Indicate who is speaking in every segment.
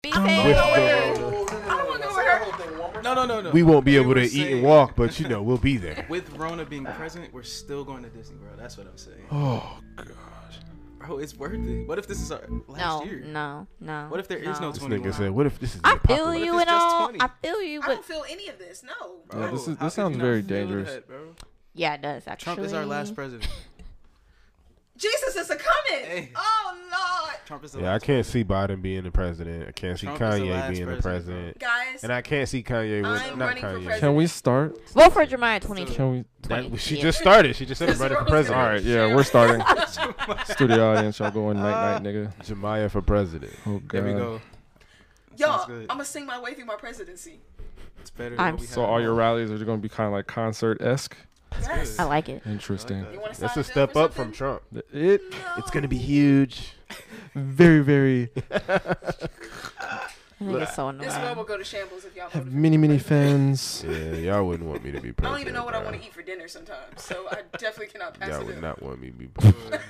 Speaker 1: Be
Speaker 2: With
Speaker 1: fair.
Speaker 2: the-
Speaker 3: I want to go over her.
Speaker 4: No, no, no, no.
Speaker 2: we won't be able to
Speaker 4: were
Speaker 2: eat and
Speaker 4: saying-
Speaker 2: walk, but you know we'll be there.
Speaker 4: With Rona being present, we're still going to Disney World. That's what I'm saying.
Speaker 2: Oh gosh,
Speaker 4: Bro, it's worth it. What if this is our last
Speaker 1: No,
Speaker 4: year?
Speaker 1: no, no.
Speaker 4: What if there is no
Speaker 2: this
Speaker 4: 21?
Speaker 2: nigga said, "What if this is?" the
Speaker 1: I feel
Speaker 2: apocalypse?
Speaker 1: you
Speaker 4: What if
Speaker 1: and
Speaker 4: it's just
Speaker 1: all.
Speaker 4: 20?
Speaker 1: I feel you,
Speaker 3: I
Speaker 1: but
Speaker 3: don't feel any of this. No.
Speaker 4: Bro,
Speaker 5: Yeah, this
Speaker 4: how
Speaker 5: is- this
Speaker 4: could you
Speaker 5: sounds
Speaker 4: not
Speaker 5: very
Speaker 4: feel
Speaker 5: dangerous.
Speaker 4: that, bro?
Speaker 1: yeah, it does actually.
Speaker 4: Trump is our last president.
Speaker 3: Jesus is a coming.
Speaker 4: Hey.
Speaker 3: Oh Lord,
Speaker 4: Trump is the
Speaker 2: Yeah, I
Speaker 4: last
Speaker 2: can't see Biden being the president. I can't see
Speaker 4: Trump is the
Speaker 2: Kanye
Speaker 4: last
Speaker 2: being the
Speaker 4: president, bro.
Speaker 2: president,
Speaker 3: guys.
Speaker 2: and I can't see Kanye with
Speaker 3: I'm
Speaker 2: not
Speaker 3: running for
Speaker 2: Kanye.
Speaker 3: president.
Speaker 5: Can we start?
Speaker 1: Vote for Jeremiah 2020.
Speaker 5: Can we?
Speaker 2: That- she just started. She just said I'm
Speaker 3: This
Speaker 2: running for
Speaker 3: world's
Speaker 2: president.
Speaker 5: All
Speaker 3: gonna-
Speaker 5: right, yeah, we're starting. Studio audience, y'all going night night, nigga.
Speaker 2: Jemiah for president.
Speaker 5: Oh god.
Speaker 4: There we go.
Speaker 3: Y'all,
Speaker 4: good.
Speaker 3: I'm gonna sing my way through my presidency.
Speaker 4: It's better.
Speaker 1: I'm
Speaker 4: than what we
Speaker 5: So
Speaker 4: had.
Speaker 5: all your rallies are going to be kind of like concert esque.
Speaker 3: Yes.
Speaker 1: I like it.
Speaker 5: Interesting.
Speaker 4: that.
Speaker 3: You want to Oh.
Speaker 2: That's a step up from Trump.
Speaker 5: It
Speaker 2: It's gonna be huge.
Speaker 5: very very
Speaker 1: I think it's so annoying.
Speaker 3: This world will go to shambles if y'all.
Speaker 5: have
Speaker 3: vote.
Speaker 5: many many fans.
Speaker 2: Yeah, y'all wouldn't want me to be president.
Speaker 3: I don't even know what I
Speaker 2: bro.
Speaker 3: want to eat for dinner sometimes, so I definitely cannot pass
Speaker 2: Y'all
Speaker 3: it
Speaker 2: would
Speaker 3: up.
Speaker 2: not want me to be president.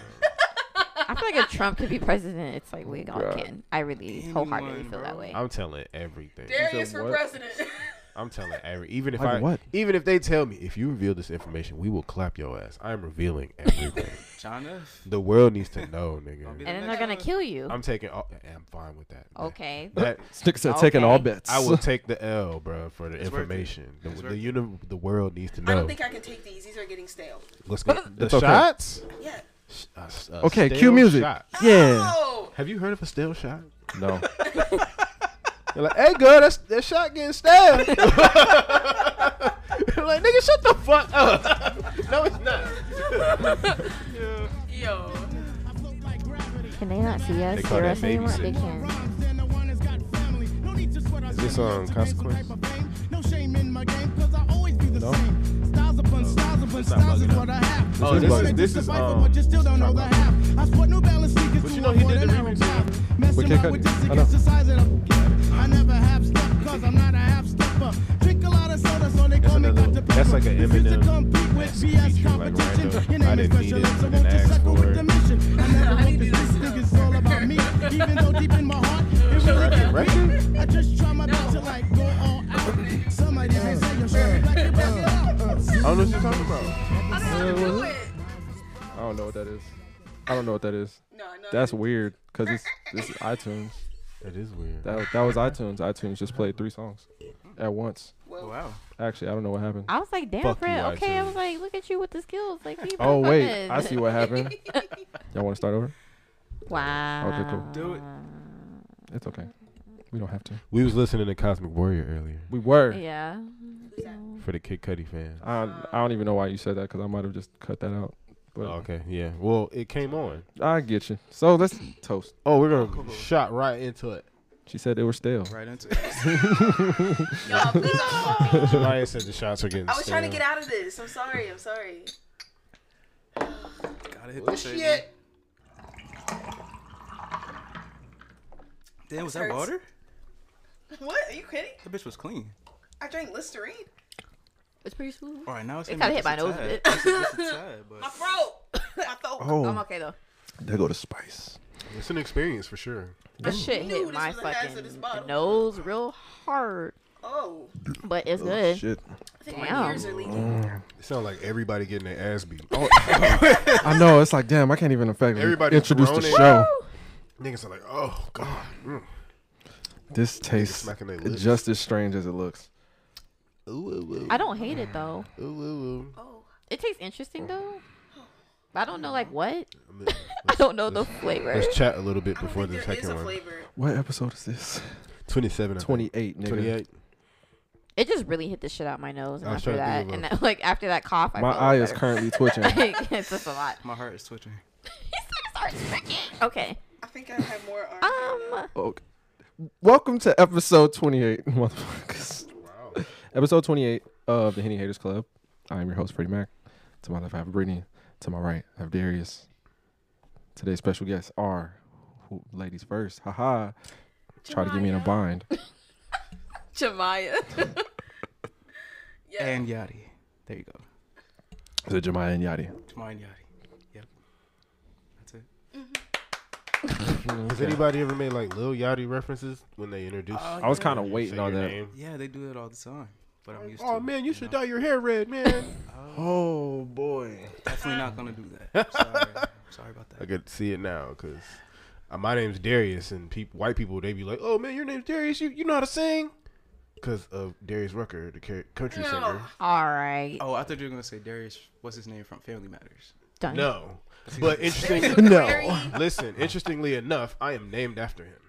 Speaker 1: I feel like if Trump could be president, it's like we all
Speaker 5: God.
Speaker 1: can. I really wholeheartedly
Speaker 4: Anyone,
Speaker 1: feel
Speaker 4: bro.
Speaker 1: that way.
Speaker 2: I'm telling everything.
Speaker 3: Darius
Speaker 5: said
Speaker 3: for
Speaker 5: what?
Speaker 3: president.
Speaker 2: I'm telling every even if
Speaker 5: Like
Speaker 2: I
Speaker 5: what?
Speaker 2: even if they tell me if you reveal this information, we will clap your ass. I am revealing everything.
Speaker 4: China.
Speaker 2: the world needs to know, nigga.
Speaker 1: and then they're gonna kill you.
Speaker 2: I'm taking. All, I'm fine with that.
Speaker 1: okay.
Speaker 2: That,
Speaker 5: Sticks are taking all
Speaker 1: Okay.
Speaker 5: bets.
Speaker 2: I will take the L, bro, for the
Speaker 4: It's worth it.
Speaker 2: information. The,
Speaker 4: It's
Speaker 2: the
Speaker 4: worth it.
Speaker 2: uni- the world needs to know.
Speaker 3: I don't think I can take these. These are getting stale.
Speaker 2: Let's get the
Speaker 5: It's okay.
Speaker 2: shots.
Speaker 3: Yeah.
Speaker 2: Sh- a s- a
Speaker 5: Okay,
Speaker 2: stale
Speaker 5: cue music.
Speaker 2: shot.
Speaker 5: Yeah.
Speaker 3: Oh,
Speaker 2: Have you heard of a stale shot?
Speaker 5: No.
Speaker 2: They're like, hey, girl, that's that shot getting stabbed. like, nigga, shut the fuck up. no, it's not.
Speaker 3: yo.
Speaker 1: Can they not see us?
Speaker 2: They call
Speaker 1: hear
Speaker 2: that
Speaker 1: us anymore? They
Speaker 2: babysitting.
Speaker 1: can.
Speaker 2: Is this on consequence?
Speaker 6: No shame in my game, cause I always be the
Speaker 5: No.
Speaker 6: same. Styles upon styles upon styles is what I have.
Speaker 4: Oh, this
Speaker 6: Some
Speaker 4: is-
Speaker 6: niggas
Speaker 4: this is,
Speaker 6: survival,
Speaker 4: um,
Speaker 6: but you still don't know the half. I sport new balance sneakers
Speaker 2: But you
Speaker 6: to
Speaker 2: know he
Speaker 6: avoid
Speaker 2: did
Speaker 6: an
Speaker 2: the
Speaker 6: arrow
Speaker 2: remix.
Speaker 6: path.
Speaker 5: We
Speaker 6: Messing
Speaker 5: can't
Speaker 6: around
Speaker 5: cut
Speaker 6: with
Speaker 5: it.
Speaker 6: this
Speaker 5: I
Speaker 6: against
Speaker 5: know.
Speaker 6: the size of the I never half step, cause I'm not a half stepper. Drink a lot of soda, so they call me
Speaker 2: another-
Speaker 6: Dr. Pepper.
Speaker 2: that's like an
Speaker 6: Refuse to
Speaker 2: Eminem
Speaker 6: compete with
Speaker 2: feature, like,
Speaker 6: BS competition.
Speaker 2: random.
Speaker 6: Your
Speaker 2: I
Speaker 6: name is
Speaker 2: didn't need
Speaker 6: special,
Speaker 2: it,
Speaker 6: so
Speaker 2: and
Speaker 6: won't you
Speaker 2: asked
Speaker 6: suckle
Speaker 2: for
Speaker 6: with
Speaker 2: it.
Speaker 6: the mission? I never
Speaker 3: I
Speaker 6: want
Speaker 3: need
Speaker 6: this
Speaker 3: to do
Speaker 6: thing, it's all about me. Even though deep in my heart, it really can't be. I just try my best to like go all out. Somebody may say you're sure, like you back it up.
Speaker 2: I don't know what you're talking about.
Speaker 3: I don't know how to do it.
Speaker 5: I don't know what that is. I don't know what that is.
Speaker 3: No, no.
Speaker 5: That's weird because it's this is iTunes.
Speaker 2: It is weird.
Speaker 5: That that was iTunes. iTunes just played three songs at once.
Speaker 3: Well,
Speaker 4: Wow.
Speaker 5: Actually, I don't know what happened.
Speaker 1: I was like, damn,
Speaker 2: Fuck
Speaker 1: Fred.
Speaker 2: you,
Speaker 1: Okay, I was
Speaker 2: iTunes.
Speaker 1: like, look at you with the skills. Like, keep
Speaker 5: Oh
Speaker 1: up
Speaker 5: wait,
Speaker 1: on
Speaker 5: I
Speaker 1: it.
Speaker 5: see what happened. Y'all want to start over?
Speaker 1: Wow.
Speaker 5: Okay, cool.
Speaker 4: Do it.
Speaker 5: It's okay. We don't have to.
Speaker 2: We was listening to Cosmic Warrior earlier
Speaker 5: We were.
Speaker 1: Yeah.
Speaker 3: who's that?
Speaker 2: for the Kid Cudi fans.
Speaker 5: I I don't even know why you said that because I might have just cut that out. But
Speaker 2: okay, yeah. Well, it came on.
Speaker 5: I get you. So let's toast.
Speaker 2: Oh, we're gonna shot right into it.
Speaker 5: She said they were stale.
Speaker 4: Right into it.
Speaker 3: Y'all, please don't fuck me.
Speaker 2: Ryan said the shots are getting.
Speaker 3: I was trying to get out of this. I'm sorry. I'm sorry.
Speaker 4: Gotta hit the table.
Speaker 3: Shit.
Speaker 4: Damn, was
Speaker 3: This
Speaker 4: that
Speaker 3: hurts.
Speaker 4: water?
Speaker 3: What? Are you kidding?
Speaker 4: That bitch was clean.
Speaker 3: I drank Listerine.
Speaker 1: It's pretty smooth.
Speaker 4: All right, now it's
Speaker 1: It kinda
Speaker 4: gonna be
Speaker 1: hit my nose a bit.
Speaker 4: just tad. Just- just a tad,
Speaker 3: My
Speaker 4: but
Speaker 3: throat. My throat.
Speaker 1: I'm okay though.
Speaker 5: They go to spice.
Speaker 2: It's an experience for sure.
Speaker 1: The shit
Speaker 3: knew
Speaker 1: hit
Speaker 3: this
Speaker 1: my
Speaker 3: was a hazardous
Speaker 1: fucking
Speaker 3: bottle.
Speaker 1: nose real hard,
Speaker 3: Oh,
Speaker 1: but it's good.
Speaker 5: Shit.
Speaker 3: I think my
Speaker 1: Damn.
Speaker 3: ears are leaking.
Speaker 2: It sounds like everybody getting their ass beat. Oh,
Speaker 5: I know. It's like damn. I can't even effectively
Speaker 2: Everybody's
Speaker 5: introduce the
Speaker 2: groaning.
Speaker 5: show.
Speaker 2: niggas are like, oh god. Mm.
Speaker 5: This tastes
Speaker 2: smacking their lips.
Speaker 5: just as strange as it looks.
Speaker 2: Ooh, ooh,
Speaker 1: I don't hate it though.
Speaker 2: ooh, ooh, ooh.
Speaker 3: Oh,
Speaker 1: It tastes interesting though. But I don't know like what.
Speaker 2: I'm gonna-
Speaker 1: I don't know the flavor.
Speaker 2: Let's chat a little bit
Speaker 3: I don't
Speaker 2: before
Speaker 3: think
Speaker 2: the
Speaker 3: there is a
Speaker 2: second one.
Speaker 3: flavor.
Speaker 5: What episode is this?
Speaker 2: Twenty-seven. I think.
Speaker 5: Twenty-eight, nigga.
Speaker 2: Twenty-eight.
Speaker 1: It just really hit the shit out my nose and
Speaker 2: I was
Speaker 1: after
Speaker 2: trying
Speaker 1: that,
Speaker 2: to think
Speaker 1: and
Speaker 2: of
Speaker 1: that, like after that cough, I
Speaker 5: My
Speaker 1: felt
Speaker 5: eye is
Speaker 1: better.
Speaker 5: currently twitching.
Speaker 1: Like, it's just a lot.
Speaker 4: my heart is twitching.
Speaker 1: okay.
Speaker 3: I think I have more. orange.
Speaker 1: Um.
Speaker 5: Okay. Welcome to episode 28, motherfuckers.
Speaker 2: Wow.
Speaker 5: Episode 28 of the Henny Haters Club. I am your host, Freddie Mac. To my left, I have Brittany. To my right, I have Darius. Today's special guests are who, ladies first. Haha. Try to get me in a bind.
Speaker 3: Jemiah. yeah.
Speaker 4: And Yachty. There you go.
Speaker 5: Is it Jemiah and Yachty?
Speaker 4: It's mine, Yachty. Yep. That's it.
Speaker 2: Has anybody ever made like Lil Yachty references when they introduce?
Speaker 4: Oh,
Speaker 5: I was
Speaker 4: yeah.
Speaker 5: kind of
Speaker 2: Say
Speaker 5: waiting on
Speaker 2: your
Speaker 5: that.
Speaker 2: name?
Speaker 4: Yeah, they do it all the time. But I'm used to.
Speaker 2: Oh
Speaker 4: it,
Speaker 2: man, you should
Speaker 4: know?
Speaker 2: dye your hair red, man.
Speaker 4: Oh boy, definitely not gonna do that. I'm sorry, I'm sorry about
Speaker 2: I
Speaker 4: that.
Speaker 2: could see it now because my name's Darius, and peop white people they be like, "Oh man, your name's Darius. You you know how to sing?" Because of Darius Rucker, the ca- country singer.
Speaker 1: All right.
Speaker 4: Oh, I thought you were gonna say Darius. What's his name from Family Matters?
Speaker 1: Done.
Speaker 2: No, but interesting.
Speaker 7: No.
Speaker 2: Listen, interestingly enough, I am named after him.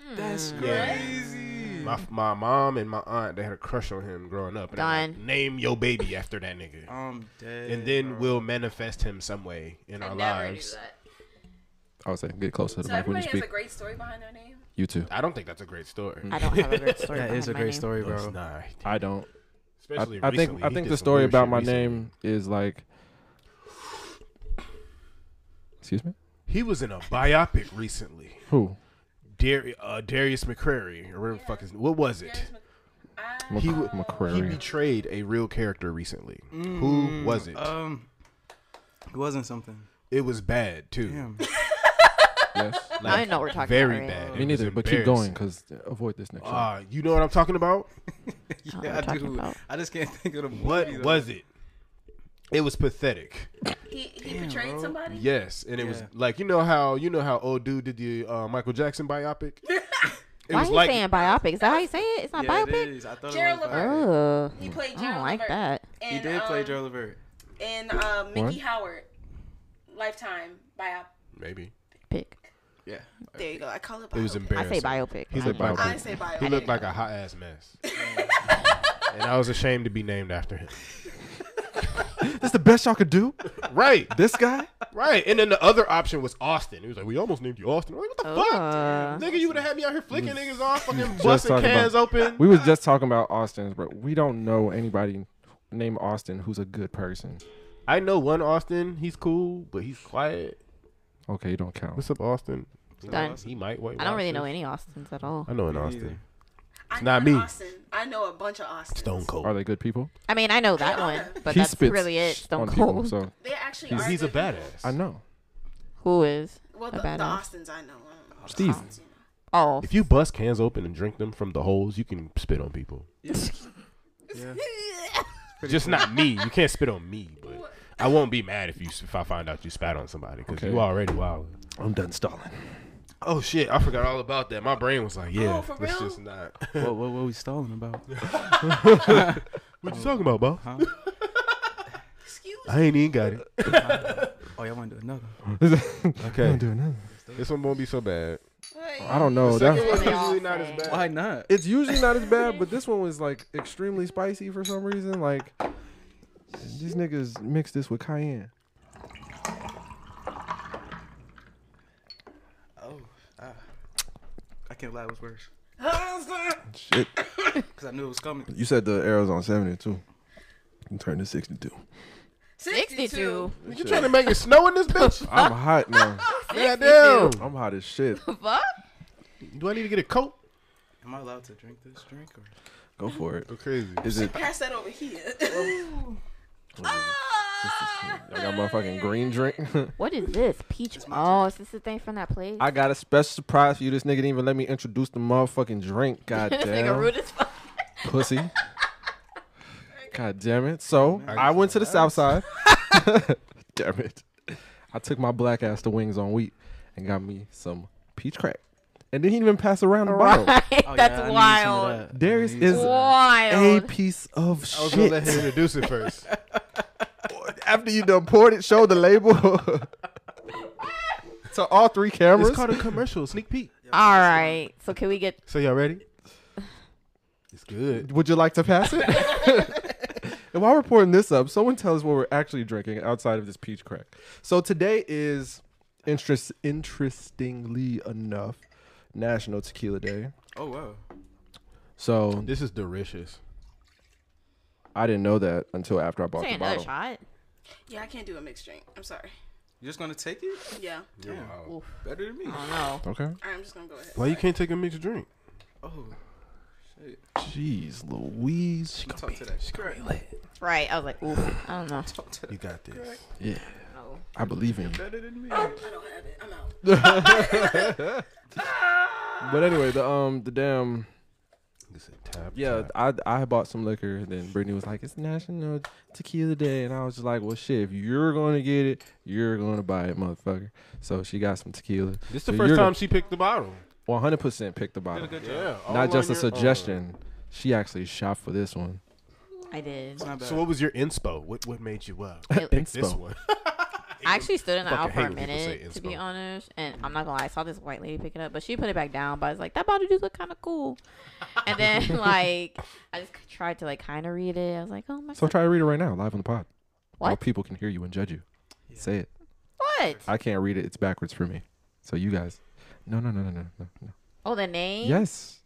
Speaker 1: Hmm.
Speaker 4: That's
Speaker 2: Yeah.
Speaker 4: crazy.
Speaker 2: My, my mom and my aunt they had a crush on him growing up. And I'm like,
Speaker 1: Done.
Speaker 2: Name your baby after that nigga,
Speaker 4: I'm dead.
Speaker 2: and then
Speaker 4: bro.
Speaker 2: we'll manifest him some way in our lives.
Speaker 5: I was saying, get closer to the
Speaker 3: So
Speaker 5: mic when you
Speaker 3: everybody has
Speaker 5: speak.
Speaker 3: a great story behind their name.
Speaker 5: you too.
Speaker 2: I don't think that's a great story.
Speaker 1: I don't have a great story.
Speaker 4: That is
Speaker 1: behind
Speaker 4: a
Speaker 1: Oh, my
Speaker 4: great
Speaker 1: name.
Speaker 4: story,
Speaker 2: No, it's
Speaker 4: bro.
Speaker 2: not.
Speaker 5: I don't. I,
Speaker 2: Especially
Speaker 5: I think
Speaker 2: recently.
Speaker 5: I
Speaker 2: He
Speaker 5: think
Speaker 2: did
Speaker 5: the
Speaker 2: some
Speaker 5: story
Speaker 2: weird
Speaker 5: about
Speaker 2: shit
Speaker 5: my
Speaker 2: recently.
Speaker 5: name is like. Excuse me.
Speaker 2: He was in a biopic recently.
Speaker 5: Who?
Speaker 2: Dar- uh, Darius McCrary or whatever the fuck is what was it?
Speaker 5: Mc-
Speaker 2: He w- He
Speaker 5: McCrary.
Speaker 2: betrayed a real character recently. Who was it?
Speaker 4: Um, it wasn't something.
Speaker 2: it was bad too.
Speaker 1: Oh,
Speaker 4: Damn.
Speaker 5: yes.
Speaker 1: I didn't know what we're talking
Speaker 2: very
Speaker 1: about.
Speaker 2: bad.
Speaker 5: Me
Speaker 2: It was
Speaker 5: neither. But keep going,
Speaker 2: embarrassing.
Speaker 5: cause avoid this next. one.
Speaker 2: Uh, you know what I'm talking about?
Speaker 1: don't know
Speaker 4: yeah,
Speaker 1: what
Speaker 4: I
Speaker 1: you're
Speaker 4: do.
Speaker 1: talking about.
Speaker 4: I just can't think of the movie.
Speaker 2: What
Speaker 4: though.
Speaker 2: was it? It was pathetic.
Speaker 3: He he betrayed somebody.
Speaker 2: Yes, and it was
Speaker 4: Yeah.
Speaker 2: like you know how you know how old dude did the uh, Michael Jackson biopic. It
Speaker 1: Why you saying biopic? Is that how you say it? It's not
Speaker 4: Yeah, it
Speaker 1: biopic.
Speaker 4: is. I thought
Speaker 3: Gerald
Speaker 4: it was. biopic.
Speaker 1: Oh,
Speaker 3: He played
Speaker 1: I
Speaker 3: Gerald.
Speaker 1: don't like
Speaker 3: Levert
Speaker 1: that.
Speaker 3: And,
Speaker 4: He did
Speaker 1: Oh.
Speaker 4: play
Speaker 3: um,
Speaker 4: Gerald Levert.
Speaker 3: And uh, Mickey
Speaker 5: What?
Speaker 3: Howard, Lifetime biop.
Speaker 2: maybe
Speaker 1: Pick.
Speaker 4: Yeah.
Speaker 7: There you go. I call it.
Speaker 2: it
Speaker 7: biopic.
Speaker 2: was
Speaker 1: I
Speaker 2: embarrassing.
Speaker 1: say biopic.
Speaker 2: He's
Speaker 1: I
Speaker 2: a
Speaker 1: know.
Speaker 2: biopic.
Speaker 7: I say biopic.
Speaker 2: He looked like a hot ass mess, and I was ashamed to be named after him.
Speaker 5: That's the best y'all could do.
Speaker 2: Right,
Speaker 5: This guy.
Speaker 2: right. And then the other option was Austin. He was like, "We almost named you Austin." I'm like, what the
Speaker 1: Uh.
Speaker 2: fuck, nigga? You would have had me out here flicking niggas off, fucking
Speaker 5: Just
Speaker 2: busting
Speaker 5: talking
Speaker 2: cans
Speaker 5: about-
Speaker 2: open.
Speaker 5: We was just talking about Austin's, bro. We don't know anybody named Austin who's a good person.
Speaker 2: I know one Austin. He's cool, but he's quiet.
Speaker 5: Okay, you don't count.
Speaker 2: What's up, Austin?
Speaker 1: Done.
Speaker 2: He might. White
Speaker 1: I don't really know any Austins at all.
Speaker 2: I know an
Speaker 4: Me
Speaker 2: Austin.
Speaker 4: neither.
Speaker 3: I know
Speaker 2: not
Speaker 3: an
Speaker 2: me.
Speaker 3: Austin. I know a bunch of Austins.
Speaker 2: Stone Cold.
Speaker 5: Are they good people?
Speaker 1: I mean, I know that one, but
Speaker 5: he
Speaker 1: that's
Speaker 5: spits
Speaker 1: really it.
Speaker 5: sh-
Speaker 1: Stone
Speaker 5: on people,
Speaker 1: Cold.
Speaker 5: so
Speaker 3: They actually
Speaker 2: He's,
Speaker 3: are.
Speaker 2: he's a
Speaker 3: good people.
Speaker 2: badass.
Speaker 5: I know.
Speaker 1: Who is
Speaker 3: Well,
Speaker 1: a
Speaker 3: the, the
Speaker 1: badass?
Speaker 3: Austins I know. I don't know.
Speaker 5: Steve.
Speaker 3: Austins, you know.
Speaker 1: Oh,
Speaker 2: If you bust cans open and drink them from the holes, you can spit on people.
Speaker 4: Yeah.
Speaker 2: Just not me. You can't spit on me, but I won't be mad if you if I find out you spat on somebody because
Speaker 5: Okay.
Speaker 2: you already wild.
Speaker 5: I'm done stalling.
Speaker 2: Oh shit! I forgot all about that. My brain was like, yeah,
Speaker 3: Oh, for
Speaker 2: let's
Speaker 3: real?
Speaker 2: just not.
Speaker 4: What, what, what we stalling about?
Speaker 2: what you talking about, Bo?
Speaker 4: Huh?
Speaker 3: Excuse me.
Speaker 2: I ain't even got it.
Speaker 4: Oh, y'all want to do another?
Speaker 2: Okay, this one won't be so bad.
Speaker 5: I don't know.
Speaker 2: Second
Speaker 5: That,
Speaker 2: one's
Speaker 1: They all
Speaker 2: usually not as
Speaker 1: say.
Speaker 2: bad.
Speaker 4: Why not?
Speaker 5: it's usually not as bad, but this one was like extremely spicy for some reason. Like these niggas mixed this with cayenne.
Speaker 4: Oh, ah. I can't lie. It was worse
Speaker 5: Shit.
Speaker 4: because I knew it was coming.
Speaker 5: You said the arrows on 72. You turned to 62.
Speaker 1: 62.
Speaker 2: You trying to make it snow in this bitch?
Speaker 5: I'm hot now.
Speaker 2: Goddamn!
Speaker 5: I'm hot as shit.
Speaker 1: Fuck.
Speaker 2: Do I need to get a coat?
Speaker 4: Am I allowed to drink this drink or?
Speaker 5: Go for it.
Speaker 2: Go crazy.
Speaker 5: Is it?
Speaker 3: Pass that over here.
Speaker 5: I got motherfucking green drink.
Speaker 1: What is Ah. this? Peach. Oh, is this the thing from that place?
Speaker 5: I got a special surprise for you. This nigga didn't even let me introduce the motherfucking drink.
Speaker 1: this nigga
Speaker 5: Goddamn,
Speaker 1: rude as fuck.
Speaker 5: pussy. God damn it. So I went to the south side. damn it. I took my black ass to Wings on Wheat and got me some peach crack. And then he didn't even pass around the bottle.
Speaker 1: Right?
Speaker 4: Oh,
Speaker 1: That's
Speaker 4: yeah, I need some of
Speaker 1: wild.
Speaker 4: that.
Speaker 5: Darius
Speaker 4: I need some
Speaker 5: is-
Speaker 4: of that.
Speaker 5: A
Speaker 1: Wild.
Speaker 5: piece of
Speaker 2: I was gonna
Speaker 5: shit.
Speaker 2: let him introduce it first.
Speaker 5: After you done poured it, showed the label to all three cameras.
Speaker 2: it's called a commercial sneak peek.
Speaker 1: All right. So can we get?
Speaker 2: So y'all ready? It's good.
Speaker 5: Would you like to pass it? and while we're pouring this up, someone tell us what we're actually drinking outside of this peach crack. So today is interest interestingly enough National Tequila Day.
Speaker 4: Oh wow.
Speaker 5: So
Speaker 2: This is delicious.
Speaker 5: I didn't know that until after I bought
Speaker 1: Say
Speaker 5: the
Speaker 1: another
Speaker 5: bottle.
Speaker 1: shot.
Speaker 3: yeah, I can't do a mixed drink. I'm sorry.
Speaker 4: You're just gonna take it?
Speaker 3: Yeah.
Speaker 4: Damn. Better than me.
Speaker 1: I don't know.
Speaker 5: Okay.
Speaker 3: All right, I'm just gonna go ahead.
Speaker 2: Why you can't take a mixed drink?
Speaker 4: Oh, shit.
Speaker 5: Jeez, Louise.
Speaker 4: You talk to that. She
Speaker 1: Right. I was like, ooh. I don't know.
Speaker 4: Talk to that.
Speaker 2: You got this.
Speaker 5: Yeah.
Speaker 1: No.
Speaker 5: I believe in you.
Speaker 2: Better than me.
Speaker 3: I don't have it. I'm out.
Speaker 5: But anyway, the um the damn
Speaker 2: It's a tap,
Speaker 5: yeah,
Speaker 2: tap.
Speaker 5: I I bought some liquor and then Brittany was like, It's National Tequila Day and I was just like, Well shit, if you're gonna get it, you're gonna buy it, motherfucker. So she got some tequila.
Speaker 2: This the
Speaker 5: So
Speaker 2: first
Speaker 5: you're
Speaker 2: time
Speaker 5: gonna-
Speaker 2: she picked the bottle.
Speaker 5: One hundred percent picked the bottle.
Speaker 2: Yeah, all
Speaker 5: Not just a
Speaker 2: on your own.
Speaker 5: suggestion. She actually shopped for this one.
Speaker 1: I did.
Speaker 4: Not bad.
Speaker 2: So what was your inspo? What what made you up?
Speaker 5: Inspo.
Speaker 2: This one.
Speaker 1: I actually stood in the aisle
Speaker 2: fucking
Speaker 1: for a
Speaker 2: hate when people say
Speaker 1: minute, to be
Speaker 2: inspo.
Speaker 1: honest. And I'm not gonna lie, I saw this white lady pick it up, but she put it back down. But I was like, that bottle do look kind of cool. And then like, I just tried to like kind of read it. I was like, oh my.
Speaker 5: So try to read it right now, live on the pod. All
Speaker 1: What?
Speaker 5: people can hear you and judge you. Say it.
Speaker 1: What?
Speaker 5: I can't read it. It's backwards for me. So you guys. No, no, no, no, no, no, no.
Speaker 1: Oh, the name.
Speaker 5: Yes.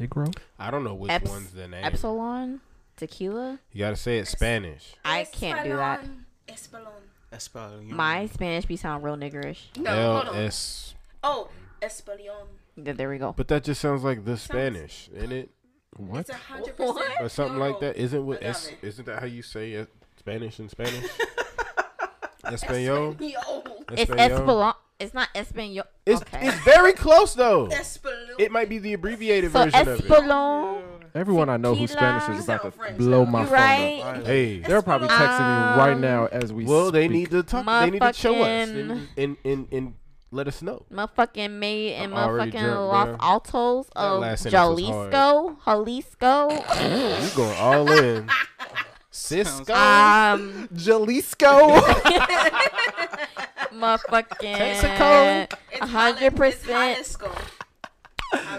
Speaker 5: Negro.
Speaker 2: I don't know which
Speaker 1: Eps-
Speaker 2: one's the name.
Speaker 1: Epsilon tequila.
Speaker 2: You gotta say it Spanish.
Speaker 1: I can't do that.
Speaker 3: Espelon.
Speaker 4: Espelon.
Speaker 1: My Spanish be sound real niggerish.
Speaker 3: No, hold
Speaker 2: L
Speaker 3: on.
Speaker 2: S.
Speaker 3: oh, Espelon.
Speaker 1: Th- There we go.
Speaker 2: But that just sounds like the Spanish, isn't it?
Speaker 5: What?
Speaker 3: It's a hundred
Speaker 1: What?
Speaker 3: percent.
Speaker 2: Or something like that. Isn't what S?
Speaker 3: Agave.
Speaker 2: Isn't that how you say it? Spanish in Spanish? Espanol.
Speaker 3: Yo,
Speaker 1: It's Espelon. It's not Espanol.
Speaker 2: It's,
Speaker 1: okay.
Speaker 2: it's very close though.
Speaker 3: Espelon.
Speaker 2: It might be the abbreviated
Speaker 1: so
Speaker 2: version of
Speaker 1: Espelon.
Speaker 5: Everyone I know who
Speaker 1: Tequila.
Speaker 5: Spanish
Speaker 1: You
Speaker 5: is about to
Speaker 3: sound French,
Speaker 5: blow
Speaker 3: though.
Speaker 5: my
Speaker 1: You
Speaker 5: phone
Speaker 1: right?
Speaker 5: up.
Speaker 2: it. Hey.
Speaker 5: They're probably texting me right
Speaker 1: Um,
Speaker 5: now as we
Speaker 2: Well, they
Speaker 5: speak.
Speaker 2: need to talk. They need to show us
Speaker 1: Motherfucking-
Speaker 2: and and and, and let us know.
Speaker 1: Motherfucking May and
Speaker 2: I'm already
Speaker 1: motherfucking
Speaker 2: drunk,
Speaker 1: Los
Speaker 2: bruh.
Speaker 1: Altos of
Speaker 2: last sentence was hard.
Speaker 1: Jalisco, Jalisco.
Speaker 2: You going all in, Cisco?
Speaker 1: um,
Speaker 5: Jalisco.
Speaker 1: motherfucking
Speaker 3: It's
Speaker 1: hundred
Speaker 3: Holland- it's
Speaker 1: percent.
Speaker 3: Jalisco.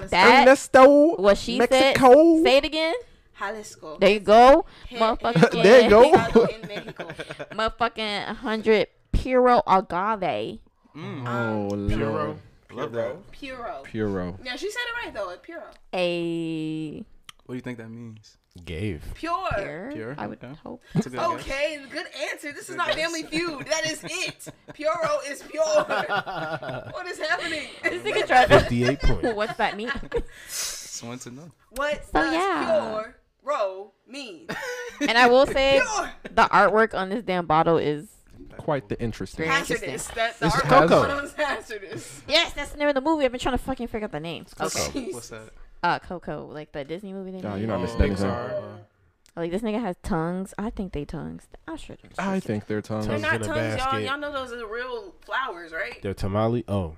Speaker 1: That
Speaker 5: Ernesto.
Speaker 1: what she
Speaker 5: Mexico.
Speaker 1: said. Say it again.
Speaker 3: Jalisco.
Speaker 1: There you go,
Speaker 3: Hey,
Speaker 1: motherfucking.
Speaker 5: There you go.
Speaker 3: Mexico in Mexico.
Speaker 1: Motherfucking hundred puro agave. Um,
Speaker 5: Oh, Lord.
Speaker 4: Love that.
Speaker 3: Puro.
Speaker 5: Puro.
Speaker 3: Yeah, she said it right though. It's puro.
Speaker 1: A
Speaker 4: What do you think that means?
Speaker 2: Gave.
Speaker 3: Pure.
Speaker 1: pure,
Speaker 4: Pure,
Speaker 1: I would
Speaker 4: okay.
Speaker 1: hope.
Speaker 4: That's a good guess.
Speaker 3: Okay, good answer. This is not Family Feud. That is it. Puro is pure. what is happening?
Speaker 1: This nigga tried to.
Speaker 2: Fifty-eight point.
Speaker 1: What's that mean?
Speaker 4: Just want to know.
Speaker 3: What
Speaker 1: So,
Speaker 3: does
Speaker 1: yeah.
Speaker 3: pure ro mean?
Speaker 1: And I will say,
Speaker 3: Pure.
Speaker 1: the artwork on this damn bottle is
Speaker 5: Quite the interesting.
Speaker 1: Very-
Speaker 3: Hazardous.
Speaker 1: Interesting.
Speaker 3: That the
Speaker 5: It's
Speaker 3: art
Speaker 5: Coco.
Speaker 3: photo is hazardous.
Speaker 1: yes, that's the name of the movie. I've been trying to fucking figure out the name. Okay.
Speaker 4: What's that?
Speaker 1: Uh, Coco, like the Disney movie they
Speaker 5: Oh,
Speaker 1: made.
Speaker 5: you're not
Speaker 4: Oh,
Speaker 5: missing anything.
Speaker 4: Pixar or-
Speaker 1: Like this nigga has tongues. I think they tongues. I should.
Speaker 5: I think their tongue
Speaker 3: They're
Speaker 2: Tongues
Speaker 3: not
Speaker 2: in a
Speaker 3: tongues, y'all.
Speaker 2: basket.
Speaker 3: Y'all know those are real flowers, right?
Speaker 2: Their tamale. Oh,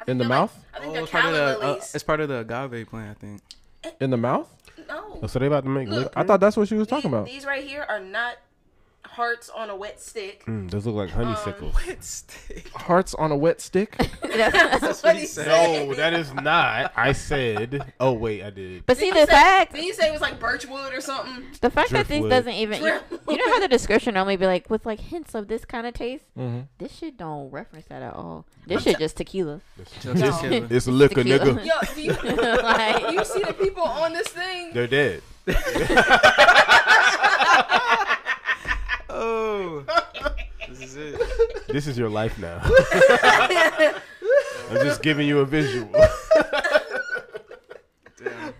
Speaker 3: I think
Speaker 5: in the
Speaker 3: they're
Speaker 5: mouth.
Speaker 3: Like, I think
Speaker 4: Oh,
Speaker 3: they're
Speaker 4: it's part of the.
Speaker 3: calla
Speaker 4: uh,
Speaker 3: lilies.
Speaker 4: it's part of the agave plant, I think.
Speaker 5: In the mouth.
Speaker 3: no.
Speaker 2: Oh, so they about to make.
Speaker 3: Look,
Speaker 2: Look,
Speaker 5: I thought that's what she was
Speaker 3: These-
Speaker 5: talking about.
Speaker 3: These right here are not hearts on a wet stick.
Speaker 2: mm, those look like honeysuckles.
Speaker 5: Hearts on a wet stick.
Speaker 3: That's what he
Speaker 4: "Oh,
Speaker 2: no, Oh, that is not. I said. Oh wait, I did.
Speaker 1: But see
Speaker 3: Did
Speaker 1: the
Speaker 3: you say-
Speaker 1: fact,
Speaker 3: Did you say it was like birchwood or something?
Speaker 1: the fact that this
Speaker 2: Driftwood.
Speaker 1: doesn't even. You, you know how the description normally be like with like hints of this kind of taste.
Speaker 5: Mm-hmm.
Speaker 1: This shit don't reference that at all. This shit just tequila.
Speaker 4: Just kidding.
Speaker 2: It's liquor,
Speaker 1: Tequila.
Speaker 3: Yo, do you,
Speaker 1: Like-
Speaker 3: you see the people on this thing?
Speaker 2: They're dead.
Speaker 4: Oh, this is it.
Speaker 2: This is your life now. I'm just giving you a visual.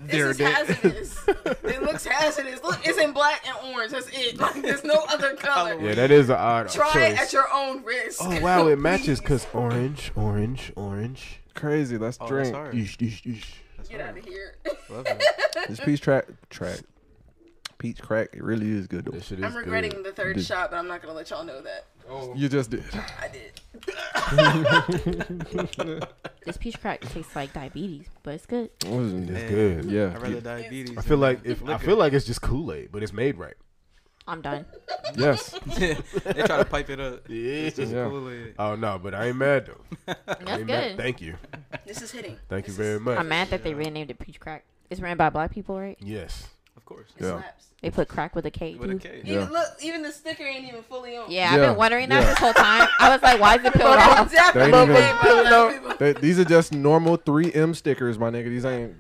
Speaker 3: This is hazardous. it looks hazardous. Look, it's in black and orange. That's it. Like, there's no other color.
Speaker 2: Yeah, that is an odd
Speaker 3: Try it
Speaker 2: choice.
Speaker 3: at your own risk.
Speaker 2: oh wow, it matches because orange, orange, orange.
Speaker 5: Crazy. Let's
Speaker 4: Oh, that's
Speaker 5: drink.
Speaker 4: hard.
Speaker 2: Eesh, eesh, eesh.
Speaker 3: Get out of here.
Speaker 4: Love that.
Speaker 5: This peach track track. Peach crack. It really is good though.
Speaker 2: This shit is
Speaker 3: I'm regretting
Speaker 2: good.
Speaker 3: the third
Speaker 5: Dude.
Speaker 3: shot, but I'm not gonna let y'all know that.
Speaker 5: You just did.
Speaker 3: I did.
Speaker 1: This peach crack tastes like diabetes, but it's good.
Speaker 2: It's
Speaker 4: Yeah.
Speaker 2: good. Yeah.
Speaker 5: Yeah.
Speaker 4: I rather diabetes.
Speaker 2: I feel like if I feel like it's just Kool Aid, but it's made right.
Speaker 1: I'm done.
Speaker 5: Yes.
Speaker 4: they try to pipe it up.
Speaker 2: Yeah.
Speaker 4: Just
Speaker 5: Yeah.
Speaker 4: Kool-Aid.
Speaker 2: Oh no, but I ain't mad though. I
Speaker 1: That's
Speaker 2: ain't mad.
Speaker 1: good.
Speaker 2: Thank you.
Speaker 3: This is hitting.
Speaker 2: Thank you very much.
Speaker 1: I'm mad that they renamed it peach crack. It's ran by black people, right?
Speaker 2: Yes.
Speaker 4: Of course.
Speaker 3: It
Speaker 5: Yeah.
Speaker 3: slaps.
Speaker 1: They put crack with a K.
Speaker 4: With a
Speaker 3: Mm-hmm.
Speaker 1: too.
Speaker 4: K.
Speaker 5: Yeah.
Speaker 3: Even, look, even the sticker ain't even fully on.
Speaker 1: Yeah,
Speaker 5: Yeah,
Speaker 1: I've been wondering that
Speaker 5: yeah.
Speaker 1: this whole time. I was like, why is it peeled
Speaker 3: But
Speaker 1: off?
Speaker 3: it's definitely
Speaker 5: They ain't
Speaker 3: made
Speaker 5: even-
Speaker 3: by a lot of people.
Speaker 5: They- these are just normal 3M stickers, my nigga. These ain't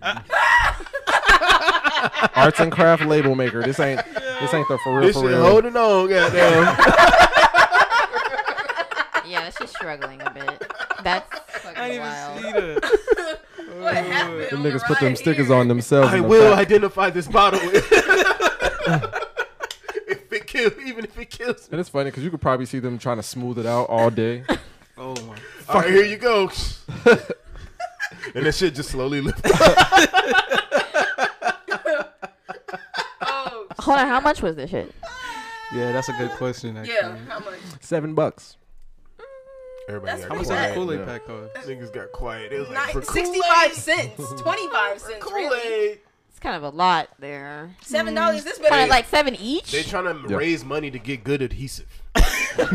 Speaker 5: arts and craft label maker. This ain't this ain't the for real
Speaker 2: This
Speaker 5: for
Speaker 2: shit
Speaker 5: real.
Speaker 2: holding on, goddamn.
Speaker 1: Yeah, that's just struggling a bit. That's
Speaker 4: I
Speaker 1: fucking
Speaker 4: didn't
Speaker 1: wild.
Speaker 4: even see that.
Speaker 3: What happened?
Speaker 5: Them
Speaker 3: on
Speaker 5: niggas
Speaker 3: the
Speaker 5: put them
Speaker 3: ride
Speaker 5: stickers
Speaker 3: here?
Speaker 5: on themselves.
Speaker 2: I
Speaker 5: in the
Speaker 2: will
Speaker 5: back.
Speaker 2: identify this bottle. if it kill, even if it kills me.
Speaker 5: And it's funny because you could probably see them trying to smooth it out all day.
Speaker 4: Oh my.
Speaker 2: All right, here you go. and that shit just slowly lift up.
Speaker 3: Oh,
Speaker 1: Hold on, how much was this shit?
Speaker 4: Yeah, that's a good question. Actually.
Speaker 3: yeah. How much?
Speaker 5: Seven bucks.
Speaker 2: Everybody
Speaker 3: That's
Speaker 2: got
Speaker 4: How much
Speaker 3: pretty
Speaker 4: is that
Speaker 2: quiet.
Speaker 4: Kool Aid
Speaker 2: now.
Speaker 4: pack cost?
Speaker 2: Niggas got quiet. It was like, for
Speaker 3: Nine- 65 cents. 25 cents. Really?
Speaker 2: Kool-Aid.
Speaker 1: It's kind of a lot there.
Speaker 3: Seven dollars. This
Speaker 1: Kind
Speaker 3: better
Speaker 1: of like seven each.
Speaker 2: They trying to
Speaker 5: Yeah.
Speaker 2: raise money to get good adhesive.
Speaker 1: if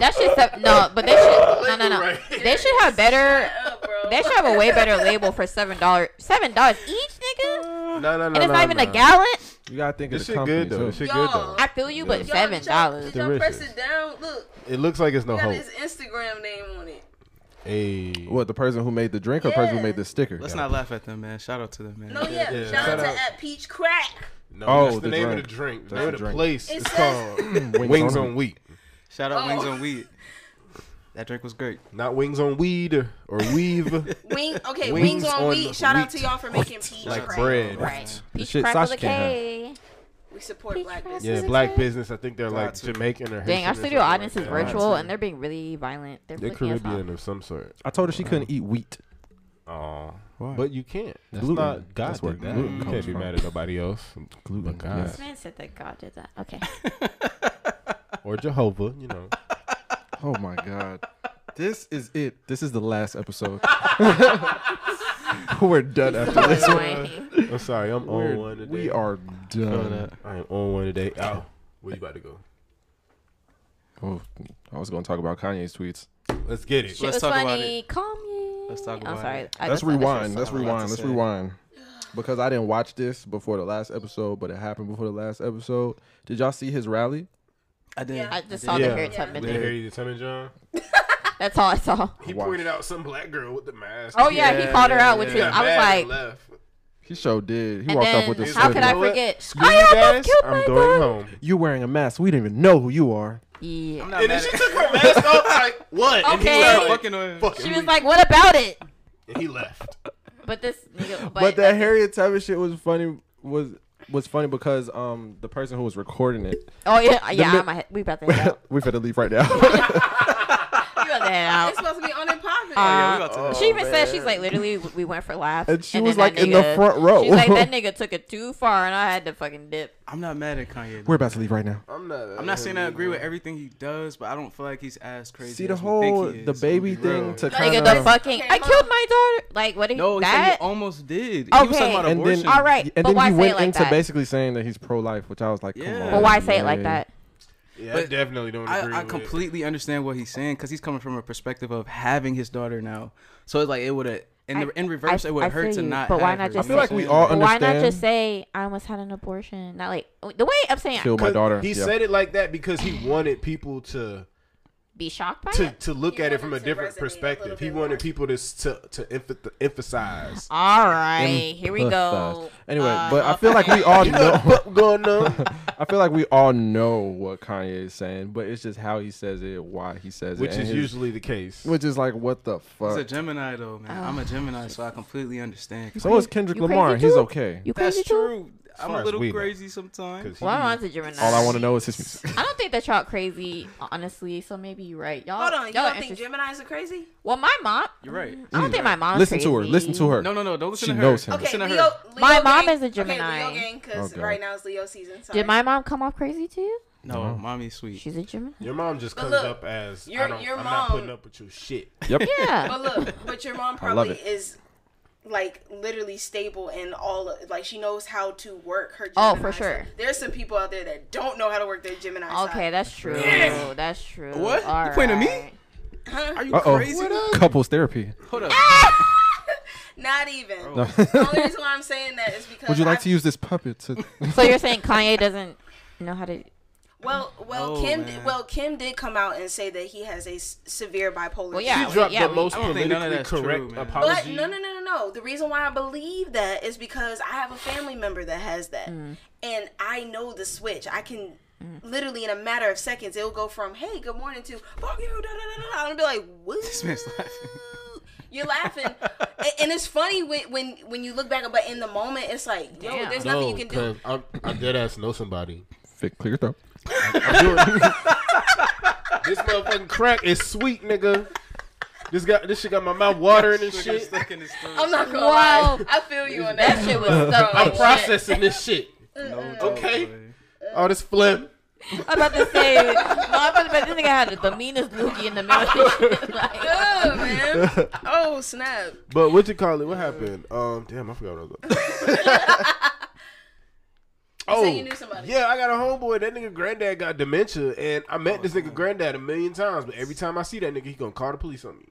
Speaker 1: that shit's up- no, but they should no no no.
Speaker 2: Right.
Speaker 1: They should have better.
Speaker 3: up, bro.
Speaker 1: They should have a way better label for seven dollars. Seven dollars each, nigga.
Speaker 2: No, no, no.
Speaker 1: And it's
Speaker 2: no,
Speaker 1: not even
Speaker 2: no.
Speaker 1: a gallon.
Speaker 5: You gotta think
Speaker 2: This
Speaker 5: of the
Speaker 2: shit
Speaker 5: company.
Speaker 2: good though. This
Speaker 5: too.
Speaker 2: shit good though.
Speaker 3: Y'all.
Speaker 1: I feel you, but
Speaker 2: Yeah.
Speaker 1: seven dollars.
Speaker 3: Did y'all press
Speaker 2: Delicious. Oh.
Speaker 3: it down? Look,
Speaker 2: It looks like it's no
Speaker 3: got
Speaker 2: hope.
Speaker 3: his Instagram name on it.
Speaker 2: Hey,
Speaker 5: What the person who made the drink or the person who made the sticker?
Speaker 4: Let's not laugh at them, man. Shout out to them, man.
Speaker 3: No, yeah.
Speaker 2: yeah.
Speaker 3: Shout out
Speaker 2: Shout
Speaker 3: to
Speaker 2: out.
Speaker 3: at Peach Crack.
Speaker 2: No,
Speaker 5: Oh,
Speaker 2: that's the,
Speaker 5: the
Speaker 2: name of
Speaker 5: drink.
Speaker 2: the drink. The
Speaker 5: That's
Speaker 2: name
Speaker 5: the
Speaker 2: of the
Speaker 5: drink.
Speaker 2: place.
Speaker 3: It
Speaker 2: It's
Speaker 3: says-
Speaker 2: called
Speaker 5: Wings
Speaker 2: Wings
Speaker 5: on
Speaker 2: on Wheat.
Speaker 4: Shout out Wings
Speaker 3: Oh.
Speaker 4: on Weed. That drink was great.
Speaker 2: Not Wings on Weed or Weave.
Speaker 3: Wing. Okay,
Speaker 2: Wings
Speaker 3: wings, on
Speaker 2: on
Speaker 3: wheat. Shout out to
Speaker 2: wheat.
Speaker 3: y'all for making peach
Speaker 2: like
Speaker 3: crack.
Speaker 2: bread.
Speaker 1: Right. Peach
Speaker 5: shit
Speaker 1: crack with
Speaker 5: Sasha
Speaker 1: a
Speaker 5: can't have.
Speaker 1: K.
Speaker 3: We support
Speaker 1: Peach
Speaker 3: black
Speaker 1: crack.
Speaker 3: business.
Speaker 2: Yeah,
Speaker 1: This is
Speaker 2: black
Speaker 1: it.
Speaker 2: business. I think they're like
Speaker 4: Got you.
Speaker 2: Jamaican or
Speaker 1: Dang,
Speaker 2: Haitian
Speaker 1: our
Speaker 2: or
Speaker 1: studio
Speaker 2: something
Speaker 1: audience
Speaker 2: like
Speaker 1: is
Speaker 2: that.
Speaker 1: virtual and they're being really violent. They're,
Speaker 2: They're
Speaker 1: flicking us off.
Speaker 2: Caribbean of some sort.
Speaker 5: I told her she
Speaker 2: Uh-huh.
Speaker 5: couldn't eat wheat.
Speaker 2: Oh,
Speaker 5: Why?
Speaker 2: but you can't.
Speaker 5: That's
Speaker 2: It's
Speaker 5: gluten.
Speaker 2: not God
Speaker 5: That's
Speaker 2: did
Speaker 5: where
Speaker 2: that.
Speaker 5: gluten
Speaker 2: You
Speaker 5: comes
Speaker 2: can't be
Speaker 5: from.
Speaker 2: mad at nobody else.
Speaker 5: Gluten,
Speaker 2: But God.
Speaker 5: yes.
Speaker 1: This man said that God did that. Okay.
Speaker 2: or Jehovah, you know.
Speaker 5: Oh my god. This is it. This is the last episode. We're done after this.
Speaker 1: Anyway.
Speaker 2: I'm sorry, I'm
Speaker 4: Oh,
Speaker 2: on one
Speaker 5: We're,
Speaker 2: today.
Speaker 5: we are done.
Speaker 2: I am on one today. Oh, where you about to go?
Speaker 5: Oh, I was going to talk about Kanye's tweets.
Speaker 2: Let's get it.
Speaker 1: Shit
Speaker 4: Let's
Speaker 1: was
Speaker 4: talk about
Speaker 1: funny. Calm you.
Speaker 4: Let's talk
Speaker 1: I'm
Speaker 4: about
Speaker 1: sorry.
Speaker 4: it.
Speaker 1: I
Speaker 5: Let's
Speaker 1: just thought this was
Speaker 5: rewind. Let's
Speaker 4: something I
Speaker 5: rewind.
Speaker 4: was
Speaker 5: Let's
Speaker 4: about to
Speaker 5: rewind. Because I didn't watch this before the last episode, but it happened before the last episode. Did y'all see his rally?
Speaker 4: I did.
Speaker 3: Yeah.
Speaker 1: I just saw
Speaker 2: Yeah.
Speaker 1: the Harriet
Speaker 3: Yeah.
Speaker 1: Tubman
Speaker 2: Did you
Speaker 1: thing.
Speaker 2: hear you, Tim and John?
Speaker 1: That's all I saw.
Speaker 2: He
Speaker 5: Wow.
Speaker 2: pointed out some black girl with the mask.
Speaker 1: Oh yeah, he
Speaker 4: Yeah,
Speaker 1: called her out, which
Speaker 2: He
Speaker 1: was
Speaker 2: got
Speaker 1: I was
Speaker 2: mad
Speaker 1: like,
Speaker 2: and left.
Speaker 5: He sure did. He
Speaker 1: and
Speaker 5: walked
Speaker 1: then
Speaker 5: off with this.
Speaker 1: how could I
Speaker 2: You know what?
Speaker 1: forget?
Speaker 2: Screw you guys.
Speaker 1: killed my
Speaker 2: I'm
Speaker 1: brother.
Speaker 2: going home.
Speaker 5: You wearing a mask. We didn't even know who you are.
Speaker 1: Yeah.
Speaker 4: I'm not
Speaker 2: And then
Speaker 4: mad
Speaker 2: she
Speaker 4: at
Speaker 2: took her mask off. Like what? And he
Speaker 1: Okay.
Speaker 2: was like,
Speaker 4: fucking on him.
Speaker 2: fucking
Speaker 1: She was
Speaker 2: leave.
Speaker 1: like, "What about it?"
Speaker 2: and he left.
Speaker 1: But this nigga,
Speaker 5: But, that Harriet Tubman shit was funny. Was was funny because um the person who was recording it.
Speaker 1: oh yeah, yeah,
Speaker 5: mi- Oh,
Speaker 1: I'm a, we about to head out.
Speaker 5: we finna leave right now.
Speaker 1: We about to head out.
Speaker 3: It's supposed to be on and popping.
Speaker 4: Yeah, we
Speaker 1: Uh,
Speaker 4: about to
Speaker 1: she even said she's like, literally, we went for laughs,
Speaker 5: Oh, And she
Speaker 1: then
Speaker 5: was,
Speaker 1: that
Speaker 5: like, in the front row.
Speaker 1: She's like, that nigga took it too far, and I had to fucking dip.
Speaker 4: I'm not mad at Kanye.
Speaker 5: We're about to leave right now.
Speaker 2: I'm not.
Speaker 4: I'm not saying I agree with everything he does, but I don't feel like he's as crazy.
Speaker 5: See the
Speaker 4: as we think
Speaker 5: whole
Speaker 4: he is.
Speaker 5: the
Speaker 2: Be
Speaker 5: baby
Speaker 2: real.
Speaker 5: thing to
Speaker 1: Nigga,
Speaker 5: kind
Speaker 1: the
Speaker 5: of.
Speaker 1: fucking, I
Speaker 3: Came
Speaker 1: killed
Speaker 3: up.
Speaker 1: my daughter. Like, what? Did he,
Speaker 4: No, he said
Speaker 1: that?
Speaker 4: he almost did. He was
Speaker 1: Okay.
Speaker 4: talking about
Speaker 5: And
Speaker 4: abortion.
Speaker 5: then,
Speaker 1: All right,
Speaker 5: and
Speaker 1: but
Speaker 5: then
Speaker 1: why
Speaker 5: he
Speaker 1: say
Speaker 5: went
Speaker 1: it like
Speaker 5: into
Speaker 1: that?
Speaker 5: basically saying that he's pro-life, which I was like, come
Speaker 4: Yeah.
Speaker 5: on.
Speaker 1: But why say it like
Speaker 5: man.
Speaker 1: that?
Speaker 2: Yeah, I
Speaker 4: But
Speaker 2: definitely don't agree.
Speaker 4: I, I
Speaker 2: with it.
Speaker 4: completely understand what he's saying because he's coming from a perspective of having his daughter now. So it's like it would have in,
Speaker 1: I-
Speaker 4: the in reverse
Speaker 1: I-
Speaker 4: it would
Speaker 1: I
Speaker 4: hurt
Speaker 1: feel
Speaker 4: to
Speaker 1: you,
Speaker 4: not.
Speaker 1: but why
Speaker 4: have
Speaker 1: not
Speaker 4: her.
Speaker 1: just I
Speaker 5: feel like we all
Speaker 1: Why not
Speaker 5: understand.
Speaker 1: just say I almost had an abortion? Not like the way I'm saying,
Speaker 5: Kill my
Speaker 2: Cause
Speaker 5: daughter.
Speaker 2: He
Speaker 5: Yeah.
Speaker 2: said it like that because he wanted people to
Speaker 1: be shocked by
Speaker 2: to,
Speaker 1: it.
Speaker 2: to look
Speaker 3: He
Speaker 2: at it
Speaker 3: wanted
Speaker 2: from a
Speaker 3: to
Speaker 2: different
Speaker 3: resonate a
Speaker 2: perspective.
Speaker 3: little
Speaker 2: He
Speaker 3: bit
Speaker 2: wanted
Speaker 3: more.
Speaker 2: people to s- to, to emph- emphasize.
Speaker 1: All right, here we
Speaker 5: Empathize.
Speaker 1: go.
Speaker 5: Anyway,
Speaker 1: Uh,
Speaker 5: but I feel like we all know.
Speaker 2: What going on?
Speaker 5: I feel like we all know what Kanye is saying, but it's just how he says it, why he says
Speaker 2: Which
Speaker 5: it, and
Speaker 2: is
Speaker 5: his-
Speaker 2: usually the case.
Speaker 5: which is like what the
Speaker 4: He's a
Speaker 5: fuck.
Speaker 4: Gemini though, man. I'm a Gemini, so I completely understand.
Speaker 5: So is Kendrick
Speaker 1: You crazy
Speaker 5: Lamar. He's
Speaker 1: too?
Speaker 5: okay.
Speaker 1: you
Speaker 4: That's
Speaker 1: crazy too?
Speaker 4: true. I'm
Speaker 2: far
Speaker 4: a
Speaker 2: as
Speaker 4: little
Speaker 2: we know.
Speaker 4: crazy sometimes.
Speaker 2: 'Cause
Speaker 1: Well, I'm
Speaker 2: he-
Speaker 1: on to Gemini.
Speaker 5: All I want to know is his music.
Speaker 1: I don't think that y'all crazy, honestly. So maybe you're right. Y'all,
Speaker 3: Hold on. You
Speaker 1: y'all are
Speaker 3: don't think
Speaker 1: interest-
Speaker 3: Geminis are crazy?
Speaker 1: Well, my mom.
Speaker 4: You're right.
Speaker 1: I don't think my mom's
Speaker 5: Mm. Listen to her.
Speaker 1: crazy.
Speaker 5: Listen to her.
Speaker 4: No, no, no. Don't listen
Speaker 5: She
Speaker 4: to her.
Speaker 5: knows him.
Speaker 4: Don't
Speaker 3: Okay,
Speaker 4: Listen
Speaker 3: Leo,
Speaker 4: to her.
Speaker 3: Leo
Speaker 1: My mom
Speaker 3: gang.
Speaker 1: is a Gemini.
Speaker 3: Okay, Leo gang,
Speaker 5: Oh,
Speaker 3: because
Speaker 5: God.
Speaker 3: right now is Leo season. Sorry.
Speaker 1: Did my mom come off crazy to you?
Speaker 4: No, mommy's sweet.
Speaker 1: She's a Gemini.
Speaker 2: Your mom just
Speaker 3: But
Speaker 2: comes
Speaker 3: look,
Speaker 2: up as I
Speaker 3: your-
Speaker 2: don't,
Speaker 3: your
Speaker 2: I'm not
Speaker 3: mom-
Speaker 2: putting up with your shit.
Speaker 5: Yep.
Speaker 1: Yeah.
Speaker 3: But look, but your mom
Speaker 5: I love
Speaker 3: probably
Speaker 5: it.
Speaker 3: is like literally stable in all of, like she knows how to work her Gemini
Speaker 1: Oh, for
Speaker 3: side.
Speaker 1: sure.
Speaker 3: There's some people out there that don't know how to work their Gemini side.
Speaker 1: okay, that's true. That's true.
Speaker 4: What? You
Speaker 1: All
Speaker 4: pointing at me?
Speaker 1: right.
Speaker 4: Are you
Speaker 5: Uh
Speaker 4: crazy?
Speaker 5: oh. Couples therapy.
Speaker 4: Hold up.
Speaker 3: Not even.
Speaker 5: No.
Speaker 3: The only reason why I'm saying that is because
Speaker 5: Would you like
Speaker 3: I've-
Speaker 5: to use this puppet to?
Speaker 1: So you're saying Kanye doesn't know how to?
Speaker 3: Well, well,
Speaker 4: Oh,
Speaker 3: Kim,
Speaker 4: man.
Speaker 3: well, Kim did come out and say that he has a s- severe bipolar.
Speaker 1: Well, yeah.
Speaker 2: She dropped
Speaker 1: yeah,
Speaker 2: the
Speaker 1: we-
Speaker 2: most
Speaker 4: I don't think none of
Speaker 2: politically
Speaker 4: that's true,
Speaker 2: correct
Speaker 4: man.
Speaker 3: But
Speaker 2: apology.
Speaker 3: no, no, no, no, no. The reason why I believe that is because I have a family member that has that,
Speaker 1: Mm.
Speaker 3: and I know the switch. I can literally, in a matter of seconds, it'll go from "Hey, good morning" to "Fuck you," da da da da. da. And I'll be like, "What?"
Speaker 4: This man's laughing.
Speaker 3: You're laughing, and, and it's funny when, when when you look back, but in the moment, it's like, yo,
Speaker 1: Damn.
Speaker 3: there's nothing you can do.
Speaker 2: I'm, I dead ass know somebody
Speaker 5: Fit, clear your throat.
Speaker 2: This motherfucking crack is sweet, nigga. This got this shit got my mouth watering and shit.
Speaker 3: I'm not gonna
Speaker 1: Wow.
Speaker 3: lie. I feel you on
Speaker 1: That
Speaker 3: that.
Speaker 1: shit was stuck
Speaker 2: I'm
Speaker 1: like shit.
Speaker 2: processing this shit. Okay. All this phlegm.
Speaker 1: I'm about to say, no, I'm about to bet this nigga had the meanest loogie in the middle. like,
Speaker 3: Ugh, man. Oh snap.
Speaker 2: But what you call it? What happened? Um, damn, I forgot what I was. About. oh,
Speaker 3: you knew somebody.
Speaker 2: yeah, I got a homeboy. That nigga granddad got dementia, and I
Speaker 1: Oh,
Speaker 2: met this nigga granddad a million times. But every time I see that nigga, he gonna call the police on me.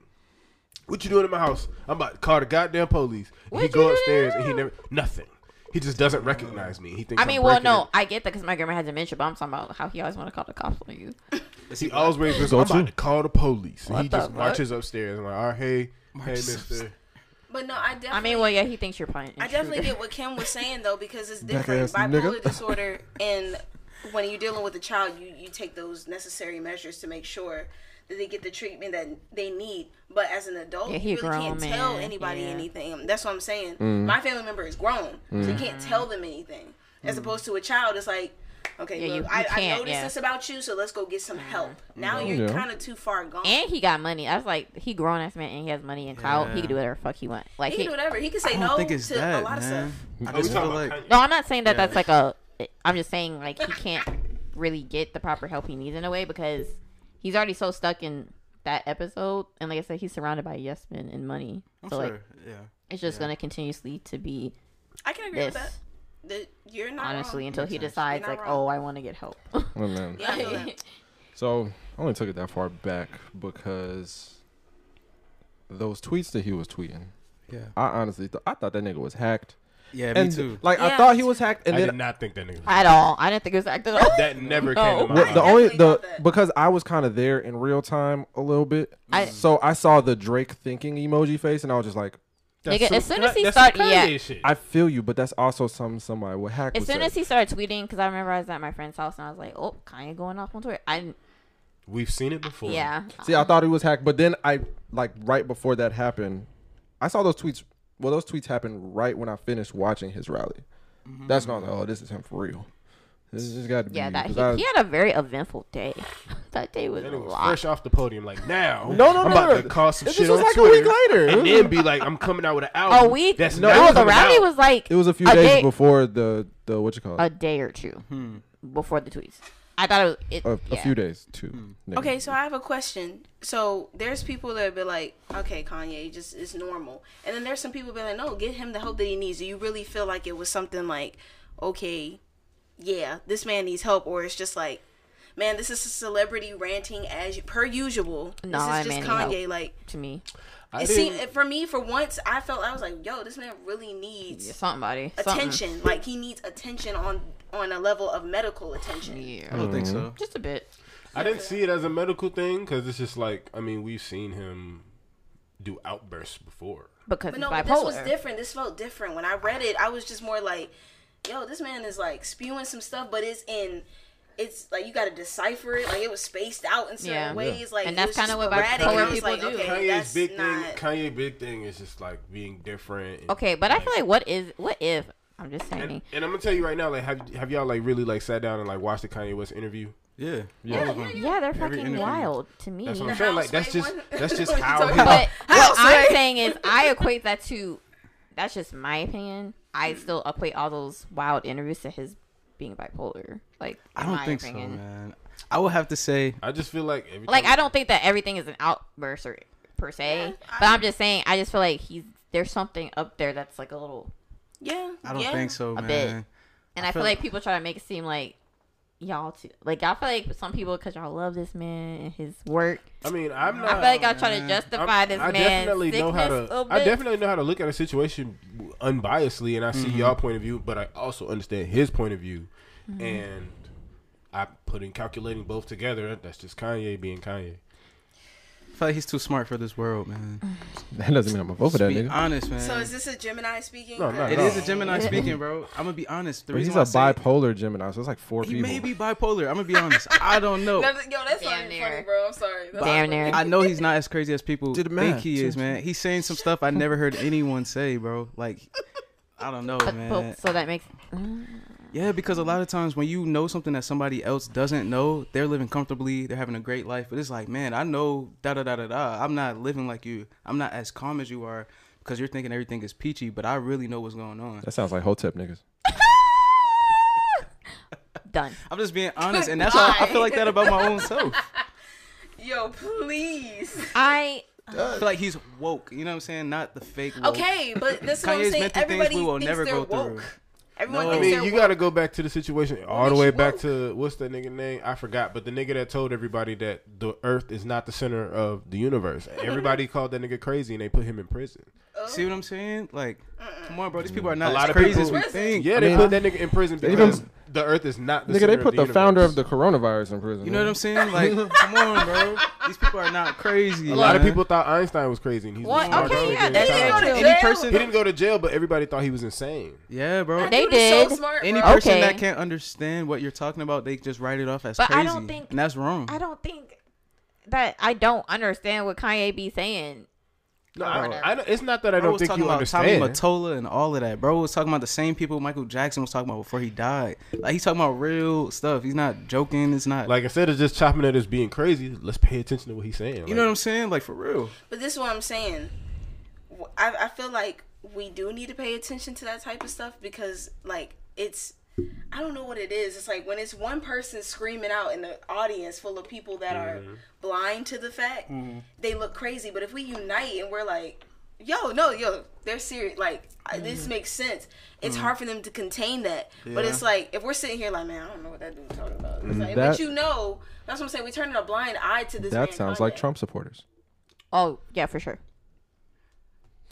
Speaker 2: What you doing in my house? I'm about to call the goddamn police. And he
Speaker 1: What
Speaker 2: go
Speaker 1: you
Speaker 2: upstairs and he
Speaker 1: do?
Speaker 2: never nothing. He just doesn't recognize me. He thinks
Speaker 1: I
Speaker 2: I'm
Speaker 1: mean, well,
Speaker 2: breaking
Speaker 1: no,
Speaker 2: it.
Speaker 1: I get that because my grandma had dementia, but I'm talking about how he always want to call the cops on you.
Speaker 2: He always raises. I'm about to call the police. And he
Speaker 1: the
Speaker 2: just
Speaker 1: fuck?
Speaker 2: marches upstairs and like, all right, hey, hey, mister.
Speaker 3: But no, I definitely.
Speaker 1: I mean, well, yeah, he thinks you're playing.
Speaker 3: I definitely get what Kim was saying though because it's
Speaker 5: Back
Speaker 3: different.
Speaker 5: ass
Speaker 3: Bipolar
Speaker 5: nigga.
Speaker 3: disorder and when you're dealing with a child, you you take those necessary measures to make sure that they get the treatment that they need. But as an adult,
Speaker 1: Yeah, he
Speaker 3: you
Speaker 1: a
Speaker 3: really can't
Speaker 1: grown
Speaker 3: tell
Speaker 1: man.
Speaker 3: anybody
Speaker 1: Yeah.
Speaker 3: anything. That's what I'm saying.
Speaker 5: Mm.
Speaker 3: My family member is grown, so you can't tell them anything. As opposed to a child, it's like. Okay,
Speaker 1: Mm. Yeah,
Speaker 3: look,
Speaker 1: you-
Speaker 3: I,
Speaker 1: you
Speaker 3: I
Speaker 1: can't,
Speaker 3: noticed
Speaker 1: yeah. Mm.
Speaker 3: this about you, so let's go get some help. Now you're
Speaker 5: Yeah.
Speaker 3: kind of too far gone.
Speaker 1: And he got money. I was like, he grown ass man and he has money and clout. He can do whatever the fuck he want. Like,
Speaker 3: he
Speaker 1: he-
Speaker 3: can do whatever. He can say
Speaker 4: I
Speaker 3: no
Speaker 4: don't
Speaker 3: to
Speaker 4: think it's that,
Speaker 3: a lot
Speaker 4: man.
Speaker 3: of stuff.
Speaker 4: I just
Speaker 2: talking
Speaker 4: feel
Speaker 2: about
Speaker 4: like
Speaker 2: Kanye?
Speaker 1: no, I'm not saying that that's like a. I'm just saying like he can't really get the proper help he needs in a way because he's already so stuck in that episode, and like I said, he's surrounded by yes men and money.
Speaker 4: I'm
Speaker 1: so
Speaker 4: sure.
Speaker 1: like,
Speaker 4: yeah.
Speaker 1: it's just gonna continuously to be
Speaker 3: I can agree
Speaker 1: this.
Speaker 3: with that. that. You're not wrong.
Speaker 1: honestly until he decides
Speaker 3: You're not
Speaker 1: like,
Speaker 3: wrong.
Speaker 1: oh, I want to get help.
Speaker 5: Oh, man.
Speaker 3: Yeah, I feel that.
Speaker 5: So I only took it that far back because those tweets that he was tweeting.
Speaker 4: Yeah.
Speaker 5: I honestly thought I thought that nigga was hacked.
Speaker 4: Yeah, me
Speaker 5: and
Speaker 4: too.
Speaker 5: like I
Speaker 3: Yeah.
Speaker 5: thought he was hacked and
Speaker 2: I
Speaker 5: then
Speaker 2: did not think that nigga. Was,
Speaker 1: at all. I didn't think it was acted at all.
Speaker 2: that never
Speaker 1: No.
Speaker 2: came to my
Speaker 5: Well, the
Speaker 2: mind.
Speaker 5: only
Speaker 3: Definitely
Speaker 5: the
Speaker 3: not that.
Speaker 5: because I was kind of there in real time a little bit,
Speaker 1: I-
Speaker 5: so I saw the Drake thinking emoji face, and I was just like,
Speaker 1: Nigga, as soon as he
Speaker 2: that's some
Speaker 1: start- yeah.
Speaker 2: Kanye shit.
Speaker 5: "I feel you," but that's also some somebody would hack.
Speaker 1: As
Speaker 5: would
Speaker 1: soon
Speaker 5: say.
Speaker 1: as he started tweeting, because I remember I was at my friend's house and I was like, "Oh, Kanye going off on Twitter." I didn't,
Speaker 2: We've seen it before.
Speaker 1: yeah,
Speaker 5: see, I thought he was hacked, but then I like right before that happened, I saw those tweets. Well, those tweets happened right when I finished watching his rally.
Speaker 4: Mm-hmm.
Speaker 5: That's not like, oh, this is him for real. This just got to be
Speaker 1: yeah. That he,
Speaker 5: mm, 'cause I-
Speaker 1: he had a very eventful day. that day was
Speaker 2: That
Speaker 1: a
Speaker 2: nigga was
Speaker 1: lot.
Speaker 2: fresh off the podium, like now.
Speaker 5: No, no,
Speaker 2: I'm
Speaker 5: no,
Speaker 2: about
Speaker 5: no.
Speaker 2: to call some
Speaker 5: This
Speaker 2: shit
Speaker 5: was
Speaker 2: on
Speaker 5: like a
Speaker 2: Twitter,
Speaker 5: week later.
Speaker 2: and
Speaker 5: It was-
Speaker 2: then be like, I'm coming out with an album.
Speaker 1: A week?
Speaker 2: That's
Speaker 1: Oh, no,
Speaker 2: not
Speaker 1: the
Speaker 2: coming
Speaker 1: rally
Speaker 2: out.
Speaker 1: was like
Speaker 5: it was a few days
Speaker 1: day,
Speaker 5: before the the what you call
Speaker 1: a
Speaker 5: it.
Speaker 1: day or two before the tweets. I thought it was it,
Speaker 5: A, a
Speaker 1: yeah.
Speaker 5: few days too.
Speaker 4: Hmm.
Speaker 5: Nigga.
Speaker 3: Okay, so I have a question. So there's people that be like, okay, Kanye, just it's normal. And then there's some people be like, no, get him the help that he needs. Do you really feel like it was something like, okay, yeah, this man needs help, or it's just like, man, this is a celebrity ranting as per usual.
Speaker 1: Nah, that
Speaker 3: this is
Speaker 1: man
Speaker 3: just
Speaker 1: need
Speaker 3: Kanye.
Speaker 1: help.
Speaker 3: Like
Speaker 1: to me.
Speaker 2: I
Speaker 3: it
Speaker 2: didn't-
Speaker 3: seemed for me, for once, I felt I was like, yo, this man really needs
Speaker 1: Somebody
Speaker 3: attention. Like he needs attention on on a level of medical attention.
Speaker 1: Something.
Speaker 4: I
Speaker 1: Yeah,
Speaker 4: don't think so.
Speaker 1: just a bit.
Speaker 2: I didn't see it as a medical thing because it's just like, I mean, we've seen him do outbursts before.
Speaker 1: Because
Speaker 3: But
Speaker 1: he's
Speaker 3: no,
Speaker 1: bipolar.
Speaker 3: but this was different. This felt different. When I read it, I was just more like, yo, this man is like spewing some stuff, but it's in it's like you gotta decipher it. Like it was spaced out in certain
Speaker 1: Yeah. Yeah.
Speaker 3: ways. Like
Speaker 1: And
Speaker 3: it
Speaker 1: that's
Speaker 3: was just
Speaker 1: kinda what
Speaker 3: sporadic,
Speaker 1: bipolar
Speaker 3: and I was
Speaker 1: people
Speaker 3: like,
Speaker 1: do.
Speaker 3: Okay,
Speaker 2: Kanye's
Speaker 3: that's
Speaker 2: big thing.
Speaker 3: not
Speaker 2: Kanye big thing is just like being different. and-
Speaker 1: Okay, but I feel like what is what if I'm just saying.
Speaker 2: And, and I'm gonna tell you right now, like, have have y'all like really like sat down and like watched the Kanye West interview?
Speaker 4: Yeah.
Speaker 5: Yeah.
Speaker 1: Yeah, they're
Speaker 4: Every
Speaker 1: fucking
Speaker 4: interview.
Speaker 1: wild to me.
Speaker 2: That's what I'm saying. Like, that's just
Speaker 3: Houseway one?
Speaker 2: that's just
Speaker 3: What you
Speaker 2: how.
Speaker 3: talking
Speaker 2: he-
Speaker 1: But
Speaker 3: House,
Speaker 1: what I'm
Speaker 3: right?
Speaker 1: saying is, I equate that to. That's just my opinion. I still equate all those wild interviews to his being bipolar. Like,
Speaker 4: I
Speaker 1: in
Speaker 4: don't
Speaker 1: my
Speaker 4: think
Speaker 1: opinion.
Speaker 4: so, man. I would have to say
Speaker 2: I just feel like every
Speaker 1: Like,
Speaker 2: time-
Speaker 1: I don't think that everything is an outburst or per se. but I'm just saying, I just feel like he's there's something up there that's like a little,
Speaker 3: Yeah.
Speaker 4: I don't
Speaker 3: yeah.
Speaker 4: think so,
Speaker 1: A
Speaker 4: man.
Speaker 1: bit. and I, feel,
Speaker 4: feel-
Speaker 1: like people try to make it seem like y'all too. Like, I feel like some people because y'all love this man and his work.
Speaker 2: I mean, I'm not.
Speaker 1: I feel like y'all try to
Speaker 2: Oh,
Speaker 4: man.
Speaker 2: I'm-
Speaker 1: justify this
Speaker 2: I
Speaker 1: man's
Speaker 2: definitely
Speaker 1: sickness
Speaker 2: know how
Speaker 1: a
Speaker 2: to.
Speaker 1: little
Speaker 2: I
Speaker 1: bit.
Speaker 2: definitely know how to look at a situation unbiasedly, and I see
Speaker 5: Mm-hmm.
Speaker 2: y'all point of view, but I also understand his point of view,
Speaker 1: Mm-hmm.
Speaker 2: and I put in calculating both together. That's just Kanye being Kanye.
Speaker 4: I feel like he's too smart for this world, man.
Speaker 5: That doesn't mean I'm gonna vote for that
Speaker 4: Be
Speaker 5: nigga.
Speaker 4: honest, man.
Speaker 3: So is this a Gemini speaking?
Speaker 2: No, not
Speaker 4: It
Speaker 2: No.
Speaker 4: is a Gemini speaking, bro. I'm gonna be honest. The
Speaker 5: But
Speaker 4: reason
Speaker 5: he's
Speaker 4: why
Speaker 5: a
Speaker 4: I say it-
Speaker 5: bipolar Gemini, so it's like four
Speaker 4: He
Speaker 5: people.
Speaker 4: may be bipolar. I'm gonna be honest. I don't know.
Speaker 3: Yo, that's
Speaker 1: Damn
Speaker 3: not even
Speaker 1: near.
Speaker 3: funny, bro. I'm sorry. That's
Speaker 1: Damn near.
Speaker 4: I know he's not as crazy as people
Speaker 5: Did the
Speaker 4: think
Speaker 5: math.
Speaker 4: he is, man. He's saying some stuff I never heard anyone say, bro. Like, I don't know,
Speaker 1: But-
Speaker 4: man.
Speaker 1: but- so that makes
Speaker 4: Yeah, because a lot of times when you know something that somebody else doesn't know, they're living comfortably, they're having a great life, but it's like, man, I know da da da da da. I'm not living like you. I'm not as calm as you are because you're thinking everything is peachy, but I really know what's going on.
Speaker 5: That sounds like Hotep niggas.
Speaker 1: Done.
Speaker 4: I'm just being honest, and that's why I feel like that about my own self.
Speaker 3: Yo, please.
Speaker 1: I
Speaker 4: I feel like he's woke. You know what I'm saying? Not the fake. Woke.
Speaker 3: Okay, but this is what I'm
Speaker 4: Kanye's
Speaker 3: saying.
Speaker 4: meant to things we
Speaker 3: Everybody
Speaker 4: will
Speaker 3: thinks
Speaker 4: never
Speaker 3: they're
Speaker 4: go
Speaker 3: woke.
Speaker 4: through.
Speaker 3: Everyone
Speaker 4: No.
Speaker 2: I
Speaker 3: thinks
Speaker 2: mean,
Speaker 3: they're
Speaker 2: you
Speaker 3: woke.
Speaker 2: got to go back to the situation all the way back
Speaker 3: woke.
Speaker 2: to what's that nigga name? I forgot, but the nigga that told everybody that the Earth is not the center of the universe. Everybody called that nigga crazy, and they put him in prison.
Speaker 4: See what I'm saying? Like, come on, bro. These people are
Speaker 2: A
Speaker 4: not as
Speaker 2: lot of
Speaker 4: crazy
Speaker 2: people-
Speaker 4: as we think.
Speaker 2: Yeah, they put that nigga in prison
Speaker 5: even-
Speaker 2: because the Earth is not the
Speaker 5: Nigga,
Speaker 2: center
Speaker 5: they
Speaker 2: of
Speaker 5: put the,
Speaker 2: universe.
Speaker 5: founder of the coronavirus in prison.
Speaker 4: You know what I'm saying? Like, come on, bro. These people are not crazy.
Speaker 2: A lot of people thought Einstein was crazy. And he's the
Speaker 1: What?
Speaker 2: smartest
Speaker 1: Okay,
Speaker 2: nigga
Speaker 1: yeah,
Speaker 2: in
Speaker 1: that's
Speaker 2: college.
Speaker 1: true.
Speaker 4: Any
Speaker 3: Jail.
Speaker 4: person,
Speaker 2: He didn't go to jail, but everybody thought he was insane.
Speaker 4: yeah, bro.
Speaker 1: They
Speaker 3: Dude is
Speaker 1: did.
Speaker 3: So smart,
Speaker 4: Any
Speaker 3: bro.
Speaker 4: person
Speaker 1: Okay.
Speaker 4: that can't understand what you're talking about, they just write it off as
Speaker 1: But
Speaker 4: crazy.
Speaker 1: I don't think-
Speaker 4: and that's wrong.
Speaker 1: I don't think that I don't understand what Kanye be saying.
Speaker 2: No, I, I, don't- it's not that I
Speaker 4: Bro
Speaker 2: don't
Speaker 4: was
Speaker 2: think
Speaker 4: talking
Speaker 2: you
Speaker 4: about
Speaker 2: understand.
Speaker 4: Tommy Mottola and all of that. Bro was talking about the same people Michael Jackson was talking about before he died. Like he's talking about real stuff. He's not joking. It's not like
Speaker 2: like instead of just chopping at us being crazy, let's pay attention to what he's saying.
Speaker 4: you know what I'm saying. Like for real.
Speaker 3: But this is what I'm saying. W- I, I feel like we do need to pay attention to that type of stuff because, like, it's. I don't know what it is. It's like when it's one person screaming out in the audience full of people that are blind to the fact,
Speaker 5: Mm-hmm.
Speaker 3: they look crazy. But if we unite and we're like, yo, no, yo, they're serious. Like, I
Speaker 5: Mm-hmm.
Speaker 3: this makes sense. It's hard for them to contain that. But it's like, if we're sitting here like, man, I don't know what that dude's talking about. It's like,
Speaker 5: Mm, That-
Speaker 3: but you know, that's what I'm saying. We're turning a blind eye to this.
Speaker 5: That
Speaker 3: man
Speaker 5: sounds like
Speaker 3: Kanye.
Speaker 5: Trump supporters.
Speaker 1: Oh yeah, for sure.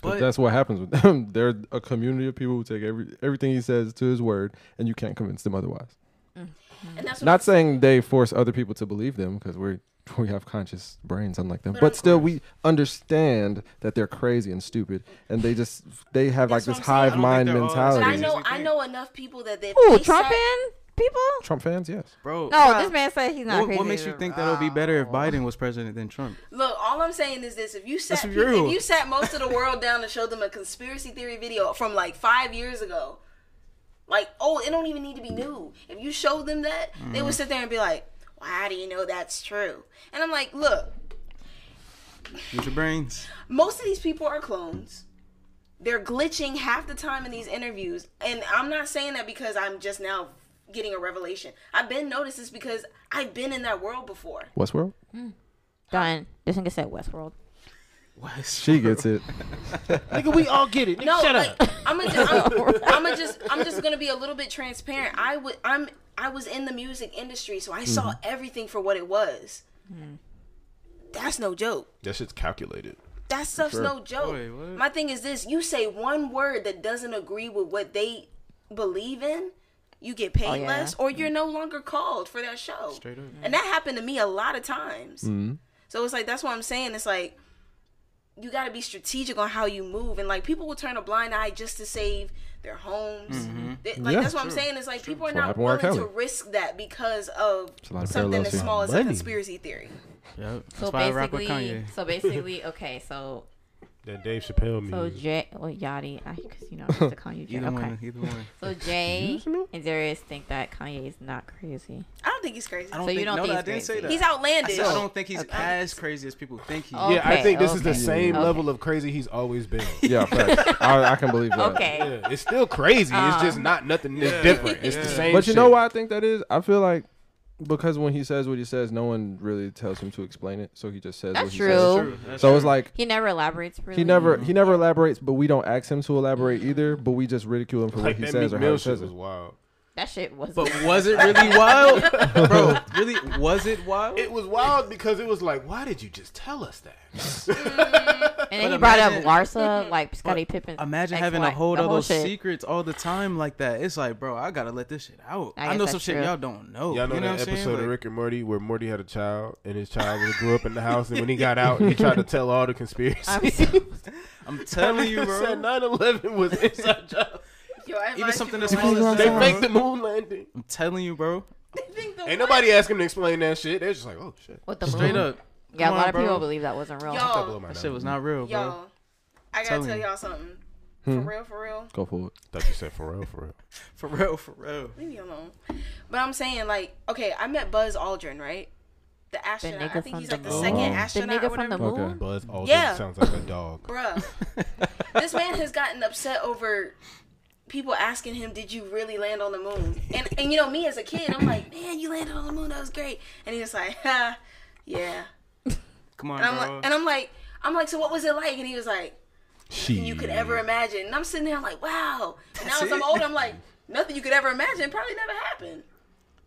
Speaker 5: But
Speaker 4: But-
Speaker 5: that's what happens with them. They're a community of people who take every everything he says to his word, and you can't convince them otherwise.
Speaker 3: And that's what
Speaker 5: Not saying they force other people to believe them because we're we have conscious brains unlike them, but still we understand that they're crazy and stupid, and they just they have like
Speaker 3: That's
Speaker 5: this
Speaker 3: what I'm saying. I
Speaker 5: hive
Speaker 4: don't think
Speaker 5: mind
Speaker 4: they're all as
Speaker 3: But I
Speaker 5: mentality.
Speaker 4: crazy.
Speaker 3: know
Speaker 4: Crazy
Speaker 3: I
Speaker 4: thing.
Speaker 3: know enough people that they
Speaker 1: Ooh, Trump and people.
Speaker 5: Trump fans, yes.
Speaker 4: Bro,
Speaker 1: No, this man said he's not
Speaker 4: what,
Speaker 1: crazy.
Speaker 4: what makes you think that it'll be better if Biden was president than Trump?
Speaker 3: Look, all I'm saying is this: if you sat,
Speaker 4: That's
Speaker 3: pe-
Speaker 4: real.
Speaker 3: if you sat most of the world down and showed them a conspiracy theory video from like five years ago, like oh, it don't even need to be new. If you showed them that, they would sit there and be like, "Why do you know that's true?" And I'm like, look,
Speaker 4: Use your brains.
Speaker 3: most of these people are clones. They're glitching half the time in these interviews. And I'm not saying that because I'm just now getting a revelation. I've been noticed this because I've been in that world before.
Speaker 5: Westworld,
Speaker 1: Done. This nigga said Westworld.
Speaker 5: she gets it.
Speaker 2: Nigga, we all get it.
Speaker 3: No, like, I'm gonna just, I'm, I'm just, I'm just gonna be a little bit transparent. I would, I'm, I was in the music industry, so I saw everything for what it was. That's no joke.
Speaker 2: That shit's calculated.
Speaker 3: That stuff's no joke.
Speaker 4: Wait, what?
Speaker 3: My thing is this: you say one word that doesn't agree with what they believe in, you get
Speaker 5: Oh,
Speaker 3: paid
Speaker 1: yeah.
Speaker 3: less, or
Speaker 5: Mm.
Speaker 3: you're no longer called for that show.
Speaker 4: Straight up.
Speaker 3: And that happened to me a lot of times.
Speaker 5: Mm-hmm.
Speaker 3: So it's like that's what I'm saying. It's like you got to be strategic on how you move, and like people will turn a blind eye just to save their homes.
Speaker 4: Mm-hmm.
Speaker 3: They- like
Speaker 5: Yeah.
Speaker 3: that's what I'm saying. It's like people are
Speaker 5: what
Speaker 3: not
Speaker 5: happened with R.
Speaker 3: willing to
Speaker 5: Kelly.
Speaker 3: risk that because of
Speaker 5: lot of
Speaker 3: something
Speaker 5: parallels
Speaker 3: as
Speaker 5: here.
Speaker 3: small as a
Speaker 2: Money.
Speaker 3: conspiracy theory.
Speaker 4: Yep. That's
Speaker 1: So
Speaker 4: why I rock with Kanye.
Speaker 1: basically, so basically, okay, so
Speaker 2: That Dave Chappelle
Speaker 1: so
Speaker 2: music.
Speaker 1: Jay, well Yachty, because you know I used to call you Jay.
Speaker 4: Either
Speaker 1: Okay,
Speaker 4: one, either one.
Speaker 1: so Jay and Darius think that Kanye is not crazy.
Speaker 3: I don't think he's crazy.
Speaker 4: I don't
Speaker 1: So you
Speaker 4: think,
Speaker 1: don't
Speaker 4: no,
Speaker 1: think
Speaker 4: I
Speaker 1: he's
Speaker 4: didn't say
Speaker 1: crazy?
Speaker 4: that.
Speaker 3: He's outlandish.
Speaker 4: I said I don't think he's
Speaker 1: Okay.
Speaker 4: as crazy as people think he is.
Speaker 1: Oh.
Speaker 2: Yeah, I
Speaker 1: Okay,
Speaker 2: think this is
Speaker 1: okay.
Speaker 2: the same
Speaker 1: Yeah.
Speaker 2: level of crazy he's always been.
Speaker 5: Yeah, facts. I, I can believe that.
Speaker 1: Okay,
Speaker 2: Yeah, it's still crazy. it's
Speaker 1: Uh-huh.
Speaker 2: just not nothing that's different. It's the same.
Speaker 5: But you
Speaker 2: shit.
Speaker 5: know why I think that is? I feel like because when he says what he says, no one really tells him to explain it, so he just says what
Speaker 1: that's
Speaker 5: he
Speaker 1: true.
Speaker 4: True,
Speaker 5: says.
Speaker 4: that's
Speaker 5: So
Speaker 4: true.
Speaker 5: it's like
Speaker 1: He never elaborates. Really.
Speaker 5: he never he never elaborates, but we don't ask him to elaborate either. But we just ridicule him for
Speaker 2: Like
Speaker 5: what he
Speaker 2: that
Speaker 5: says
Speaker 2: Meek
Speaker 5: or how
Speaker 2: Mill
Speaker 5: he
Speaker 2: shit
Speaker 5: says
Speaker 2: was
Speaker 5: it.
Speaker 2: wild.
Speaker 1: That shit was.
Speaker 4: But was it really wild, bro? Really, was it wild?
Speaker 2: It was wild because it was like, why did you just tell us that?
Speaker 1: and then
Speaker 4: but
Speaker 1: he brought up
Speaker 4: imagine-
Speaker 3: Mm-hmm.
Speaker 1: Larsa, like Scottie Pippen.
Speaker 4: Imagine having to hold all those secrets all the time like that. It's like, bro, I gotta let this shit out.
Speaker 1: I
Speaker 4: I,
Speaker 1: guess
Speaker 4: know some
Speaker 1: that's
Speaker 4: shit
Speaker 1: true.
Speaker 4: y'all don't know.
Speaker 2: Y'all know
Speaker 4: you know
Speaker 2: that
Speaker 4: what
Speaker 2: episode
Speaker 4: I'm saying?
Speaker 2: of
Speaker 4: Like,
Speaker 2: Rick and Morty where Morty had a child and his child was- grew up in the house and when he got out, he tried to tell all the conspiracies.
Speaker 4: I'm telling you,
Speaker 2: said
Speaker 4: bro.
Speaker 2: 9/11 was inside job.
Speaker 3: Yo, I
Speaker 4: Even
Speaker 3: advise
Speaker 4: something
Speaker 3: people
Speaker 4: as
Speaker 3: to
Speaker 4: small
Speaker 3: watch
Speaker 4: as
Speaker 2: They
Speaker 4: that.
Speaker 2: faked the moon landing.
Speaker 4: I'm telling you, bro.
Speaker 3: it. Think the
Speaker 2: Ain't
Speaker 3: what?
Speaker 2: nobody asked him to explain that shit. They're just like, oh shit.
Speaker 1: With the
Speaker 4: Straight
Speaker 1: moon.
Speaker 4: up.
Speaker 1: Yeah,
Speaker 4: Come
Speaker 1: a
Speaker 4: on,
Speaker 1: lot of
Speaker 4: bro.
Speaker 1: people believe that wasn't real.
Speaker 2: That blew
Speaker 3: Yo,
Speaker 2: my
Speaker 4: Oh, That
Speaker 2: nose.
Speaker 4: shit was not real, bro.
Speaker 3: yo, I gotta
Speaker 4: Telling
Speaker 3: tell
Speaker 4: you.
Speaker 3: y'all something.
Speaker 7: For
Speaker 2: Hmm?
Speaker 7: real, for real.
Speaker 5: Go for it.
Speaker 2: Thought you said for real, for real.
Speaker 4: For real, for real.
Speaker 3: Leave me alone. But I'm saying, like, okay, I met Buzz Aldrin, right? The
Speaker 1: The
Speaker 3: astronaut. I
Speaker 1: nigga
Speaker 3: think
Speaker 1: from
Speaker 3: he's
Speaker 1: the
Speaker 3: like the
Speaker 1: moon.
Speaker 3: second
Speaker 1: The
Speaker 3: astronaut or
Speaker 1: nigga from
Speaker 3: whatever.
Speaker 1: the
Speaker 5: Okay.
Speaker 1: moon.
Speaker 2: Buzz Aldrin
Speaker 3: Yeah.
Speaker 2: sounds like a dog.
Speaker 3: Bruh. this man has gotten upset over people asking him, Did you really land on the moon? And and you know, me as a kid, I'm like, Man, you landed on the moon, that was great. And he was like, Ha, yeah.
Speaker 4: Come on,
Speaker 3: And I'm
Speaker 4: bro.
Speaker 3: like and I'm like I'm like, so what was it like? And he was like,
Speaker 2: She.
Speaker 3: You could ever imagine. And I'm sitting there I'm like, Wow. And now
Speaker 4: That's
Speaker 3: as I'm
Speaker 4: it?
Speaker 3: older, I'm like, nothing you could ever imagine probably never happened.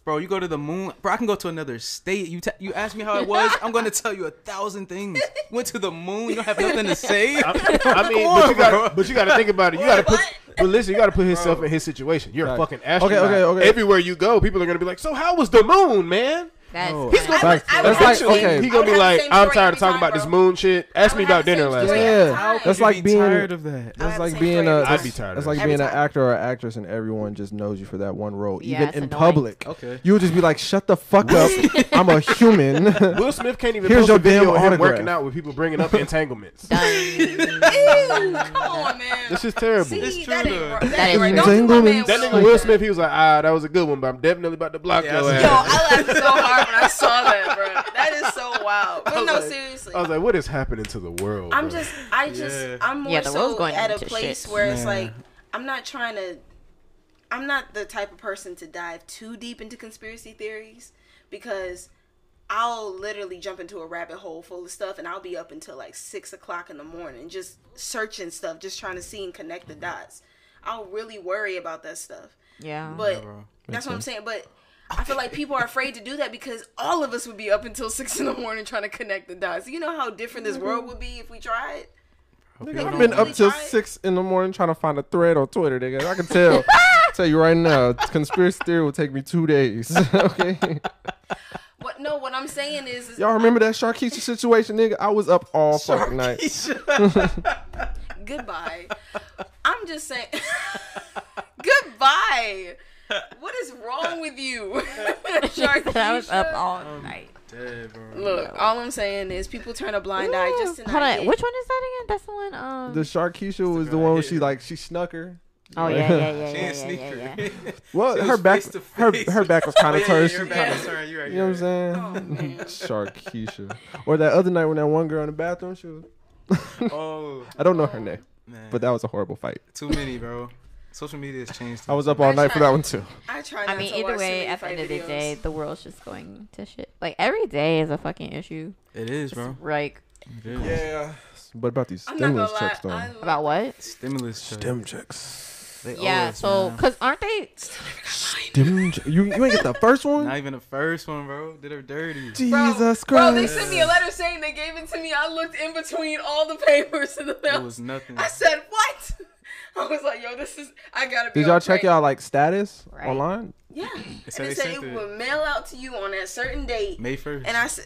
Speaker 4: bro, you go to the moon. Bro, I can go to another state. You ta you ask me how it was. I'm gonna tell you a thousand things. Went to the moon. You don't have nothing to say.
Speaker 2: I mean, but you got but you got to think about it. You got to put but listen, you got to put himself in his situation. You're a
Speaker 5: Facts.
Speaker 2: fucking astronaut.
Speaker 5: Okay, okay, okay.
Speaker 2: Everywhere you go, people are going to be like, "So how was the moon, man?"
Speaker 1: That's
Speaker 5: No.
Speaker 1: facts.
Speaker 4: Oh.
Speaker 3: I would- I would
Speaker 5: That's
Speaker 3: have
Speaker 5: like-
Speaker 3: the same-
Speaker 5: okay.
Speaker 2: He
Speaker 3: I would
Speaker 2: going to be
Speaker 3: have the
Speaker 2: like,
Speaker 3: same
Speaker 2: "I'm
Speaker 3: story
Speaker 2: tired
Speaker 3: every
Speaker 2: of talking
Speaker 3: time,
Speaker 2: about this
Speaker 3: bro.
Speaker 2: moon shit. Ask
Speaker 3: I
Speaker 2: me
Speaker 3: would have
Speaker 2: about
Speaker 3: the
Speaker 2: dinner
Speaker 3: same
Speaker 2: last
Speaker 3: story.
Speaker 2: night."
Speaker 5: Yeah,
Speaker 3: time.
Speaker 5: that's
Speaker 3: You'd
Speaker 5: like
Speaker 4: be
Speaker 5: being.
Speaker 4: tired of that.
Speaker 5: That's
Speaker 3: have
Speaker 5: like
Speaker 3: the same
Speaker 5: being
Speaker 3: story
Speaker 5: a.
Speaker 3: every
Speaker 5: That's,
Speaker 2: I'd be tired of
Speaker 5: that's
Speaker 2: that
Speaker 5: like
Speaker 2: shit.
Speaker 5: being an
Speaker 3: Every time.
Speaker 5: actor or actress, and everyone just knows you for that one role,
Speaker 1: Yeah,
Speaker 5: even
Speaker 1: it's
Speaker 5: in
Speaker 1: annoying.
Speaker 5: public.
Speaker 4: Okay.
Speaker 5: You would just be like, "Shut the fuck up! I'm a human."
Speaker 2: Will Smith can't even
Speaker 5: Here's
Speaker 2: post
Speaker 5: your
Speaker 2: a video
Speaker 5: damn
Speaker 2: of him
Speaker 5: autograph.
Speaker 2: working out with people bringing up entanglements.
Speaker 3: Come on, man.
Speaker 2: this is terrible.
Speaker 3: See,
Speaker 4: true,
Speaker 3: that ain't
Speaker 4: though.
Speaker 3: right.
Speaker 1: That
Speaker 3: That
Speaker 1: is
Speaker 3: ain't right. Don't do
Speaker 5: true.
Speaker 3: my man
Speaker 2: that
Speaker 3: Will
Speaker 2: nigga
Speaker 3: like
Speaker 2: Will
Speaker 3: that.
Speaker 2: Smith, he was like, "Ah, that was a good one, but I'm definitely about to block
Speaker 4: Yeah,
Speaker 2: your
Speaker 4: that's-
Speaker 2: ass."
Speaker 3: Yo, I laughed so hard when I saw that, bro. That is so wild. But no, seriously.
Speaker 2: I was like, "What is happening to the world?"
Speaker 3: I'm
Speaker 2: bro?"
Speaker 3: just, I just,
Speaker 4: Yeah.
Speaker 3: I'm more
Speaker 1: Yeah, the world's
Speaker 3: so
Speaker 1: going
Speaker 3: at a
Speaker 1: into
Speaker 3: place
Speaker 1: shit.
Speaker 3: where it's
Speaker 4: Man.
Speaker 3: like, I'm not trying to, I'm not the type of person to dive too deep into conspiracy theories because I'll literally jump into a rabbit hole full of stuff and I'll be up until like six o'clock in the morning just searching stuff, just trying to see and connect the dots. I'll really worry about that stuff.
Speaker 1: Yeah.
Speaker 3: But
Speaker 4: bro.
Speaker 3: that's what I'm saying. But I feel like people are afraid to do that because all of us would be up until six in the morning trying to connect the dots. You know how different this world would be if we tried.
Speaker 5: I've been up till six in the morning trying to find a thread on Twitter, nigga. I can tell. tell you right now, conspiracy theory will take me two days. okay.
Speaker 3: What? No, what I'm saying is, is
Speaker 5: Y'all remember that Sharkeisha situation, nigga? I was up all fucking night.
Speaker 3: goodbye. I'm just saying, goodbye. What is wrong with you, Shark?
Speaker 1: I was up all night.
Speaker 3: Look, all I'm saying is people turn a blind eye just to not
Speaker 1: Hold on,
Speaker 3: get-
Speaker 1: which one is that again? That's the one. Um.
Speaker 5: The Sharkeisha was the
Speaker 4: girl I
Speaker 5: one where
Speaker 4: hit.
Speaker 5: she like she snuck her.
Speaker 1: oh yeah, yeah, yeah, yeah, yeah, yeah,
Speaker 4: sneaker.
Speaker 1: yeah.
Speaker 5: Well,
Speaker 4: She
Speaker 5: her
Speaker 4: was
Speaker 5: back,
Speaker 4: face to
Speaker 5: her
Speaker 4: face.
Speaker 5: her back was kind of turned. She-
Speaker 4: sorry. Oh, You're right.
Speaker 5: You know what I'm saying?
Speaker 3: Oh,
Speaker 5: Sharkeisha. Or that other night when that one girl in the bathroom, she was.
Speaker 4: Oh
Speaker 5: I don't know her name,
Speaker 4: man,
Speaker 5: but that was a horrible fight.
Speaker 4: too many, bro. Social media has changed.
Speaker 5: I was up all night for that one too.
Speaker 3: I try. Not
Speaker 1: I mean,
Speaker 3: to
Speaker 1: either
Speaker 3: watch
Speaker 1: way,
Speaker 3: too
Speaker 1: at the end
Speaker 3: many
Speaker 1: of
Speaker 3: fight
Speaker 1: the day,
Speaker 3: videos.
Speaker 1: the world's just going to shit. Like every day is a fucking issue.
Speaker 4: It is, bro.
Speaker 1: Like
Speaker 4: It is.
Speaker 5: Yeah. But about these
Speaker 3: I'm not
Speaker 5: stimulus
Speaker 3: gonna lie.
Speaker 5: checks, though.
Speaker 3: I love-
Speaker 1: about what?
Speaker 4: Stimulus check.
Speaker 5: checks.
Speaker 4: They owe
Speaker 1: Yeah.
Speaker 4: us,
Speaker 1: So,
Speaker 4: man.
Speaker 1: cause aren't they?
Speaker 5: Stim. che- you you ain't get the first one.
Speaker 4: not even the first one, bro. Did her dirty.
Speaker 3: Bro,
Speaker 5: Jesus
Speaker 3: Bro, they
Speaker 5: Christ.
Speaker 3: sent me a letter saying they gave it to me. I looked in between all the papers and the
Speaker 4: It
Speaker 3: mail.
Speaker 4: was nothing.
Speaker 3: I said, "What?" I was like, "Yo, this is I gotta be."
Speaker 5: Did
Speaker 3: on
Speaker 5: y'all check
Speaker 3: track."
Speaker 5: y'all like status
Speaker 1: Right.
Speaker 5: online?
Speaker 3: Yeah,
Speaker 4: said
Speaker 3: and
Speaker 4: they
Speaker 3: it said
Speaker 4: sent
Speaker 3: it
Speaker 4: it.
Speaker 3: would mail out to you on that certain date.
Speaker 4: May first.
Speaker 3: And I said,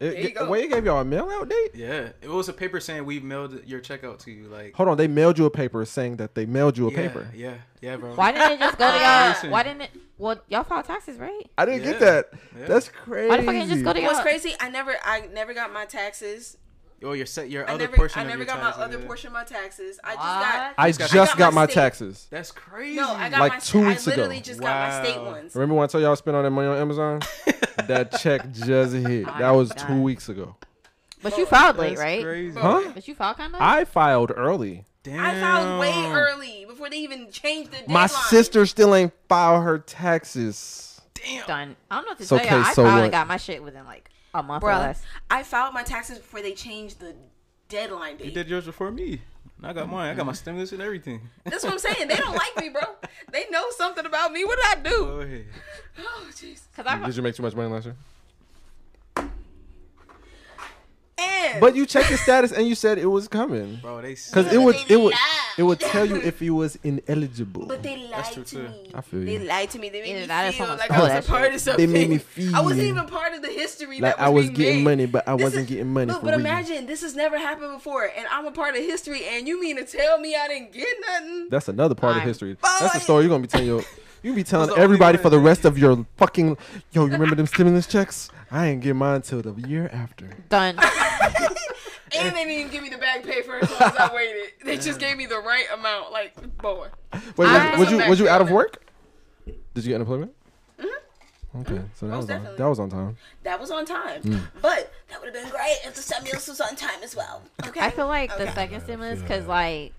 Speaker 5: It,
Speaker 3: you go.
Speaker 5: Wait, it gave y'all a mail out date?
Speaker 4: Yeah, it was a paper saying we mailed your check out to you. Like
Speaker 5: Hold on, they mailed you a paper saying that they mailed you a
Speaker 4: yeah,
Speaker 5: paper.
Speaker 4: Yeah, yeah, bro.
Speaker 1: Why didn't it just go to
Speaker 4: Listen.
Speaker 1: y'all? Why didn't it? Well, y'all file taxes, right?
Speaker 5: I didn't get
Speaker 4: Yeah.
Speaker 5: that.
Speaker 4: Yeah.
Speaker 5: That's crazy.
Speaker 1: Why the fuck didn't it just go to
Speaker 3: "It
Speaker 1: y'all?
Speaker 3: was crazy. I never, I never got my taxes.
Speaker 4: Oh, your set, your
Speaker 3: I
Speaker 4: other
Speaker 3: never,
Speaker 4: portion.
Speaker 3: I
Speaker 4: of
Speaker 3: never
Speaker 4: your
Speaker 3: got my
Speaker 4: taxes,
Speaker 3: other
Speaker 4: yeah.
Speaker 3: portion of my taxes. I just
Speaker 1: What?
Speaker 3: got
Speaker 5: I
Speaker 4: got-
Speaker 5: just
Speaker 4: I
Speaker 5: got,
Speaker 3: got my
Speaker 5: my
Speaker 3: state-
Speaker 5: taxes.
Speaker 4: That's crazy.
Speaker 3: no, I got
Speaker 5: Like
Speaker 3: my
Speaker 5: two
Speaker 3: I
Speaker 5: weeks ago.
Speaker 3: literally just got my state
Speaker 4: Wow.
Speaker 3: ones.
Speaker 5: Remember when I told y'all I spent all that money on Amazon? that check just hit. That
Speaker 1: my
Speaker 5: was
Speaker 1: God.
Speaker 5: two weeks ago.
Speaker 1: But you filed late,
Speaker 4: That's
Speaker 1: right?
Speaker 4: crazy.
Speaker 5: Huh?
Speaker 1: But you filed kind of.
Speaker 5: I filed early.
Speaker 4: Damn.
Speaker 3: I filed way early before they even changed the deadline.
Speaker 5: My sister still ain't filed her taxes.
Speaker 1: done. I don't know what to
Speaker 5: So,
Speaker 1: tell you.
Speaker 5: okay,
Speaker 1: I
Speaker 5: so
Speaker 1: filed
Speaker 5: what?
Speaker 1: and got my shit within like a month or
Speaker 3: Bruh,
Speaker 1: less.
Speaker 3: I filed my taxes before they changed the deadline
Speaker 4: You
Speaker 3: date.
Speaker 4: did yours before me. And I got mine. I got my stimulus and everything.
Speaker 3: That's what I'm saying. They don't like me, bro. They know something about me. What did
Speaker 4: Go
Speaker 3: I
Speaker 5: Uh,
Speaker 3: do?
Speaker 4: ahead.
Speaker 3: Oh, jeez.
Speaker 1: Cause I
Speaker 5: Did you make too much money last year?
Speaker 3: And
Speaker 5: But you checked your status and you said it was coming.
Speaker 4: Bro, they s-
Speaker 5: Because it would
Speaker 3: they
Speaker 5: it would
Speaker 3: lied.
Speaker 5: it would tell you if you was ineligible.
Speaker 3: but they lied
Speaker 4: true,
Speaker 3: to
Speaker 4: too.
Speaker 3: me.
Speaker 5: I feel
Speaker 3: They
Speaker 5: you.
Speaker 3: lied to me. They made
Speaker 1: Either
Speaker 3: me
Speaker 1: that or
Speaker 3: feel
Speaker 1: someone
Speaker 3: like
Speaker 1: stole
Speaker 3: I
Speaker 1: that
Speaker 3: was a part of
Speaker 5: shit.
Speaker 3: something.
Speaker 5: They made me
Speaker 3: I wasn't
Speaker 5: feel
Speaker 3: even part of the history.
Speaker 5: Like
Speaker 3: that was
Speaker 5: I was
Speaker 3: being
Speaker 5: getting
Speaker 3: made.
Speaker 5: money, but I
Speaker 3: This
Speaker 5: wasn't
Speaker 3: is-
Speaker 5: getting money
Speaker 3: Look,
Speaker 5: for
Speaker 3: but
Speaker 5: real.
Speaker 3: imagine this has never happened before, and I'm a part of history, and you mean to tell me I didn't get nothing?
Speaker 5: That's another part of
Speaker 1: I'm
Speaker 5: history. That's the
Speaker 3: fine.
Speaker 5: story you're gonna be telling your you be telling
Speaker 4: the only
Speaker 5: everybody
Speaker 4: one
Speaker 5: for the
Speaker 4: that-
Speaker 5: rest of your fucking yo, you remember them stimulus checks? I ain't get mine till the year after.
Speaker 1: done.
Speaker 3: And they didn't even give me the back pay for as long as I waited. They just gave me the right amount, like boy.
Speaker 5: Wait,
Speaker 1: I-
Speaker 5: was, was you was you out of work? Did you get unemployment?
Speaker 1: Mm-hmm.
Speaker 5: Okay, so
Speaker 8: Most
Speaker 5: that was on,
Speaker 8: definitely.
Speaker 5: that was on time.
Speaker 8: That was on time. But that would have been great if the stimulus was on time as well. Okay.
Speaker 1: I feel like the second stimulus because like.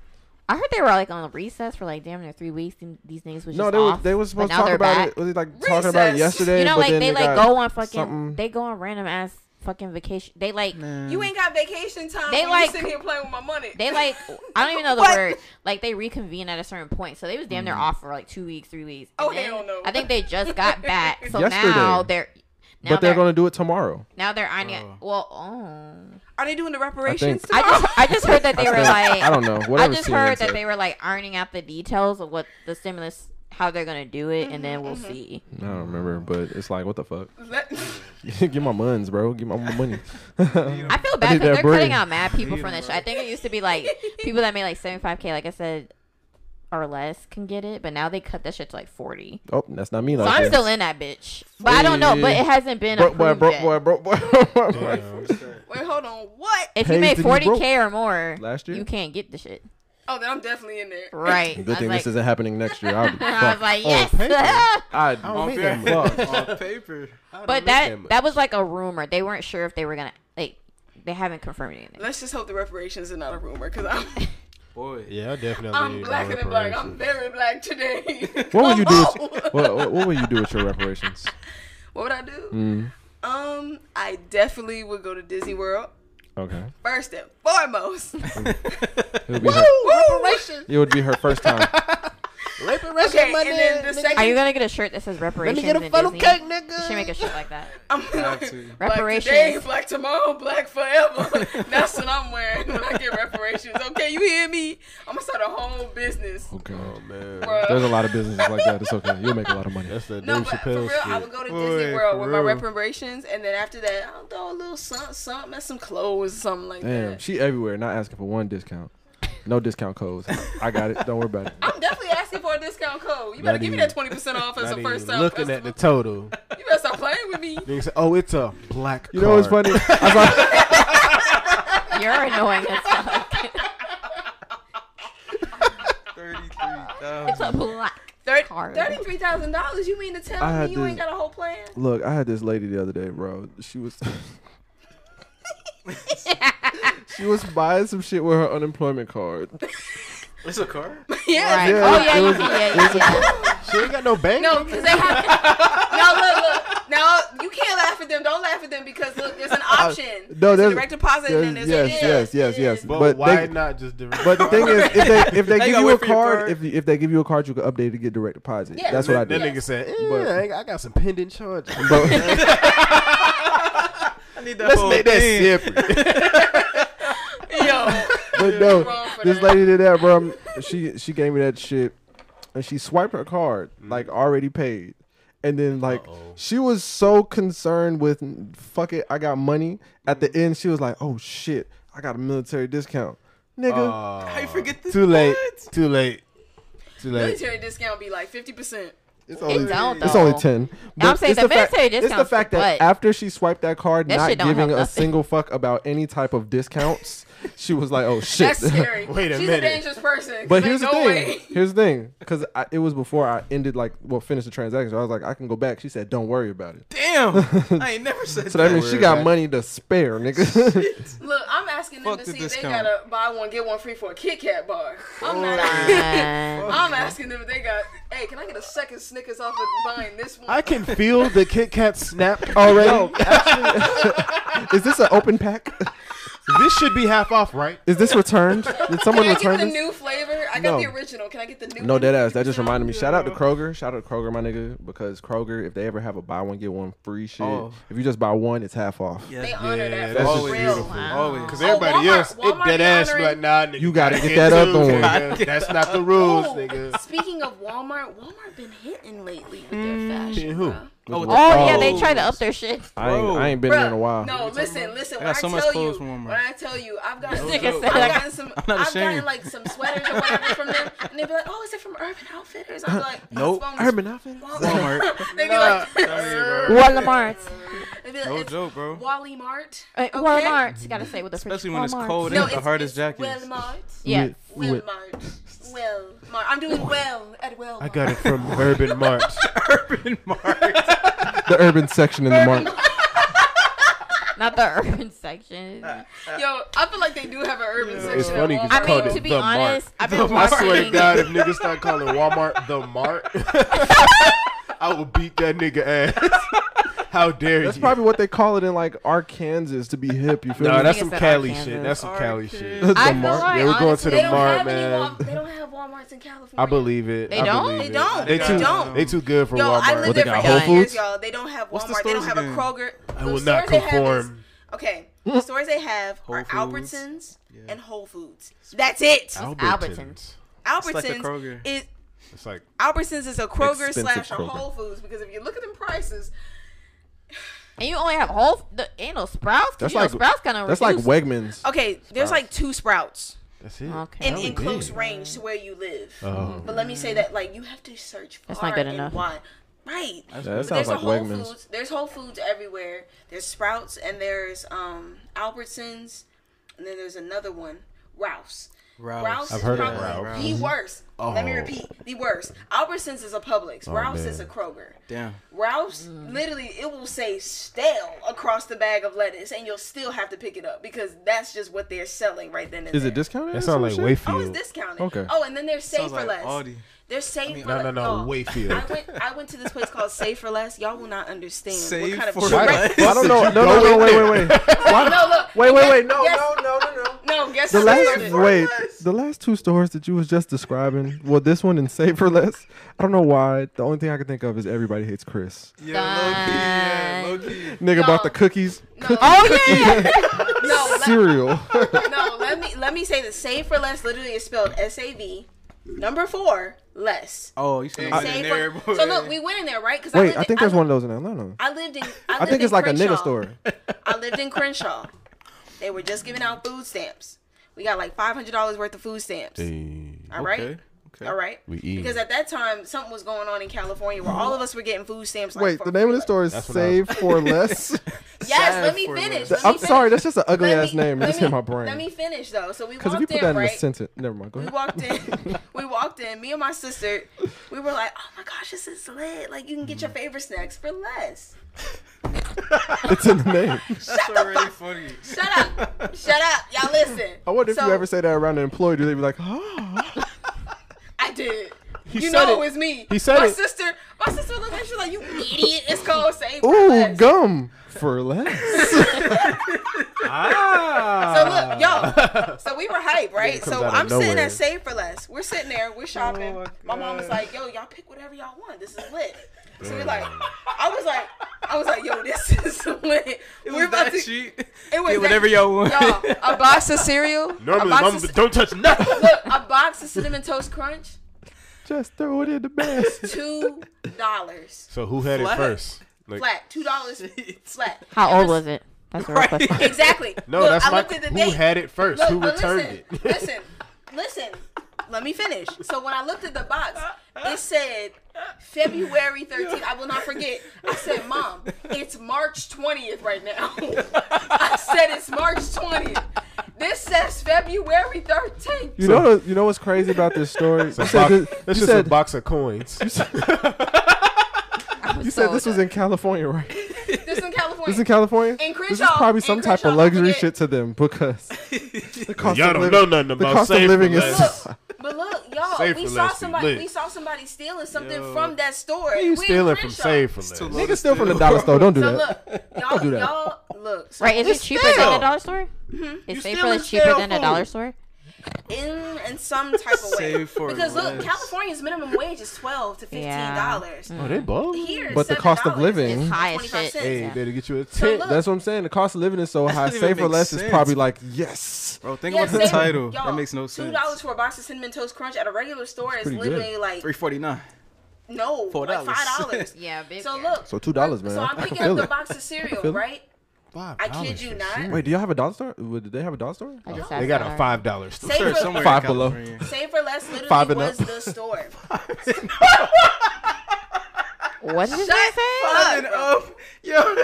Speaker 1: I heard they were like on recess for like damn near three weeks. And these niggas was just
Speaker 5: No, they were,
Speaker 1: off,
Speaker 5: they were supposed
Speaker 1: but now
Speaker 5: to talk
Speaker 1: they're
Speaker 5: about
Speaker 1: back.
Speaker 5: it. Was they like talking about it
Speaker 3: Recess.
Speaker 5: yesterday?
Speaker 1: You know,
Speaker 5: but
Speaker 1: like
Speaker 5: then
Speaker 1: they, like
Speaker 5: got
Speaker 1: go on fucking
Speaker 5: something-
Speaker 1: they go on random ass fucking vacation. They like
Speaker 3: You ain't got vacation time.
Speaker 1: They
Speaker 3: They like
Speaker 1: like-
Speaker 3: you sitting here playing with my money.
Speaker 1: they like I don't even know the
Speaker 3: What?
Speaker 1: word. Like they reconvene at a certain point, so they was
Speaker 5: Mm.
Speaker 1: damn near off for like two weeks, three weeks.
Speaker 3: Oh,
Speaker 1: And then
Speaker 3: hell no.
Speaker 1: I think they just got back, so now
Speaker 5: Yesterday.
Speaker 1: they're now
Speaker 5: but they're gonna do it tomorrow.
Speaker 1: now they're on it. Well, oh.
Speaker 3: Are they doing the
Speaker 5: think-
Speaker 3: reparations?
Speaker 1: I just I just heard that they
Speaker 5: I
Speaker 1: were
Speaker 5: think-
Speaker 1: like
Speaker 5: I don't know.
Speaker 1: I
Speaker 5: Whatever.
Speaker 1: just
Speaker 5: CNN
Speaker 1: heard that
Speaker 5: said.
Speaker 1: they were like ironing out the details of what the stimulus, how they're gonna do it, and
Speaker 3: Mm-hmm,
Speaker 1: then we'll see.
Speaker 5: I don't remember, but it's like what the fuck?
Speaker 3: Let-
Speaker 5: Give my muns, bro. Give my my money.
Speaker 1: I feel
Speaker 5: need
Speaker 1: bad
Speaker 5: that
Speaker 1: because they're
Speaker 5: bread.
Speaker 1: cutting out mad people from this. Show. I think it used to be like people that made like seventy five k, like I said, or less can get it, but now they cut that shit to like forty.
Speaker 5: oh, that's not me.
Speaker 1: So
Speaker 5: like
Speaker 1: I'm
Speaker 5: that.
Speaker 1: still in that bitch, but I don't know. But it hasn't been
Speaker 5: broke boy,
Speaker 1: approved
Speaker 5: broke
Speaker 1: yet.
Speaker 5: boy, broke boy, broke boy.
Speaker 3: Wait, hold on. What?
Speaker 1: If
Speaker 5: Pays
Speaker 1: you made
Speaker 5: to be broke
Speaker 1: forty k or more
Speaker 5: last year?
Speaker 1: you can't get the shit.
Speaker 3: Oh, then I'm definitely in there.
Speaker 1: Right. I
Speaker 5: Good
Speaker 1: was
Speaker 5: thing
Speaker 1: like,
Speaker 5: this isn't happening next year. I'll be
Speaker 1: I was
Speaker 5: fucked.
Speaker 1: like,
Speaker 2: on
Speaker 1: yes.
Speaker 2: paper.
Speaker 5: I'd
Speaker 2: don't
Speaker 5: be
Speaker 2: make that
Speaker 5: fucked.
Speaker 4: on paper.
Speaker 1: but
Speaker 2: that
Speaker 1: that
Speaker 2: much.
Speaker 1: that was like a rumor. They weren't sure if they were gonna like. They haven't confirmed anything.
Speaker 3: Let's just hope the reparations are not a rumor, because I'm
Speaker 4: Boy.
Speaker 2: Yeah, I definitely.
Speaker 3: I'm
Speaker 2: need
Speaker 3: blacker than black. I'm
Speaker 2: reparations.
Speaker 3: very black today.
Speaker 5: What would you do?
Speaker 3: Come
Speaker 5: With,
Speaker 3: on.
Speaker 5: what, what, what would you do with your reparations?
Speaker 3: What would I do?
Speaker 5: Mm.
Speaker 3: Um, I definitely would go to Disney World
Speaker 5: Okay,
Speaker 3: first and foremost.
Speaker 5: it would be her,
Speaker 3: reparations.
Speaker 5: it would be her first time.
Speaker 3: Okay, and then the second.
Speaker 1: Are you gonna get a shirt that says reparations? Let me get a funnel cake, nigga. You should make a shirt like that.
Speaker 3: I'm like,
Speaker 4: to.
Speaker 3: black
Speaker 1: Reparations.
Speaker 3: today, black tomorrow, black forever. That's what I'm wearing when I get reparations. Okay, you hear me? I'm gonna start a whole business.
Speaker 5: Okay,
Speaker 3: Bruh.
Speaker 5: there's a lot of businesses like that. It's okay. You'll make a lot of money.
Speaker 2: That's the
Speaker 3: No,
Speaker 2: Dave
Speaker 3: but for
Speaker 2: Chappelle
Speaker 3: real, I would
Speaker 2: shit.
Speaker 3: go to
Speaker 4: Boy,
Speaker 3: Disney World with my
Speaker 4: for real.
Speaker 3: reparations, and then after that, I'll throw a little something, something, and some clothes, something like
Speaker 5: Damn,
Speaker 3: that.
Speaker 5: she everywhere. Not asking for one discount. No discount codes. I got it. Don't worry about it.
Speaker 3: I'm definitely asking for a discount code. You
Speaker 2: Not
Speaker 3: better give me
Speaker 2: even-
Speaker 3: that twenty percent off as
Speaker 2: Not
Speaker 3: a
Speaker 2: even
Speaker 3: first time
Speaker 2: looking
Speaker 3: customer.
Speaker 2: at the total.
Speaker 3: you better stop playing with me.
Speaker 2: Nigga said, "Oh, it's a black."
Speaker 5: You know what's
Speaker 2: card.
Speaker 5: funny? I saw,
Speaker 1: You're annoying as fuck. It's a black. Hard.
Speaker 3: Thirty-three thousand dollars. You mean to tell
Speaker 5: I had
Speaker 3: me you
Speaker 5: to-
Speaker 3: ain't got a whole plan?
Speaker 5: look, I had this lady the other day, bro. She was she was buying some shit with her unemployment card.
Speaker 4: It's a car.
Speaker 1: Right.
Speaker 5: Yeah,
Speaker 1: oh yeah,
Speaker 5: it
Speaker 1: you
Speaker 5: was-
Speaker 1: yeah, yeah, yeah.
Speaker 2: She ain't got no bank.
Speaker 3: No, because they have. no, look, look. Now you can't laugh at them. Don't laugh at them because look, there's an option.
Speaker 5: Uh, No,
Speaker 3: a
Speaker 5: there's-
Speaker 3: direct deposit. and then
Speaker 5: Yes,
Speaker 3: there's a-
Speaker 5: yes, yes, yes, yes.
Speaker 2: But,
Speaker 5: But
Speaker 2: why
Speaker 5: they,
Speaker 2: not just direct?
Speaker 5: but the thing is, if they
Speaker 4: They
Speaker 5: if they give
Speaker 4: gotta
Speaker 5: you
Speaker 4: wait
Speaker 5: a
Speaker 4: for your
Speaker 5: card,
Speaker 4: card.
Speaker 5: if you, if they give you a card, you can update to get direct deposit.
Speaker 3: Yeah.
Speaker 5: That's what I
Speaker 2: that
Speaker 5: did.
Speaker 2: nigga said, eh,
Speaker 5: But-
Speaker 2: I ain't- I got some pending charges.
Speaker 5: But- Oh,
Speaker 4: I need that
Speaker 2: Let's
Speaker 4: whole
Speaker 2: make that
Speaker 4: thing.
Speaker 2: separate.
Speaker 3: Yo,
Speaker 5: but no,
Speaker 3: wrong for
Speaker 5: this
Speaker 3: that.
Speaker 5: lady did that, bro. She she gave me that shit, and she swiped her card like already paid, and then like she was so concerned with fuck it, I got money. At the end, she was like, oh shit, I got a military discount, nigga.
Speaker 4: I forget this.
Speaker 2: too late.
Speaker 4: part.
Speaker 2: Too late. Too late.
Speaker 3: military discount be like fifty percent.
Speaker 5: it's
Speaker 1: It don't though.
Speaker 5: It's only ten. But
Speaker 1: I'm saying
Speaker 5: it's
Speaker 1: the
Speaker 5: fact,
Speaker 1: military
Speaker 5: It's the
Speaker 1: discounts,
Speaker 5: fact that
Speaker 1: but-
Speaker 5: after she swiped that card,
Speaker 1: That
Speaker 5: not
Speaker 1: shit don't help
Speaker 5: giving a
Speaker 1: nothing.
Speaker 5: single fuck about any type of discounts, she was like, "Oh shit."
Speaker 3: That's scary.
Speaker 2: Wait a
Speaker 3: She's
Speaker 2: minute.
Speaker 3: a dangerous person. 'cause
Speaker 5: But
Speaker 3: ain't
Speaker 5: here's the
Speaker 3: no
Speaker 5: thing.
Speaker 3: Way.
Speaker 5: Here's the thing, because it was before I ended like well finished the transaction. So I was like, I can go back. She said, don't worry about it.
Speaker 4: Damn. I ain't never said
Speaker 5: So that
Speaker 4: that.
Speaker 5: means she got money to spare, nigga.
Speaker 3: Look, I'm asking them
Speaker 4: Fuck the
Speaker 3: to see if they
Speaker 4: discount.
Speaker 3: gotta buy one get one free for a Kit Kat bar.
Speaker 5: Oh,
Speaker 3: I'm not.
Speaker 1: Uh,
Speaker 3: I'm asking them if they got. Hey, can I get a second Snickers off of buying this one?
Speaker 2: I can feel the Kit Kat snap already.
Speaker 5: Already. is this an open pack?
Speaker 2: this should be half off, right?
Speaker 5: Is this returned? Did someone
Speaker 3: Can I get
Speaker 5: return
Speaker 3: the
Speaker 5: this?
Speaker 3: new flavor? I
Speaker 5: No.
Speaker 3: got the original. Can I get the new?
Speaker 5: No
Speaker 3: one?
Speaker 5: dead ass. That just reminded me. Shout out to Kroger. Shout out to Kroger, my nigga, because Kroger, if they ever have a buy one get one free shit,
Speaker 4: Oh.
Speaker 5: if you just buy one, it's half off.
Speaker 3: They honor
Speaker 2: Yeah,
Speaker 3: that.
Speaker 2: that's
Speaker 3: for
Speaker 2: just
Speaker 3: real.
Speaker 2: beautiful.
Speaker 4: Always.
Speaker 2: Because everybody
Speaker 3: Walmart-
Speaker 2: else,
Speaker 3: Walmart
Speaker 2: it dead
Speaker 3: be
Speaker 2: ass be like,
Speaker 3: honoring-
Speaker 2: nah, nigga.
Speaker 5: You gotta get that
Speaker 2: can't
Speaker 5: other
Speaker 2: do,
Speaker 5: one.
Speaker 2: nigga. That's not the rules,
Speaker 3: Ooh.
Speaker 2: nigga.
Speaker 8: Speaking of Walmart, Walmart been hitting lately with
Speaker 4: Mm.
Speaker 8: their fashion.
Speaker 2: Who?
Speaker 8: bruh.
Speaker 4: Oh,
Speaker 1: oh yeah, they try to up their shit.
Speaker 5: I ain't, I ain't been there in a
Speaker 3: Bruh,
Speaker 5: while.
Speaker 3: No, listen, listen. When
Speaker 4: got
Speaker 3: I
Speaker 4: so
Speaker 3: tell
Speaker 4: much clothes
Speaker 3: you,
Speaker 4: from Walmart.
Speaker 3: when I tell you, I've gotten,
Speaker 1: Nigga
Speaker 3: some,
Speaker 1: said
Speaker 3: I've
Speaker 1: I-
Speaker 3: gotten some,
Speaker 4: I'm
Speaker 3: I've
Speaker 4: not ashamed.
Speaker 3: gotten like some sweaters or whatever from them, and they be like, "Oh, is it from Urban Outfitters?" I'm like,
Speaker 4: Nope.
Speaker 3: "It's from
Speaker 5: Urban Outfitters.
Speaker 3: Walmart."
Speaker 4: Walmart.
Speaker 5: Oh.
Speaker 3: they be like,
Speaker 1: Walmart.
Speaker 3: and They'd be like,
Speaker 4: No
Speaker 3: it's
Speaker 4: joke, bro.
Speaker 3: Wally Mart.
Speaker 1: Uh, Walmart. Gotta say with the
Speaker 4: Especially when it's
Speaker 1: Walmart.
Speaker 4: cold.
Speaker 3: No,
Speaker 4: That's the
Speaker 3: it's,
Speaker 4: hardest
Speaker 3: it's
Speaker 4: jacket.
Speaker 3: Walmart.
Speaker 1: Yeah.
Speaker 3: Walmart. Walmart. I'm doing well at Walmart.
Speaker 2: I got it from Urban Mart.
Speaker 4: Urban Mart.
Speaker 5: the urban section in the market.
Speaker 1: Not the urban section.
Speaker 4: Uh,
Speaker 7: Yo, I feel like they do have an urban section.
Speaker 2: It's
Speaker 7: at
Speaker 2: funny 'cause
Speaker 7: Walmart.
Speaker 2: I
Speaker 1: I mean,
Speaker 2: called it
Speaker 1: to be
Speaker 2: the Mart.
Speaker 1: honest, I've been
Speaker 2: I swear to
Speaker 1: watching.
Speaker 2: God, if niggas start calling Walmart the Mart, I will beat that nigga ass. How dare
Speaker 5: That's
Speaker 2: you?
Speaker 5: probably what they call it in like Arkansas to be hip. You feel
Speaker 2: nah,
Speaker 5: me?
Speaker 2: that's
Speaker 1: Niggas
Speaker 2: some
Speaker 1: said
Speaker 2: Cali
Speaker 1: Arkansas.
Speaker 2: shit. That's some Cali shit.
Speaker 5: The
Speaker 1: I feel
Speaker 5: Mart.
Speaker 1: like
Speaker 2: Yeah, we're going to
Speaker 1: honestly,
Speaker 2: the
Speaker 3: They don't
Speaker 2: Mart,
Speaker 3: have any.
Speaker 2: man.
Speaker 3: Wal- they don't have WalMarts in California.
Speaker 2: I believe it.
Speaker 1: They
Speaker 2: I
Speaker 1: don't?
Speaker 2: believe
Speaker 3: They
Speaker 2: it.
Speaker 3: don't.
Speaker 2: They
Speaker 3: They
Speaker 2: too.
Speaker 3: don't.
Speaker 2: They too good for
Speaker 3: Yo,
Speaker 2: Walmart.
Speaker 3: I lived
Speaker 5: What,
Speaker 3: there
Speaker 5: they
Speaker 3: for
Speaker 5: got
Speaker 3: eight
Speaker 5: Whole
Speaker 3: years,
Speaker 5: Foods?
Speaker 3: y'all. They don't have
Speaker 4: What's the
Speaker 3: Walmart. They don't
Speaker 4: stores
Speaker 3: have a
Speaker 4: again?
Speaker 3: Kroger.
Speaker 2: I
Speaker 3: The
Speaker 2: will
Speaker 3: stores
Speaker 2: not
Speaker 3: they have
Speaker 2: conform.
Speaker 3: is- Okay, the stores they have are
Speaker 4: Whole Foods.
Speaker 3: Albertsons and Whole Foods. That's it.
Speaker 1: Albertsons.
Speaker 3: Albertsons
Speaker 4: like a Kroger.
Speaker 3: is
Speaker 2: It's like
Speaker 3: Albertsons is a Kroger
Speaker 5: Expensive
Speaker 3: slash a
Speaker 5: Kroger.
Speaker 3: Whole Foods because if you look at them prices,
Speaker 1: and you only have whole the ain't no sprouts. 'cause
Speaker 5: That's
Speaker 1: you know
Speaker 5: like
Speaker 1: Sprouts kind of
Speaker 5: That's like Wegmans.
Speaker 3: okay, there's like two Sprouts
Speaker 2: that's it.
Speaker 1: Okay.
Speaker 3: in,
Speaker 1: That
Speaker 3: in
Speaker 2: was
Speaker 3: close
Speaker 2: big.
Speaker 3: range to where you live.
Speaker 2: Oh.
Speaker 3: But let me say that like you have to search far
Speaker 1: That's not good
Speaker 3: and
Speaker 1: enough.
Speaker 3: wide. Right.
Speaker 5: Yeah,
Speaker 3: But
Speaker 5: that sounds like
Speaker 3: there's a Whole
Speaker 5: Wegmans.
Speaker 3: Foods. There's Whole Foods everywhere. There's Sprouts and there's um Albertsons, and then there's another one, Ralph's.
Speaker 4: Ralph's.
Speaker 3: Ralph's
Speaker 4: I've
Speaker 3: is
Speaker 2: heard of
Speaker 3: probably
Speaker 2: Ralph's.
Speaker 3: the worst. Let me
Speaker 2: Oh.
Speaker 3: repeat, the worst. Albertsons is a Publix. Ralph's is a
Speaker 2: man.
Speaker 3: Kroger.
Speaker 4: Damn.
Speaker 3: Ralph's
Speaker 4: Mm.
Speaker 3: literally it will say stale across the bag of lettuce, and you'll still have to pick it up because that's just what they're selling right then and
Speaker 5: Is
Speaker 3: there.
Speaker 5: it discounted?
Speaker 2: That
Speaker 5: or
Speaker 2: sounds
Speaker 5: some
Speaker 2: like
Speaker 5: shit?
Speaker 2: Wayfield.
Speaker 3: Oh, it's discounted.
Speaker 5: Okay.
Speaker 3: Oh, and then they're Save
Speaker 4: Sounds
Speaker 3: for
Speaker 4: like
Speaker 3: Less.
Speaker 4: Aldi.
Speaker 3: They're Save for
Speaker 2: No,
Speaker 3: Less.
Speaker 2: no, no,
Speaker 3: Y'all,
Speaker 2: Wayfield.
Speaker 3: I went. I went to this place called Save for Less. Y'all will not understand
Speaker 4: Save
Speaker 3: what kind of
Speaker 4: for
Speaker 5: Why-
Speaker 4: Less.
Speaker 3: trash.
Speaker 5: I don't know. No, no, no, wait, wait, wait.
Speaker 3: No, look.
Speaker 5: Wait, wait, wait. No,
Speaker 3: Yes.
Speaker 5: no, Oh, no, no, no.
Speaker 3: No, guess
Speaker 5: The
Speaker 3: what?
Speaker 5: last wait, the last two stores that you was just describing, well, this one and Save for Less. I don't know why. The only thing I can think of is everybody hates Chris.
Speaker 4: Yeah, low key. Yeah, low key.
Speaker 5: Nigga bought the
Speaker 3: No.
Speaker 5: cookies,
Speaker 3: No,
Speaker 1: Oh yeah.
Speaker 3: no, let-
Speaker 5: cereal.
Speaker 3: no. Let me let me say this. Save for Less literally is spelled S A V. Number four, less.
Speaker 4: Oh, you said
Speaker 5: Uh,
Speaker 3: Save
Speaker 4: in there,
Speaker 3: for-
Speaker 4: boy.
Speaker 3: so look, we went in there, right? Because
Speaker 5: Wait, I think there's one of those in Atlanta.
Speaker 3: I lived in. I,
Speaker 5: I
Speaker 3: lived
Speaker 5: think
Speaker 3: in
Speaker 5: it's like a
Speaker 3: Crenshaw.
Speaker 5: nigga store.
Speaker 3: I lived in Crenshaw. They were just giving out food stamps. We got like five hundred dollars worth of food stamps. All right.
Speaker 4: Okay. Okay.
Speaker 3: All right.
Speaker 2: We eat.
Speaker 3: Because at that time, something was going on in California where all of us were getting food stamps. Like,
Speaker 5: Wait,
Speaker 3: for
Speaker 5: the name of the
Speaker 3: free.
Speaker 5: store is
Speaker 2: That's what I-
Speaker 5: Save for Less.
Speaker 3: Yes, let
Speaker 4: Sad
Speaker 3: me
Speaker 4: for
Speaker 3: finish.
Speaker 4: them.
Speaker 3: Let me
Speaker 5: I'm
Speaker 3: finish.
Speaker 5: sorry, that's just an ugly
Speaker 3: Let
Speaker 5: ass
Speaker 3: me-
Speaker 5: name.
Speaker 3: let
Speaker 5: It's
Speaker 3: me-
Speaker 5: in my
Speaker 3: Let
Speaker 5: brain.
Speaker 3: me finish though. So we
Speaker 5: Because
Speaker 3: walked
Speaker 5: if you put
Speaker 3: in,
Speaker 5: that in a
Speaker 3: right?
Speaker 5: sentence, never mind. Go
Speaker 3: we
Speaker 5: ahead.
Speaker 3: walked in. we walked in. Me and my sister, we were like, "Oh my gosh, this is lit! Like you can get your favorite snacks for less."
Speaker 5: It's in the name.
Speaker 4: That's already funny.
Speaker 3: Shut up! Shut up! Y'all listen.
Speaker 5: I wonder if
Speaker 3: So,
Speaker 5: you ever say that around an employee, do they be like, oh?
Speaker 3: I did.
Speaker 2: He
Speaker 3: you
Speaker 2: said it.
Speaker 3: know it. was me.
Speaker 2: He said
Speaker 3: my
Speaker 2: it.
Speaker 3: sister, my sister looked at me. She's like, "You idiot! It's called save for
Speaker 5: Ooh,
Speaker 3: less."
Speaker 5: gum for less.
Speaker 2: Ah.
Speaker 3: So look, yo. So we were hype, right?
Speaker 2: comes
Speaker 3: So
Speaker 2: out of
Speaker 3: I'm sitting
Speaker 2: nowhere. Oh
Speaker 3: at Save for Less. We're sitting there, we're shopping. my mom was like, "Yo, y'all pick whatever y'all want. This is lit." So we're like, I was like, I was like, "Yo, this is lit." we're
Speaker 4: That cheap.
Speaker 3: It was
Speaker 4: Get whatever
Speaker 3: that-
Speaker 4: y'all want.
Speaker 3: Y'all, a box of cereal.
Speaker 2: Normally,
Speaker 3: a box
Speaker 2: mama,
Speaker 3: of, ce-
Speaker 2: don't touch nothing.
Speaker 3: look, a box of cinnamon toast crunch,
Speaker 5: Just throw it in the best.
Speaker 3: two dollars
Speaker 2: So who had
Speaker 4: Flat.
Speaker 2: it first? Like,
Speaker 3: flat. Two dollars flat.
Speaker 1: How old was it? That's the real
Speaker 4: Right.
Speaker 1: question.
Speaker 3: Exactly.
Speaker 2: No,
Speaker 3: Look,
Speaker 2: that's
Speaker 3: I
Speaker 2: my.
Speaker 3: looked at the
Speaker 2: who
Speaker 3: date.
Speaker 2: had it first?
Speaker 3: Look,
Speaker 2: who
Speaker 3: but
Speaker 2: returned
Speaker 3: listen,
Speaker 2: it?
Speaker 3: listen, listen. Let me finish. So when I looked at the box, it said February 13th. I will not forget. I said, Mom, it's March 20th right now. I said it's March 20th. This says February 13th.
Speaker 5: You know, you know what's crazy about this story? You
Speaker 2: It's box,
Speaker 5: said, this,
Speaker 2: that's just
Speaker 5: you said,
Speaker 2: a box of coins.
Speaker 5: you said this was in California, right?
Speaker 3: This in California.
Speaker 5: This in California?
Speaker 3: In
Speaker 5: This is
Speaker 3: Crenshaw,
Speaker 5: probably
Speaker 3: in
Speaker 5: some type
Speaker 3: Crenshaw,
Speaker 5: of luxury
Speaker 3: forget.
Speaker 5: shit to them because the cost
Speaker 2: Y'all
Speaker 5: of
Speaker 2: don't
Speaker 5: living,
Speaker 2: know nothing
Speaker 5: the
Speaker 2: about
Speaker 5: cost of
Speaker 2: Save
Speaker 5: living
Speaker 2: for
Speaker 5: is.
Speaker 2: Less.
Speaker 3: but look, y'all,
Speaker 2: Save
Speaker 3: we
Speaker 2: for
Speaker 3: saw
Speaker 2: less, we
Speaker 3: somebody
Speaker 2: lit.
Speaker 3: we saw somebody stealing something
Speaker 4: Yo.
Speaker 3: from that store.
Speaker 2: You
Speaker 3: We in
Speaker 2: stealing from
Speaker 3: Crenshaw.
Speaker 2: Save for
Speaker 4: too
Speaker 2: Less?
Speaker 4: low.
Speaker 5: Niggas steal from the dollar store. Don't do
Speaker 3: So
Speaker 5: that.
Speaker 3: look, y'all,
Speaker 5: do that.
Speaker 3: y'all look. So
Speaker 1: Right? Is it
Speaker 2: It's
Speaker 1: cheaper than
Speaker 2: stale.
Speaker 1: a dollar store?
Speaker 4: Mm-hmm.
Speaker 1: Is Save for
Speaker 2: stealing
Speaker 1: Less cheaper
Speaker 2: stale
Speaker 1: than a
Speaker 2: food.
Speaker 1: dollar store?
Speaker 3: in in some type of way.
Speaker 4: Save for
Speaker 3: because look,
Speaker 4: less.
Speaker 3: California's minimum wage is twelve to fifteen dollars.
Speaker 2: Oh, they ball.
Speaker 3: Here,
Speaker 5: But the
Speaker 3: $7
Speaker 5: cost of living-
Speaker 3: is
Speaker 5: It's
Speaker 1: Mm. high as
Speaker 3: 25
Speaker 1: shit.
Speaker 3: cents.
Speaker 2: Hey,
Speaker 1: Yeah.
Speaker 2: better get you a tip.
Speaker 3: look,
Speaker 5: That's what I'm saying. The cost of living is so high.
Speaker 4: doesn't
Speaker 5: Save
Speaker 4: even
Speaker 5: for
Speaker 4: make
Speaker 5: less is
Speaker 4: sense.
Speaker 5: probably like yes.
Speaker 4: Bro, think
Speaker 3: Yeah,
Speaker 4: about the
Speaker 3: save-
Speaker 4: title.
Speaker 3: y'all,
Speaker 4: that makes no sense.
Speaker 3: Two dollars for a box of cinnamon toast crunch at a regular store is
Speaker 5: pretty good.
Speaker 3: literally like
Speaker 4: Three forty nine.
Speaker 3: no,
Speaker 4: Four
Speaker 3: like
Speaker 4: dollars.
Speaker 3: five dollars.
Speaker 1: Yeah, big.
Speaker 3: So look,
Speaker 5: So two dollars, man.
Speaker 3: So I'm
Speaker 5: I
Speaker 3: picking
Speaker 5: can
Speaker 3: up
Speaker 5: feel
Speaker 3: the
Speaker 5: it.
Speaker 3: box of
Speaker 5: feel
Speaker 3: cereal,
Speaker 5: it.
Speaker 3: right?
Speaker 2: Five
Speaker 3: I
Speaker 2: dollars
Speaker 3: kid you
Speaker 2: for
Speaker 3: not.
Speaker 2: cereal.
Speaker 5: Wait, do y'all have a dollar store? Wait, Did they have a dollar store?
Speaker 1: I just
Speaker 2: They
Speaker 1: asked
Speaker 2: got
Speaker 1: that.
Speaker 2: a five dollar store.
Speaker 3: Save
Speaker 4: Sure,
Speaker 3: for,
Speaker 4: somewhere
Speaker 5: Five
Speaker 4: in
Speaker 5: below.
Speaker 4: California.
Speaker 3: Save for less literally
Speaker 5: Five and
Speaker 3: was
Speaker 5: up.
Speaker 3: the store.
Speaker 1: What did he
Speaker 3: Shut
Speaker 1: say?
Speaker 3: fuck.
Speaker 4: up, yo.
Speaker 1: What did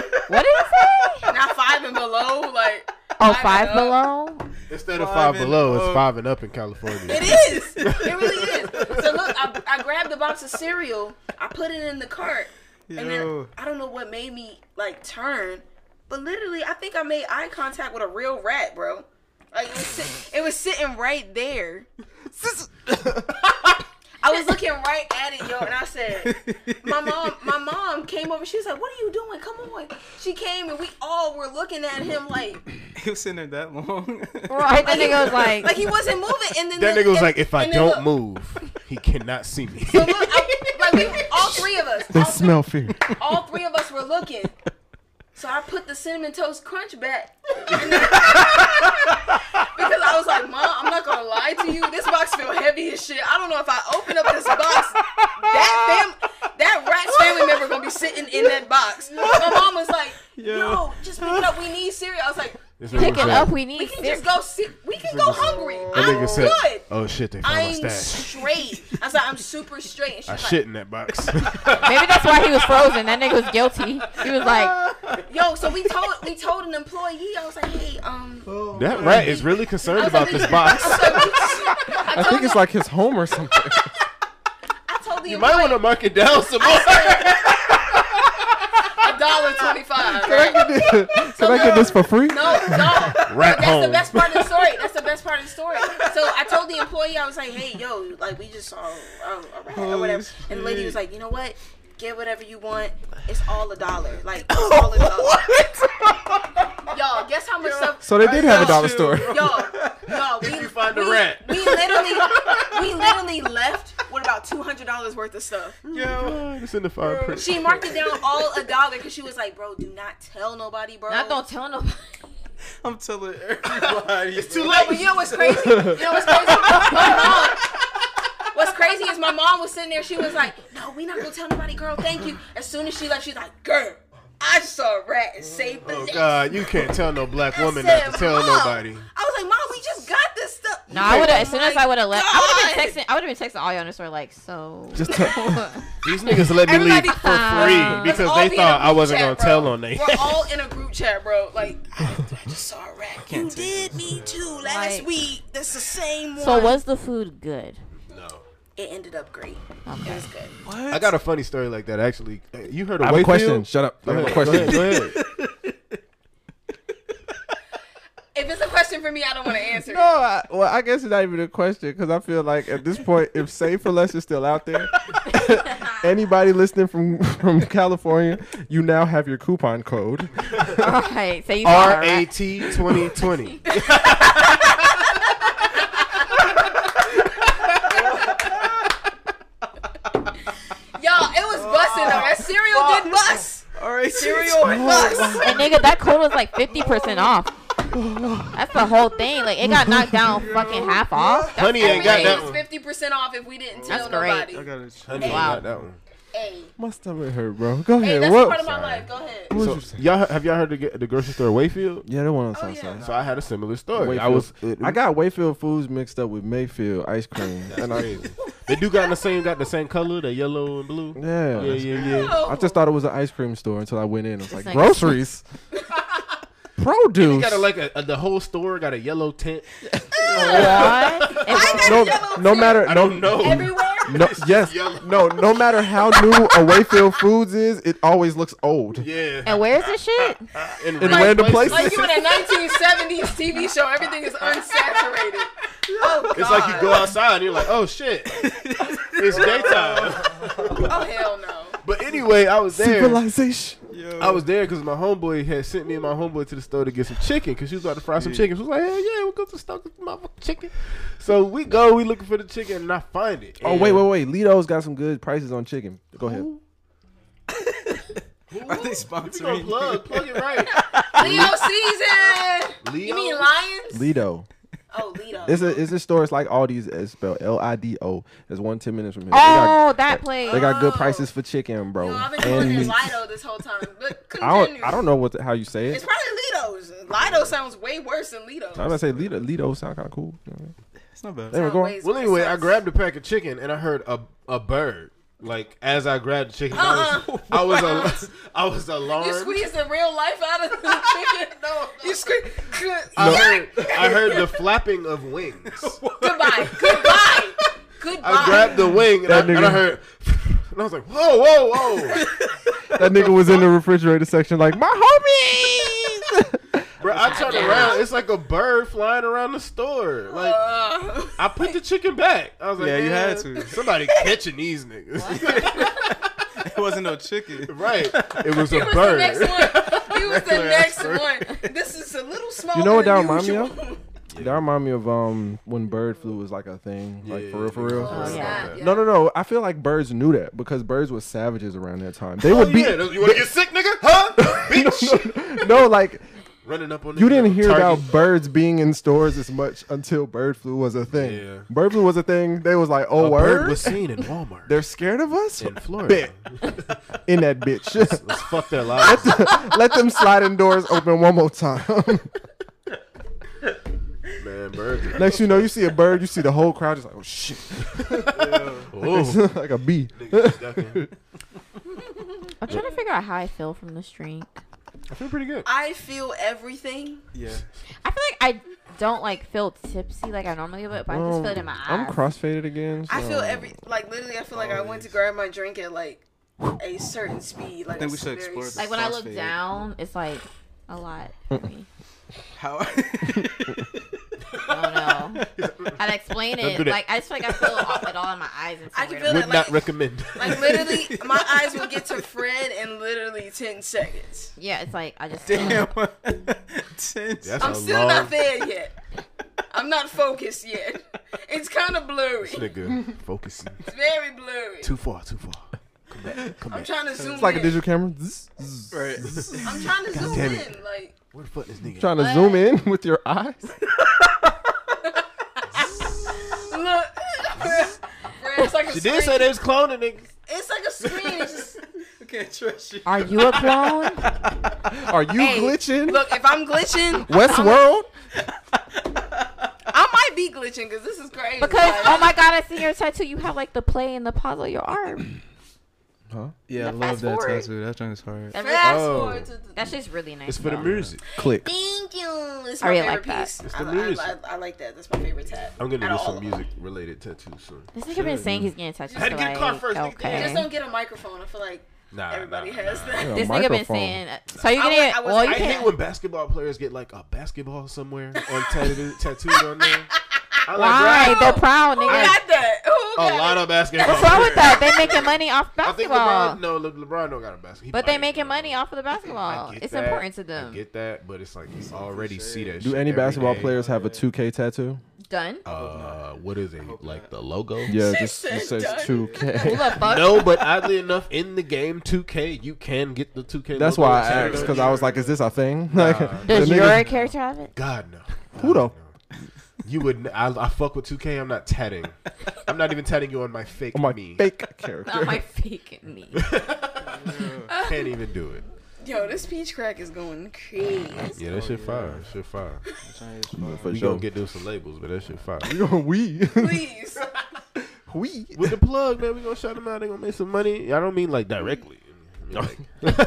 Speaker 1: he say?
Speaker 7: Not five and below, like
Speaker 1: Oh,
Speaker 7: Five
Speaker 1: five
Speaker 7: and
Speaker 1: below.
Speaker 2: Instead of
Speaker 4: Five
Speaker 2: five
Speaker 4: and
Speaker 2: below,
Speaker 4: up.
Speaker 2: it's five and up in California.
Speaker 3: It is. It really is. So look, I, I grabbed a box of cereal. I put it in the cart, and then
Speaker 4: Yo.
Speaker 3: I don't know what made me like turn, but literally, I think I made eye contact with a real rat, bro. Like it was, sit- it was sitting right there. I was looking right at it, yo, and I said, "My mom, my mom came over. She was like, "What are you doing? Come on!" She came, and we all were looking at him like,
Speaker 4: he was sitting there that long.
Speaker 1: Right, that nigga was like,
Speaker 3: like he wasn't moving. And then
Speaker 2: That
Speaker 3: the-
Speaker 2: nigga was
Speaker 3: and-
Speaker 2: like, if I
Speaker 3: and then
Speaker 2: don't
Speaker 3: look-
Speaker 2: move, he cannot see me.
Speaker 3: So look, I, like we, all three of us, all,
Speaker 5: smell fear.
Speaker 3: all three of us were looking. So I put the cinnamon toast crunch back because I was like, Mom, I'm not gonna lie to you. This box feel heavy as shit. I don't know if I open up this box, that fam, that rat's family member gonna be sitting in that box. My mom was like, Yo, just pick it up. We need cereal. I was like,
Speaker 2: This nigga
Speaker 1: pick
Speaker 2: said-
Speaker 1: it up. We
Speaker 3: We
Speaker 1: need.
Speaker 3: can
Speaker 1: cereal."
Speaker 3: just go. See, we can go hungry.
Speaker 2: That
Speaker 3: I'm
Speaker 2: nigga said,
Speaker 3: good.
Speaker 2: oh shit, they found my
Speaker 3: I'm
Speaker 2: stash.
Speaker 3: straight. I was like, I'm super straight. And she's
Speaker 2: I
Speaker 3: like,
Speaker 2: shit in that box.
Speaker 1: Maybe that's why he was frozen. That nigga was guilty. He was like,
Speaker 3: Yo, so we told we told an employee. I was like, hey, um, I
Speaker 2: that rat is really concerned
Speaker 3: was
Speaker 2: about
Speaker 3: like,
Speaker 2: this box.
Speaker 3: I, was like, I
Speaker 5: I
Speaker 3: told
Speaker 5: think
Speaker 3: the,
Speaker 5: it's like his home or something.
Speaker 3: I told the
Speaker 2: You might want to
Speaker 3: employee
Speaker 2: mark it down some more.
Speaker 3: a dollar twenty five.
Speaker 5: Can I get this, can I get this for free?
Speaker 3: No, dog.
Speaker 2: Rat
Speaker 3: That's the
Speaker 2: home.
Speaker 3: best part of the story. That's the best part of the story. So I told the employee, I was like, hey, yo, like we just saw um, a rat or whatever, and the lady was like, you know what? Get whatever you want. It's all a dollar. Like it's all a dollar. Y'all, guess how much stuff.
Speaker 5: So they did have a dollar
Speaker 4: Shoot.
Speaker 5: store.
Speaker 3: Yo, yo, we,
Speaker 2: find a
Speaker 3: we,
Speaker 2: rat.
Speaker 3: we literally, we literally left with about two hundred dollars worth of stuff.
Speaker 2: God, it's in the fine print.
Speaker 3: She marked it down all a dollar because she was like, "Bro, do not tell nobody, bro."
Speaker 1: not gonna tell nobody.
Speaker 4: I'm telling everybody. it's too
Speaker 3: But you know what's crazy? You know what's crazy? My mom. What's crazy is my mom was sitting there. She was like, "No, we not gonna tell nobody, girl. Thank you." As soon as she left, she's like, "Girl, I just saw a rat and saved the
Speaker 2: Oh
Speaker 3: day."
Speaker 2: God, you can't tell no black
Speaker 3: I
Speaker 2: woman
Speaker 3: said,
Speaker 2: not to tell
Speaker 3: "Mom."
Speaker 2: nobody.
Speaker 3: I was like, "Mom, we just got this stuff."
Speaker 1: No, I would have. As
Speaker 3: Oh
Speaker 1: soon
Speaker 3: my
Speaker 1: as I would have left, I would
Speaker 3: God.
Speaker 1: have been texting. I would have been texting all y'all in the store like, so.
Speaker 5: Just tell-
Speaker 2: These niggas let me leave
Speaker 3: Everybody-
Speaker 2: for free because
Speaker 3: All
Speaker 2: they
Speaker 3: be in a
Speaker 2: thought I
Speaker 3: group
Speaker 2: wasn't
Speaker 3: chat,
Speaker 2: gonna
Speaker 3: bro.
Speaker 2: tell on they.
Speaker 3: We're all in a group chat, bro. Like, I, I just saw a rat. You did me too last
Speaker 1: Like-
Speaker 3: week. That's the same one.
Speaker 1: So was the food good?
Speaker 3: It ended up great. It was good.
Speaker 2: I got a funny story like that actually. Uh, You heard of
Speaker 5: I have a
Speaker 2: Wakefield?
Speaker 5: question. Shut up. I
Speaker 2: Go
Speaker 5: have a
Speaker 2: ahead, go
Speaker 5: question.
Speaker 2: ahead, go ahead.
Speaker 3: If it's a question for me, I don't want to answer.
Speaker 5: No,
Speaker 3: it.
Speaker 5: I, well, I guess it's not even a question because I feel like at this point, if Save for Less is still out there, anybody listening from from California, you now have your coupon code.
Speaker 1: All right. So you saw
Speaker 2: R
Speaker 1: a
Speaker 2: A
Speaker 1: rat.
Speaker 2: T 2020.
Speaker 3: Y'all, it was busting though. That cereal did bust.
Speaker 4: All right,
Speaker 3: Cereal bust.
Speaker 1: And nigga, that code was like fifty percent off. That's the whole thing. Like it got knocked down fucking half off. That's
Speaker 2: Honey ain't got
Speaker 1: great.
Speaker 2: that
Speaker 3: Everything was
Speaker 2: one.
Speaker 3: fifty percent off if we didn't tell
Speaker 1: That's great.
Speaker 3: nobody.
Speaker 4: I got a ch-
Speaker 2: Honey ain't
Speaker 1: Wow.
Speaker 2: got that one.
Speaker 3: Hey,
Speaker 5: My stomach hurt, bro. Go
Speaker 3: hey,
Speaker 5: ahead.
Speaker 3: that's
Speaker 5: what?
Speaker 3: part of my life. Go ahead.
Speaker 5: what was
Speaker 2: So,
Speaker 5: you saying?
Speaker 2: y'all have y'all heard the, the grocery store Wayfield?
Speaker 5: yeah, the one on
Speaker 3: Oh, yeah.
Speaker 5: Southside.
Speaker 2: So I had a similar story.
Speaker 5: Wayfield-
Speaker 2: I was
Speaker 5: I got Wayfield Foods mixed up with Mayfield ice cream, and I
Speaker 2: crazy. They do got the same got the same color, the yellow and blue.
Speaker 5: yeah,
Speaker 2: Yeah, yeah, yeah.
Speaker 3: Oh.
Speaker 5: I just thought it was an ice cream store until I went in. I was like,
Speaker 1: like-
Speaker 5: groceries,
Speaker 2: You
Speaker 5: produce.
Speaker 2: got a, like a, a- the whole store got a yellow tint.
Speaker 1: What? It's-
Speaker 3: got
Speaker 5: no,
Speaker 3: a yellow
Speaker 5: no
Speaker 3: too.
Speaker 5: matter
Speaker 2: I
Speaker 5: no
Speaker 2: don't know.
Speaker 3: Everywhere.
Speaker 5: no yes
Speaker 2: yellow.
Speaker 5: no no matter how new a Wayfield Foods is, it always looks old.
Speaker 2: Yeah.
Speaker 1: and where's this shit?
Speaker 2: In,
Speaker 5: random places.
Speaker 3: Like you in a 1970s TV show, everything is unsaturated. Oh god.
Speaker 2: It's like you go outside and you're like, oh shit, it's daytime.
Speaker 3: Oh hell no.
Speaker 2: But anyway, I was there.
Speaker 5: Civilization.
Speaker 4: Yo.
Speaker 2: I was there because my homeboy had sent me and my homeboy to the store to get some chicken because she was about to fry some chicken. She was like, hell yeah, we'll go to the store get some motherfucking chicken. So we go, we looking for the chicken and I find it.
Speaker 5: Oh
Speaker 2: And-
Speaker 5: wait, wait, wait. Lido's got some good prices on chicken. Go ahead.
Speaker 4: Are they
Speaker 2: You gonna
Speaker 4: sponsoring?
Speaker 2: plug, plug it right.
Speaker 3: Leo season.
Speaker 2: Leo?
Speaker 3: You mean lions?
Speaker 5: Lido.
Speaker 3: Oh, Leo.
Speaker 5: It's a it's a store. It's like Aldi's. It's spelled L I D O. It's one ten minutes from here. They got-
Speaker 1: Oh, that place.
Speaker 5: They got good
Speaker 3: Oh.
Speaker 5: prices for chicken, bro.
Speaker 3: Yo, I've been
Speaker 5: And
Speaker 3: calling it
Speaker 5: meat.
Speaker 3: Lido this whole time, but
Speaker 5: I
Speaker 3: continue.
Speaker 5: don't I don't know what the, how you say
Speaker 3: It's
Speaker 5: it.
Speaker 3: probably Lido's. Lido sounds way worse than Lido.
Speaker 5: I'm gonna say Lido. Lido sound kind of cool. You know what I mean?
Speaker 4: It's not bad.
Speaker 5: They were going.
Speaker 2: Well, anyway, I grabbed a pack of chicken and I heard a a bird. Like as I grabbed the chicken, I was I was, al- I was alarmed.
Speaker 7: You squeeze the real life out of the chicken. no, you squeeze.
Speaker 2: I, heard, I heard the flapping of wings.
Speaker 7: Goodbye. Goodbye. Goodbye.
Speaker 2: I grabbed the wing and, I,
Speaker 5: That
Speaker 2: and I
Speaker 5: nigga-
Speaker 2: heard, and I was like, whoa, whoa, whoa.
Speaker 5: That nigga was in the refrigerator section like, my homies.
Speaker 2: Bro, I turned around. It's like a bird flying around the store. Like
Speaker 7: Uh,
Speaker 2: I put the chicken back. I was like,
Speaker 4: Yeah, you
Speaker 2: "Man,
Speaker 4: had to."
Speaker 2: Somebody catching these niggas.
Speaker 4: It wasn't no chicken.
Speaker 2: right. It was a
Speaker 7: he was the
Speaker 2: bird.
Speaker 7: next one. He was the next
Speaker 2: bird.
Speaker 7: one. This is a little smaller.
Speaker 5: You know what that
Speaker 7: than
Speaker 5: remind me
Speaker 7: usual.
Speaker 5: of? That remind me of um when bird flu was like a thing, like for real, for real.
Speaker 1: Oh, yeah.
Speaker 5: No, no, no. I feel like birds knew that because birds were savages around that time. They would
Speaker 2: Oh,
Speaker 5: be
Speaker 2: yeah, You want to get sick, nigga? Huh? Bitch.
Speaker 5: no, like
Speaker 2: Running up on
Speaker 5: you
Speaker 2: the-
Speaker 5: didn't hear
Speaker 2: Target.
Speaker 5: about birds being in stores as much until bird flu was a thing.
Speaker 2: Yeah.
Speaker 5: Bird flu was a thing. They was like,
Speaker 2: A
Speaker 5: oh,
Speaker 2: bird
Speaker 5: word,
Speaker 2: was seen in Walmart
Speaker 5: they're scared of us.
Speaker 2: in Florida.
Speaker 5: in that bitch.
Speaker 2: Let's fuck their lives. up.
Speaker 5: Let them sliding doors open one more time.
Speaker 2: Man, birds. are-
Speaker 5: Next, you know, you see a bird, you see the whole crowd just like, oh shit,
Speaker 2: Oh,
Speaker 5: like a bee.
Speaker 2: niggas ducking.
Speaker 1: I'm trying to figure out how I feel from this drink.
Speaker 2: I feel pretty good.
Speaker 3: I feel everything.
Speaker 4: Yeah.
Speaker 1: I feel like I don't like feel tipsy like I normally would, but I just feel it in my eyes.
Speaker 5: I'm crossfaded again.
Speaker 3: I feel
Speaker 5: so-
Speaker 3: every like literally. I feel like I went to grab my drink at like a certain speed. Like
Speaker 4: think
Speaker 3: a
Speaker 4: we should
Speaker 3: very
Speaker 4: explore
Speaker 3: s-
Speaker 4: this.
Speaker 1: like when I look
Speaker 4: Crossfade.
Speaker 1: down, it's like a lot for me.
Speaker 4: How?
Speaker 1: I don't know. I'd explain
Speaker 2: do
Speaker 1: it.
Speaker 2: that.
Speaker 1: Like I just feel like I feel all, it all in my eyes. And
Speaker 3: I
Speaker 1: somewhere.
Speaker 3: can feel it.
Speaker 2: Would not
Speaker 3: like-
Speaker 2: recommend.
Speaker 3: Like literally, my eyes will get to Fred in literally ten seconds.
Speaker 1: Yeah, it's like I just.
Speaker 4: Damn.
Speaker 1: Feel
Speaker 4: Tense.
Speaker 2: That's
Speaker 3: I'm
Speaker 2: a
Speaker 3: still
Speaker 2: long
Speaker 3: not there yet. I'm not focused yet. It's kind of blurry. It's
Speaker 2: nigga. Focusing
Speaker 3: very blurry.
Speaker 2: too far, too far. Come back, come
Speaker 3: I'm
Speaker 2: back.
Speaker 3: trying to zoom
Speaker 5: It's like a
Speaker 3: in.
Speaker 5: digital camera. Zzz, zzz.
Speaker 4: Right.
Speaker 3: I'm trying to zoom
Speaker 2: damn
Speaker 3: in.
Speaker 2: it.
Speaker 3: Like
Speaker 2: Where the fuck this nigga?
Speaker 5: Trying to zoom in with your eyes.
Speaker 3: look. Fred, it's like a
Speaker 2: She
Speaker 3: screen.
Speaker 2: did say they was cloning niggas.
Speaker 3: it's like a screen. It's just,
Speaker 4: I can't trust you.
Speaker 1: Are you a clone?
Speaker 5: Are you
Speaker 3: Hey,
Speaker 5: glitching?
Speaker 3: look, if I'm glitching,
Speaker 5: Westworld.
Speaker 3: I might be glitching because this is crazy.
Speaker 1: Because
Speaker 3: Like,
Speaker 1: oh my god, I see your tattoo. You have like the play and the pause on your arm.
Speaker 4: Yeah, I
Speaker 1: Now fast
Speaker 4: love that
Speaker 1: forward.
Speaker 4: tattoo. That joint is hard.
Speaker 1: That, really,
Speaker 3: fast
Speaker 2: Oh.
Speaker 3: forward to the.
Speaker 1: that shit's really nice.
Speaker 2: It's for the
Speaker 1: though.
Speaker 2: music.
Speaker 5: Click.
Speaker 3: Thank you. It's
Speaker 1: I
Speaker 3: my
Speaker 1: really
Speaker 3: favorite
Speaker 1: like that.
Speaker 3: piece.
Speaker 2: It's
Speaker 3: I,
Speaker 2: the
Speaker 3: I-
Speaker 2: music.
Speaker 3: I, I like that. That's my favorite tab.
Speaker 2: I'm gonna
Speaker 3: Out of
Speaker 2: do
Speaker 3: all
Speaker 2: some
Speaker 3: of them.
Speaker 2: music related tattoos soon.
Speaker 1: This nigga been saying he's getting tattoos.
Speaker 2: Had to
Speaker 1: for,
Speaker 2: get a car
Speaker 1: like,
Speaker 2: first, nigga.
Speaker 1: Okay.
Speaker 3: Just don't get a microphone. I feel like
Speaker 2: Nah,
Speaker 3: everybody
Speaker 2: nah,
Speaker 3: has
Speaker 2: nah.
Speaker 3: that.
Speaker 5: Yeah,
Speaker 1: This nigga been
Speaker 5: microphone.
Speaker 1: saying. So you
Speaker 3: I
Speaker 1: gonna
Speaker 3: was- I
Speaker 1: get
Speaker 3: was-
Speaker 1: well? You
Speaker 2: I hate
Speaker 1: can't.
Speaker 2: when basketball players get like a basketball somewhere on tattoo tattooed on there. I like,
Speaker 1: Why?
Speaker 2: bruh,
Speaker 1: They're proud,
Speaker 3: Who
Speaker 1: nigga.
Speaker 3: got that? Who got
Speaker 2: a lot
Speaker 3: it?
Speaker 2: of basketball.
Speaker 1: What's wrong with
Speaker 2: players.
Speaker 1: that? They making money off
Speaker 2: I think
Speaker 1: basketball.
Speaker 2: LeBron. No, Le- LeBron don't got a basketball. He
Speaker 1: But they
Speaker 2: might,
Speaker 1: making
Speaker 2: though.
Speaker 1: money off of the basketball.
Speaker 2: uh, I get
Speaker 1: It's
Speaker 2: that.
Speaker 1: important to
Speaker 2: I
Speaker 1: them.
Speaker 2: get that, but it's like you already see that.
Speaker 5: Do
Speaker 2: shit
Speaker 5: any
Speaker 2: every
Speaker 5: basketball
Speaker 2: day.
Speaker 5: players have a 2K tattoo?
Speaker 1: Done.
Speaker 2: Uh, what is it? Like the logo?
Speaker 5: Yeah, just it says
Speaker 3: done.
Speaker 5: 2K.
Speaker 1: Who the fuck?
Speaker 2: No, but oddly enough, in the game 2K, you can get the 2K.
Speaker 5: That's
Speaker 2: logo
Speaker 5: why I
Speaker 2: tattooed
Speaker 5: asked
Speaker 2: on
Speaker 5: because
Speaker 2: you.
Speaker 5: I was like, "Is this a thing?" Like, the
Speaker 1: Does your
Speaker 5: niggas-
Speaker 1: character have it?
Speaker 2: God no.
Speaker 5: Who the-
Speaker 2: God, no. You would. n- I, I fuck with 2K. I'm not tatting. I'm not even tatting you on my fake
Speaker 5: oh, my
Speaker 2: me.
Speaker 5: fake character.
Speaker 1: Not my fake me.
Speaker 2: Can't even do it.
Speaker 3: Yo, this peach crack is going crazy.
Speaker 2: Oh, Yeah, that shit fire. Shit fire.
Speaker 5: For
Speaker 2: You
Speaker 5: sure.
Speaker 2: gonna get them some labels, but that shit fire.
Speaker 5: we
Speaker 3: Please.
Speaker 5: we
Speaker 2: With the plug, man, we gonna shout them out. They gonna make some money. I don't mean like directly. I mean, like,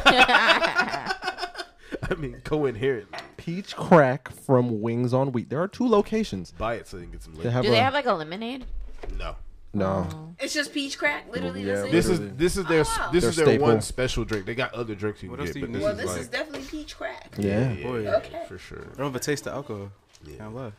Speaker 2: I mean coherently.
Speaker 5: peach crack from Wings on Wheat. There are two locations.
Speaker 2: Buy it so they can get some
Speaker 5: They
Speaker 2: labels.
Speaker 4: Oh,
Speaker 5: have
Speaker 1: Do
Speaker 5: a,
Speaker 1: they have like a lemonade?
Speaker 2: No.
Speaker 5: no.
Speaker 3: it's just peach crack. Literally,
Speaker 5: Yeah,
Speaker 3: that's it.
Speaker 2: This is
Speaker 5: Really?
Speaker 2: this is their
Speaker 3: Oh, wow.
Speaker 2: this
Speaker 5: Their
Speaker 2: is their
Speaker 5: staple.
Speaker 2: one special drink. They got other drinks you can
Speaker 4: What
Speaker 2: get,
Speaker 4: else do you
Speaker 2: but
Speaker 4: need?
Speaker 2: this
Speaker 3: well,
Speaker 2: is
Speaker 3: this
Speaker 2: like
Speaker 3: is definitely peach crack.
Speaker 5: Yeah.
Speaker 2: yeah,
Speaker 4: Boy.
Speaker 3: Okay.
Speaker 2: for sure.
Speaker 4: I don't have a taste of alcohol.
Speaker 2: Yeah.
Speaker 4: I love.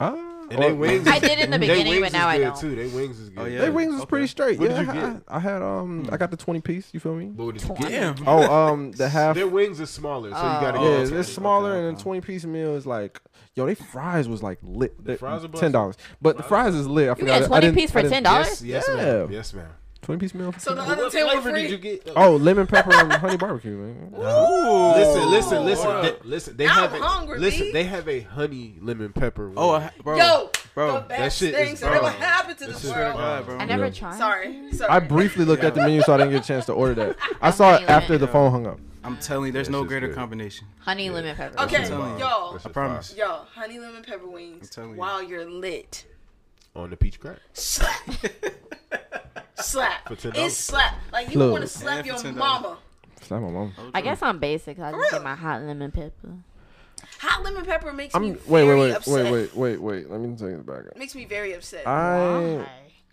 Speaker 5: Ah,
Speaker 2: And they
Speaker 5: oh,
Speaker 2: wings.
Speaker 1: I did in the
Speaker 2: they
Speaker 1: beginning, but
Speaker 2: wings
Speaker 1: now
Speaker 2: is
Speaker 1: I
Speaker 2: good
Speaker 1: don't.
Speaker 2: Too. They wings is good.
Speaker 4: Oh, yeah.
Speaker 5: They wings was
Speaker 4: Okay.
Speaker 5: pretty straight.
Speaker 2: What
Speaker 5: yeah,
Speaker 2: did you
Speaker 5: I-
Speaker 2: get?
Speaker 5: I, I had um I got the twenty piece. You feel me?
Speaker 2: But what did you get?
Speaker 4: Damn.
Speaker 5: Oh um the half.
Speaker 2: Their wings are smaller, so you gotta
Speaker 1: Oh.
Speaker 5: Yeah,
Speaker 2: get.
Speaker 5: it's,
Speaker 2: the twenty.
Speaker 5: smaller
Speaker 4: okay,
Speaker 5: and a
Speaker 4: okay.
Speaker 5: twenty piece meal is like yo. They fries was like lit. The
Speaker 2: fries are
Speaker 5: ten dollars, but the fries is lit. I
Speaker 1: You
Speaker 5: forgot.
Speaker 1: get
Speaker 5: I
Speaker 1: a twenty
Speaker 5: didn't-
Speaker 1: piece
Speaker 5: I
Speaker 1: for
Speaker 5: didn't-
Speaker 1: ten dollars?
Speaker 2: Yes, yes,
Speaker 5: Yeah.
Speaker 2: ma'am. Yes, ma'am.
Speaker 5: Twenty piece meal. For
Speaker 3: So the
Speaker 5: $10?
Speaker 3: other ten were free.
Speaker 2: get?
Speaker 5: oh, lemon pepper and honey barbecue, man.
Speaker 1: Oh.
Speaker 2: Listen, listen, listen, they, listen. They
Speaker 3: I'm
Speaker 2: have a,
Speaker 3: hungry,
Speaker 2: listen.
Speaker 3: B.
Speaker 2: They have a honey lemon pepper.
Speaker 4: Oh,
Speaker 2: one.
Speaker 4: I, bro.
Speaker 3: Yo,
Speaker 4: Bro,
Speaker 3: the
Speaker 4: that
Speaker 3: best
Speaker 2: shit is
Speaker 3: things that
Speaker 2: bomb.
Speaker 3: ever happened to
Speaker 2: That
Speaker 3: this
Speaker 2: shit is
Speaker 3: world.
Speaker 2: bomb.
Speaker 4: God, bro.
Speaker 1: I never
Speaker 5: Yeah.
Speaker 1: tried.
Speaker 3: Sorry, sorry.
Speaker 5: I briefly looked at the menu, so I didn't get a chance to order that. I saw it
Speaker 1: Honey
Speaker 5: after the
Speaker 4: lemon.
Speaker 5: phone hung up.
Speaker 4: I'm telling you, there's
Speaker 2: That
Speaker 4: no
Speaker 2: shit's
Speaker 4: greater
Speaker 2: good.
Speaker 4: combination.
Speaker 1: Honey lemon pepper.
Speaker 3: Okay,
Speaker 4: telling you.
Speaker 3: y'all,
Speaker 2: That shit
Speaker 4: promise.
Speaker 2: fire.
Speaker 3: y'all, honey lemon pepper wings
Speaker 4: telling you.
Speaker 3: while you're lit.
Speaker 2: On the peach crack.
Speaker 3: Slap, slap.
Speaker 2: For $10.
Speaker 3: It's slap. Like you
Speaker 5: Look.
Speaker 3: want to slap
Speaker 4: Yeah, for
Speaker 3: your
Speaker 4: $10.
Speaker 3: mama.
Speaker 5: It's not my mom.
Speaker 1: I guess I'm basic. I just
Speaker 3: real?
Speaker 1: get my hot lemon pepper.
Speaker 3: Hot lemon pepper makes me
Speaker 5: I'm
Speaker 3: very
Speaker 5: wait, wait, wait,
Speaker 3: upset.
Speaker 5: wait, wait, wait, wait. Let me take this back up.
Speaker 3: Makes me very upset.
Speaker 5: I,
Speaker 1: Why?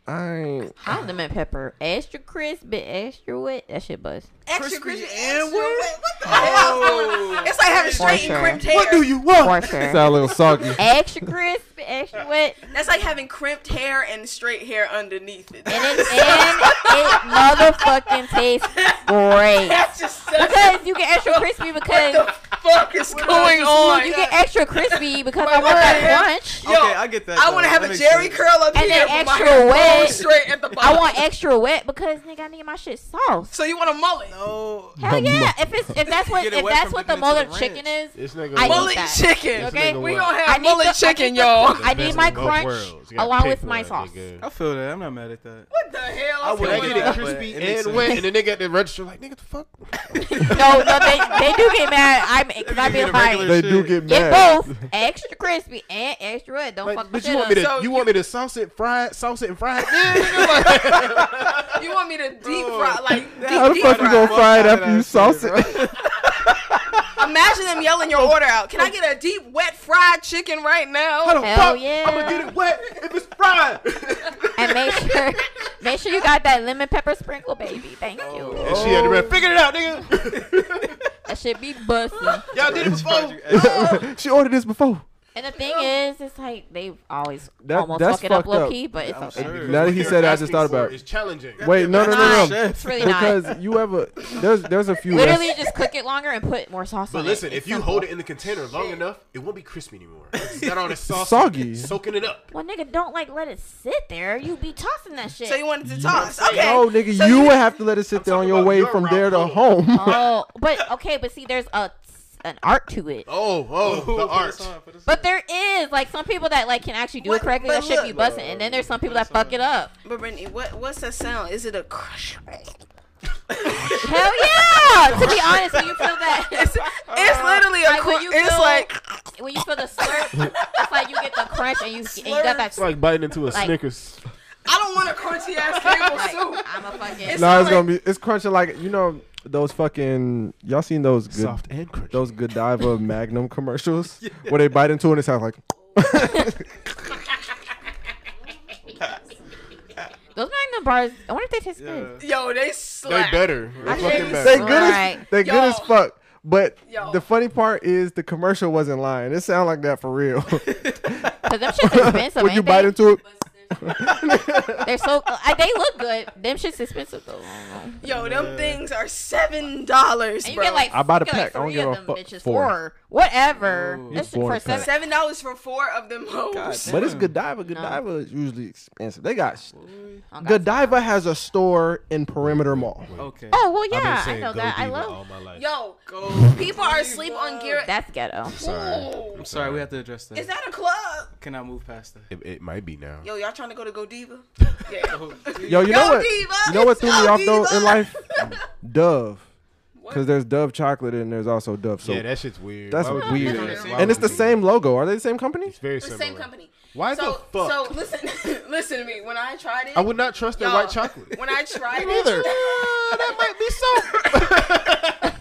Speaker 5: I,
Speaker 1: Hot lemon pepper, extra crisp, but extra wet. That shit bust.
Speaker 3: extra
Speaker 4: crispy
Speaker 3: crispy
Speaker 4: and wet?
Speaker 3: extra wet. What the
Speaker 5: Oh.
Speaker 3: hell? It's like having
Speaker 1: For
Speaker 3: straight
Speaker 1: sure.
Speaker 3: and crimped hair. What
Speaker 2: do you want?
Speaker 1: For
Speaker 5: sound
Speaker 1: sure.
Speaker 5: a little soggy.
Speaker 1: extra crisp, extra wet.
Speaker 3: That's like having crimped hair and straight hair underneath it.
Speaker 1: And it, and it motherfucking tastes great.
Speaker 3: That's just such
Speaker 1: Because you get extra crispy because
Speaker 3: fuck is going on.
Speaker 1: you get extra crispy because I want that crunch.
Speaker 3: Yo,
Speaker 4: okay, I get that.
Speaker 3: I want to have a Jerry curl up
Speaker 1: And
Speaker 3: here,
Speaker 1: then
Speaker 3: but my
Speaker 1: extra
Speaker 3: hair falls
Speaker 1: wet.
Speaker 3: straight at the bottom.
Speaker 1: I want extra wet because nigga, I need my shit sauce.
Speaker 3: So you want a mullet?
Speaker 4: Oh,
Speaker 1: Hell yeah! If it's if that's what
Speaker 4: Get
Speaker 1: if
Speaker 4: away
Speaker 1: that's
Speaker 4: from
Speaker 1: what the
Speaker 4: dipping into
Speaker 1: mullet
Speaker 4: the
Speaker 1: chicken is,
Speaker 2: This nigga.
Speaker 1: I
Speaker 2: want
Speaker 1: eat
Speaker 3: Mullet
Speaker 1: that.
Speaker 3: chicken.
Speaker 2: This
Speaker 1: okay?
Speaker 2: nigga
Speaker 3: We
Speaker 2: want
Speaker 3: gonna
Speaker 1: I
Speaker 3: have
Speaker 1: need
Speaker 3: mullet
Speaker 1: the- I
Speaker 3: chicken,
Speaker 1: need the-
Speaker 3: y'all.
Speaker 2: the
Speaker 1: I need
Speaker 2: best
Speaker 1: my
Speaker 2: of both
Speaker 1: crunch
Speaker 2: worlds. You gotta
Speaker 1: along
Speaker 2: pay
Speaker 1: with
Speaker 2: for
Speaker 1: my
Speaker 2: it,
Speaker 1: sauce.
Speaker 2: nigga.
Speaker 4: I feel that. I'm not mad at that.
Speaker 3: What the hell?
Speaker 4: I
Speaker 3: is
Speaker 4: would
Speaker 2: When I
Speaker 3: going
Speaker 2: get
Speaker 4: it
Speaker 2: it
Speaker 3: on?
Speaker 4: but
Speaker 2: crispy
Speaker 4: it makes
Speaker 2: and
Speaker 4: sense.
Speaker 2: wet, and the nigga at the register like, nigga, the fuck?
Speaker 1: No, no, they they do get mad. I'm because I be
Speaker 4: get a
Speaker 1: like,
Speaker 4: regular
Speaker 5: They do
Speaker 4: Shit.
Speaker 5: get
Speaker 1: get
Speaker 5: mad.
Speaker 1: both extra crispy and extra wet. Don't fuck
Speaker 2: Like,
Speaker 1: my
Speaker 2: but
Speaker 1: shit
Speaker 2: you want me to
Speaker 1: up.
Speaker 3: So
Speaker 2: you want me to sauce it, fry it, sauce it and fry it? Yeah, nigga, like,
Speaker 3: You want me to deep fry like deep,
Speaker 5: How the
Speaker 3: deep
Speaker 5: fuck you
Speaker 3: fry?
Speaker 5: gonna fry it after
Speaker 4: that
Speaker 5: you
Speaker 4: shit,
Speaker 5: sauce
Speaker 4: bro.
Speaker 5: it?
Speaker 3: Imagine them yelling your order out. Can I get a deep wet fried chicken right
Speaker 2: how
Speaker 3: now?
Speaker 2: the
Speaker 1: Hell
Speaker 2: fuck?
Speaker 1: yeah.
Speaker 2: I'm gonna get it wet if it's fried.
Speaker 1: And make sure make sure you got that lemon pepper sprinkle, baby. Thank you.
Speaker 2: And she had the red. Figured it out, nigga.
Speaker 1: That should be busting.
Speaker 2: Y'all did it before.
Speaker 5: she ordered this before.
Speaker 1: And the thing is, it's like they always
Speaker 5: That-
Speaker 1: almost
Speaker 5: that's
Speaker 1: fuck it up
Speaker 5: fucked
Speaker 1: low
Speaker 5: up.
Speaker 1: key, but it's okay.
Speaker 4: sure.
Speaker 5: Now that he
Speaker 2: What
Speaker 5: said, it,
Speaker 2: you're
Speaker 5: I just thought
Speaker 2: asking for
Speaker 5: about.
Speaker 2: is
Speaker 5: it.
Speaker 2: challenging.
Speaker 5: Wait, no, no, no,
Speaker 1: Not.
Speaker 5: no.
Speaker 1: It's really not.
Speaker 5: Because you ever there's there's a few.
Speaker 1: Literally, just cook it longer and put more sauce
Speaker 2: But
Speaker 1: on
Speaker 2: listen,
Speaker 1: it.
Speaker 2: if you hold it in the container long enough, it won't be crispy anymore. It's got all the sauce
Speaker 5: Soggy.
Speaker 2: soaking it up.
Speaker 1: Well, nigga, don't like let it sit there. You be tossing that shit.
Speaker 3: So you wanted to toss? Okay.
Speaker 5: No, nigga,
Speaker 3: So
Speaker 5: you would have to let it sit there on
Speaker 2: talking
Speaker 5: your
Speaker 2: about
Speaker 5: way
Speaker 2: your
Speaker 5: from
Speaker 2: route
Speaker 5: there to
Speaker 2: home.
Speaker 5: home.
Speaker 1: oh, but okay, but see, there's a an art to it.
Speaker 2: Oh, oh, the art.
Speaker 1: But there is like some people that like can actually do
Speaker 3: What-
Speaker 1: it correctly.
Speaker 3: but
Speaker 1: That shit be
Speaker 3: look-
Speaker 1: busting, and then there's some people that fuck it up.
Speaker 3: But Brittany, what what's that sound? Is it a crush?
Speaker 1: Hell yeah! to be honest, when you feel that,
Speaker 3: It's, it's literally a
Speaker 1: Like, when
Speaker 3: crush.
Speaker 1: you
Speaker 3: It's
Speaker 1: feel-
Speaker 3: like
Speaker 1: when you feel the slurp, it's like you get the crunch and you, and you got that.
Speaker 2: like biting into a
Speaker 1: Like-
Speaker 2: Snickers.
Speaker 3: I don't want a crunchy ass table
Speaker 1: Like,
Speaker 3: soup.
Speaker 1: I'm a fucking.
Speaker 3: It's-
Speaker 5: No, it's
Speaker 3: like-
Speaker 5: gonna be it's crunching like you know those fucking y'all seen those good
Speaker 2: Soft and crunchy.
Speaker 5: those Godiva Magnum commercials where they bite into it and it sounds like
Speaker 1: Those Magnum bars. I wonder if they taste good.
Speaker 3: Yo, they
Speaker 2: they
Speaker 3: slap.
Speaker 2: better. They
Speaker 1: I
Speaker 2: fucking
Speaker 1: think-
Speaker 5: they
Speaker 2: better.
Speaker 5: good
Speaker 1: Right.
Speaker 5: as they good as
Speaker 3: Yo.
Speaker 5: fuck. But
Speaker 3: Yo.
Speaker 5: the funny part is the commercial wasn't lying. It sounded like that for real.
Speaker 1: Cause them shits expensive.
Speaker 5: when you
Speaker 1: ain't
Speaker 5: bite
Speaker 1: they?
Speaker 5: into it,
Speaker 1: They're so. Uh, they look good. Them shit's expensive though. I don't know.
Speaker 3: Yo, them things are seven dollars,
Speaker 1: And you
Speaker 3: bro.
Speaker 1: get like
Speaker 5: I bought
Speaker 1: you
Speaker 5: a
Speaker 1: get,
Speaker 5: pack. I don't
Speaker 1: Like three
Speaker 5: give
Speaker 1: of
Speaker 5: a
Speaker 1: them
Speaker 5: fuck.
Speaker 1: bitches.
Speaker 5: Four.
Speaker 1: Four. Whatever.
Speaker 4: Ooh.
Speaker 1: That shit
Speaker 5: Four
Speaker 1: for
Speaker 5: pack.
Speaker 1: seven.
Speaker 3: seven dollars for four of them hoes.
Speaker 5: but it's Godiva. Godiva is usually expensive. They got
Speaker 1: Oh, God.
Speaker 5: Godiva has a store in Perimeter Mall.
Speaker 4: Okay.
Speaker 1: Oh well,
Speaker 2: I've been
Speaker 1: yeah. I
Speaker 2: saying
Speaker 1: know
Speaker 2: go
Speaker 1: that. I
Speaker 2: diva
Speaker 1: love.
Speaker 2: all my life.
Speaker 3: Yo,
Speaker 4: Go.
Speaker 3: people are asleep on gear.
Speaker 1: Oh, That's ghetto.
Speaker 2: Sorry.
Speaker 3: Ooh.
Speaker 4: I'm sorry, we have to address that.
Speaker 3: Is that a club?
Speaker 4: Cannot move past that.
Speaker 2: It, it might be now.
Speaker 3: Yo, y'all trying to go to Godiva? Yeah.
Speaker 5: Yo,
Speaker 3: Yo,
Speaker 5: you know what?
Speaker 3: Diva,
Speaker 5: You know what
Speaker 3: it's
Speaker 5: threw
Speaker 3: yo,
Speaker 5: me off though
Speaker 3: Diva.
Speaker 5: in life? Dove.
Speaker 3: What?
Speaker 5: Because there's Dove chocolate and there's also Dove soap.
Speaker 2: yeah, that shit's weird.
Speaker 5: that's
Speaker 2: Why would you
Speaker 5: weird.
Speaker 2: do that? Why
Speaker 5: and it's the
Speaker 2: would you do that?
Speaker 5: same logo. Are they the same company?
Speaker 2: It's very
Speaker 3: It's
Speaker 2: similar.
Speaker 3: the same company.
Speaker 2: Why the
Speaker 3: so,
Speaker 2: fuck?
Speaker 3: So listen, listen to me. When I tried it,
Speaker 2: I would not trust that
Speaker 3: Y'all,
Speaker 2: white chocolate.
Speaker 3: When I tried
Speaker 2: Me neither.
Speaker 3: it,
Speaker 2: that might be so.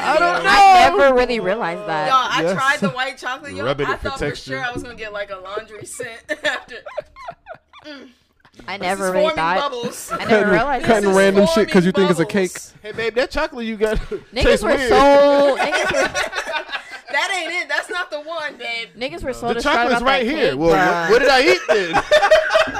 Speaker 3: I don't
Speaker 1: I never really realized
Speaker 3: Y'all,
Speaker 1: that.
Speaker 3: I
Speaker 5: Yes.
Speaker 3: tried the white chocolate. Y'all,
Speaker 2: Rubbing
Speaker 3: I
Speaker 2: it for
Speaker 3: thought
Speaker 2: texture.
Speaker 3: for sure I was gonna get like a laundry scent after.
Speaker 1: I
Speaker 3: This
Speaker 1: never
Speaker 3: is
Speaker 1: really
Speaker 3: forming
Speaker 1: thought.
Speaker 3: bubbles.
Speaker 1: I never realized that.
Speaker 5: cutting
Speaker 3: This is
Speaker 5: random shit because you think
Speaker 3: forming
Speaker 5: it's a cake.
Speaker 3: bubbles.
Speaker 2: hey, babe, that chocolate you got tastes
Speaker 1: Niggas were
Speaker 2: weird.
Speaker 1: so niggas were,
Speaker 3: That ain't it. That's not the one, babe.
Speaker 1: niggas were so
Speaker 2: the
Speaker 1: distraught
Speaker 2: chocolate's
Speaker 1: about
Speaker 2: right
Speaker 1: that
Speaker 2: here.
Speaker 1: cake,
Speaker 2: Well,
Speaker 1: bruh.
Speaker 2: what, what did I eat then?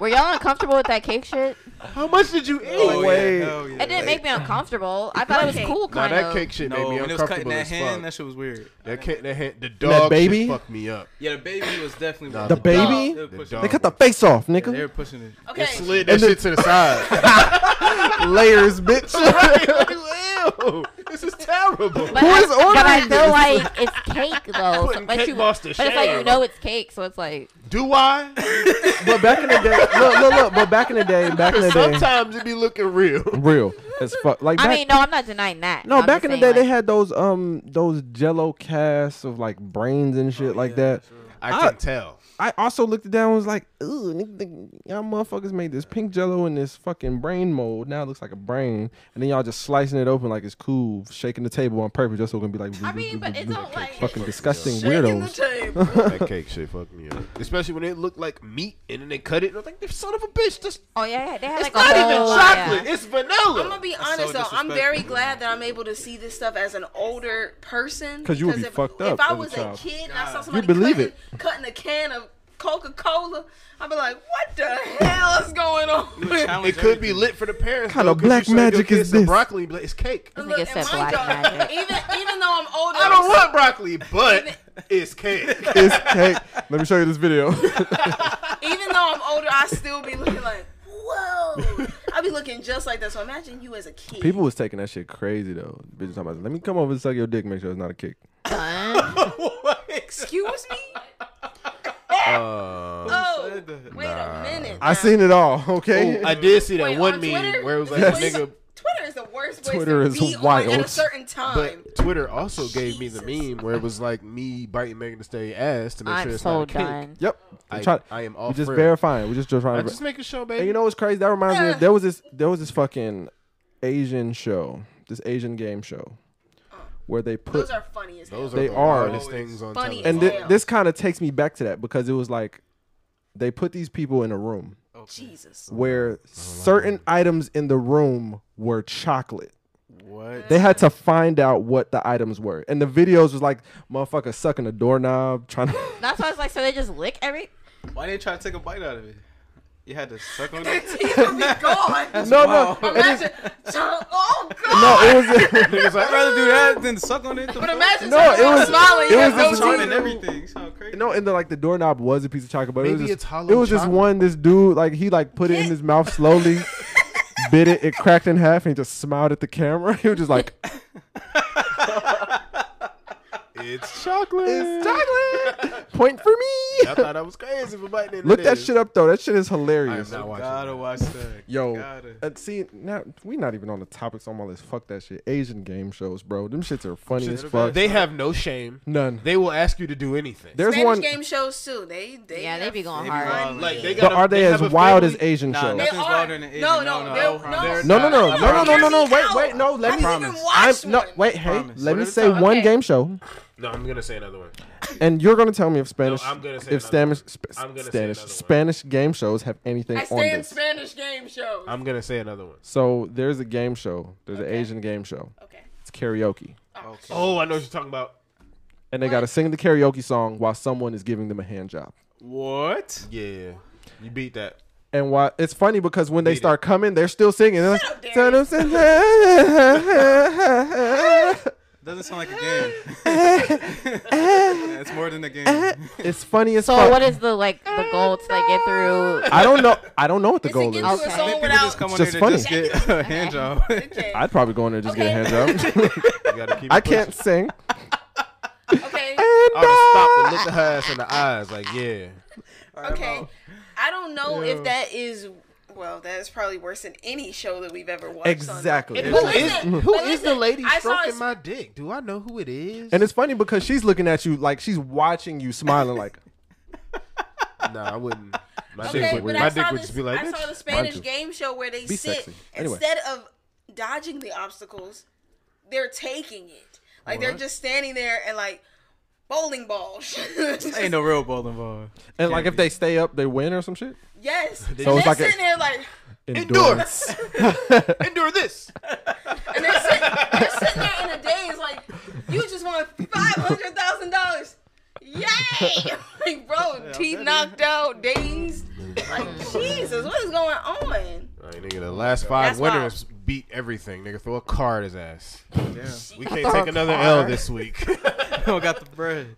Speaker 1: were y'all uncomfortable with that cake shit?
Speaker 2: How much did you eat?
Speaker 4: Oh, yeah,
Speaker 5: Wait.
Speaker 4: hell yeah.
Speaker 1: It didn't make me uncomfortable. I thought it was
Speaker 3: cake?
Speaker 1: cool,
Speaker 2: Nah,
Speaker 1: kind
Speaker 2: that
Speaker 1: of.
Speaker 2: cake shit
Speaker 4: No,
Speaker 2: made me
Speaker 4: when it was cutting
Speaker 2: uncomfortable
Speaker 4: that
Speaker 2: as
Speaker 4: hand, that
Speaker 2: fuck.
Speaker 4: shit was weird.
Speaker 2: That cake, that hand, the dog
Speaker 5: baby?
Speaker 2: shit fucked me up.
Speaker 4: Yeah, the baby was definitely
Speaker 2: Nah,
Speaker 4: weird.
Speaker 5: The
Speaker 2: dog-
Speaker 5: baby?
Speaker 4: They were
Speaker 2: The
Speaker 4: pushing
Speaker 2: dog.
Speaker 5: They cut the face off,
Speaker 4: it. They
Speaker 5: nigga.
Speaker 4: were pushing it.
Speaker 3: Okay.
Speaker 2: It slid that shit to the side.
Speaker 5: Layers, bitch.
Speaker 2: Ew, this is terrible.
Speaker 1: But,
Speaker 5: Who
Speaker 1: I,
Speaker 5: is ordering
Speaker 1: but I feel
Speaker 5: this?
Speaker 1: like it's cake though.
Speaker 2: Putting
Speaker 1: So, but
Speaker 2: cake
Speaker 1: you,
Speaker 2: boss
Speaker 1: but
Speaker 2: to
Speaker 1: it's like you
Speaker 2: shame.
Speaker 1: know it's cake, so it's like
Speaker 2: Do I?
Speaker 5: but back in the day, look, look, look. But back in the day, back in the day,
Speaker 2: Sometimes it be looking real.
Speaker 5: real as fuck. Like back,
Speaker 1: I mean, no, I'm not denying that.
Speaker 5: no,
Speaker 1: I'm
Speaker 5: back
Speaker 1: just
Speaker 5: in the day
Speaker 1: saying,
Speaker 5: they
Speaker 1: like,
Speaker 5: had those um those Jello casts of like brains and shit like that.
Speaker 2: I can tell.
Speaker 5: I also looked it down and was like, ooh, nigga, nigga, y'all motherfuckers made this pink jello in this fucking brain mold. Now it looks like a brain. And then y'all just slicing it open like it's cool, shaking the table on purpose just so it can be like,
Speaker 1: I mean, but it don't like.
Speaker 5: fucking disgusting
Speaker 7: Shaking the
Speaker 5: weirdos.
Speaker 7: table.
Speaker 2: that cake shit fucked me up. Especially when it looked like meat and then they cut it and I was like, this son of a bitch, this,
Speaker 1: Oh yeah, yeah, they had
Speaker 2: it's
Speaker 1: like a
Speaker 2: not even
Speaker 1: whole-
Speaker 2: chocolate.
Speaker 1: yeah.
Speaker 2: It's vanilla.
Speaker 3: I'm gonna be honest though. I'm
Speaker 4: disrespectful.
Speaker 3: very glad that I'm able to see this stuff as an older person.
Speaker 5: 'Cause you would be
Speaker 3: if,
Speaker 5: fucked
Speaker 3: If
Speaker 5: up
Speaker 3: I
Speaker 5: as a
Speaker 3: was a
Speaker 5: child.
Speaker 3: kid and I saw somebody
Speaker 5: believe
Speaker 3: cutting,
Speaker 5: it.
Speaker 3: cutting a can of Coca Cola, I'd be like, "What the hell is going on?"
Speaker 2: it could be lit for the parents.
Speaker 5: Kinda
Speaker 2: though, 'cause
Speaker 5: black
Speaker 2: you showed your
Speaker 5: magic
Speaker 2: kids
Speaker 5: is
Speaker 2: some
Speaker 5: this?
Speaker 2: Broccoli, but it's cake.
Speaker 1: This
Speaker 3: Look,
Speaker 1: nigga said
Speaker 3: and
Speaker 1: black
Speaker 3: mind y'all,
Speaker 1: magic.
Speaker 3: Even even though I'm older,
Speaker 2: I don't want broccoli, but it's cake.
Speaker 5: It's cake. Let me show you this video.
Speaker 3: even though I'm older, I still be looking like, "Whoa!" I be looking just like that. So imagine you as a kid.
Speaker 5: People was taking that shit crazy though. Bitches talking about, let me come over and suck your dick, make sure it's not a kick.
Speaker 1: Huh?
Speaker 3: excuse me.
Speaker 2: Uh,
Speaker 3: Oh, wait a minute.
Speaker 5: I seen it all, okay?
Speaker 2: Oh, I did see that
Speaker 3: Wait,
Speaker 2: one
Speaker 3: on
Speaker 2: meme
Speaker 3: Twitter?
Speaker 2: where it was like
Speaker 3: Yes.
Speaker 2: a nigga.
Speaker 3: Twitter is the worst place
Speaker 5: Twitter
Speaker 3: to
Speaker 5: is
Speaker 3: be on at a
Speaker 5: wild.
Speaker 3: certain time.
Speaker 2: But Twitter also
Speaker 3: Oh,
Speaker 2: gave me the meme where it was like me biting Megan Thee Stallion ass to make sure
Speaker 1: I'm
Speaker 2: it's
Speaker 1: so
Speaker 2: not a cake.
Speaker 1: done.
Speaker 5: yep.
Speaker 2: I-
Speaker 5: Try-
Speaker 2: I am all
Speaker 5: we just
Speaker 2: for it.
Speaker 5: verifying. We're just, just trying
Speaker 2: I'm
Speaker 5: to
Speaker 2: just making sure, baby.
Speaker 5: And you know what's crazy? That reminds me of there was this there was this fucking Asian show, this Asian game show, where they put
Speaker 3: Those are funny as hell.
Speaker 2: those
Speaker 5: they
Speaker 2: the
Speaker 5: are.
Speaker 2: hardest things on
Speaker 3: Funny
Speaker 2: television.
Speaker 5: and thi-
Speaker 3: Damn.
Speaker 5: this kind of takes me back to that because it was like they put these people in a room
Speaker 3: Jesus.
Speaker 5: where certain items in the room were chocolate.
Speaker 4: What?
Speaker 5: They had to find out what the items were, and the videos was like motherfucker sucking a doorknob, trying to.
Speaker 1: That's why I was like, so they just lick every.
Speaker 4: Why didn't you try to take a bite out of it? You had to suck on it.
Speaker 3: Teeth will be gone.
Speaker 5: no, no, it is-
Speaker 3: Imagine. Oh God.
Speaker 5: no, it was.
Speaker 2: Niggas like,
Speaker 4: I'd rather do that than suck on it.
Speaker 3: But imagine
Speaker 5: No,
Speaker 3: no, it
Speaker 5: it was-
Speaker 3: smiling.
Speaker 5: it
Speaker 3: It
Speaker 5: was
Speaker 3: was
Speaker 5: just-
Speaker 4: Charming everything. You sound crazy.
Speaker 5: No, and the like the doorknob was a piece of chocolate, but it was
Speaker 2: Maybe
Speaker 5: just,
Speaker 2: it's hollow
Speaker 5: it was just
Speaker 2: chocolate.
Speaker 5: one. This dude like he like put it in his mouth slowly, bit it, it cracked in half, and he just smiled at the camera. He was just like,
Speaker 2: it's chocolate.
Speaker 5: "It's chocolate, point for
Speaker 2: I
Speaker 5: me."
Speaker 2: thought I was crazy for biting into
Speaker 5: Look that
Speaker 2: this.
Speaker 5: shit up though. That shit is
Speaker 2: I am
Speaker 5: hilarious.
Speaker 2: not watching.
Speaker 4: Gotta
Speaker 2: that.
Speaker 4: watch that.
Speaker 5: Yo,
Speaker 4: Gotta.
Speaker 5: uh, see now we not even on the topics on my list. Fuck that shit. Asian game shows, bro. Them shits are funny as fuck.
Speaker 2: They have no shame.
Speaker 5: None.
Speaker 2: They will ask you to do anything.
Speaker 5: There's
Speaker 3: Spanish
Speaker 5: one,
Speaker 3: game shows too. They they
Speaker 1: Yeah, they be going
Speaker 4: Maybe
Speaker 1: hard.
Speaker 4: wild.
Speaker 2: like they got.
Speaker 5: but are they, as
Speaker 2: have a
Speaker 5: wild as
Speaker 2: family-
Speaker 5: Asian
Speaker 4: Nah,
Speaker 5: shows?
Speaker 4: that's-
Speaker 3: They
Speaker 4: Nothing's
Speaker 3: are.
Speaker 4: wilder than Asian.
Speaker 3: No,
Speaker 4: No,
Speaker 3: no,
Speaker 4: no,
Speaker 3: no,
Speaker 4: I
Speaker 3: no.
Speaker 2: promise.
Speaker 5: No, no, no,
Speaker 2: I
Speaker 5: no, no, no, no, no.
Speaker 3: promise.
Speaker 5: Wait, wait, no. Let
Speaker 3: I
Speaker 5: me.
Speaker 3: didn't even
Speaker 4: promise.
Speaker 5: I'm,
Speaker 3: watch
Speaker 5: no,
Speaker 3: one.
Speaker 5: wait. Hey,
Speaker 4: Promise.
Speaker 5: let me
Speaker 2: What is
Speaker 5: say
Speaker 2: it?
Speaker 5: one
Speaker 3: Okay.
Speaker 5: game show,
Speaker 2: No, I'm gonna say another one.
Speaker 5: and you're gonna tell me if Spanish,
Speaker 2: I'm gonna say
Speaker 5: if
Speaker 2: another
Speaker 5: Spanish,
Speaker 2: one.
Speaker 5: sp-
Speaker 2: I'm gonna say
Speaker 5: Spanish,
Speaker 2: another one.
Speaker 5: Spanish game shows have anything
Speaker 3: I
Speaker 5: on
Speaker 3: stand
Speaker 5: this.
Speaker 3: Spanish game shows.
Speaker 2: I'm gonna say another one.
Speaker 5: So there's a game show. There's an Asian game show.
Speaker 3: okay.
Speaker 5: It's karaoke,
Speaker 2: Oh, I know what you're talking about.
Speaker 5: and they gotta sing the karaoke song while someone is giving them a hand job.
Speaker 4: What?
Speaker 2: Yeah, you beat that.
Speaker 5: And why it's funny because when they
Speaker 2: Beat it.
Speaker 5: start coming, they're still singing. They're
Speaker 3: Shut
Speaker 5: like,
Speaker 3: up,
Speaker 4: Doesn't sound like a game. it's more than a game.
Speaker 5: it's funny as
Speaker 1: So
Speaker 5: fuck.
Speaker 1: what is the like the goal to like get through?
Speaker 5: I don't know. I don't know what the goal
Speaker 3: Is it
Speaker 5: is.
Speaker 3: get
Speaker 1: Okay.
Speaker 3: to a
Speaker 1: I
Speaker 3: song
Speaker 4: People just
Speaker 3: without?
Speaker 4: come on
Speaker 5: Just
Speaker 4: there
Speaker 5: funny.
Speaker 4: to just get a hand job.
Speaker 3: Okay.
Speaker 5: I'd probably go in there and just get a hand job.
Speaker 2: You gotta keep.
Speaker 5: I
Speaker 2: it pushing.
Speaker 5: can't sing.
Speaker 3: okay.
Speaker 2: I would have stopped and looked at her ass in the eyes, like, yeah.
Speaker 3: Okay. I don't know if that is. Well, that is probably worse than any show that we've ever watched. on-
Speaker 5: Exactly.
Speaker 3: But
Speaker 5: Who
Speaker 3: listen,
Speaker 2: who
Speaker 3: but
Speaker 2: is the
Speaker 3: listen,
Speaker 2: lady
Speaker 3: I saw
Speaker 2: stroking
Speaker 3: a-
Speaker 2: my dick? Do I know who it is?
Speaker 5: And it's funny because she's looking at you like she's watching you, smiling like.
Speaker 2: no, I wouldn't. My
Speaker 3: Okay,
Speaker 2: dick
Speaker 3: but
Speaker 2: would,
Speaker 3: I
Speaker 2: my
Speaker 3: saw
Speaker 2: dick would
Speaker 3: this-
Speaker 2: just be like,
Speaker 3: I saw
Speaker 2: "Bitch,
Speaker 3: the Spanish
Speaker 5: you.
Speaker 3: game show where they sit
Speaker 5: sexy. Anyway.
Speaker 3: instead of dodging the obstacles, they're taking it. Like they're just standing there and like bowling balls.
Speaker 4: Ain't no real ball involved.
Speaker 5: And like if they stay up, they win or some shit.
Speaker 3: yes. So
Speaker 5: So
Speaker 3: they're
Speaker 5: it's like a-
Speaker 3: sitting there like
Speaker 2: endurance. Endure this.
Speaker 3: and they're sitting, they're sitting there in a daze like you just won five hundred thousand dollars. Yay! like bro, teeth knocked out, dazed. Like Jesus, what is going on?
Speaker 2: All right, nigga, the last five
Speaker 3: That's
Speaker 2: winners beat everything. Nigga, throw a car at his ass.
Speaker 4: Yeah.
Speaker 2: We can't take another L this week.
Speaker 4: Don't got the bread.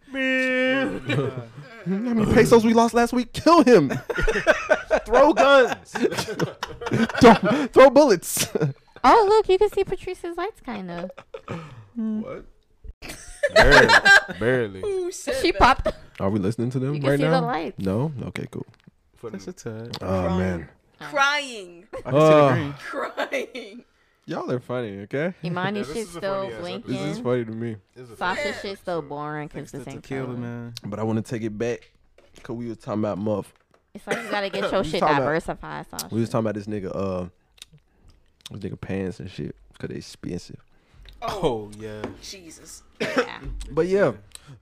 Speaker 5: How many pesos we lost last week? Kill him.
Speaker 2: Throw guns.
Speaker 5: throw, throw bullets.
Speaker 1: Oh look, you can see Patrice's lights kind of.
Speaker 2: what? Barely. Barely.
Speaker 3: Who said
Speaker 1: She
Speaker 3: that?
Speaker 1: popped.
Speaker 5: Are we listening to them
Speaker 1: You can
Speaker 5: right
Speaker 1: see the
Speaker 5: now?
Speaker 1: lights.
Speaker 5: No. Okay. Cool.
Speaker 2: For
Speaker 4: That's a
Speaker 2: the-
Speaker 4: touch.
Speaker 5: Oh man.
Speaker 3: crying,
Speaker 4: I can see the
Speaker 5: Uh,
Speaker 4: green.
Speaker 3: crying.
Speaker 5: Y'all are funny. Okay.
Speaker 1: Imani
Speaker 2: Yeah, this
Speaker 1: shit's
Speaker 2: is a
Speaker 1: still
Speaker 2: funny ass
Speaker 1: blinking.
Speaker 5: This is funny to me.
Speaker 2: this is a-
Speaker 1: Sasha shit's still boring because the
Speaker 4: That's
Speaker 1: same
Speaker 4: tequila,
Speaker 1: color.
Speaker 4: man.
Speaker 5: But I want to take it back. Cause we was talking about muff.
Speaker 1: It's like you gotta get your
Speaker 5: You
Speaker 1: shit
Speaker 5: talking about-
Speaker 1: diversified. Sasha.
Speaker 5: We was talking about this nigga, uh, this nigga pants and shit, cause they expensive.
Speaker 4: Oh yeah.
Speaker 3: Jesus.
Speaker 1: Yeah.
Speaker 5: But yeah,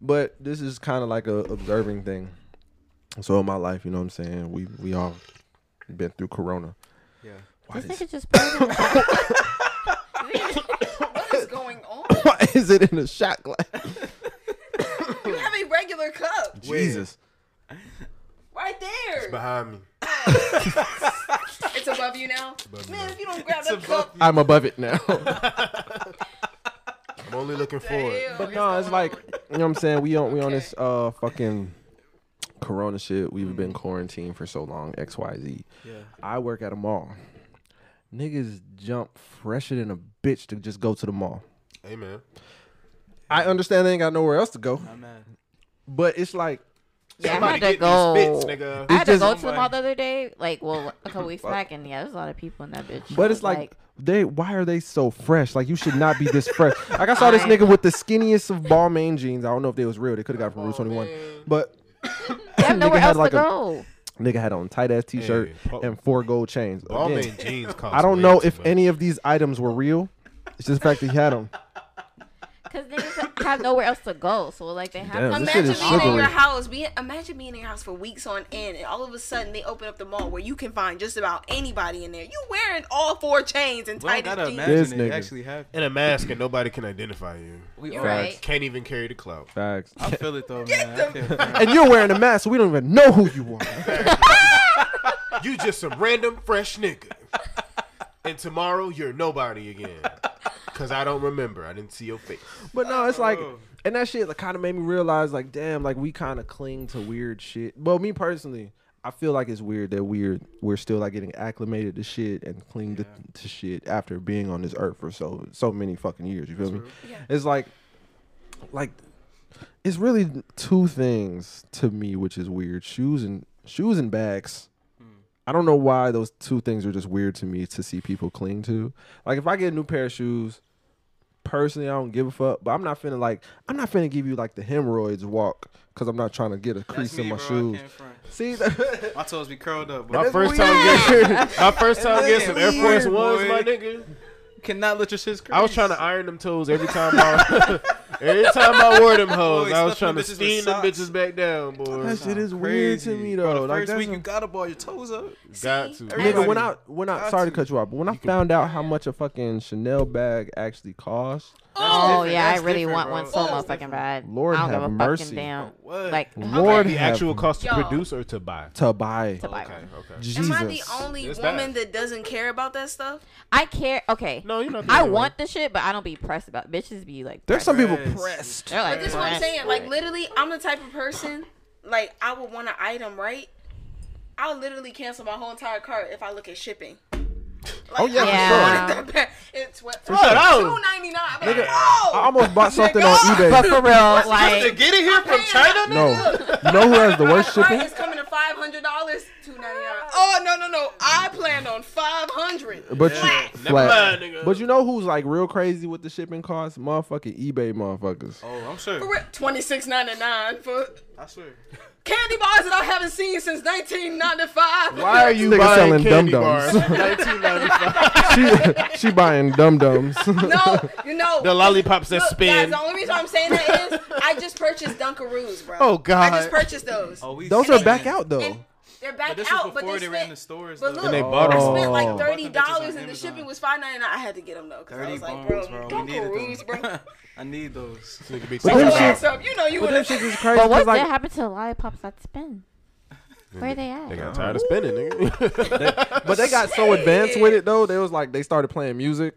Speaker 5: but this is kind of like a observing thing. So in my life, you know what I'm saying? We we all been through Corona.
Speaker 4: Yeah.
Speaker 5: Why
Speaker 1: This
Speaker 5: is,
Speaker 1: nigga just pulled it.
Speaker 3: What is going on?
Speaker 5: why is it in a shot glass?
Speaker 3: You have a regular cup
Speaker 5: Jesus.
Speaker 3: right there.
Speaker 2: behind me.
Speaker 3: It's above you now.
Speaker 2: above me
Speaker 3: Man,
Speaker 2: now.
Speaker 3: if you don't grab that cup,
Speaker 5: I'm above it now.
Speaker 2: I'm only looking
Speaker 3: the
Speaker 2: forward.
Speaker 3: hell
Speaker 5: but
Speaker 3: is
Speaker 5: no, it's
Speaker 3: going
Speaker 5: like
Speaker 3: on?
Speaker 5: you know what I'm saying. We on we on this
Speaker 3: Okay.
Speaker 5: uh fucking Corona shit. We've been quarantined for so long. X Y Z.
Speaker 4: Mm-hmm. Yeah.
Speaker 5: I work at a mall. Niggas jump fresher than a bitch to just go to the mall.
Speaker 2: Hey man,
Speaker 5: I understand they ain't got nowhere else to go,
Speaker 4: I'm mad.
Speaker 5: but it's like
Speaker 1: Yeah, I
Speaker 2: Somebody
Speaker 1: had
Speaker 2: get
Speaker 1: to
Speaker 2: these
Speaker 1: go.
Speaker 2: bits, nigga.
Speaker 1: I had to
Speaker 5: It's
Speaker 1: go
Speaker 5: just-
Speaker 1: to the mall the other day, like well, a couple weeks back, and yeah, there's a lot of people in that bitch. I
Speaker 5: But
Speaker 1: was
Speaker 5: it's like, they why are they so fresh? Like you should not be this fresh. Like I saw this
Speaker 1: I-
Speaker 5: nigga with the skinniest of Balmain jeans. I don't know if they was real. They could have got from Route 21. But
Speaker 1: they have
Speaker 5: nigga
Speaker 1: nowhere
Speaker 5: had
Speaker 1: else
Speaker 5: like
Speaker 1: to
Speaker 5: a-
Speaker 1: go.
Speaker 5: nigga had on tight ass t-shirt
Speaker 2: Hey, Paul-
Speaker 5: and four gold chains. Again,
Speaker 2: Balmain jeans cost.
Speaker 5: I don't
Speaker 2: way
Speaker 5: know
Speaker 2: too
Speaker 5: if
Speaker 2: much.
Speaker 5: any of these items were real. It's just the fact that he had them.
Speaker 1: Cause niggas have nowhere else to go, so like they have.
Speaker 5: Damn,
Speaker 1: to
Speaker 3: Imagine
Speaker 5: this shit is
Speaker 3: being in
Speaker 5: sugary.
Speaker 3: your house, being imagine being in your house for weeks on end, and all of a sudden they open up the mall where you can find just about anybody in there. You wearing all four chains and
Speaker 4: We don't
Speaker 3: tight
Speaker 4: gotta
Speaker 3: jeans.
Speaker 5: This
Speaker 4: imagine it
Speaker 5: nigga.
Speaker 4: actually happened.
Speaker 2: in a mask and nobody can identify you.
Speaker 4: We
Speaker 1: You're
Speaker 4: all
Speaker 1: right.
Speaker 2: Can't even carry the clout.
Speaker 5: Facts.
Speaker 4: I feel it though, man. I feel it.
Speaker 5: And you're wearing a mask, so we don't even know who you are.
Speaker 2: You just some random fresh nigga. And tomorrow you're nobody again. Cause I don't remember. I didn't see your face.
Speaker 5: But no, it's like, and that shit like, kind of made me realize, like, damn, like we kind of cling to weird shit. Well, me personally, I feel like it's weird that we're we're still like getting acclimated to shit and cling to, to shit after being on this earth for so so many fucking years. You feel me? It's like, like, it's really two things to me, which is weird: shoes and shoes and bags.
Speaker 4: Hmm.
Speaker 5: I don't know why those two things are just weird to me to see people cling to. Like if I get a new pair of shoes, personally I don't give a fuck, but I'm not finna like I'm not finna give you like the hemorrhoids walk cuz I'm not trying to get a crease
Speaker 4: That's me,
Speaker 5: in my
Speaker 4: bro. I
Speaker 5: shoes.
Speaker 4: can't front.
Speaker 5: See
Speaker 4: My toes be curled up,
Speaker 2: My
Speaker 4: bro.
Speaker 2: first time getting my first time
Speaker 4: That's
Speaker 2: getting some Air Force
Speaker 4: weird,
Speaker 2: Ones,
Speaker 4: boy.
Speaker 2: my nigga.
Speaker 4: Cannot let your shits crease.
Speaker 2: I was trying to iron them toes every time I every time I wore them hoes.
Speaker 4: Boy,
Speaker 2: I was trying to
Speaker 4: stuffing them bitches with
Speaker 2: steam them
Speaker 4: socks.
Speaker 2: bitches back down, boy.
Speaker 5: that shit is weird to me though.
Speaker 4: Bro, the
Speaker 5: Like
Speaker 4: first
Speaker 5: that's
Speaker 4: week
Speaker 5: a-
Speaker 4: you gotta ball your toes up.
Speaker 2: Got to.
Speaker 5: Nigga, when
Speaker 4: Everybody
Speaker 5: I when I
Speaker 4: got
Speaker 5: sorry to
Speaker 4: to.
Speaker 5: cut you off, but when I found out how much a fucking Chanel bag actually costs,
Speaker 1: Oh
Speaker 4: different.
Speaker 1: yeah, I
Speaker 4: That's
Speaker 1: really
Speaker 4: different,
Speaker 1: want
Speaker 4: bro.
Speaker 1: one so
Speaker 4: Oh, that's
Speaker 1: motherfucking bad.
Speaker 5: Lord
Speaker 1: I don't
Speaker 5: have
Speaker 1: give a
Speaker 5: mercy.
Speaker 1: fucking damn.
Speaker 4: What?
Speaker 1: Like
Speaker 5: Lord
Speaker 1: how
Speaker 2: the
Speaker 5: have
Speaker 2: actual cost to
Speaker 3: Y'all.
Speaker 2: produce or to buy.
Speaker 5: to buy.
Speaker 1: to buy
Speaker 2: Okay,
Speaker 1: one.
Speaker 2: okay.
Speaker 5: Jesus.
Speaker 3: Am I the only
Speaker 2: It's
Speaker 3: woman
Speaker 2: bad.
Speaker 3: that doesn't care about that stuff?
Speaker 1: I care. Okay,
Speaker 2: No, you're not. the
Speaker 1: I
Speaker 2: only one.
Speaker 1: want the shit, but I don't be pressed about. Bitches be like,
Speaker 5: There's some people
Speaker 4: Press.
Speaker 5: pressed.
Speaker 1: They're like,
Speaker 3: But this is what I'm
Speaker 1: pressed
Speaker 3: saying.
Speaker 1: for
Speaker 3: Like
Speaker 1: it.
Speaker 3: literally, I'm the type of person like I would want an item, right? I'll literally cancel my whole entire cart if I look at shipping. Like,
Speaker 5: Oh, yeah,
Speaker 3: I
Speaker 1: for
Speaker 3: don't
Speaker 1: sure.
Speaker 3: want that back. It's what two
Speaker 2: sure.
Speaker 3: ninety nine. I'm like, oh,
Speaker 5: I almost bought something on
Speaker 3: Nigga.
Speaker 5: eBay.
Speaker 1: but for real,
Speaker 2: to
Speaker 1: like
Speaker 2: get it here from China.
Speaker 5: No. You know who has the worst
Speaker 3: Right,
Speaker 5: shipping?
Speaker 3: it's coming to five hundred dollars, two ninety nine. Oh no no no! I planned on five hundred.
Speaker 5: But you, flat.
Speaker 2: mind, nigga.
Speaker 5: But you know who's like real crazy with the shipping costs? Motherfucking eBay motherfuckers.
Speaker 4: Oh, I'm sure.
Speaker 3: Twenty six ninety nine for
Speaker 4: I swear.
Speaker 3: candy bars that I haven't seen since nineteen ninety five.
Speaker 2: Why are you
Speaker 5: Nigga
Speaker 2: buying
Speaker 5: selling
Speaker 2: candy
Speaker 5: dum-dums.
Speaker 2: bars? 1995.
Speaker 5: she she buying dum dums.
Speaker 3: No, you know
Speaker 2: the lollipops that
Speaker 3: Look,
Speaker 2: spin.
Speaker 3: Guys, the only reason I'm saying that is I just purchased Dunkaroos, bro.
Speaker 2: Oh, God.
Speaker 3: I just purchased those.
Speaker 4: Oh, we
Speaker 5: Those
Speaker 4: seen
Speaker 5: are
Speaker 4: it.
Speaker 5: back out
Speaker 3: And
Speaker 5: though.
Speaker 3: they're back
Speaker 4: But this was
Speaker 3: out, but they,
Speaker 4: before they
Speaker 3: spent,
Speaker 4: ran the stores.
Speaker 3: But
Speaker 4: though.
Speaker 3: look,
Speaker 2: And they bought
Speaker 3: I
Speaker 2: them.
Speaker 3: spent like
Speaker 5: Oh.
Speaker 3: thirty
Speaker 4: Bought them bitches
Speaker 3: dollars
Speaker 4: on
Speaker 3: and the
Speaker 4: Amazon.
Speaker 3: shipping was five ninety nine. I had to get them though, cause I
Speaker 4: 30
Speaker 3: was like,
Speaker 4: bones,
Speaker 3: bro,
Speaker 4: bro. We needed
Speaker 3: Dunkaroos,
Speaker 4: them.
Speaker 3: bro.
Speaker 4: I need those.
Speaker 2: Nigga be
Speaker 5: But
Speaker 2: talking
Speaker 5: them
Speaker 2: about-
Speaker 5: shit-
Speaker 3: Ass up, you know you
Speaker 5: But
Speaker 3: would
Speaker 5: them
Speaker 3: have.
Speaker 5: shit is crazy.
Speaker 1: but
Speaker 5: 'cause,
Speaker 1: what
Speaker 5: like,
Speaker 1: that happened to the lollipops that spin? Where they at?
Speaker 2: They got tired of spinning, nigga.
Speaker 5: but they got so advanced with it though. They was like they started playing music.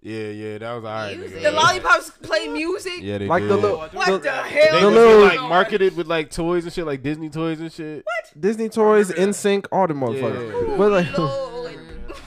Speaker 2: yeah, yeah, that was alright. nigga.
Speaker 3: The lollipops play music.
Speaker 2: Yeah, they
Speaker 5: Like the
Speaker 2: did.
Speaker 5: little
Speaker 3: What
Speaker 5: the
Speaker 3: the, hell?
Speaker 2: They
Speaker 5: The
Speaker 2: would be,
Speaker 3: is
Speaker 5: little-
Speaker 3: going
Speaker 2: like
Speaker 3: on?
Speaker 2: marketed with like toys and shit, like Disney toys and shit.
Speaker 5: Disney toys, NSYNC, all the motherfuckers.
Speaker 2: Yeah.
Speaker 5: But like
Speaker 3: Lord.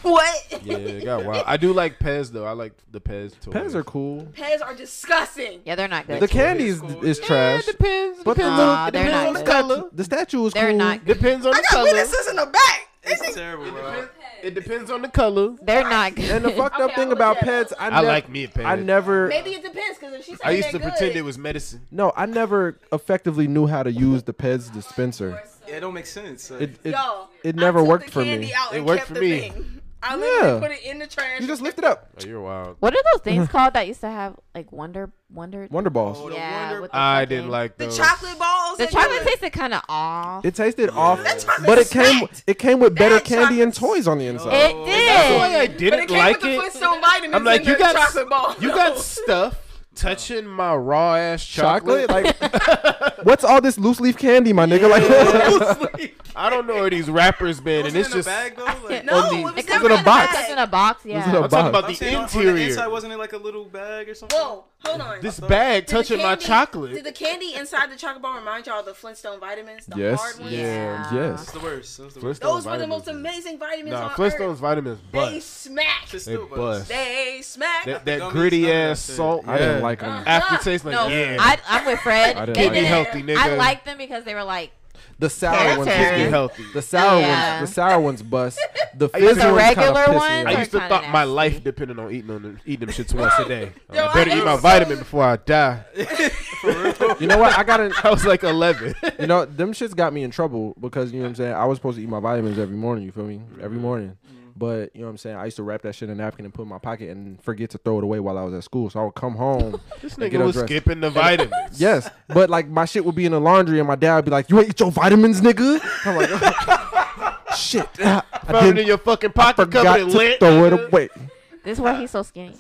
Speaker 3: What?
Speaker 2: Yeah, it got wild. I do like Pez though. I like the Pez toys.
Speaker 5: pens are cool.
Speaker 3: Pez are disgusting.
Speaker 1: Yeah, they're not good.
Speaker 5: The candy is, is trash.
Speaker 2: Depends.
Speaker 5: But the
Speaker 1: Nah,
Speaker 5: little,
Speaker 1: they're
Speaker 5: depends
Speaker 1: not
Speaker 5: on the
Speaker 1: good.
Speaker 5: statue. The statue is
Speaker 1: They're
Speaker 5: cool.
Speaker 1: not
Speaker 2: Depends on
Speaker 3: I
Speaker 2: the
Speaker 3: got
Speaker 2: color.
Speaker 3: witnesses in the back. This
Speaker 4: It's
Speaker 3: is-
Speaker 4: terrible, bro.
Speaker 2: It depends on the color.
Speaker 1: They're not good.
Speaker 5: And the fucked up
Speaker 3: Okay,
Speaker 5: thing
Speaker 3: I'll
Speaker 5: about
Speaker 3: look that
Speaker 5: pets, I,
Speaker 2: I
Speaker 5: nev-
Speaker 2: like me a pet.
Speaker 5: I never.
Speaker 3: Maybe it depends because if she said
Speaker 2: I used to
Speaker 3: they're good,
Speaker 2: pretend it was medicine.
Speaker 5: No, I never effectively knew how to use the Peds dispenser.
Speaker 4: Yeah, it don't make sense. Like,
Speaker 5: It it,
Speaker 3: Y'all,
Speaker 5: it
Speaker 3: I
Speaker 5: never
Speaker 3: took
Speaker 5: worked
Speaker 3: the
Speaker 5: for
Speaker 3: candy
Speaker 5: me.
Speaker 3: out
Speaker 2: It
Speaker 3: and
Speaker 2: worked
Speaker 3: kept
Speaker 2: for
Speaker 3: the
Speaker 2: me.
Speaker 3: thing. I literally
Speaker 5: Yeah.
Speaker 3: put it in the trash.
Speaker 5: You just lift it up.
Speaker 2: Oh, you're wild.
Speaker 1: What are those things called that used to have like Wonder Wonder?
Speaker 5: Wonder
Speaker 4: Oh,
Speaker 5: balls.
Speaker 4: the
Speaker 1: yeah,
Speaker 4: Wonder-
Speaker 1: with the
Speaker 2: I
Speaker 1: fucking-
Speaker 2: didn't like
Speaker 3: The
Speaker 2: those.
Speaker 3: chocolate balls.
Speaker 1: The
Speaker 3: and
Speaker 1: chocolate
Speaker 3: the-
Speaker 1: tasted kind of off. It,
Speaker 5: It tasted off,
Speaker 3: That chocolate
Speaker 5: but it came
Speaker 3: smacked.
Speaker 5: it came with better
Speaker 3: That
Speaker 5: candy and
Speaker 3: chocolate-
Speaker 5: toys on the inside.
Speaker 2: That's why I
Speaker 1: did.
Speaker 3: But it
Speaker 2: didn't
Speaker 3: came
Speaker 2: like
Speaker 3: with the
Speaker 2: it.
Speaker 3: Flintstone vitamins
Speaker 2: I'm like,
Speaker 3: and
Speaker 2: you
Speaker 3: the
Speaker 2: got
Speaker 3: chocolate balls.
Speaker 2: you got stuff touching my raw ass chocolate.
Speaker 5: chocolate, like what's all this loose leaf candy, my nigga? Like
Speaker 2: I don't know where these rappers been, and
Speaker 4: Wasn't
Speaker 2: it's
Speaker 4: in a
Speaker 2: just.
Speaker 4: bag though. Like,
Speaker 3: No,
Speaker 2: on the-
Speaker 3: it was
Speaker 1: It
Speaker 3: never
Speaker 1: comes in
Speaker 5: a
Speaker 3: the
Speaker 5: box.
Speaker 3: bag.
Speaker 1: It's in a box.
Speaker 5: in a
Speaker 1: Yeah.
Speaker 5: box.
Speaker 2: I'm talking about
Speaker 4: I'm
Speaker 2: the
Speaker 4: saying on- On the
Speaker 2: interior.
Speaker 4: inside, wasn't it like a little bag or something?
Speaker 3: Whoa, hold on.
Speaker 2: this
Speaker 4: thought-
Speaker 2: bag
Speaker 3: Did the
Speaker 2: touching my
Speaker 3: candy- Did
Speaker 2: chocolate.
Speaker 3: the candy inside the chocolate bar remind y'all of the Flintstone vitamins? The
Speaker 5: Yes.
Speaker 3: hard ones?
Speaker 2: Yeah.
Speaker 4: That's
Speaker 5: yes,
Speaker 4: the worst. That's the worst.
Speaker 2: Flintstone
Speaker 3: Those were the most
Speaker 2: vitamins.
Speaker 3: amazing vitamins
Speaker 2: Nah,
Speaker 3: on
Speaker 2: Flintstones
Speaker 3: earth.
Speaker 2: vitamins
Speaker 3: They
Speaker 2: bust.
Speaker 3: smack.
Speaker 4: Shit
Speaker 2: They
Speaker 4: still
Speaker 2: bust.
Speaker 3: They smack.
Speaker 2: That,
Speaker 4: Gummies,
Speaker 2: that
Speaker 4: none
Speaker 2: gritty
Speaker 4: of
Speaker 2: ass
Speaker 4: that shit.
Speaker 2: salt.
Speaker 5: I didn't
Speaker 2: yeah.
Speaker 5: like them.
Speaker 2: Aftertaste, like,
Speaker 1: No,
Speaker 2: yeah.
Speaker 1: I, I'm with Fred.
Speaker 5: I didn't
Speaker 1: They
Speaker 5: like it.
Speaker 1: didn't-
Speaker 2: Healthy, nigga.
Speaker 1: I liked them because they were like
Speaker 5: The sour ones.
Speaker 1: Carrots
Speaker 5: was
Speaker 1: are-
Speaker 2: Just
Speaker 5: good.
Speaker 2: be healthy.
Speaker 5: The sour
Speaker 1: Yeah.
Speaker 5: ones. The sour ones bust. The
Speaker 2: I used
Speaker 5: fizzy
Speaker 2: to-
Speaker 5: ones kinda
Speaker 1: regular
Speaker 5: piss me
Speaker 1: ones
Speaker 5: off.
Speaker 2: I used to
Speaker 1: kinda
Speaker 2: thought my
Speaker 1: nasty.
Speaker 2: life depended on eating on them, eating them shits once a day. I'm
Speaker 3: Yo,
Speaker 2: like, better
Speaker 3: I
Speaker 2: eat my
Speaker 3: ate
Speaker 2: vitamin
Speaker 3: so-
Speaker 2: before I die.
Speaker 5: You know what? I got in,
Speaker 2: I was like 11.
Speaker 5: you know, them shits got me in trouble because you know what I'm saying. I was supposed to eat my vitamins every morning. You feel me?
Speaker 2: Mm-hmm.
Speaker 5: Every morning. But you know what I'm saying. I used to wrap that shit in a napkin and put it in my pocket and forget to throw it away while I was at school. So I would come home.
Speaker 2: this
Speaker 5: And
Speaker 2: nigga
Speaker 5: get
Speaker 2: was
Speaker 5: undressed.
Speaker 2: skipping the vitamins.
Speaker 5: yes, but like my shit would be in the laundry and my dad would be like, "You ain't eat your vitamins, nigga." I'm like, "Shit, I,
Speaker 2: Found it in
Speaker 5: didn't
Speaker 2: your fucking
Speaker 5: I
Speaker 2: pocket
Speaker 5: forgot
Speaker 2: covered in
Speaker 5: to
Speaker 2: lint.
Speaker 5: throw it away."
Speaker 1: this. Is why he's so skinny.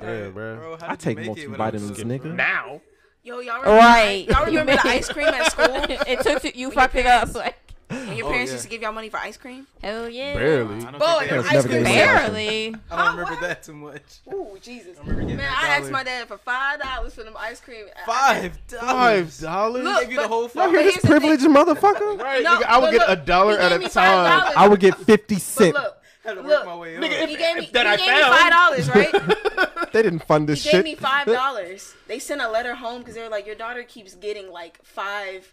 Speaker 2: Yeah, bro.
Speaker 4: how did
Speaker 5: I
Speaker 4: you
Speaker 5: take
Speaker 4: make it
Speaker 5: multiple
Speaker 4: without
Speaker 5: vitamins,
Speaker 4: those?
Speaker 5: nigga.
Speaker 2: Now.
Speaker 3: Yo, y'all remember,
Speaker 1: Right.
Speaker 3: y'all remember
Speaker 1: You
Speaker 3: the
Speaker 1: made-
Speaker 3: ice cream at school?
Speaker 1: it took you. You fucked it up. Like
Speaker 3: And your parents
Speaker 4: yeah.
Speaker 3: used to give y'all money for ice cream?
Speaker 1: hell yeah.
Speaker 2: Barely.
Speaker 4: I don't,
Speaker 3: Boy,
Speaker 4: think
Speaker 3: them
Speaker 5: Parents
Speaker 3: ice
Speaker 5: never
Speaker 3: cream
Speaker 5: gave me
Speaker 3: bars.
Speaker 5: that.
Speaker 1: Barely.
Speaker 4: I don't remember that too much.
Speaker 3: Ooh, Jesus.
Speaker 4: I remember getting
Speaker 3: Man,
Speaker 4: that
Speaker 3: I asked
Speaker 4: dollar.
Speaker 3: my dad for five dollars for them ice cream. I-
Speaker 4: Five dollars.
Speaker 2: Five dollars?
Speaker 3: Look,
Speaker 4: Gave you the
Speaker 3: but-
Speaker 4: whole
Speaker 3: no,
Speaker 5: Y'all
Speaker 4: five.
Speaker 3: but
Speaker 5: hear this
Speaker 3: here's the thing.
Speaker 5: privileged motherfucker?
Speaker 2: Right,
Speaker 3: No,
Speaker 2: nigga, I would
Speaker 3: but
Speaker 2: get
Speaker 3: look,
Speaker 2: a dollar
Speaker 3: he
Speaker 2: at
Speaker 3: gave
Speaker 2: a
Speaker 3: me
Speaker 2: time.
Speaker 3: $5.
Speaker 5: I would get fifty
Speaker 3: But
Speaker 5: cent.
Speaker 3: look,
Speaker 4: Had to work
Speaker 3: look,
Speaker 4: my way up.
Speaker 3: he gave me,
Speaker 2: that
Speaker 3: he
Speaker 2: I
Speaker 3: gave me
Speaker 2: found.
Speaker 3: five dollars, right?
Speaker 5: They didn't fund
Speaker 3: he
Speaker 5: this
Speaker 3: gave
Speaker 5: shit.
Speaker 3: me five dollars. They sent a letter home because they were like, "Your daughter keeps getting like five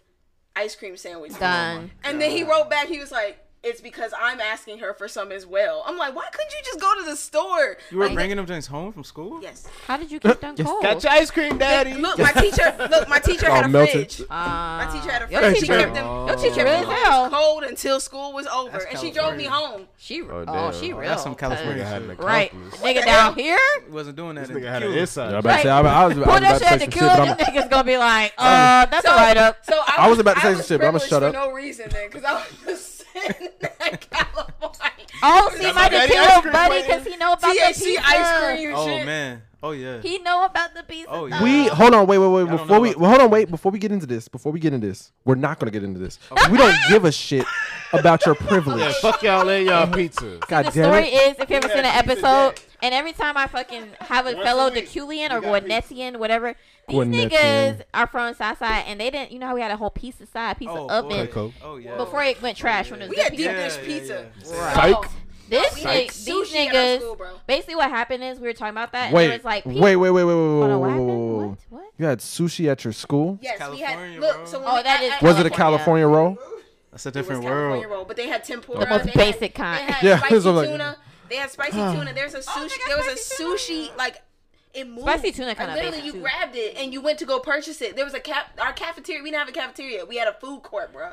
Speaker 3: ice cream sandwiches."
Speaker 1: Done.
Speaker 3: And then he wrote back. He was like, "It's because I'm asking her for some as well." I'm like, "Why couldn't you just go to the store?"
Speaker 4: You were
Speaker 3: Like,
Speaker 4: bringing them drinks home from school?
Speaker 3: Yes.
Speaker 1: How did you keep them cold?
Speaker 2: Got your ice cream, daddy.
Speaker 3: Look, my teacher. Look, my teacher had a
Speaker 5: All melted.
Speaker 3: fridge.
Speaker 1: Uh,
Speaker 3: My teacher Oh. had a fridge.
Speaker 1: your
Speaker 3: she
Speaker 1: teacher,
Speaker 3: kept them.
Speaker 1: your teacher real as hell.
Speaker 3: Cold until school was over, and she drove me home.
Speaker 1: She
Speaker 2: Oh,
Speaker 1: oh,
Speaker 2: damn.
Speaker 1: she
Speaker 2: Oh,
Speaker 1: real.
Speaker 4: That's some California
Speaker 1: cuz-
Speaker 2: had
Speaker 4: shit.
Speaker 2: an
Speaker 1: Right,
Speaker 2: accomplice.
Speaker 1: nigga down here.
Speaker 4: Wasn't doing that.
Speaker 2: This
Speaker 4: in
Speaker 2: nigga had an
Speaker 4: Cuba.
Speaker 5: Yeah, I,
Speaker 2: inside.
Speaker 5: about to say, I, I was, I was
Speaker 1: Pull
Speaker 5: about
Speaker 1: that
Speaker 5: to say
Speaker 1: shit
Speaker 5: some
Speaker 1: to
Speaker 5: shit,
Speaker 1: kill.
Speaker 5: but I'm
Speaker 1: Them niggas gonna be like, uh, that's
Speaker 3: So-
Speaker 1: a write up.
Speaker 3: So I was,
Speaker 5: I was about to say
Speaker 3: I
Speaker 5: some
Speaker 3: was
Speaker 5: shit, but I'ma
Speaker 3: privileged
Speaker 5: shut
Speaker 3: for
Speaker 5: up.
Speaker 3: No reason then, because I was just sitting at California.
Speaker 1: Oh, see,
Speaker 2: my
Speaker 1: my
Speaker 2: daddy
Speaker 1: kill
Speaker 2: ice
Speaker 1: him,
Speaker 2: cream
Speaker 1: buddy,
Speaker 2: waiting.
Speaker 1: because he know about the
Speaker 3: THC
Speaker 1: pizza.
Speaker 3: ice cream. and
Speaker 4: Oh
Speaker 3: shit.
Speaker 4: man. Oh yeah.
Speaker 1: He know about the pizza.
Speaker 4: Oh, yeah.
Speaker 1: stuff.
Speaker 5: We hold on, wait, wait, wait.
Speaker 4: don't
Speaker 5: Before
Speaker 4: know
Speaker 5: we
Speaker 4: about
Speaker 5: well, hold on, wait. Before we get into this, before we get into this, we're not gonna get into this. We don't give a shit about your
Speaker 2: Yeah,
Speaker 5: privilege.
Speaker 2: fuck y'all and y'all pizza.
Speaker 5: God
Speaker 1: the
Speaker 5: damn
Speaker 1: story
Speaker 5: it!
Speaker 1: is, if you ever
Speaker 2: Yeah,
Speaker 1: seen an
Speaker 2: she said
Speaker 1: episode,
Speaker 2: that.
Speaker 1: and every time I fucking have a
Speaker 2: Once a
Speaker 1: fellow
Speaker 2: week,
Speaker 1: Deculian or
Speaker 2: we got pizza.
Speaker 1: Gwinnettian, whatever, these
Speaker 5: Gwinnettian.
Speaker 1: niggas are from Southside, and they didn't, you know how we had a whole piece of side, piece
Speaker 4: Oh,
Speaker 1: of oven
Speaker 4: boy. oh yeah.
Speaker 1: before it went trash when it was
Speaker 3: We
Speaker 1: good
Speaker 3: had deep
Speaker 1: pizza.
Speaker 3: dish
Speaker 4: Yeah, yeah,
Speaker 3: pizza.
Speaker 4: yeah.
Speaker 2: Psych.
Speaker 1: This
Speaker 3: We
Speaker 1: nigga,
Speaker 3: ate
Speaker 1: these
Speaker 3: sushi at our
Speaker 1: niggas.
Speaker 3: school, bro.
Speaker 1: Basically, what happened is we were talking about that, and it
Speaker 5: Wait,
Speaker 1: was like,
Speaker 5: wait,
Speaker 1: people-
Speaker 5: wait, wait, wait, wait, wait,
Speaker 1: Hold
Speaker 5: wait,
Speaker 1: on, what
Speaker 5: wait, wait, wait, wait.
Speaker 1: happened? What? What?
Speaker 5: You had sushi at your school?
Speaker 3: Yes, we had.
Speaker 4: California,
Speaker 3: Look,
Speaker 4: bro.
Speaker 3: so when
Speaker 1: Oh,
Speaker 3: we-
Speaker 1: that
Speaker 3: I-
Speaker 1: is
Speaker 3: I-
Speaker 5: Was it a
Speaker 1: California.
Speaker 5: California roll?
Speaker 4: That's a
Speaker 3: It was
Speaker 4: different
Speaker 3: California
Speaker 4: world.
Speaker 3: roll, but they had tempura.
Speaker 1: The most
Speaker 3: they
Speaker 1: basic
Speaker 3: had,
Speaker 1: kind.
Speaker 3: They had
Speaker 5: Yeah,
Speaker 3: spicy
Speaker 5: so like-
Speaker 3: tuna. They had spicy tuna. There's a
Speaker 1: Oh, they
Speaker 3: sushi.
Speaker 1: got
Speaker 3: there was a
Speaker 1: spicy
Speaker 3: sushi like. It moved.
Speaker 1: Spicy tuna kinda
Speaker 3: Like, Literally,
Speaker 1: basic,
Speaker 3: you
Speaker 1: too.
Speaker 3: grabbed it and you went to go purchase it. There was a cap. Our cafeteria. We didn't have a cafeteria. We had a food court, bro.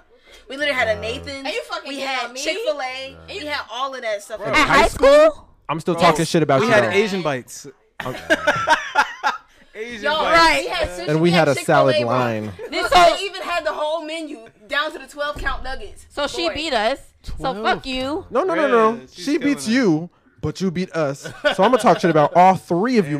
Speaker 3: We literally had a Nathan's.
Speaker 1: Are you fucking
Speaker 3: we
Speaker 1: kidding
Speaker 3: had
Speaker 1: me?
Speaker 3: Chick Fil A. We had all of that stuff.
Speaker 1: At high
Speaker 5: High
Speaker 1: school?
Speaker 5: I'm still talking shit about
Speaker 4: We
Speaker 5: you.
Speaker 4: had
Speaker 5: though.
Speaker 4: Asian bites. Asian
Speaker 3: Y'all,
Speaker 4: bites.
Speaker 3: right? We had sushi.
Speaker 5: And we had a
Speaker 3: Chick-fil-A,
Speaker 5: salad
Speaker 3: bro.
Speaker 5: line.
Speaker 1: This
Speaker 3: Look,
Speaker 1: so,
Speaker 3: they even had the whole menu down to the twelve count nuggets.
Speaker 1: so she
Speaker 3: Boy.
Speaker 1: beat us. So fuck you.
Speaker 5: No, no, no, no.
Speaker 4: Yeah, she's
Speaker 5: She beats
Speaker 4: killing it.
Speaker 5: you, but you beat us. So I'm gonna talk shit about all three of you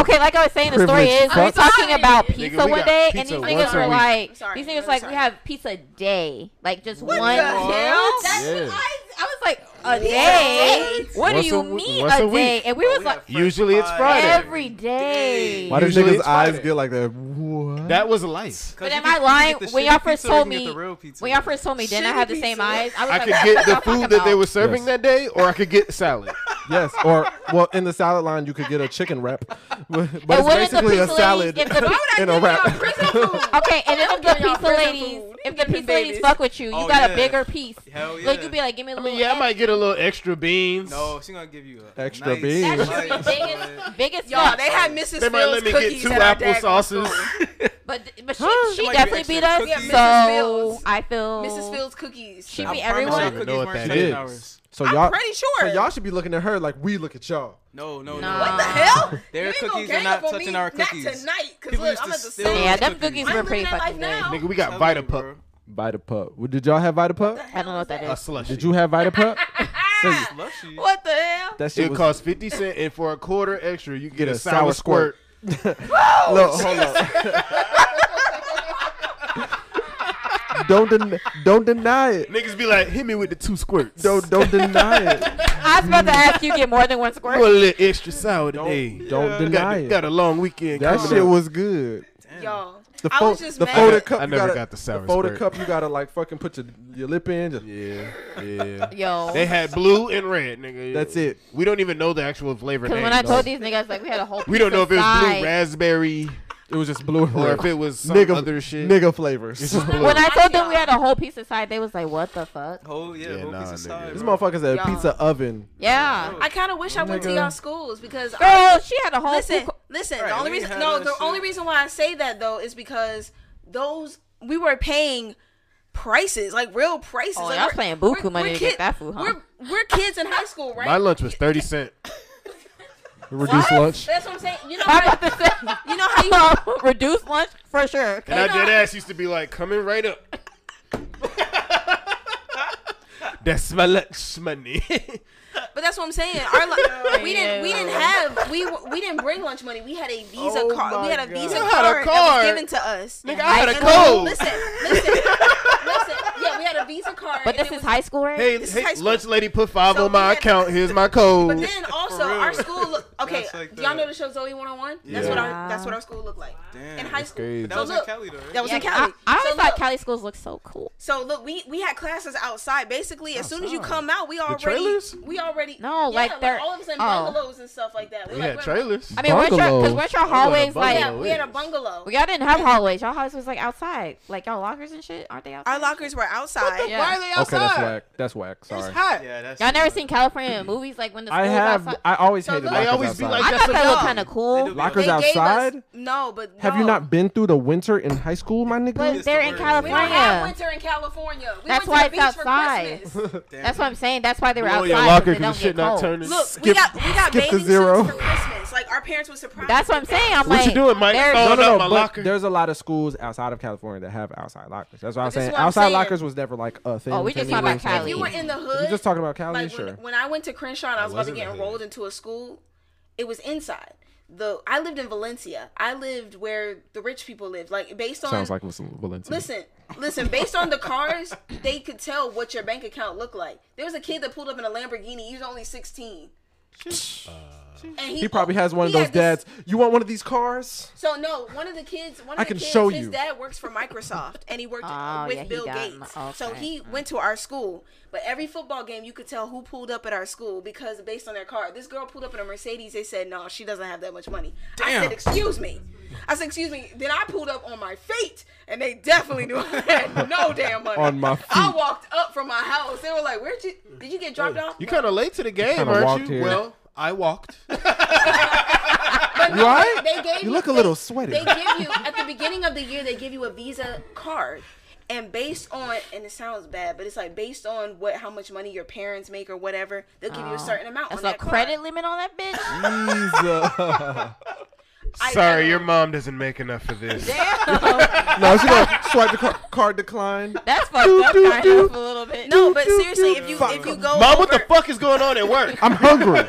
Speaker 1: Okay, like I was saying, the story
Speaker 5: Privileged
Speaker 1: is we were
Speaker 5: fuck.
Speaker 1: talking about pizza
Speaker 2: Nigga, we
Speaker 1: one
Speaker 2: got
Speaker 1: day,
Speaker 2: pizza
Speaker 1: and these
Speaker 2: once
Speaker 1: niggas
Speaker 2: a
Speaker 1: were
Speaker 2: week.
Speaker 1: like,
Speaker 3: Sorry,
Speaker 1: these
Speaker 3: I'm
Speaker 1: niggas like,
Speaker 3: sorry.
Speaker 1: we have pizza day, like just one
Speaker 3: the hell?
Speaker 1: meal.
Speaker 3: That's
Speaker 2: Yeah.
Speaker 1: I, I was like, a
Speaker 3: day? Oh,
Speaker 1: day? What
Speaker 2: Once
Speaker 1: do
Speaker 2: a
Speaker 1: you
Speaker 2: w-
Speaker 1: mean
Speaker 2: once
Speaker 1: a,
Speaker 2: a week.
Speaker 1: day? And we was
Speaker 4: we
Speaker 1: like,
Speaker 4: have French
Speaker 2: Usually it's
Speaker 4: fries.
Speaker 2: Friday.
Speaker 1: every day.
Speaker 5: Why do
Speaker 2: Usually
Speaker 5: niggas'
Speaker 2: it's
Speaker 5: eyes
Speaker 2: Friday.
Speaker 5: get like that? What?
Speaker 2: That was life.
Speaker 1: But
Speaker 4: you
Speaker 1: am
Speaker 4: can-
Speaker 1: I
Speaker 4: you can
Speaker 1: lying?
Speaker 4: get the
Speaker 1: When
Speaker 4: shitty
Speaker 1: y'all first
Speaker 4: pizza or you
Speaker 1: told
Speaker 4: can get
Speaker 1: me,
Speaker 4: the real pizza.
Speaker 1: when y'all first told me, didn't I
Speaker 3: Shitty
Speaker 1: have the same
Speaker 3: pizza.
Speaker 1: eyes? I was
Speaker 2: I
Speaker 1: like,
Speaker 2: could
Speaker 1: what
Speaker 2: get the
Speaker 1: y'all talking
Speaker 2: food that they
Speaker 1: about?
Speaker 2: were serving
Speaker 5: Yes.
Speaker 2: that day, or I could get salad.
Speaker 5: Yes, or well, in the salad line you could get a chicken wrap, but
Speaker 1: And
Speaker 5: it's
Speaker 1: what if the
Speaker 5: basically a
Speaker 1: pizza
Speaker 5: salad
Speaker 1: lady- if the-
Speaker 5: in a wrap.
Speaker 3: Prison food.
Speaker 1: Okay, and then if the
Speaker 3: giving y'all
Speaker 1: pizza
Speaker 3: prison
Speaker 1: ladies,
Speaker 3: food.
Speaker 1: if the
Speaker 3: Giving
Speaker 1: pizza ladies
Speaker 3: babies.
Speaker 1: fuck with you, you
Speaker 4: Oh,
Speaker 1: got
Speaker 4: yeah.
Speaker 1: a bigger piece.
Speaker 4: Hell yeah.
Speaker 1: Like you'd be like, give me a
Speaker 2: I
Speaker 1: little.
Speaker 2: mean, yeah, I might get a the little extra beans.
Speaker 4: No, she gonna give you a
Speaker 9: Extra
Speaker 4: nice
Speaker 9: beans.
Speaker 4: slice.
Speaker 1: Actually, biggest, biggest
Speaker 3: Y'all,
Speaker 1: nut.
Speaker 3: they had Mrs.
Speaker 2: They might
Speaker 3: Fields
Speaker 2: let me get
Speaker 3: cookies
Speaker 2: two
Speaker 3: at our dad grocery
Speaker 2: applesauces.
Speaker 3: store.
Speaker 1: but but she,
Speaker 4: Huh?
Speaker 1: she
Speaker 4: Like
Speaker 1: definitely
Speaker 4: extra
Speaker 1: beat us.
Speaker 4: cookies.
Speaker 3: Yeah, Mrs.
Speaker 1: so
Speaker 3: Fields.
Speaker 1: I feel
Speaker 3: Mrs. Fields cookies.
Speaker 1: She
Speaker 4: I
Speaker 1: beat
Speaker 4: promise
Speaker 1: everyone.
Speaker 4: you
Speaker 1: I don't
Speaker 2: even
Speaker 4: the cookies
Speaker 2: know what that
Speaker 4: weren't seven
Speaker 2: is.
Speaker 4: hours.
Speaker 9: So
Speaker 3: I'm
Speaker 9: y'all,
Speaker 3: pretty sure.
Speaker 9: so y'all should be looking at her like we look at y'all.
Speaker 4: No, no, no.
Speaker 1: Nah.
Speaker 3: what the hell?
Speaker 4: Their
Speaker 3: You ain't gonna
Speaker 4: cookies are
Speaker 3: gang
Speaker 4: not
Speaker 3: up on
Speaker 4: touching
Speaker 3: me.
Speaker 4: our cookies.
Speaker 3: Not tonight, because
Speaker 4: People
Speaker 3: look,
Speaker 4: used
Speaker 3: I'm
Speaker 4: to
Speaker 3: at the
Speaker 4: steal
Speaker 3: store.
Speaker 1: Yeah,
Speaker 4: those
Speaker 1: them cookies
Speaker 3: I'm
Speaker 1: were
Speaker 3: living
Speaker 1: pretty
Speaker 3: that
Speaker 1: fucking
Speaker 3: life
Speaker 1: good.
Speaker 3: now.
Speaker 2: Nigga, we got
Speaker 4: Tell
Speaker 2: Vita
Speaker 4: me,
Speaker 2: Pup.
Speaker 4: bro.
Speaker 5: Vita Pup. Well, Did y'all have Vita Pup?
Speaker 1: I don't know what that
Speaker 2: A
Speaker 1: is.
Speaker 2: slushie.
Speaker 5: Did you have Vita Pup?
Speaker 3: Ah,
Speaker 4: Slushy.
Speaker 3: what the hell?
Speaker 9: That shit
Speaker 2: It
Speaker 9: was
Speaker 2: costs fifty cent, and for a quarter extra, you get
Speaker 9: a
Speaker 2: a
Speaker 9: sour
Speaker 2: sour squirt.
Speaker 9: Look, hold up. don't den- don't deny it.
Speaker 2: Niggas be like, hit me with the two squirts.
Speaker 9: Don't don't deny it.
Speaker 1: I was about to ask you get more than one
Speaker 2: I want
Speaker 1: squirt.
Speaker 2: a little extra sour today.
Speaker 9: Don't
Speaker 2: Got-
Speaker 9: deny
Speaker 2: got,
Speaker 9: it.
Speaker 2: a long weekend.
Speaker 9: That
Speaker 2: coming
Speaker 9: shit
Speaker 2: up.
Speaker 9: was good.
Speaker 3: Y'all.
Speaker 9: The,
Speaker 3: I
Speaker 9: fo-
Speaker 3: was just
Speaker 9: the
Speaker 3: mad.
Speaker 9: folded cup.
Speaker 2: I
Speaker 9: you
Speaker 2: never
Speaker 9: gotta-
Speaker 2: got the sour
Speaker 9: folded
Speaker 2: squirt.
Speaker 9: cup. You gotta like fucking put your, your lip in. Just,
Speaker 2: Yeah, yeah.
Speaker 1: Yo,
Speaker 2: They had blue and red, nigga. yeah.
Speaker 9: That's it.
Speaker 2: We don't even know the actual flavor
Speaker 1: because
Speaker 2: name.
Speaker 1: when I told these niggas like we had a whole
Speaker 2: we don't know if it was
Speaker 1: side.
Speaker 2: blue raspberry
Speaker 9: It was just blue and
Speaker 2: or
Speaker 9: red.
Speaker 2: if it was some
Speaker 9: nigga
Speaker 2: other shit.
Speaker 9: Nigga flavors. this
Speaker 2: Just blue.
Speaker 1: When I told them we had a whole piece of side, they was like, "What the fuck?"
Speaker 4: Oh yeah,
Speaker 2: Yeah,
Speaker 4: whole
Speaker 2: nah,
Speaker 4: piece of
Speaker 2: nigga.
Speaker 4: side,
Speaker 2: This
Speaker 4: bro.
Speaker 9: motherfucker's a
Speaker 3: Y'all.
Speaker 9: pizza oven.
Speaker 1: Yeah,
Speaker 3: I kind of wish I went to
Speaker 9: Nigga.
Speaker 3: y'all schools because
Speaker 1: girl, she had a whole.
Speaker 3: listen,
Speaker 1: food co-
Speaker 3: listen.
Speaker 4: Right,
Speaker 3: the only
Speaker 4: we
Speaker 3: reason,
Speaker 4: had
Speaker 3: no,
Speaker 4: that
Speaker 3: the
Speaker 4: shit.
Speaker 3: only reason why I say that though is because those we were paying prices, like real prices.
Speaker 1: Oh,
Speaker 3: like,
Speaker 1: y'all
Speaker 3: we're-
Speaker 1: paying
Speaker 3: we're-
Speaker 1: buku money
Speaker 3: we're
Speaker 1: to get that food, huh?
Speaker 3: We're we're kids in high school, right?
Speaker 2: My lunch was thirty cent.
Speaker 9: Reduced lunch.
Speaker 3: That's what I'm saying. You know,
Speaker 1: I'm
Speaker 3: how,
Speaker 1: about to say,
Speaker 3: you know how you
Speaker 1: reduce lunch for sure.
Speaker 2: And I dead ass used to be like coming right up. That's my lunch money.
Speaker 3: But that's what I'm saying. Our lu- we didn't we
Speaker 1: Yeah.
Speaker 3: didn't have we w- we didn't bring lunch money. We had a Visa
Speaker 9: Oh
Speaker 3: card. We
Speaker 9: my
Speaker 3: had a
Speaker 9: God.
Speaker 3: Visa
Speaker 2: You
Speaker 3: card,
Speaker 2: had a
Speaker 3: that
Speaker 2: card.
Speaker 3: was given to us.
Speaker 2: Nigga, I had a
Speaker 3: And then-
Speaker 2: code.
Speaker 3: Listen, listen, listen. Yeah, we had a Visa card.
Speaker 1: But
Speaker 3: and
Speaker 1: this
Speaker 3: it
Speaker 1: is
Speaker 3: was-
Speaker 1: high school, right?
Speaker 2: hey,
Speaker 3: This is high
Speaker 2: hey
Speaker 3: school.
Speaker 2: lunch lady, put five
Speaker 3: So
Speaker 2: on
Speaker 3: we
Speaker 2: my
Speaker 3: had-
Speaker 2: account. Here's my code.
Speaker 3: But then also
Speaker 4: real.
Speaker 3: our school look okay.
Speaker 4: That's like
Speaker 3: y'all know
Speaker 4: that.
Speaker 3: the show Zoe 101? That's
Speaker 2: Yeah.
Speaker 3: what our
Speaker 1: Wow.
Speaker 3: that's what our school looked like
Speaker 4: Damn.
Speaker 3: in high school.
Speaker 2: crazy.
Speaker 4: That was
Speaker 3: so
Speaker 4: in
Speaker 3: look,
Speaker 4: Cali though. Right?
Speaker 3: that was
Speaker 1: Yeah,
Speaker 3: in Cali.
Speaker 1: I, I always
Speaker 3: so,
Speaker 1: thought
Speaker 3: look,
Speaker 1: Cali schools look so cool.
Speaker 3: so look, we we had classes outside. Basically, as soon as you come out, we already
Speaker 2: trailers?
Speaker 3: we already
Speaker 1: No,
Speaker 3: yeah,
Speaker 1: like they're-
Speaker 3: all of us in
Speaker 1: oh.
Speaker 3: bungalows and stuff like that.
Speaker 2: We
Speaker 3: like,
Speaker 2: had
Speaker 3: we're-
Speaker 2: trailers.
Speaker 1: I mean, weren't your, cause
Speaker 5: Bungalows.
Speaker 1: weren't your
Speaker 2: know what a
Speaker 1: hallways like?
Speaker 3: Yeah, we had a
Speaker 2: Bungalows.
Speaker 3: bungalow.
Speaker 1: Well, y'all didn't have hallways. Y'all hallways was like outside. Like y'all lockers and shit. Aren't they outside?
Speaker 3: Our lockers were outside.
Speaker 1: Yeah.
Speaker 2: Why are they
Speaker 5: Okay, that's
Speaker 2: outside?
Speaker 5: whack. That's whack. Sorry.
Speaker 4: Yeah, that's.
Speaker 1: Y'all never seen California movies like when the school
Speaker 9: I
Speaker 1: was
Speaker 9: have.
Speaker 1: outside?
Speaker 9: I always
Speaker 3: So
Speaker 9: hated.
Speaker 3: look-
Speaker 2: They
Speaker 9: lockers
Speaker 2: always be
Speaker 9: outside.
Speaker 2: like,
Speaker 1: I
Speaker 2: that's
Speaker 1: thought
Speaker 2: a
Speaker 1: that looked
Speaker 2: dog.
Speaker 1: kind of cool.
Speaker 4: They do be
Speaker 9: Lockers
Speaker 3: They gave
Speaker 9: outside?
Speaker 3: Us, no, but
Speaker 9: Have you
Speaker 3: no.
Speaker 9: not been through the winter in high school, my nigga?
Speaker 1: But
Speaker 4: It's
Speaker 1: they're in
Speaker 4: the word.
Speaker 3: We don't have
Speaker 1: California.
Speaker 3: winter in California. We
Speaker 1: That's
Speaker 3: went to
Speaker 1: why
Speaker 3: the
Speaker 1: it's
Speaker 3: beach
Speaker 1: outside.
Speaker 3: For Christmas.
Speaker 1: That's what I'm saying. That's why they were
Speaker 2: Oh,
Speaker 1: outside.
Speaker 2: your
Speaker 1: 'cause
Speaker 2: locker
Speaker 1: they don't
Speaker 2: because shit
Speaker 1: get
Speaker 2: not
Speaker 1: cold.
Speaker 2: turning.
Speaker 3: Look, we
Speaker 9: Skip-
Speaker 3: got we got
Speaker 9: skip the
Speaker 3: bathing
Speaker 9: zero.
Speaker 3: suits for Christmas. Like our parents were surprised.
Speaker 1: That's what I'm saying. I'm
Speaker 2: What
Speaker 1: like,
Speaker 2: you doing, Mike?
Speaker 1: there's-
Speaker 9: No,
Speaker 2: Oh,
Speaker 9: no,
Speaker 2: not
Speaker 9: no.
Speaker 2: my
Speaker 9: But
Speaker 2: locker.
Speaker 9: there's a lot of schools outside of California that have outside lockers. That's what I'm
Speaker 3: But this
Speaker 9: saying.
Speaker 3: is what I'm
Speaker 9: outside
Speaker 3: saying.
Speaker 9: lockers was never like a thing.
Speaker 1: Oh, we
Speaker 9: to
Speaker 1: just
Speaker 9: me.
Speaker 1: talking about
Speaker 9: It was never-
Speaker 1: Cali.
Speaker 3: You were in the hood.
Speaker 9: You just talking about Cali,
Speaker 3: like
Speaker 9: sure.
Speaker 3: when, when I went to Crenshaw and I was about to
Speaker 2: wasn't
Speaker 3: get
Speaker 2: in the
Speaker 3: enrolled into a school, it was inside. The I lived in Valencia. I lived where the rich people lived. Like based on
Speaker 5: Sounds like listen, Valencia.
Speaker 3: Listen, listen. Based on the cars, they could tell what your bank account looked like. There was a kid that pulled up in a Lamborghini. He was only sixteen. and
Speaker 9: he probably has one of
Speaker 3: he
Speaker 9: those
Speaker 3: had this-
Speaker 9: dads. You want one of these cars?
Speaker 3: So no, one of the kids, one of
Speaker 9: I
Speaker 3: the
Speaker 9: can
Speaker 3: kids,
Speaker 9: show
Speaker 3: his
Speaker 9: you.
Speaker 3: dad works for Microsoft, and he worked
Speaker 1: Oh,
Speaker 3: with
Speaker 1: yeah, he
Speaker 3: Bill
Speaker 1: got
Speaker 3: Gates.
Speaker 1: my-
Speaker 3: So
Speaker 1: okay. Mm.
Speaker 3: he went to our school, but every football game, you could tell who pulled up at our school because based on their car, this girl pulled up in a Mercedes. They said, "No, she doesn't have that much money." I said, "Excuse me." I said, "Excuse me." Then I pulled up on my feet, and they definitely knew I had no damn money.
Speaker 9: On my
Speaker 3: I
Speaker 9: feet.
Speaker 3: walked up from my house. They were like, "Where'd you? Did you get dropped off?"
Speaker 2: You kind of late to the game,
Speaker 9: kinda walked
Speaker 2: aren't you?
Speaker 9: here.
Speaker 2: Well, I walked.
Speaker 3: But no,
Speaker 9: Right?
Speaker 3: They gave
Speaker 9: You look a
Speaker 3: they-
Speaker 9: little sweaty.
Speaker 3: They give you at the beginning of the year. They give you a Visa card, and based on and it sounds bad, but it's like based on what how much money your parents make or whatever, they'll give you a certain amount
Speaker 1: Oh. That's
Speaker 3: on
Speaker 1: a
Speaker 3: that
Speaker 1: credit
Speaker 3: Card.
Speaker 1: limit on that bitch.
Speaker 3: I-
Speaker 2: Sorry, your mom doesn't make enough for this.
Speaker 9: no, she gonna swipe the car, card decline.
Speaker 1: That's fucked up
Speaker 9: doop,
Speaker 1: kind of a little bit.
Speaker 3: No, but seriously, if you if you go,
Speaker 2: Mom, what the
Speaker 3: over-
Speaker 2: fuck is going on at work?
Speaker 9: I'm hungry.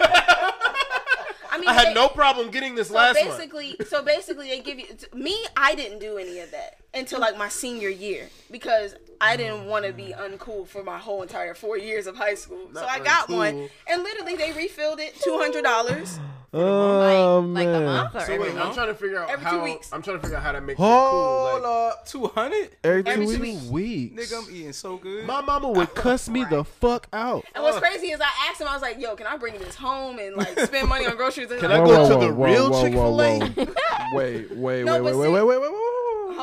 Speaker 3: I mean,
Speaker 2: I
Speaker 3: they-
Speaker 2: had no problem getting this
Speaker 3: So
Speaker 2: last one.
Speaker 3: basically, so basically, they give you t- me. I didn't do any of that until like my senior year because I
Speaker 2: Mm.
Speaker 3: didn't want to be uncool for my whole entire four years of high school. so I got one,
Speaker 2: uncool.
Speaker 3: and literally they refilled it two hundred dollars.
Speaker 9: oh
Speaker 1: like a
Speaker 9: man.
Speaker 1: month or
Speaker 2: So wait,
Speaker 1: every
Speaker 2: I'm
Speaker 1: month.
Speaker 2: trying to figure out
Speaker 3: Every two
Speaker 2: how.
Speaker 3: weeks.
Speaker 2: I'm trying to figure out how to make it
Speaker 9: Hold
Speaker 2: cool.
Speaker 9: up.
Speaker 4: Two hundred.
Speaker 9: Every two
Speaker 3: Every two
Speaker 9: weeks.
Speaker 3: weeks.
Speaker 2: weeks.
Speaker 4: Nigga, I'm eating so good.
Speaker 2: My mama would cuss me the fuck out.
Speaker 3: And what's crazy is I asked him, I was like, "Yo, can I bring this home and like spend money on groceries?" And
Speaker 2: Can
Speaker 3: he's
Speaker 2: I
Speaker 3: like,
Speaker 2: go to the real Chick-fil-A?
Speaker 9: Wait, wait,
Speaker 3: No,
Speaker 9: wait, wait,
Speaker 3: but
Speaker 9: wait,
Speaker 3: see-
Speaker 9: wait, wait, wait, wait, wait.
Speaker 3: Hold on,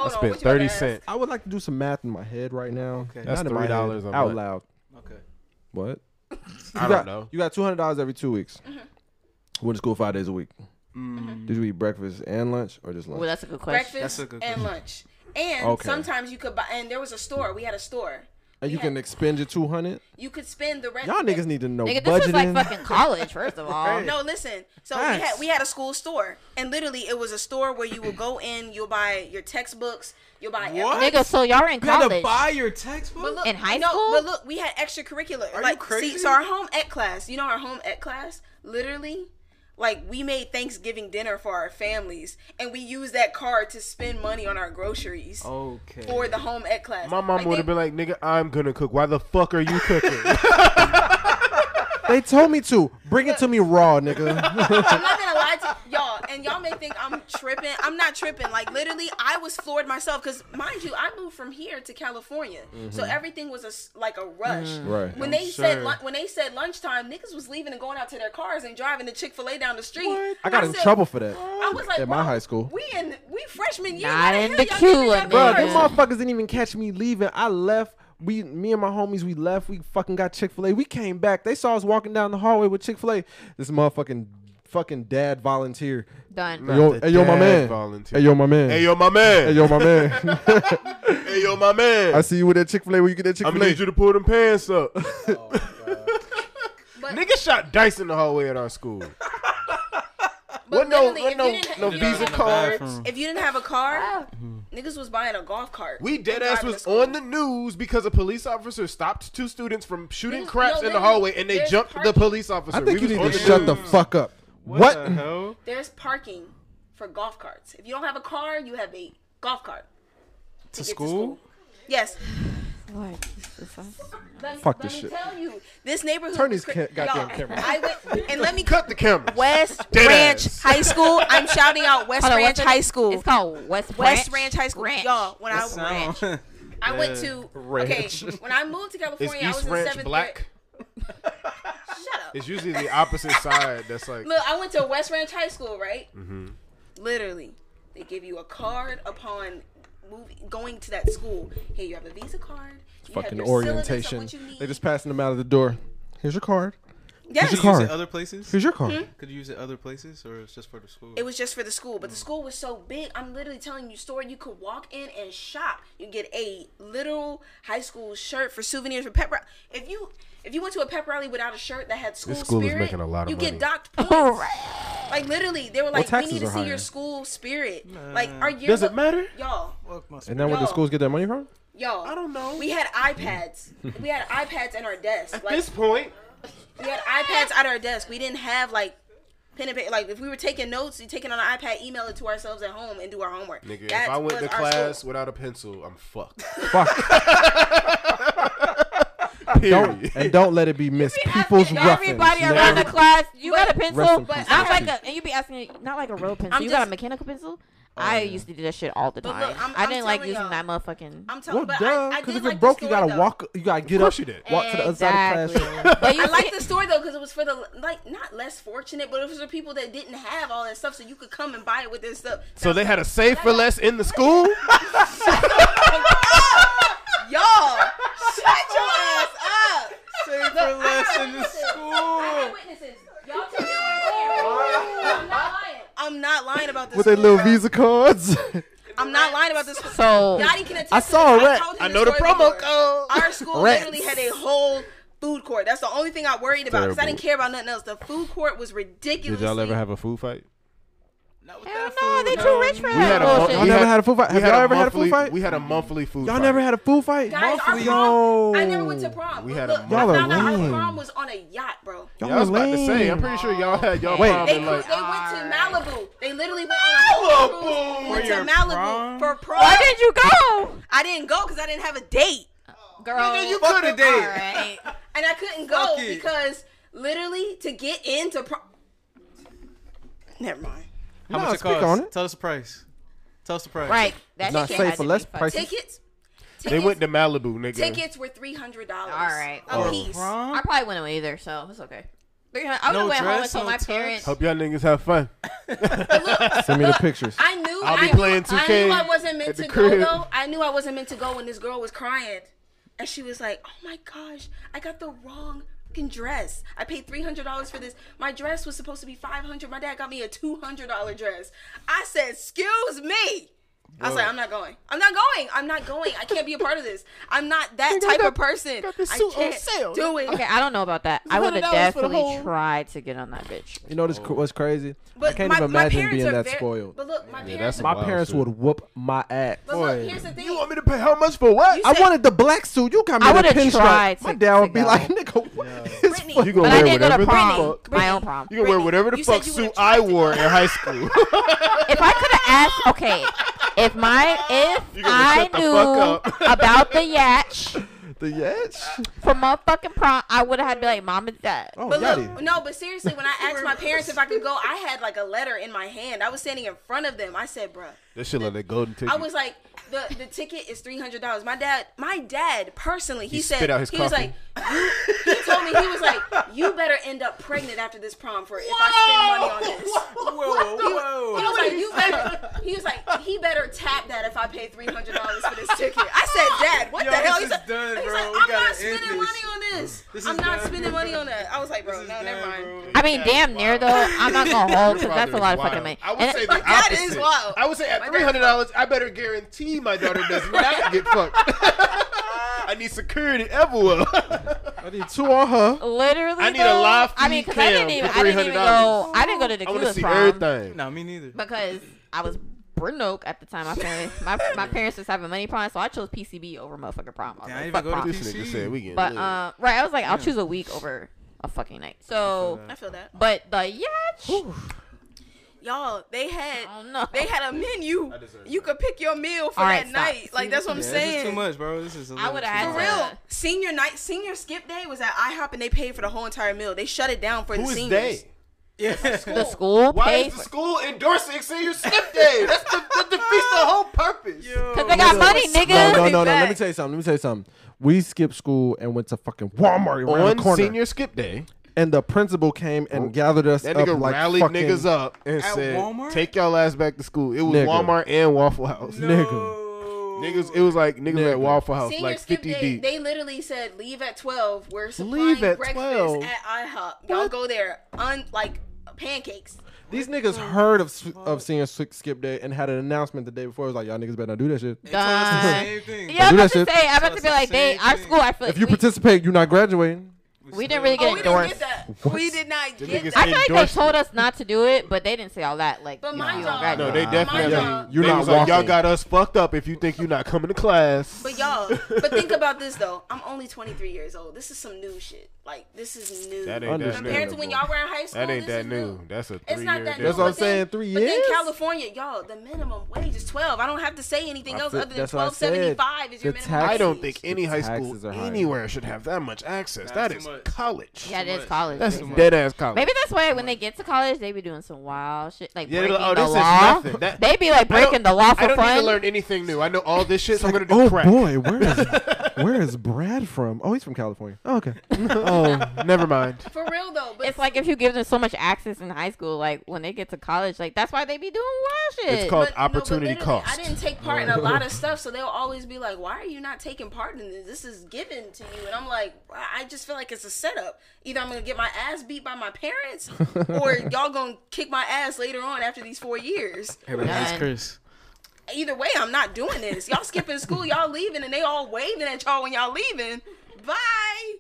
Speaker 3: what you about to ask?
Speaker 2: cents.
Speaker 9: I would like to do some math in my head right now.
Speaker 4: Okay.
Speaker 9: Not
Speaker 4: That's
Speaker 9: in my head,
Speaker 2: $3 a
Speaker 9: out
Speaker 2: month.
Speaker 9: loud.
Speaker 4: Okay.
Speaker 9: What?
Speaker 2: I
Speaker 5: got,
Speaker 2: don't know.
Speaker 5: You got two hundred dollars every two weeks. Went to school five days a week. Did you eat breakfast and lunch or just lunch?
Speaker 1: Well, that's a good question.
Speaker 4: That's
Speaker 3: breakfast
Speaker 4: a good
Speaker 3: and lunch. And
Speaker 5: Okay.
Speaker 3: sometimes you could buy. And there was a store. We had a store.
Speaker 5: and you
Speaker 3: yeah.
Speaker 5: can expend your two hundred.
Speaker 3: You could spend the rent.
Speaker 5: Y'all niggas need to know
Speaker 1: Nigga, this was
Speaker 5: budgeting.
Speaker 1: like fucking college, first of all.
Speaker 3: No, listen. So we
Speaker 5: Facts.
Speaker 3: had we had a school store, and literally it was a store where you would go in. You'll buy your textbooks. You'll buy
Speaker 4: What?
Speaker 1: Nigga, so y'all were in
Speaker 4: You had to
Speaker 1: college.
Speaker 4: buy your textbook.
Speaker 3: But look,
Speaker 1: In high
Speaker 3: no,
Speaker 1: school?
Speaker 3: But look, we had extracurricular.
Speaker 4: Are you
Speaker 3: like,
Speaker 4: crazy?
Speaker 3: See, so our home ec class, you know, our home ec class, literally, like we made Thanksgiving dinner for our families, and we used that card to spend money on our groceries
Speaker 4: okay.
Speaker 3: for the home ec class.
Speaker 2: My mom
Speaker 3: Like,
Speaker 2: would
Speaker 3: they-
Speaker 2: have been like, "Nigga, I'm gonna cook. Why the fuck are you cooking?"
Speaker 5: they told me to bring it to me raw, nigga.
Speaker 3: I'm not gonna lie to y'all, and y'all may think I'm tripping. I'm not tripping. Like literally, I was floored myself because, mind you, I moved from here to California, so everything was a s like a rush.
Speaker 5: Mm-hmm. Mm. Right.
Speaker 3: When they said
Speaker 4: sure.
Speaker 3: lun- when they said lunchtime, niggas was leaving and going out to their cars and driving to Chick Fil A down the street.
Speaker 5: I got in
Speaker 3: said-
Speaker 5: trouble for that.
Speaker 3: I was like,
Speaker 5: at my
Speaker 3: bro,
Speaker 5: high school.
Speaker 3: We in we freshman year.
Speaker 1: Not
Speaker 3: why
Speaker 1: in
Speaker 3: hell
Speaker 1: the
Speaker 3: y'all
Speaker 1: queue,
Speaker 3: giving y'all
Speaker 1: nigga.
Speaker 5: Bro,
Speaker 1: Bruh,
Speaker 5: them
Speaker 3: cars?
Speaker 1: Yeah.
Speaker 5: motherfuckers didn't even catch me leaving. I left. We, me and my homies, we left. We fucking got Chick Fil A. We came back. They saw us walking down the hallway with Chick Fil A. This motherfucking, fucking dad volunteer.
Speaker 1: Done.
Speaker 5: Hey, yo,
Speaker 2: the
Speaker 5: hey, yo, my
Speaker 2: dad
Speaker 5: man.
Speaker 2: volunteer.
Speaker 5: Hey, yo, my man.
Speaker 2: hey yo, my man.
Speaker 5: Hey, yo, my man.
Speaker 2: Hey, yo, my man.
Speaker 5: I see you with that Chick Fil A. Where you get that Chick
Speaker 2: I'm
Speaker 5: Fil
Speaker 2: gonna
Speaker 5: A?
Speaker 2: need you to pull them pants up.
Speaker 3: Oh, But-
Speaker 2: Nigga shot dice in the hallway at our school. What
Speaker 3: But
Speaker 2: no,
Speaker 3: literally,
Speaker 2: what
Speaker 3: if
Speaker 2: no,
Speaker 3: you didn't-
Speaker 2: no
Speaker 3: if you didn't
Speaker 2: visa
Speaker 3: have a
Speaker 2: cards.
Speaker 4: bathroom.
Speaker 3: If you didn't have a car, niggas was buying a golf cart.
Speaker 2: We dead
Speaker 3: and
Speaker 2: ass
Speaker 3: driving
Speaker 2: was
Speaker 3: to school.
Speaker 2: on the news because a police officer stopped two students from shooting
Speaker 3: There's-
Speaker 2: craps
Speaker 3: no,
Speaker 2: in the
Speaker 3: literally,
Speaker 2: hallway and they
Speaker 3: there's
Speaker 2: jumped the
Speaker 3: parking.
Speaker 2: police officer.
Speaker 5: I
Speaker 2: We
Speaker 5: think you need to
Speaker 2: was on
Speaker 5: shut the
Speaker 2: news.
Speaker 5: fuck up.
Speaker 4: what?
Speaker 5: What?
Speaker 4: the hell?
Speaker 3: There's parking for golf carts. If you don't have a car, you have a golf cart
Speaker 4: To
Speaker 3: get
Speaker 4: school?
Speaker 3: Yes.
Speaker 1: Lord, Jesus.
Speaker 3: Let,
Speaker 5: Fuck
Speaker 3: let
Speaker 5: this
Speaker 3: me
Speaker 5: shit.
Speaker 3: tell you, this neighborhood.
Speaker 5: Turn
Speaker 3: was
Speaker 5: this
Speaker 3: cra-
Speaker 5: ca- goddamn
Speaker 3: Y'all,
Speaker 5: camera.
Speaker 3: I went and let me
Speaker 2: Cut the camera.
Speaker 3: West
Speaker 2: Dead
Speaker 3: Ranch
Speaker 2: ass.
Speaker 3: High School. I'm shouting out West
Speaker 1: Hold on,
Speaker 3: Ranch
Speaker 1: what's it-
Speaker 3: High School.
Speaker 1: It's called West
Speaker 3: West
Speaker 1: Branch.
Speaker 3: Ranch High School.
Speaker 1: Ranch.
Speaker 3: Y'all, when I
Speaker 4: Sound-
Speaker 3: I went to
Speaker 5: Ranch.
Speaker 3: okay when I moved to
Speaker 2: Is
Speaker 3: California, I was
Speaker 2: East
Speaker 3: in
Speaker 2: Ranch
Speaker 3: seventh
Speaker 2: black?
Speaker 3: grade. Shut up.
Speaker 2: It's usually the opposite side that's like
Speaker 3: Look, I went to West Ranch High School, right?
Speaker 2: Mm-hmm.
Speaker 3: Literally, they give you a card upon moving, going to that school. Here, you have a visa card. You have
Speaker 5: Fucking
Speaker 3: your syllabus of
Speaker 5: orientation.
Speaker 3: what you need.
Speaker 5: They just passing them out of the door. Here's your card.
Speaker 4: Could
Speaker 3: yes.
Speaker 5: your
Speaker 4: you use
Speaker 5: Card.
Speaker 4: it other places?
Speaker 5: Here's your card.
Speaker 4: Could you use it other places, or it's just for the school?
Speaker 3: It was just for the school, but the school was so big. I'm literally telling you, store you could walk in and shop. You get a literal high school shirt for souvenirs for pep. rally. If you if you went to a pep rally without a shirt that had school,
Speaker 2: school is
Speaker 3: spirit,
Speaker 2: making a lot of
Speaker 3: you
Speaker 2: money.
Speaker 3: get docked points. Like literally, they were like, "We
Speaker 5: taxes
Speaker 3: need to
Speaker 5: are
Speaker 3: see
Speaker 5: higher.
Speaker 3: your school spirit." Like our yearbook,
Speaker 2: Does it matter?
Speaker 3: y'all?
Speaker 5: And then where the
Speaker 3: Yo.
Speaker 5: schools get their money from?
Speaker 3: Yo, I
Speaker 2: don't know.
Speaker 3: We had iPads. we had iPads in our desk.
Speaker 2: At
Speaker 3: Like
Speaker 2: this point,
Speaker 3: we had iPads at our desk. We didn't have like pen and paper. Like if we were taking notes, you take it on an iPad, email it to ourselves at home, and do our homework.
Speaker 2: nigga,
Speaker 3: That
Speaker 2: if I went
Speaker 3: was
Speaker 2: to
Speaker 3: our
Speaker 2: class
Speaker 3: school.
Speaker 2: without a pencil, I'm fucked.
Speaker 5: Fuck.
Speaker 2: Period.
Speaker 5: and don't let it be Miss People's
Speaker 1: Asking
Speaker 5: Reference.
Speaker 1: Everybody
Speaker 5: nigga.
Speaker 1: around the class, you got a
Speaker 5: Rest
Speaker 1: pencil,
Speaker 5: in
Speaker 1: but
Speaker 5: peace,
Speaker 1: not like
Speaker 5: Ashley.
Speaker 1: a, and you be asking, not like a real pencil.
Speaker 3: I'm
Speaker 1: you got a
Speaker 3: just-
Speaker 1: mechanical pencil.
Speaker 5: Oh,
Speaker 1: I used to do that shit all the
Speaker 3: But
Speaker 1: time.
Speaker 3: look, I'm-
Speaker 1: I
Speaker 3: I'm
Speaker 1: didn't like
Speaker 3: telling
Speaker 1: using
Speaker 3: y'all.
Speaker 1: that motherfucking.
Speaker 3: I'm
Speaker 5: Well,
Speaker 3: telling, Oh, but
Speaker 5: duh.
Speaker 3: I, I
Speaker 5: Because
Speaker 3: did
Speaker 5: if
Speaker 3: like
Speaker 5: you're
Speaker 3: the
Speaker 5: broke, you
Speaker 3: store,
Speaker 5: gotta
Speaker 3: though.
Speaker 5: walk. You gotta get
Speaker 2: course
Speaker 5: up.
Speaker 2: you did.
Speaker 5: Walk to the other side of the
Speaker 1: Exactly.
Speaker 5: classroom.
Speaker 1: But you
Speaker 3: I like
Speaker 1: see-
Speaker 3: the store though because it was for the like not less fortunate, but it was for people that didn't have all that stuff, so you could come and buy it with this stuff.
Speaker 2: So they had a save for less in the school?
Speaker 3: Y'all, shut your ass up.
Speaker 4: Save for less in the
Speaker 3: I
Speaker 4: school.
Speaker 3: have witnesses. Y'all tell me what I'm saying. I'm not lying. I'm not lying about this.
Speaker 5: With their
Speaker 3: school,
Speaker 5: little
Speaker 3: bro.
Speaker 5: Visa cards.
Speaker 3: I'm not lying about this. school.
Speaker 1: So
Speaker 3: Yachty can attest
Speaker 5: I
Speaker 3: to
Speaker 5: saw
Speaker 3: this.
Speaker 5: a rat.
Speaker 3: told him
Speaker 2: I
Speaker 3: this
Speaker 2: know the
Speaker 3: story
Speaker 2: promo
Speaker 3: before.
Speaker 2: code.
Speaker 3: Our school
Speaker 5: Rats.
Speaker 3: literally had a whole food court. That's the only thing I worried about because I
Speaker 5: Terrible.
Speaker 3: didn't care about nothing else. The food court was ridiculous.
Speaker 2: have a food fight?
Speaker 4: Not with
Speaker 1: hell
Speaker 4: that
Speaker 1: no,
Speaker 4: food,
Speaker 1: they
Speaker 4: no.
Speaker 1: too rich for
Speaker 2: We had
Speaker 1: that
Speaker 2: a month-
Speaker 5: Y'all
Speaker 2: we
Speaker 1: bullshit.
Speaker 5: never had a food fight?
Speaker 2: we
Speaker 5: Have y'all
Speaker 2: a
Speaker 5: ever had a food
Speaker 2: monthly-
Speaker 5: fight?
Speaker 2: We had a monthly food
Speaker 5: Y'all
Speaker 2: fight.
Speaker 5: never had a food fight?
Speaker 3: Guys, our
Speaker 4: Monthly,
Speaker 3: prom, I
Speaker 5: yo.
Speaker 3: never went to prom.
Speaker 2: We had a
Speaker 3: Look,
Speaker 2: month-
Speaker 3: I
Speaker 5: Y'all
Speaker 3: found out
Speaker 5: are
Speaker 3: our
Speaker 5: lame.
Speaker 3: prom was on a yacht, bro.
Speaker 5: Y'all
Speaker 2: Yeah, I was about to
Speaker 5: lame.
Speaker 2: say, I'm pretty sure y'all had y'all
Speaker 1: Wait.
Speaker 2: prom
Speaker 3: They,
Speaker 2: in
Speaker 3: cru-
Speaker 2: like
Speaker 3: they went to Malibu. They literally went on a whole cruise. Went
Speaker 4: your
Speaker 3: to Malibu
Speaker 4: prom?
Speaker 3: for prom.
Speaker 1: Why did you go,
Speaker 3: I didn't go because I didn't have a date.
Speaker 1: girl?
Speaker 4: You could have
Speaker 1: all
Speaker 4: dated.
Speaker 1: right.
Speaker 3: and I couldn't
Speaker 4: Fuck
Speaker 3: go
Speaker 4: it.
Speaker 3: because literally to get into pro- never mind.
Speaker 4: How
Speaker 5: Nah,
Speaker 4: much it
Speaker 5: speak
Speaker 4: costs?
Speaker 5: on it.
Speaker 4: Tell us the price. Tell us the price.
Speaker 1: Right. That
Speaker 5: Not
Speaker 1: shit
Speaker 5: safe
Speaker 1: had to
Speaker 5: for less
Speaker 1: be fucked.
Speaker 5: prices.
Speaker 3: Tickets, tickets,
Speaker 2: They went Oh, to Malibu, nigga.
Speaker 3: tickets were three hundred dollars.
Speaker 1: All right.
Speaker 3: a piece.
Speaker 1: I
Speaker 4: Prom?
Speaker 1: probably wouldn't have either, so it's okay. 300 I would
Speaker 4: No
Speaker 1: have went home and
Speaker 4: dress,
Speaker 1: told
Speaker 4: no
Speaker 1: my
Speaker 4: tux.
Speaker 1: parents.
Speaker 2: Hope y'all niggas have fun.
Speaker 5: Send me the pictures.
Speaker 3: I knew
Speaker 2: I'll be
Speaker 3: I, knew-
Speaker 2: playing
Speaker 3: I
Speaker 2: 2K
Speaker 3: knew I wasn't
Speaker 2: at
Speaker 3: meant
Speaker 2: the
Speaker 3: to go
Speaker 2: crib.
Speaker 3: though. I knew I wasn't meant to go when this girl was crying, and she was like, "Oh my gosh, I got the wrong fucking dress. I paid three hundred dollars for this. My dress was supposed to be five hundred. My dad got me a two hundred dollar dress. I said, "Excuse me." I was like, I'm not going. I'm not going. I'm not going. I can't be a part of this. I'm not that type of person.
Speaker 10: got this
Speaker 3: I
Speaker 10: suit on
Speaker 3: can't
Speaker 10: sale.
Speaker 3: do it.
Speaker 1: Okay, I don't know about that. I would have
Speaker 10: $100 for the
Speaker 1: definitely
Speaker 10: whole-
Speaker 1: tried to get on that bitch.
Speaker 9: You know this
Speaker 2: Oh.
Speaker 9: cr- what's crazy? I can't even
Speaker 3: my
Speaker 9: imagine
Speaker 3: parents
Speaker 9: being
Speaker 3: are
Speaker 9: that
Speaker 3: ver-
Speaker 9: spoiled.
Speaker 3: But look, my
Speaker 2: that's
Speaker 3: parents.
Speaker 2: a
Speaker 9: My
Speaker 2: Wow,
Speaker 9: parents
Speaker 2: shit.
Speaker 9: would whoop my ass.
Speaker 3: but look, here's the thing.
Speaker 9: You want me to pay how much for what?
Speaker 3: You
Speaker 9: I
Speaker 3: said-
Speaker 9: wanted the black suit. You got me
Speaker 1: I
Speaker 9: the
Speaker 1: would've
Speaker 9: pinstripe.
Speaker 1: tried to-
Speaker 9: My dad would
Speaker 1: to
Speaker 9: be
Speaker 1: go.
Speaker 9: like, nigga, what? is
Speaker 3: Brittany,
Speaker 9: fu-
Speaker 3: You
Speaker 1: But I did go to
Speaker 5: whatever the
Speaker 1: prom,
Speaker 5: fuck.
Speaker 1: my own prom.
Speaker 5: You gonna wear
Speaker 3: Brittany,
Speaker 5: whatever the
Speaker 3: you
Speaker 5: fuck
Speaker 3: said you would've
Speaker 5: suit I
Speaker 3: tried to-
Speaker 5: wore in high school.
Speaker 1: if I could have asked, okay, if my if
Speaker 5: You gonna
Speaker 1: I
Speaker 5: shut the fuck
Speaker 1: knew about the yatch
Speaker 9: the yatch?
Speaker 1: for motherfucking prom, I would have had to be like, mom and dad.
Speaker 9: Oh,
Speaker 3: But
Speaker 9: yaddy.
Speaker 3: look, no, but seriously, when I asked my parents if I could go, I had like a letter in my hand. I was standing in front of them. I said, bruh,
Speaker 2: That shit like that golden ticket.
Speaker 3: I was like, the the ticket is three hundred dollars. My dad, my dad personally, he,
Speaker 2: He
Speaker 3: said
Speaker 2: spit out his
Speaker 3: he was
Speaker 2: coffee.
Speaker 3: like, you, he told me he was like, you better end up pregnant after this prom for if I spend money on this.
Speaker 4: Whoa, whoa.
Speaker 3: He was like, you better. He was like, he better tap that if I pay three hundred dollars for this ticket. I said, Dad, what
Speaker 4: Yo,
Speaker 3: the hell?
Speaker 4: this is
Speaker 3: He's like,
Speaker 4: done,
Speaker 3: he's
Speaker 4: bro.
Speaker 3: like,
Speaker 4: We
Speaker 3: I'm
Speaker 4: gotta
Speaker 3: not
Speaker 4: end
Speaker 3: spending
Speaker 4: this.
Speaker 3: money on this.
Speaker 4: This
Speaker 3: I'm
Speaker 4: is
Speaker 3: not
Speaker 4: done,
Speaker 3: spending
Speaker 4: bro.
Speaker 3: money on that. I was like, bro,
Speaker 4: This
Speaker 3: no,
Speaker 4: is
Speaker 3: never
Speaker 4: done,
Speaker 3: mind.
Speaker 4: bro.
Speaker 1: I mean, damn near though. I'm not gonna hold because that's a lot of fucking money.
Speaker 5: I would
Speaker 1: And-
Speaker 5: say the
Speaker 3: My dad
Speaker 5: opposite.
Speaker 3: is wild.
Speaker 5: I would say at
Speaker 3: My dad-
Speaker 5: three hundred dollars, I better guarantee my daughter does not get fucked. I need security everywhere.
Speaker 9: I need two on her.
Speaker 1: Literally,
Speaker 5: I need a
Speaker 1: though,
Speaker 5: live
Speaker 1: I mean,
Speaker 5: feed
Speaker 1: because I
Speaker 5: cam
Speaker 1: didn't even,
Speaker 5: for
Speaker 1: I didn't even
Speaker 5: $300.
Speaker 1: go. I didn't go to the
Speaker 5: I want to
Speaker 1: Gula's
Speaker 5: see
Speaker 1: prom
Speaker 5: everything.
Speaker 4: No, me neither.
Speaker 1: because I was broke at the time. My parents, my, my parents was having money prom, so I chose PCB over motherfucking prom. I was
Speaker 4: Yeah,
Speaker 1: like,
Speaker 4: I didn't
Speaker 1: fuck
Speaker 4: even go to
Speaker 1: prom.
Speaker 2: this nigga said we getting
Speaker 1: But
Speaker 2: lit.
Speaker 3: uh,
Speaker 1: um, right, I was like, I'll choose a week over a fucking night. So,
Speaker 3: I feel that.
Speaker 1: but the yatch,
Speaker 3: Y'all, they had
Speaker 1: I don't know.
Speaker 3: they had a menu.
Speaker 2: deserve
Speaker 3: You could pick your meal for
Speaker 1: All
Speaker 3: that
Speaker 1: right, stop.
Speaker 3: night. Like that's what I'm
Speaker 4: Yeah,
Speaker 3: saying.
Speaker 4: This is too much, bro. This is a
Speaker 1: I
Speaker 4: little
Speaker 1: would
Speaker 4: too
Speaker 1: have had
Speaker 3: For
Speaker 1: to.
Speaker 4: much.
Speaker 3: real, senior night, senior skip day was at IHOP, and they paid for the whole entire meal. They shut it down for
Speaker 2: Who
Speaker 3: the
Speaker 2: is
Speaker 3: seniors.
Speaker 2: they?
Speaker 4: Yeah.
Speaker 1: The school
Speaker 5: Why
Speaker 1: paid
Speaker 5: is the school endorsing senior skip day? That's the, that defeats the whole purpose.
Speaker 1: because they got money,
Speaker 9: No,
Speaker 1: nigga.
Speaker 9: no, no, no.
Speaker 3: back.
Speaker 9: Let me tell you something. Let me tell you something. We skipped school and went to fucking Walmart around the
Speaker 2: On
Speaker 9: corner,
Speaker 2: senior skip day,
Speaker 9: and the principal came and gathered us
Speaker 2: that
Speaker 9: up
Speaker 2: nigga
Speaker 9: like
Speaker 2: rallied
Speaker 9: fucking
Speaker 2: niggas up and
Speaker 4: At
Speaker 2: said,
Speaker 4: Walmart?
Speaker 2: "Take y'all ass back to school." It was
Speaker 9: Nigga.
Speaker 2: Walmart and Waffle House.
Speaker 9: nigga.
Speaker 2: Niggas, it was like niggas
Speaker 9: Nigga.
Speaker 2: at Waffle House,
Speaker 3: Senior
Speaker 2: like
Speaker 3: skip
Speaker 2: fifty
Speaker 3: day,
Speaker 2: deep.
Speaker 3: they literally said leave at twelve. We're supplying
Speaker 2: Leave at
Speaker 3: breakfast
Speaker 2: 12?
Speaker 3: at IHOP. Y'all go there, un like pancakes.
Speaker 9: These niggas heard of s- of senior s- skip day and had an announcement the day before. It was like, y'all niggas better not do that shit.
Speaker 4: They told us the
Speaker 1: Done.
Speaker 4: same thing.
Speaker 1: Yeah, I'm
Speaker 9: do that
Speaker 1: about to
Speaker 9: shit.
Speaker 1: say, I'm about to be like, they, our school, I feel like
Speaker 9: If you
Speaker 1: we,
Speaker 9: participate, you're not graduating.
Speaker 1: we didn't really get
Speaker 3: Oh, we didn't
Speaker 1: endorsed.
Speaker 3: get that. We did not get
Speaker 2: niggas
Speaker 3: that.
Speaker 1: I feel like
Speaker 2: Endorsed
Speaker 1: they told us not to do it, but they didn't say all that. Like,
Speaker 3: But
Speaker 1: you
Speaker 3: mind
Speaker 1: know,
Speaker 3: y'all-
Speaker 1: right.
Speaker 2: No, they
Speaker 9: Nah.
Speaker 2: definitely.
Speaker 3: Mind
Speaker 9: y'all. You're
Speaker 2: they
Speaker 9: not
Speaker 2: was like, y'all
Speaker 9: walking.
Speaker 2: got us fucked up if you think you're not coming to class.
Speaker 3: But y'all, but think about this though. I'm only 23 years old. This is some new shit. Like this is new.
Speaker 2: that ain't that
Speaker 3: Compared to
Speaker 2: new.
Speaker 3: when y'all were in high school,
Speaker 2: That ain't that
Speaker 3: this is
Speaker 2: new. That's a
Speaker 3: It's
Speaker 2: three
Speaker 3: not
Speaker 2: year.
Speaker 9: That's
Speaker 3: that. new,
Speaker 9: what I'm
Speaker 3: but then-
Speaker 9: saying, three
Speaker 3: But
Speaker 9: years?
Speaker 3: then California, y'all, the minimum wage is twelve. I don't have to say anything
Speaker 9: I
Speaker 3: else
Speaker 9: feel-
Speaker 3: other than
Speaker 9: that's what I
Speaker 3: twelve
Speaker 9: said.
Speaker 3: seventy five is your
Speaker 9: The
Speaker 3: minimum
Speaker 9: tax-
Speaker 3: wage.
Speaker 2: I don't think any
Speaker 9: The
Speaker 2: high school
Speaker 9: taxes are higher.
Speaker 2: anywhere should have that much access. That
Speaker 4: too
Speaker 2: is
Speaker 4: much.
Speaker 2: college.
Speaker 1: Yeah, it is college.
Speaker 2: That's
Speaker 1: basically.
Speaker 2: dead ass college.
Speaker 1: Maybe that's why when they get to college, they be doing some wild shit, like
Speaker 2: Yeah, they're
Speaker 1: breaking
Speaker 2: like, oh,
Speaker 1: the
Speaker 2: this is
Speaker 1: law.
Speaker 2: nothing. That-
Speaker 1: they be like
Speaker 2: I don't-
Speaker 1: breaking the law
Speaker 2: I
Speaker 1: for
Speaker 2: don't need to
Speaker 1: fun.
Speaker 2: learn anything new. I know all this shit, so I'm gonna do
Speaker 9: Oh
Speaker 2: crack.
Speaker 9: boy, where is where is Brad from? Oh, he's from California. Oh, okay.
Speaker 2: Oh, never mind.
Speaker 3: For real though, but
Speaker 1: It's like if you give them so much access in high school, like when they get to college, like that's why they be doing wild shit.
Speaker 2: It's called
Speaker 3: but- no, but
Speaker 2: opportunity
Speaker 3: literally,
Speaker 2: cost.
Speaker 3: I didn't take part in a lot of stuff, so they'll always be like, "Why are you not taking part in this? This is given to you." And I'm like, "I I just feel like it's a setup. Either I'm gonna get my ass beat by my parents, or y'all gonna kick my ass later on after these four years.
Speaker 4: Everybody hates
Speaker 1: Done.
Speaker 4: Chris.
Speaker 3: Either way, I'm not doing this. Y'all skipping school, y'all leaving, and they all waving at y'all when y'all leaving. Bye."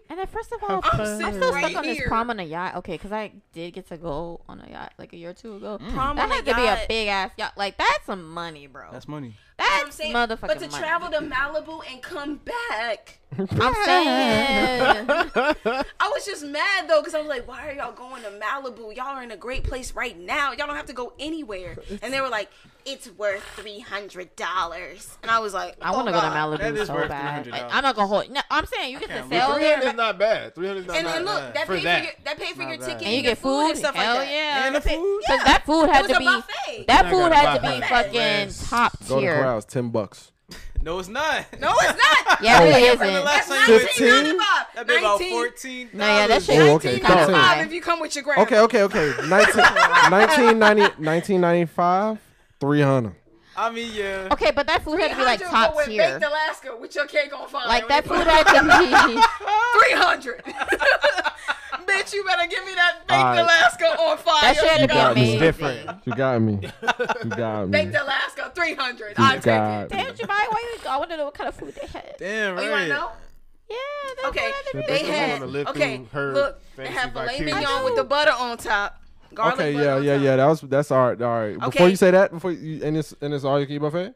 Speaker 1: and then first of all,
Speaker 3: I'm
Speaker 1: I'm,
Speaker 3: sitting
Speaker 1: still
Speaker 3: right
Speaker 1: stuck on this
Speaker 3: here.
Speaker 1: prom on a yacht. Okay, because I did get to go on a yacht like a year or two ago.
Speaker 3: Prom
Speaker 1: that
Speaker 3: on a
Speaker 1: had to be a
Speaker 3: yacht.
Speaker 1: big ass yacht. Like that's some money, bro.
Speaker 4: That's money.
Speaker 3: You know
Speaker 1: That's
Speaker 3: what I'm saying?
Speaker 1: motherfucking
Speaker 3: But to
Speaker 1: money.
Speaker 3: travel to Malibu and come back,
Speaker 1: I'm saying.
Speaker 3: I was just mad though because I was like, "Why are y'all going to Malibu? Y'all are in a great place right now. Y'all don't have to go anywhere." And they were like, "It's worth three hundred dollars," and I was like,
Speaker 1: I want to
Speaker 3: oh,
Speaker 1: go to
Speaker 3: God.
Speaker 4: That
Speaker 1: Malibu
Speaker 4: is
Speaker 1: so
Speaker 4: worth
Speaker 1: bad.
Speaker 4: $300.
Speaker 1: Like, I'm not gonna hold. No, I'm saying you get to sell
Speaker 2: 300
Speaker 1: there,
Speaker 2: is not bad. 300 is not
Speaker 3: And
Speaker 2: bad.
Speaker 3: then look, that
Speaker 2: for
Speaker 3: paid for,
Speaker 2: that.
Speaker 3: your that paid for your
Speaker 4: bad.
Speaker 3: ticket
Speaker 1: and you get food
Speaker 3: and stuff
Speaker 1: Hell
Speaker 3: like that.
Speaker 1: yeah!
Speaker 4: And the food?
Speaker 1: Because that food had
Speaker 3: It was
Speaker 1: to
Speaker 3: a
Speaker 1: be
Speaker 3: buffet.
Speaker 1: that
Speaker 2: I
Speaker 1: food
Speaker 2: gotta
Speaker 1: had to
Speaker 2: buy
Speaker 1: be
Speaker 2: that.
Speaker 1: fucking
Speaker 4: Yes.
Speaker 1: top
Speaker 9: Go to
Speaker 1: tier.
Speaker 9: crowds, ten bucks.
Speaker 4: No, it's not.
Speaker 3: No, it's not.
Speaker 1: Yeah,
Speaker 9: Oh.
Speaker 1: it
Speaker 4: The
Speaker 1: isn't.
Speaker 4: last
Speaker 3: That's
Speaker 4: time you went to-
Speaker 3: 1995.
Speaker 4: That'd be about
Speaker 3: 19.
Speaker 4: fourteen.
Speaker 1: No, yeah, that shit.
Speaker 9: Oh, okay.
Speaker 1: kinda
Speaker 9: Thirteen.
Speaker 1: high.
Speaker 3: Five if you come with your grandma.
Speaker 9: Okay, okay, okay. 19, 1990, 1995, 300.
Speaker 4: I mean, yeah.
Speaker 1: Okay, but that food had to be like
Speaker 7: 300
Speaker 1: top
Speaker 7: but with
Speaker 1: tier.
Speaker 7: Baked Alaska, which your cake gonna find.
Speaker 1: Like that
Speaker 7: When
Speaker 1: food
Speaker 7: you-
Speaker 1: had to be.
Speaker 7: 300. Bitch, you better give me that baked
Speaker 5: All right.
Speaker 7: Alaska on fire.
Speaker 1: That shit had to be
Speaker 5: got me.
Speaker 1: amazing.
Speaker 2: Different.
Speaker 5: You got me. You got me.
Speaker 7: Baked Alaska, 300. I
Speaker 5: You
Speaker 7: take it.
Speaker 5: got me.
Speaker 1: Damn, Jemai, why you? I want to know what kind of food they had.
Speaker 4: Damn,
Speaker 7: Oh,
Speaker 4: right.
Speaker 7: you wanna know?
Speaker 1: Yeah. That
Speaker 3: Okay,
Speaker 1: food had to be
Speaker 3: they
Speaker 2: They don't
Speaker 3: had
Speaker 2: wanna live
Speaker 3: okay.
Speaker 2: through her
Speaker 3: Look, they
Speaker 2: fancy
Speaker 3: have filet
Speaker 2: vacation.
Speaker 3: mignon with the butter on top. Garlic
Speaker 9: Okay,
Speaker 3: butter
Speaker 9: yeah,
Speaker 3: on
Speaker 9: yeah,
Speaker 3: top.
Speaker 9: yeah. That was that's all right. All right. Before
Speaker 3: Okay.
Speaker 9: you say that, before you, and it's and it's all you can eat buffet.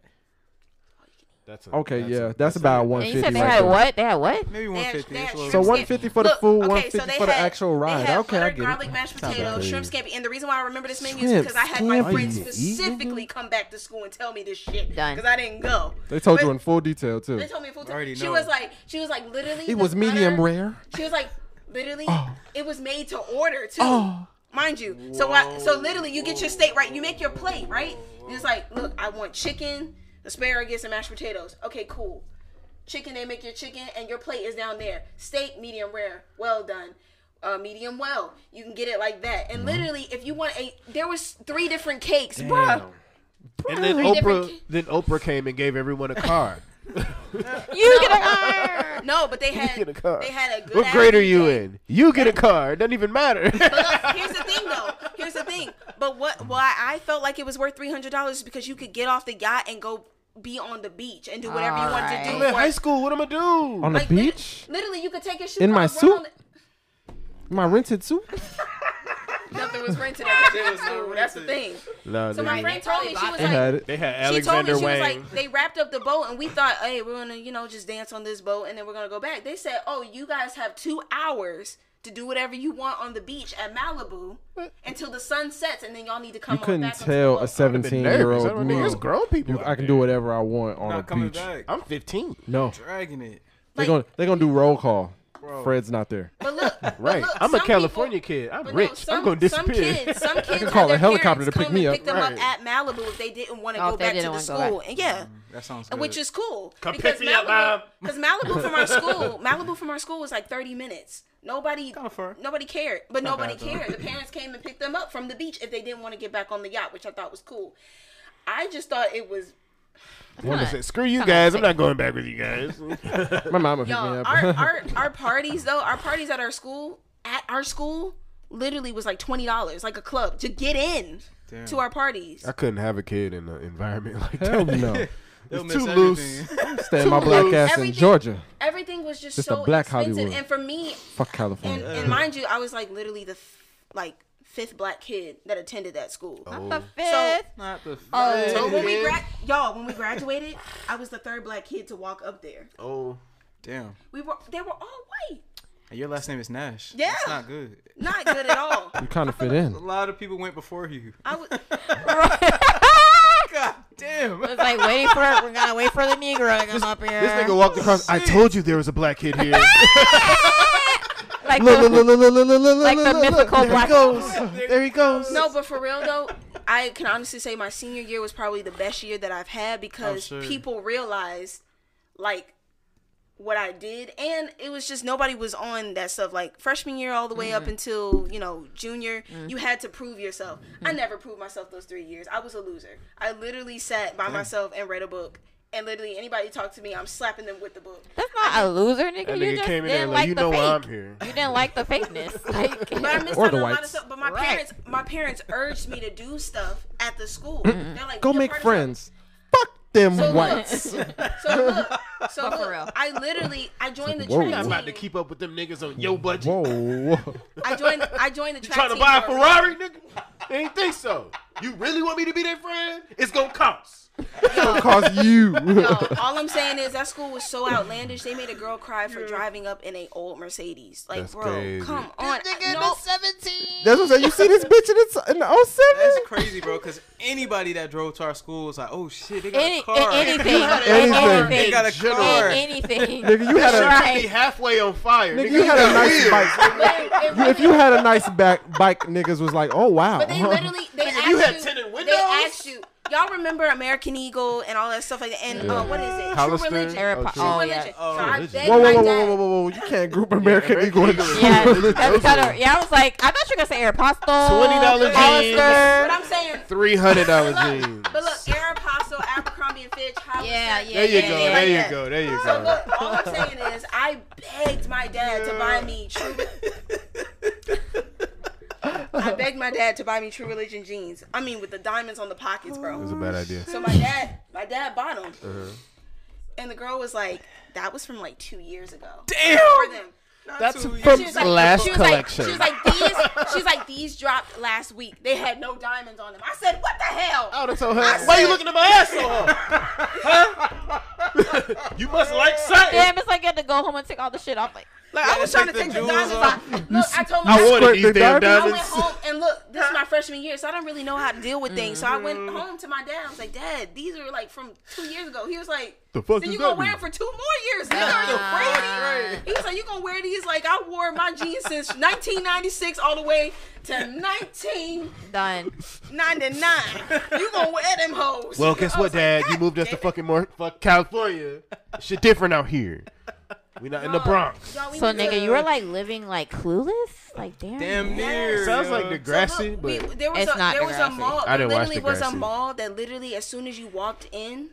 Speaker 2: That's a,
Speaker 9: Okay,
Speaker 2: that's
Speaker 9: yeah,
Speaker 2: a-
Speaker 9: that's, about
Speaker 2: a-
Speaker 9: one
Speaker 1: And
Speaker 9: fifty.
Speaker 1: you said they
Speaker 9: right
Speaker 1: had
Speaker 9: there.
Speaker 1: what? They had what?
Speaker 4: Maybe
Speaker 3: They had-
Speaker 4: 150.
Speaker 3: they
Speaker 4: It's
Speaker 3: had
Speaker 4: a little-
Speaker 9: So
Speaker 3: shrimp
Speaker 9: one
Speaker 3: scampi.
Speaker 9: fifty for the
Speaker 3: Look,
Speaker 9: food,
Speaker 3: okay,
Speaker 9: one fifty
Speaker 3: so they
Speaker 9: for the
Speaker 3: had-
Speaker 9: actual ride.
Speaker 3: They had
Speaker 9: Okay, I
Speaker 3: buttered
Speaker 9: get
Speaker 3: garlic
Speaker 9: it.
Speaker 3: mashed
Speaker 9: Sounds
Speaker 3: potatoes,
Speaker 9: good.
Speaker 3: shrimp scampi, and the reason why I remember this menu
Speaker 9: Shrimp
Speaker 3: is because I had my
Speaker 9: scampi.
Speaker 3: friends
Speaker 9: Are you eating?
Speaker 3: specifically come back to school and tell me this shit
Speaker 1: Done.
Speaker 3: because I didn't go.
Speaker 9: They told you
Speaker 3: But-
Speaker 9: in full detail too.
Speaker 3: They told me full
Speaker 4: already
Speaker 3: time. She
Speaker 4: know.
Speaker 3: was like, she was like, literally. the
Speaker 9: It was medium
Speaker 3: butter-
Speaker 9: rare. Oh.
Speaker 3: She was like, literally, it was made to order too. Mind you, so I, so literally, you get your steak right. You make your plate right. And it's like, look, I want chicken, asparagus, and mashed potatoes. Okay, cool. Chicken, they make your chicken, and your plate is down there. Steak, medium rare, well done. Uh, medium well, you can get it like that.
Speaker 9: Mm-hmm.
Speaker 3: And literally, if you want a, there was three different cakes, bruh.
Speaker 2: And then
Speaker 3: Three different
Speaker 2: Oprah, then Oprah came and gave everyone a card.
Speaker 1: You get a
Speaker 3: No, but they had
Speaker 2: get a card.
Speaker 3: they had a good.
Speaker 2: what grade are you
Speaker 3: cake.
Speaker 2: in? You get a card. Doesn't even matter.
Speaker 3: But look, here's the thing, though. Here's the thing. But
Speaker 9: Um,
Speaker 3: what why I felt like it was worth three hundred dollars is because you could get off the yacht and go be on the beach and do whatever you wanted to
Speaker 1: Alright.
Speaker 3: do.
Speaker 2: I'm in
Speaker 3: for-
Speaker 2: high school. What am I do?
Speaker 9: On the
Speaker 3: like, lit-
Speaker 9: beach,
Speaker 3: Literally, you could take your shoes
Speaker 9: In my
Speaker 3: off, run
Speaker 9: suit?
Speaker 3: on the-
Speaker 9: my rented suit.
Speaker 7: Nothing was rented at the
Speaker 4: was no
Speaker 7: time. That's the
Speaker 4: rented.
Speaker 3: thing.
Speaker 2: no,
Speaker 3: So my
Speaker 2: they-
Speaker 3: friend told me she was
Speaker 9: They had
Speaker 3: like.
Speaker 9: it.
Speaker 2: they had
Speaker 3: She told me
Speaker 2: Alexander
Speaker 3: she was
Speaker 2: Wang.
Speaker 3: like they wrapped up the boat and we thought, hey, we're gonna you know just dance on this boat and then we're gonna go back. They said, oh, you guys have two hours to do whatever you want on the beach at Malibu until the sun sets and then y'all need to come.
Speaker 9: You
Speaker 3: on
Speaker 9: couldn't
Speaker 3: back onto the
Speaker 9: tell a
Speaker 3: boat."
Speaker 2: I've been
Speaker 9: seventeen year
Speaker 2: nervous. I
Speaker 9: old
Speaker 2: don't know. It's
Speaker 9: me.
Speaker 2: grown people.
Speaker 9: You-
Speaker 2: out
Speaker 9: I can
Speaker 2: there.
Speaker 9: do whatever I want on a
Speaker 4: Not coming
Speaker 9: beach.
Speaker 4: back.
Speaker 2: I'm 15.
Speaker 9: No,
Speaker 4: dragging it.
Speaker 9: they're gonna they're gonna do roll call.
Speaker 4: Bro.
Speaker 9: Fred's not there.
Speaker 3: But look, but
Speaker 2: Right.
Speaker 3: look,
Speaker 2: I'm a
Speaker 3: some
Speaker 2: California
Speaker 3: people-
Speaker 2: kid. I'm
Speaker 3: But no,
Speaker 2: rich. I'm
Speaker 3: some-
Speaker 2: going to disappear.
Speaker 3: Some kids, some
Speaker 9: call
Speaker 3: kids had
Speaker 9: a
Speaker 3: their
Speaker 9: helicopter to
Speaker 3: parents
Speaker 9: pick
Speaker 3: come
Speaker 9: me up.
Speaker 3: and pick them
Speaker 2: Right.
Speaker 3: up at Malibu if they didn't want to
Speaker 1: Oh,
Speaker 3: go
Speaker 1: if they
Speaker 3: back to
Speaker 1: didn't
Speaker 3: the
Speaker 1: wanna go
Speaker 3: school. And yeah,
Speaker 4: That sounds good.
Speaker 3: and which is cool.
Speaker 2: Come pick
Speaker 3: because
Speaker 2: me up, Mom.
Speaker 3: Because Malibu from our school, Malibu from our school was like 30 minutes. Nobody,
Speaker 4: Kinda far.
Speaker 3: nobody cared, but nobody
Speaker 4: bad, though.
Speaker 3: cared. The parents came and picked them up from the beach if they didn't want to get back on the yacht, which I thought was cool. I just thought it was
Speaker 2: Woman
Speaker 1: on.
Speaker 2: said, "Screw you guys. I'm not going back with you guys."
Speaker 9: My mama picked me
Speaker 3: Y'all,
Speaker 9: up.
Speaker 3: our, our our parties though, our parties at our school, at our school, literally was like twenty dollars, like a club to get in to our parties.
Speaker 2: I couldn't have a kid in an environment like that.
Speaker 9: Hell no.
Speaker 2: It's
Speaker 4: They'll miss
Speaker 2: too
Speaker 4: everything.
Speaker 2: loose.
Speaker 9: Stay my black ass in
Speaker 3: Everything-
Speaker 9: Georgia.
Speaker 3: Everything was just
Speaker 9: Just a
Speaker 3: so
Speaker 9: black
Speaker 3: expensive,
Speaker 9: Hollywood. Oh,
Speaker 3: and for me,
Speaker 9: Fuck
Speaker 3: and,
Speaker 9: California.
Speaker 3: and mind you, I was like literally the f- like fifth black kid that attended that school.
Speaker 9: Oh,
Speaker 1: The fifth.
Speaker 4: Not the f-
Speaker 3: So when we gra- y'all, when we graduated, I was the third black kid to walk up there.
Speaker 2: Oh,
Speaker 4: Damn.
Speaker 3: We were they were all white,
Speaker 4: And your last name is Nash.
Speaker 3: Yeah.
Speaker 4: That's not good.
Speaker 3: not good at all.
Speaker 9: You kind of fit
Speaker 4: A
Speaker 9: in.
Speaker 4: lot of people went before you.
Speaker 3: I was
Speaker 4: God damn.
Speaker 1: It's like waiting for we're gonna wait for the Negro to come up here.
Speaker 2: this nigga walked across. I told you there was a black kid here.
Speaker 1: like
Speaker 9: Look,
Speaker 1: the,
Speaker 9: look, look, look, look, look, look,
Speaker 1: like
Speaker 9: look,
Speaker 1: the
Speaker 9: look, look.
Speaker 1: mythical black.
Speaker 2: there he goes.
Speaker 3: No, but for real though, I can honestly say my senior year was probably the best year that I've had because
Speaker 9: Oh,
Speaker 4: sure.
Speaker 3: people realized like what I did and it was just nobody was on that stuff like freshman year all the way
Speaker 9: Mm-hmm.
Speaker 3: up until, you know, junior, you had to prove yourself. I
Speaker 9: Mm-hmm.
Speaker 3: never proved myself those 3 years. I was a loser. I literally sat by myself and read a book. And literally anybody talk to me, I'm slapping them with the book.
Speaker 1: That's not a loser, nigga.
Speaker 2: That
Speaker 1: you
Speaker 2: nigga
Speaker 1: just
Speaker 2: came in there
Speaker 1: didn't
Speaker 2: like,
Speaker 1: like
Speaker 2: you
Speaker 1: the
Speaker 2: know
Speaker 1: fake.
Speaker 2: why I'm here.
Speaker 1: You didn't like the fakeness. Like,
Speaker 3: But I missed
Speaker 9: Or
Speaker 3: out
Speaker 9: the
Speaker 3: on a lot
Speaker 9: whites.
Speaker 3: of stuff. But my
Speaker 1: Right.
Speaker 3: parents, my parents urged me to do stuff at the school. They're like,
Speaker 9: Go
Speaker 3: "You're
Speaker 9: make
Speaker 3: part of something."
Speaker 9: friends. Fuck them
Speaker 3: So
Speaker 9: whites.
Speaker 3: So look, so
Speaker 1: for
Speaker 3: look,
Speaker 1: real.
Speaker 3: I literally I joined the
Speaker 9: Whoa.
Speaker 3: track
Speaker 2: I'm
Speaker 3: team.
Speaker 2: about to keep up with them niggas on your budget.
Speaker 9: Whoa.
Speaker 3: I joined I joined the track
Speaker 2: Trying to
Speaker 3: team.
Speaker 2: buy a
Speaker 3: for
Speaker 2: Ferrari, nigga? Ain't think so. You really want me to be their friend? It's gonna cost.
Speaker 9: Cause you.
Speaker 3: y'all. All I'm saying is that school was so outlandish. They made a girl cry for driving up in a old Mercedes. Like,
Speaker 2: That's
Speaker 3: bro,
Speaker 2: crazy.
Speaker 3: come on. No,
Speaker 9: That's what I'm saying. You see this bitch in the, oh in the 07?
Speaker 4: That's crazy, bro. Because anybody that drove to our school was like, "Oh shit, they got
Speaker 1: any,
Speaker 4: a car."
Speaker 1: anything,
Speaker 9: Anything.
Speaker 1: anything,
Speaker 4: They got a
Speaker 1: In
Speaker 4: car.
Speaker 1: anything.
Speaker 9: Nigga, you had a-
Speaker 1: Right.
Speaker 2: Be halfway on fire.
Speaker 9: Nigga, you had a nice bike.
Speaker 3: it- it
Speaker 9: You- if
Speaker 3: really-
Speaker 9: you had a nice back bike, niggas was like, oh wow.
Speaker 3: But they literally they asked
Speaker 2: you had
Speaker 3: you,
Speaker 2: tinted
Speaker 3: They
Speaker 2: windows?
Speaker 3: asked you. Y'all remember American Eagle and all that stuff like that? And uh, what is it?
Speaker 2: Hollister?
Speaker 3: True religion.
Speaker 1: Airpo-
Speaker 3: True
Speaker 1: oh,
Speaker 3: religion.
Speaker 1: yeah.
Speaker 3: so I
Speaker 2: Religion.
Speaker 3: begged
Speaker 9: Whoa,
Speaker 3: my
Speaker 9: whoa, whoa,
Speaker 3: dad.
Speaker 9: whoa, whoa, whoa, whoa! You can't group American Eagle.
Speaker 2: American
Speaker 9: with-
Speaker 2: Eagle.
Speaker 1: Yeah, that's kind of. Yeah, I was like, I thought you were gonna say Aeropostale,
Speaker 2: $20 jeans.
Speaker 1: Hollister.
Speaker 3: But I'm saying
Speaker 2: Three hundred dollar
Speaker 3: But look,
Speaker 2: jeans.
Speaker 3: but look, Air Apostle I was
Speaker 1: Yeah,
Speaker 3: like-
Speaker 1: yeah,
Speaker 2: There you
Speaker 1: yeah,
Speaker 2: go.
Speaker 1: yeah,
Speaker 2: There
Speaker 1: yeah.
Speaker 2: you go. There you
Speaker 3: So
Speaker 2: go.
Speaker 3: look, all I'm saying is I begged my dad to buy me true. I begged my dad to buy me True Religion jeans. I mean, with the diamonds on the pockets,
Speaker 11: It's
Speaker 3: bro.
Speaker 11: a bad idea.
Speaker 3: So my dad, my dad bought them, and the girl was like, "That was from like two years ago." Damn.
Speaker 2: That's
Speaker 3: She
Speaker 2: from
Speaker 3: was like,
Speaker 2: last
Speaker 3: she was
Speaker 2: collection.
Speaker 3: Like, she was like these. She was like these dropped last week. They had no diamonds on them. I said, "What the hell?"
Speaker 2: I would have told her, why you looking at my ass so hard?
Speaker 11: You must like something.
Speaker 1: Damn, it's like I had to go home and take all the shit off. Like,
Speaker 3: Like I was trying to take the, diamonds off. Look, I told my
Speaker 2: I
Speaker 3: dad-
Speaker 2: wanted these
Speaker 5: the
Speaker 2: damn
Speaker 3: I went
Speaker 2: diamonds.
Speaker 3: home and look, this is my freshman year, so I don't really know how to deal with things. So I went
Speaker 2: Mm-hmm.
Speaker 3: home to my dad. I was like, Dad, these are like from two years ago. He was like,
Speaker 2: The fuck
Speaker 3: Then
Speaker 2: does
Speaker 3: you gonna
Speaker 2: that
Speaker 3: wear
Speaker 2: mean?
Speaker 3: it for two more years? Nigga, are
Speaker 1: Ah.
Speaker 3: you crazy? He was like, You gonna wear these? Like I wore my jeans since 1996 all the way to 1999.
Speaker 1: done.
Speaker 3: You gonna wear them hoes?
Speaker 2: Well, guess
Speaker 3: I
Speaker 2: what,
Speaker 3: was like,
Speaker 2: Dad? You
Speaker 3: "God
Speaker 2: moved us
Speaker 3: damn
Speaker 2: to
Speaker 3: it."
Speaker 2: fucking more, fuck California. Shit different out here. We not in the
Speaker 3: No,
Speaker 2: Bronx.
Speaker 3: no, we
Speaker 1: So,
Speaker 3: need to-
Speaker 1: nigga, you were like living like clueless? Like, damn.
Speaker 4: Damn near.
Speaker 2: Sounds like
Speaker 4: yo.
Speaker 2: Degrassi,
Speaker 3: look,
Speaker 2: but
Speaker 3: we- there was
Speaker 1: It's
Speaker 3: a,
Speaker 1: not
Speaker 3: there was a
Speaker 1: Degrassi.
Speaker 3: mall.
Speaker 2: I
Speaker 3: there
Speaker 2: didn't watch
Speaker 3: literally was a
Speaker 2: Degrassi.
Speaker 3: mall that literally as soon as you walked in,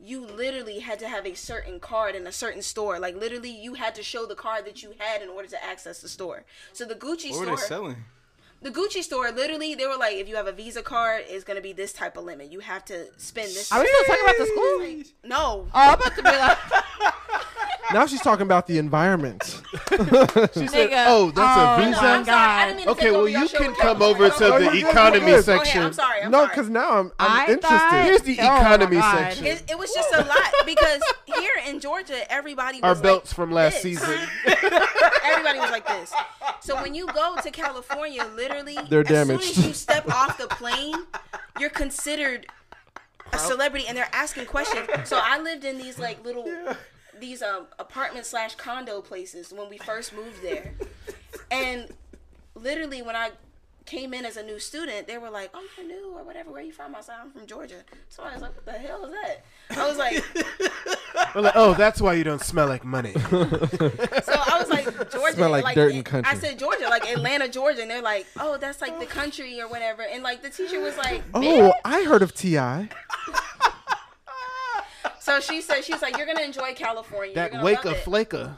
Speaker 3: you literally had to have a certain card in a certain store. Like literally, you had to show the card that you had in order to access the store. So the Gucci
Speaker 4: What were
Speaker 3: store,
Speaker 4: they selling?
Speaker 3: the Gucci store, literally they were like, if you have a Visa card, it's gonna be this type of limit. You have to spend this.
Speaker 1: Are we still talking about the school?
Speaker 3: no.
Speaker 1: Oh, I'm about to be like,
Speaker 5: Now she's talking about the environment.
Speaker 2: she said,
Speaker 1: nigga,
Speaker 2: "Oh, that's
Speaker 1: oh,
Speaker 2: a
Speaker 3: No,
Speaker 2: visa."
Speaker 1: my
Speaker 3: I'm sorry. I didn't mean to
Speaker 2: Okay,
Speaker 3: take
Speaker 2: well,
Speaker 3: over y'all
Speaker 2: you
Speaker 3: show
Speaker 2: can
Speaker 3: with
Speaker 2: come
Speaker 3: that.
Speaker 2: over to
Speaker 5: Oh,
Speaker 2: the
Speaker 5: you're good, you're
Speaker 2: economy
Speaker 5: good.
Speaker 3: Go ahead.
Speaker 2: section.
Speaker 3: I'm sorry. I'm
Speaker 5: no,
Speaker 3: sorry.
Speaker 5: because now I'm, I'm
Speaker 1: I
Speaker 5: interested.
Speaker 1: thought-
Speaker 2: Here's the
Speaker 1: Oh, my
Speaker 2: economy
Speaker 1: God.
Speaker 2: section.
Speaker 3: It, it was just a lot because here in Georgia, everybody was
Speaker 2: Our
Speaker 3: like
Speaker 2: belts from last
Speaker 3: this.
Speaker 2: season.
Speaker 3: Everybody was like this. So when you go to California, literally,
Speaker 5: They're
Speaker 3: as
Speaker 5: damaged.
Speaker 3: soon as you step off the plane, you're considered a celebrity, and they're asking questions. So I lived in these like little, these um apartment slash condo places when we first moved there, and literally when I came in as a new student, they were like, "Oh, you're new or whatever. Where you from?" I said, "I'm from Georgia." So I was like, "What the hell is that?" I was like.
Speaker 2: We're like, oh, that's why you don't smell like money.
Speaker 3: So I was like, Georgia,
Speaker 5: Smell like dirt and
Speaker 3: it-
Speaker 5: country.
Speaker 3: I said Georgia, like Atlanta, Georgia, and they're like, oh, that's like the country or whatever. And like the teacher was like,
Speaker 5: Oh, I heard of Ti.
Speaker 3: so she said, she's like, you're gonna enjoy California.
Speaker 2: that
Speaker 3: you're
Speaker 2: wake a
Speaker 3: gonna love it.
Speaker 2: flaker.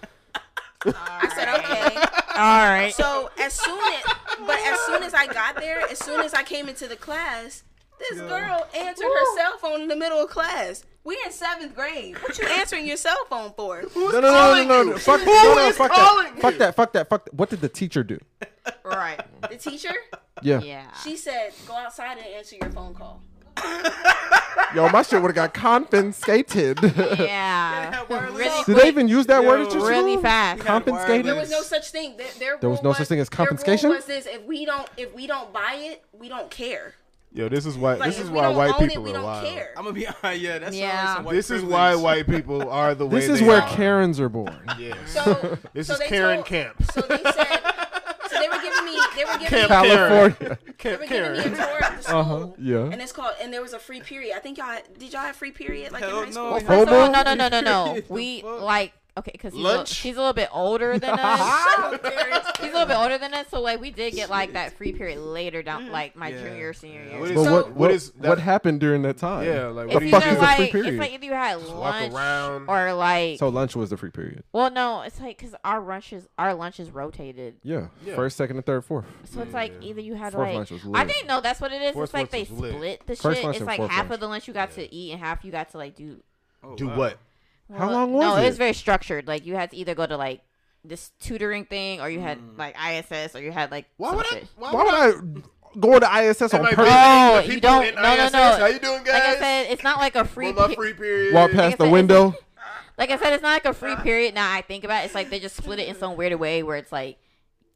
Speaker 3: I said, okay.
Speaker 1: all right.
Speaker 3: So as soon as, but as soon as I got there, as soon as I came into the class, this girl answered her cell phone in the middle of class. We in seventh grade. What you answering your cell phone for?
Speaker 5: No, no, no, no, no, no. Fuck, no, no,
Speaker 2: is
Speaker 5: fuck
Speaker 2: calling
Speaker 5: that.
Speaker 2: you?
Speaker 5: Fuck that. Fuck that. Fuck that. What did the teacher do?
Speaker 1: right.
Speaker 3: The teacher?
Speaker 5: Yeah.
Speaker 1: Yeah.
Speaker 3: She said, go outside and answer your phone call.
Speaker 5: Yo, my shit would have got confiscated. do
Speaker 1: Yeah. really
Speaker 5: they even use that word at your
Speaker 1: really
Speaker 5: school?
Speaker 1: fast.
Speaker 5: Confiscated.
Speaker 3: There was no such thing. Their, their
Speaker 5: There was
Speaker 3: rule
Speaker 5: no such thing as
Speaker 3: their rule
Speaker 5: confiscation?
Speaker 3: was this: if we don't, if we don't buy it, we don't care.
Speaker 2: Yo, this is why.
Speaker 3: Like,
Speaker 2: this
Speaker 3: if
Speaker 2: is
Speaker 3: we
Speaker 2: why
Speaker 3: don't
Speaker 2: white
Speaker 3: own
Speaker 2: people
Speaker 3: it, we
Speaker 2: are
Speaker 3: don't
Speaker 2: wild.
Speaker 3: care.
Speaker 4: I'm gonna be yeah. That's
Speaker 1: Yeah.
Speaker 4: Some white
Speaker 2: This is
Speaker 4: privilege.
Speaker 2: why white people are the way.
Speaker 5: This is
Speaker 2: they
Speaker 5: where
Speaker 2: are.
Speaker 5: Karens are born.
Speaker 2: Yes.
Speaker 3: So,
Speaker 2: This
Speaker 3: so
Speaker 2: is
Speaker 3: they
Speaker 2: Karen
Speaker 3: told,
Speaker 2: Camp.
Speaker 3: So they said, so they were giving me, they were giving
Speaker 2: Camp
Speaker 3: me,
Speaker 5: California.
Speaker 3: they
Speaker 2: Camp
Speaker 3: were giving
Speaker 2: Karen.
Speaker 3: me a tour of the school,
Speaker 5: Uh-huh, Yeah.
Speaker 3: and it's called, and there was a free period. I think y'all did y'all have free period like
Speaker 4: Hell
Speaker 3: in high
Speaker 4: no,
Speaker 3: school?
Speaker 4: we
Speaker 5: Hobo?
Speaker 1: No, no, no, no, no, no. We
Speaker 4: fuck?
Speaker 1: like okay, because he's, a little-
Speaker 2: Lunch?
Speaker 1: she's a little bit older than us. he's a little bit older than us, so like we did get like that free period later down, like my
Speaker 4: Yeah.
Speaker 1: junior senior year.
Speaker 2: What is-
Speaker 5: But
Speaker 3: So-
Speaker 5: what,
Speaker 2: what
Speaker 5: what
Speaker 2: is
Speaker 5: is
Speaker 2: that-
Speaker 5: what happened during that time?
Speaker 2: Yeah, like what
Speaker 1: It's
Speaker 2: do
Speaker 5: the
Speaker 2: you
Speaker 5: fuck
Speaker 1: either
Speaker 2: do?
Speaker 5: is a free
Speaker 1: like it's
Speaker 5: period?
Speaker 1: like either you had lunch
Speaker 2: around.
Speaker 1: or like
Speaker 5: So lunch was the free period.
Speaker 1: well no it's like because our lunches our lunches rotated
Speaker 5: Yeah.
Speaker 2: Yeah.
Speaker 5: First, second, and third, fourth.
Speaker 1: so it's like either you had
Speaker 5: Fourth
Speaker 1: like
Speaker 5: lunch was
Speaker 1: I
Speaker 5: lit.
Speaker 1: didn't know that's what it is
Speaker 2: Fourth
Speaker 1: it's like they
Speaker 2: lunch was lit.
Speaker 1: split the
Speaker 5: First
Speaker 1: shit
Speaker 5: lunch
Speaker 1: it's
Speaker 5: and
Speaker 1: like
Speaker 5: fourth
Speaker 1: half
Speaker 5: lunch.
Speaker 1: of the lunch you got to eat and half you got to like do
Speaker 4: Oh,
Speaker 2: Do
Speaker 4: wow.
Speaker 2: what?
Speaker 5: How
Speaker 1: Well,
Speaker 5: long was
Speaker 1: no,
Speaker 5: it?
Speaker 1: it was very structured. Like you had to either go to like this tutoring thing, or you had like ISS, or you had like.
Speaker 2: Mm. Why
Speaker 1: some
Speaker 2: would I?
Speaker 1: shit.
Speaker 5: Why would I go to ISS on
Speaker 2: Am I
Speaker 5: purpose?
Speaker 1: Oh,
Speaker 2: beating the
Speaker 1: you
Speaker 2: people
Speaker 1: don't-
Speaker 2: in
Speaker 1: no, no,
Speaker 2: ISS?
Speaker 1: no.
Speaker 2: How you doing, guys?
Speaker 1: Like I said, it's not like a free.
Speaker 2: Want my
Speaker 1: pe-
Speaker 2: free period.
Speaker 5: Walk
Speaker 1: I
Speaker 5: past
Speaker 1: guess
Speaker 5: the
Speaker 1: that is-
Speaker 5: window.
Speaker 1: like I said, it's not like a free period. Now I think about it, it's like they just split it in some weird way where it's like,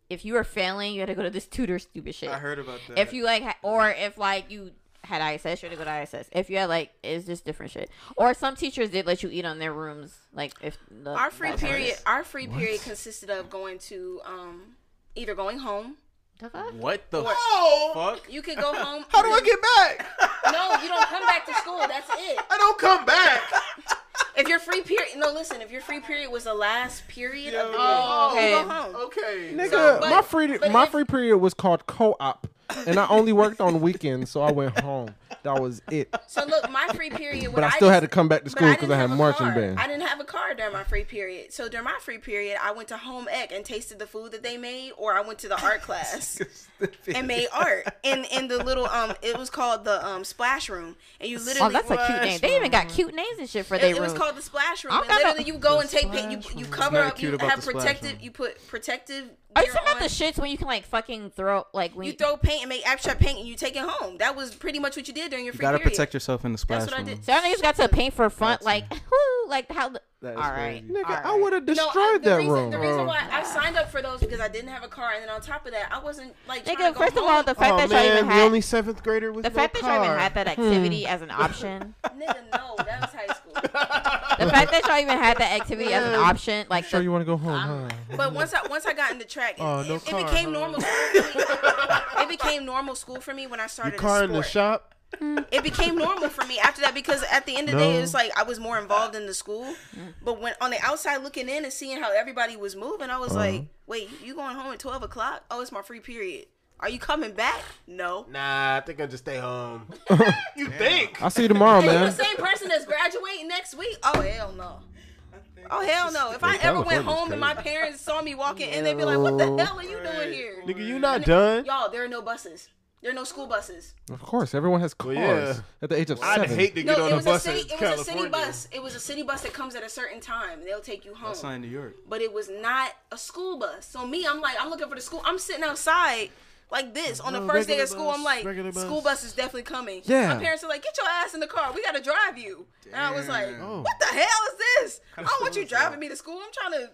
Speaker 1: if you were failing, you had to go to this tutor stupid shit.
Speaker 4: I heard about that.
Speaker 1: If you like, ha- or if like you had ISS, you had to go to ISS. If you had like, it's just different shit. Or some teachers did let you eat on their rooms, like if the,
Speaker 3: Our free
Speaker 1: like, the-
Speaker 3: period, our free period consisted of going to, um, either going home.
Speaker 1: The fuck?
Speaker 4: what the
Speaker 2: Oh,
Speaker 4: fuck?
Speaker 3: You could go home.
Speaker 2: how do I get back?
Speaker 3: No, you don't come back to school. That's it.
Speaker 2: I don't come back.
Speaker 3: If your free period, no, listen. If your free period was the last period of the day,
Speaker 2: Oh,
Speaker 3: you
Speaker 1: okay.
Speaker 3: go home.
Speaker 2: Okay.
Speaker 5: Nigga,
Speaker 3: So, but-
Speaker 5: my free
Speaker 3: but
Speaker 5: my
Speaker 3: if-
Speaker 5: free period was called co-op, and I only worked on weekends, so I went home.
Speaker 9: that was it.
Speaker 3: So look, my free period. when
Speaker 9: But I still had to
Speaker 3: just-
Speaker 9: come back to
Speaker 3: but
Speaker 9: school
Speaker 3: didn't
Speaker 9: 'cause I had
Speaker 3: have a
Speaker 9: marching
Speaker 3: card.
Speaker 9: band.
Speaker 3: I didn't have a car during my free period. So during my free period, I went to home ec and tasted the food that they made, or I went to the art class and made art in in the little um. It was called the um splash room, and you literally.
Speaker 1: Oh, that's a cute name. They even got cute names and shit for
Speaker 3: It,
Speaker 1: their
Speaker 3: it was
Speaker 1: room.
Speaker 3: called the splash room.
Speaker 1: I
Speaker 3: And
Speaker 1: don't
Speaker 3: literally,
Speaker 1: know.
Speaker 3: you go and take
Speaker 4: splash
Speaker 3: pic. You you
Speaker 4: room.
Speaker 3: cover
Speaker 4: Nothing
Speaker 3: up. You
Speaker 4: cute about
Speaker 3: have
Speaker 4: the splash
Speaker 3: protective.
Speaker 4: room.
Speaker 3: You put protective.
Speaker 1: Are you
Speaker 3: gear
Speaker 1: talking about
Speaker 3: on.
Speaker 1: the shits when you can like fucking throw like when
Speaker 3: You throw paint and make abstract paint, and you take it home. That was pretty much what you did during your
Speaker 4: You
Speaker 3: free
Speaker 4: gotta
Speaker 3: period.
Speaker 4: protect yourself in the splash
Speaker 3: what I
Speaker 4: room.
Speaker 3: did.
Speaker 1: So y'all niggas got to paint for fun, like whoo, like how. The,
Speaker 9: That
Speaker 1: all
Speaker 9: is
Speaker 1: right,
Speaker 9: crazy. Nigga,
Speaker 1: all right.
Speaker 9: I would have
Speaker 3: No,
Speaker 9: destroyed
Speaker 3: I, the
Speaker 9: that
Speaker 3: reason,
Speaker 9: room.
Speaker 3: The reason why I signed up for those because I didn't have a car, and then on top of that, I wasn't like. trying to
Speaker 1: Nigga,
Speaker 3: go
Speaker 1: first of
Speaker 3: home.
Speaker 1: all, the fact
Speaker 12: oh,
Speaker 1: that
Speaker 12: man,
Speaker 1: y'all even
Speaker 12: the
Speaker 1: had
Speaker 12: only seventh grader with
Speaker 1: the
Speaker 12: no
Speaker 1: fact that
Speaker 12: car.
Speaker 1: y'all even had that activity as an option.
Speaker 3: nigga, no, that was high school.
Speaker 1: the fact that y'all even had that activity as an option, like
Speaker 5: Sure,
Speaker 1: the-
Speaker 5: you want to go home, huh?
Speaker 3: But once I once I got into track, it,
Speaker 12: Oh, no
Speaker 3: it, it
Speaker 12: car,
Speaker 3: became
Speaker 12: huh?
Speaker 3: normal. School for me. It became normal school for me when I started.
Speaker 12: Your car
Speaker 3: a
Speaker 12: in the
Speaker 3: sport.
Speaker 12: shop.
Speaker 3: It became normal for me after that because at the end of the day,
Speaker 12: No.
Speaker 3: it was like I was more involved in the school. But when on the outside looking in and seeing how everybody was moving, I was
Speaker 12: Uh-huh.
Speaker 3: like, "Wait, you going home at twelve o'clock? Oh, it's my free period. Are you coming back? No."
Speaker 12: Nah, I think I'll just stay home. you think?
Speaker 5: I'll see you tomorrow,
Speaker 3: And you the
Speaker 5: man.
Speaker 3: same person that's graduating next week? Oh hell no. Oh hell no. If I ever went
Speaker 2: California's
Speaker 3: home and my parents saw me walking in, they'd be like, What the hell are you doing here?
Speaker 12: Nigga, you not done?
Speaker 3: Y'all, there are no buses. There are no school buses.
Speaker 5: Of course, everyone has cars
Speaker 12: yeah.
Speaker 5: at the age of
Speaker 12: I'd
Speaker 5: seven.
Speaker 12: hate to get
Speaker 3: No,
Speaker 12: on
Speaker 3: it
Speaker 12: a
Speaker 3: was a
Speaker 12: bus
Speaker 3: city
Speaker 12: in
Speaker 3: it was a
Speaker 12: California.
Speaker 3: city bus. It was a city bus that comes at a certain time. They'll take you
Speaker 4: That's not
Speaker 3: home.
Speaker 4: in New York.
Speaker 3: But it was not a school bus. So me, I'm like, I'm looking for the school. I'm sitting outside like this on the
Speaker 12: No,
Speaker 3: first day
Speaker 12: regular
Speaker 3: of school.
Speaker 12: bus,
Speaker 3: I'm like,
Speaker 12: regular bus.
Speaker 3: school bus is definitely coming.
Speaker 5: Yeah.
Speaker 3: My parents are like, get your ass in the car. We gotta drive you. And I was like,
Speaker 4: Damn.
Speaker 3: what the hell is this? I don't want
Speaker 4: school
Speaker 3: you
Speaker 4: is
Speaker 3: driving me to school. I'm trying to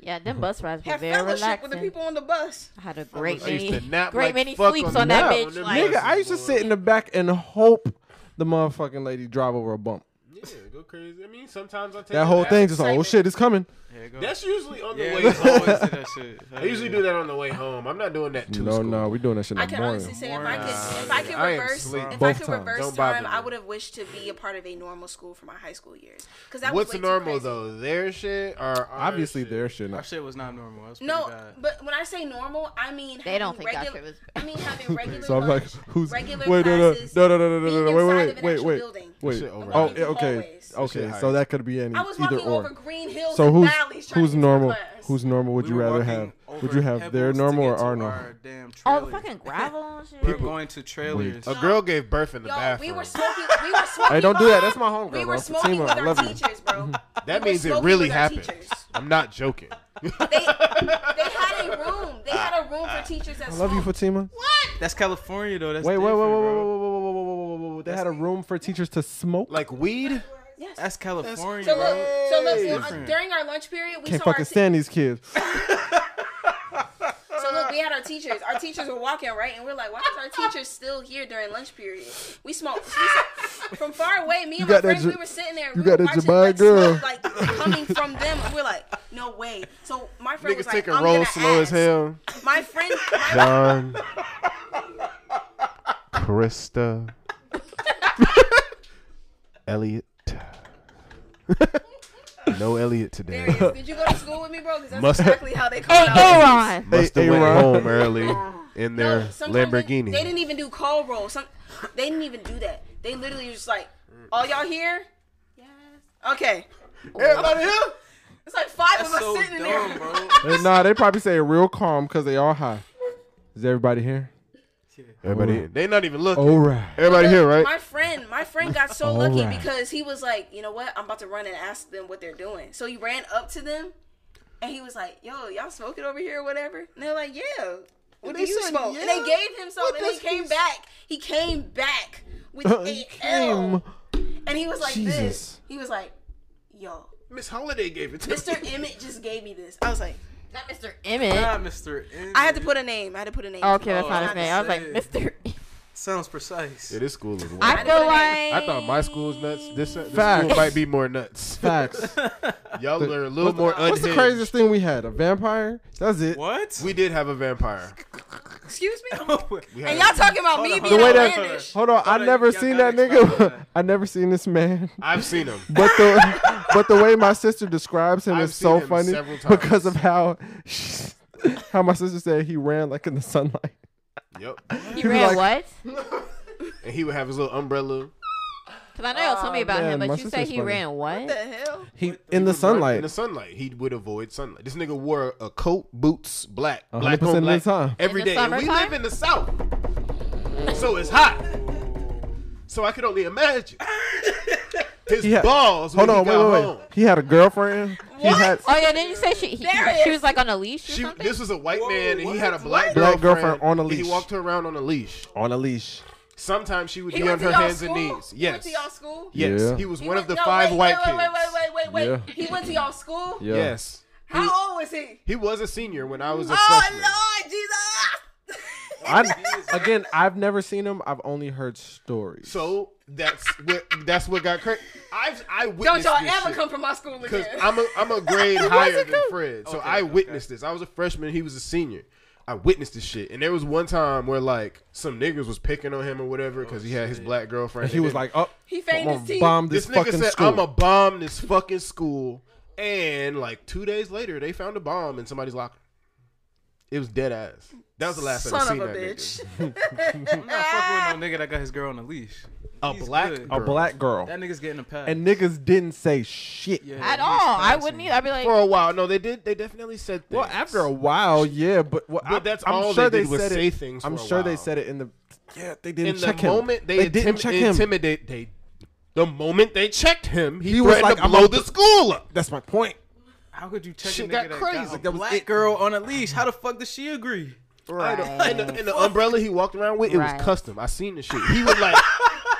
Speaker 1: yeah, them bus rides were
Speaker 3: have
Speaker 1: very
Speaker 3: fellowship
Speaker 1: relaxing.
Speaker 3: with the people on the bus.
Speaker 1: I had a great
Speaker 12: I used
Speaker 1: many,
Speaker 12: to nap
Speaker 1: great
Speaker 12: like
Speaker 1: many
Speaker 12: fuck
Speaker 1: sleeps
Speaker 12: on
Speaker 1: on that
Speaker 12: nap
Speaker 1: bitch.
Speaker 12: on them
Speaker 1: like,
Speaker 9: Nigga, I used to sit in the back and hope the motherfucking lady drive over a bump.
Speaker 2: Yeah, go crazy. I mean, sometimes I take a
Speaker 5: That whole
Speaker 2: nap.
Speaker 5: thing just like, oh shit, it's coming.
Speaker 4: There you go.
Speaker 2: That's usually on the
Speaker 4: yeah,
Speaker 2: way
Speaker 4: we
Speaker 2: home.
Speaker 4: always do that shit.
Speaker 2: I usually do that on the way home. I'm not doing that too.
Speaker 5: No, no, we're doing that shit
Speaker 3: I
Speaker 5: in the
Speaker 3: can honestly
Speaker 5: morning.
Speaker 3: say if I could, if I could
Speaker 2: I ain't
Speaker 3: reverse,
Speaker 2: sleep.
Speaker 3: if I
Speaker 5: Both
Speaker 3: could
Speaker 5: times.
Speaker 3: reverse
Speaker 2: Don't bother
Speaker 3: time,
Speaker 2: me.
Speaker 3: I would have wished to be a part of a normal school for my high school years. Because that
Speaker 12: What's
Speaker 3: was way too
Speaker 12: normal
Speaker 3: crazy.
Speaker 12: though? Their shit or our
Speaker 5: Obviously,
Speaker 12: shit?
Speaker 5: their shit.
Speaker 4: Our
Speaker 5: not-
Speaker 4: shit was not normal. That was pretty
Speaker 3: No,
Speaker 4: bad.
Speaker 3: but when I say normal, I mean
Speaker 1: They don't
Speaker 3: having
Speaker 1: think that
Speaker 3: regu-
Speaker 1: shit was-
Speaker 3: I mean having regular.
Speaker 5: So I'm like,
Speaker 3: lunch,
Speaker 5: who's wait,
Speaker 3: regular
Speaker 5: no, no,
Speaker 3: classes,
Speaker 5: no, no, no, no,
Speaker 3: being
Speaker 5: no, no,
Speaker 3: inside
Speaker 5: wait,
Speaker 3: of an
Speaker 5: wait,
Speaker 3: actual
Speaker 5: wait,
Speaker 3: building.
Speaker 5: wait, wait.
Speaker 12: Shit over.
Speaker 5: Oh,
Speaker 3: Walking
Speaker 5: yeah,
Speaker 3: through
Speaker 5: okay,
Speaker 3: hallways.
Speaker 5: okay.
Speaker 12: Shit
Speaker 5: So that could be any
Speaker 3: I was
Speaker 5: either
Speaker 3: walking over
Speaker 5: or.
Speaker 3: Green Hills
Speaker 5: So
Speaker 3: and
Speaker 5: who's
Speaker 3: Oh, valleys trying
Speaker 5: who's
Speaker 3: to get to
Speaker 5: normal?
Speaker 3: class.
Speaker 5: Who's normal? Would you
Speaker 4: We were
Speaker 5: rather
Speaker 4: walking
Speaker 5: have?
Speaker 4: over
Speaker 5: Would you have
Speaker 4: pebbles
Speaker 5: their
Speaker 4: to
Speaker 5: normal
Speaker 4: get
Speaker 5: or
Speaker 4: to
Speaker 5: our normal?
Speaker 4: our damn
Speaker 1: all the
Speaker 4: trailer.
Speaker 1: fucking gravel and shit.
Speaker 4: We were going to trailers.
Speaker 12: A girl gave birth in the
Speaker 3: Y'all,
Speaker 12: bathroom.
Speaker 3: we were smoking. We were smoking.
Speaker 9: Hey, don't do that. That's
Speaker 3: bud.
Speaker 9: my homegirl.
Speaker 3: We
Speaker 9: bro.
Speaker 3: were smoking
Speaker 9: Fatima,
Speaker 3: with
Speaker 9: I
Speaker 3: our
Speaker 9: love you.
Speaker 3: teachers,
Speaker 5: Mm-hmm.
Speaker 3: bro.
Speaker 12: that
Speaker 3: we were
Speaker 12: means it
Speaker 3: smoking
Speaker 12: really
Speaker 3: with our
Speaker 12: happened.
Speaker 3: teachers.
Speaker 12: I'm not joking.
Speaker 3: They, they had a room. They had a room for teachers that
Speaker 9: I love you,
Speaker 3: smoked.
Speaker 9: Fatima.
Speaker 4: That's California though. That's
Speaker 9: Wait, wait, wait, wait, wait,
Speaker 4: different,
Speaker 9: wait,
Speaker 4: bro.
Speaker 9: wait, wait, wait, wait, wait. They had a room for teachers to smoke.
Speaker 12: like weed.
Speaker 3: Yes.
Speaker 4: That's California,
Speaker 3: So
Speaker 4: bro.
Speaker 3: look, so look,
Speaker 4: Different.
Speaker 3: uh, during our lunch period, we
Speaker 9: Can't
Speaker 3: saw our
Speaker 9: fucking
Speaker 3: te-
Speaker 9: stand these kids.
Speaker 3: So look, we had our teachers. Our teachers were walking right, and we're like, "Why is our teachers still here during lunch period?" We smoked we sat- from far away. Me and
Speaker 9: You
Speaker 3: my
Speaker 9: got that
Speaker 3: friends,
Speaker 9: Ja-
Speaker 3: we were sitting there.
Speaker 9: you
Speaker 3: we were
Speaker 9: got that
Speaker 3: watching,
Speaker 9: Jabari
Speaker 3: like,
Speaker 9: girl.
Speaker 3: smoke, like coming from them. And we're like, "No way!" So my friend was
Speaker 12: Niggas
Speaker 3: like,
Speaker 12: taking
Speaker 3: "I'm
Speaker 12: rolls
Speaker 3: gonna
Speaker 12: slow as
Speaker 3: ask."
Speaker 12: hell.
Speaker 3: My friend, my,
Speaker 12: John. Krista. Elliot. no Elliot today.
Speaker 3: there it is. did you go to school with me, bro? Because that's
Speaker 12: Must-
Speaker 3: exactly how they call
Speaker 9: Oh,
Speaker 1: Hey,
Speaker 3: out.
Speaker 1: Aaron.
Speaker 12: Must have
Speaker 9: Hey,
Speaker 12: went
Speaker 9: Aaron.
Speaker 12: home early in their
Speaker 3: sometimes they-
Speaker 12: Lamborghini.
Speaker 3: They, didn't even do call roll. Some they didn't even do that. They literally was just like, "All y'all here?" Yes. Okay.
Speaker 12: Everybody here?
Speaker 3: It's like five
Speaker 4: That's
Speaker 3: of us
Speaker 4: so
Speaker 3: sitting there.
Speaker 4: dumb, bro.
Speaker 5: Eh, nah, they probably say it real calm because they all high. Is everybody here?
Speaker 12: Everybody here. They not even looking.
Speaker 5: All right.
Speaker 12: Everybody here, right?
Speaker 3: My friend, my friend got so lucky
Speaker 5: right.
Speaker 3: because he was like, you know what? I'm about to run and ask them what they're doing. So he ran up to them, and he was like, "Yo, y'all smoking over here or whatever?" And they're like, "Yeah." What do
Speaker 12: they
Speaker 3: you
Speaker 12: said,
Speaker 3: smoke? And
Speaker 12: "Yeah?"
Speaker 3: they gave him some,
Speaker 12: What
Speaker 3: and he
Speaker 12: does
Speaker 3: came
Speaker 12: he-
Speaker 3: back. He came back with
Speaker 2: Uh,
Speaker 3: a L, and he was like
Speaker 5: Jesus.
Speaker 3: this. He was like, "Yo,
Speaker 12: Miss Holiday gave it to
Speaker 3: Mr. Emmett just gave me this." I was like,
Speaker 1: Not Mr. Emmett.
Speaker 4: Not Mr. N.
Speaker 3: I had to put a name. I had to put a name.
Speaker 1: Oh, okay, that's
Speaker 4: Oh,
Speaker 1: not
Speaker 4: I
Speaker 1: his name. I was like, Mr.
Speaker 4: Sounds precise.
Speaker 12: Yeah, this school is wild.
Speaker 1: I
Speaker 12: I,
Speaker 1: feel like
Speaker 12: thought my school was nuts. This, this
Speaker 5: Facts.
Speaker 12: school might be more nuts.
Speaker 5: Facts.
Speaker 12: Y'all are a little more
Speaker 5: What's
Speaker 12: unhinged.
Speaker 5: the craziest thing we had? A vampire? That's it.
Speaker 4: What?
Speaker 12: We did have a vampire.
Speaker 3: Excuse me.
Speaker 12: We had
Speaker 3: And y'all talking about me
Speaker 4: on, hold
Speaker 3: being
Speaker 4: on. The way that-
Speaker 3: outlandish.
Speaker 5: Hold on, I
Speaker 4: on,
Speaker 5: never
Speaker 4: y'all
Speaker 5: seen that
Speaker 4: gotta explain
Speaker 5: nigga.
Speaker 4: that.
Speaker 5: I never seen this man.
Speaker 12: I've seen him.
Speaker 5: But the but the way my sister describes him
Speaker 12: I've
Speaker 5: is so
Speaker 12: seen him
Speaker 5: funny
Speaker 12: several times.
Speaker 5: because of how she, how my sister said he ran like in the sunlight.
Speaker 12: Yep.
Speaker 1: he ran
Speaker 5: like-
Speaker 1: what?
Speaker 2: and he would have his little umbrella
Speaker 1: Because I know y'all told me about
Speaker 5: man,
Speaker 1: him,
Speaker 5: my
Speaker 1: but you said
Speaker 5: sister's
Speaker 1: he
Speaker 5: funny.
Speaker 1: ran what?
Speaker 3: the hell?
Speaker 5: He in the
Speaker 2: in
Speaker 5: sunlight.
Speaker 2: the sunlight. He would avoid sunlight. This nigga wore a coat, boots, black, black
Speaker 5: 100%
Speaker 2: on
Speaker 5: of the
Speaker 2: black
Speaker 5: time.
Speaker 2: every
Speaker 1: In the
Speaker 2: day. And we
Speaker 1: summertime?
Speaker 2: live in the south, so it's hot. So I could only imagine his
Speaker 5: He had-
Speaker 2: balls.
Speaker 5: Hold
Speaker 2: when
Speaker 5: on,
Speaker 2: he
Speaker 5: wait,
Speaker 2: got
Speaker 5: wait,
Speaker 2: home.
Speaker 5: wait. He had a girlfriend. He had
Speaker 1: Oh yeah, then you said she he,
Speaker 3: Darius.
Speaker 1: she was like on a leash or
Speaker 2: She,
Speaker 1: something.
Speaker 2: this was a white man, and he had a black girlfriend,
Speaker 5: Black girlfriend on a
Speaker 2: and
Speaker 5: leash.
Speaker 2: He walked her around on a leash.
Speaker 5: on a leash.
Speaker 2: Sometimes she would be
Speaker 3: He
Speaker 2: on
Speaker 3: went to
Speaker 2: her
Speaker 3: y'all
Speaker 2: hands and
Speaker 3: school?
Speaker 2: knees.
Speaker 3: He
Speaker 2: Yes,
Speaker 3: went to y'all school?
Speaker 2: yes.
Speaker 13: Yeah.
Speaker 2: He was
Speaker 3: He
Speaker 2: one
Speaker 3: went-
Speaker 2: of the
Speaker 3: no,
Speaker 2: five
Speaker 3: wait,
Speaker 2: white
Speaker 3: wait,
Speaker 2: kids.
Speaker 3: Wait, wait, wait, wait, wait,
Speaker 13: Yeah.
Speaker 3: wait. He went to y'all school?
Speaker 13: Yeah.
Speaker 2: Yes,
Speaker 3: How old was he?
Speaker 2: he was a senior when I was a freshman.
Speaker 3: Oh, Lord Jesus.
Speaker 5: I again, I've never seen him. I've only heard stories.
Speaker 2: So that's what that's what got crazy. I've I
Speaker 14: Don't
Speaker 2: witnessed
Speaker 14: y'all
Speaker 2: this
Speaker 14: ever
Speaker 2: shit.
Speaker 14: come from my school
Speaker 2: Cause
Speaker 14: again.
Speaker 2: I'm a I'm a grade higher than Fred, so I witnessed this. I was a freshman, he was a senior. I witnessed this shit, and there was one time where like some niggas was picking on him or whatever because he had his black girlfriend.
Speaker 5: Oh, and he
Speaker 2: and
Speaker 5: was
Speaker 2: then-
Speaker 5: like, "Oh,
Speaker 14: He
Speaker 5: I'm
Speaker 14: feigned his
Speaker 5: gonna
Speaker 14: teeth.
Speaker 5: bomb
Speaker 2: "This
Speaker 5: this,
Speaker 2: nigga
Speaker 5: fucking
Speaker 2: said
Speaker 5: school."
Speaker 2: I'm a bomb this fucking school," and like two days later they found a bomb in somebody's locker. It was dead ass. That was the last time I
Speaker 3: Son
Speaker 2: seen
Speaker 3: of a
Speaker 2: that
Speaker 3: bitch.
Speaker 4: I'm not fucking with no nigga that got his girl on a leash.
Speaker 2: nigga. A
Speaker 4: He's
Speaker 2: black,
Speaker 4: good.
Speaker 5: a
Speaker 2: girl.
Speaker 5: black girl,
Speaker 4: That nigga's getting a pass.
Speaker 5: and niggas didn't say shit.
Speaker 4: Yeah,
Speaker 1: At
Speaker 4: he's
Speaker 1: all, I
Speaker 4: passing.
Speaker 1: wouldn't either. I'd be like,
Speaker 2: for a while. No, they did. They definitely said. Things.
Speaker 5: Well, after a while, yeah, but, well,
Speaker 2: But
Speaker 5: I,
Speaker 2: that's
Speaker 5: I'm
Speaker 2: all
Speaker 5: sure
Speaker 2: they did was
Speaker 5: said
Speaker 2: say
Speaker 5: it.
Speaker 2: things
Speaker 5: I'm
Speaker 2: for a
Speaker 5: sure they
Speaker 2: while.
Speaker 5: said it in the. Yeah, they didn't
Speaker 2: in the
Speaker 5: check him.
Speaker 2: moment they,
Speaker 5: they didn't
Speaker 2: intim-
Speaker 5: check him.
Speaker 2: intimidate they the moment they checked him he,
Speaker 5: He was
Speaker 2: threatened
Speaker 5: like,
Speaker 2: to
Speaker 5: "I'm
Speaker 2: blow
Speaker 5: gonna
Speaker 2: the
Speaker 5: put-
Speaker 2: school up
Speaker 5: That's my point.
Speaker 4: How could you check
Speaker 2: Shit
Speaker 4: a nigga
Speaker 2: got
Speaker 4: that
Speaker 2: crazy.
Speaker 4: got a
Speaker 2: That was
Speaker 4: black
Speaker 2: it.
Speaker 4: girl on a leash? How the fuck does she agree?
Speaker 2: and, the, and the umbrella he walked around with it
Speaker 1: Right.
Speaker 2: was custom i seen the shit he would like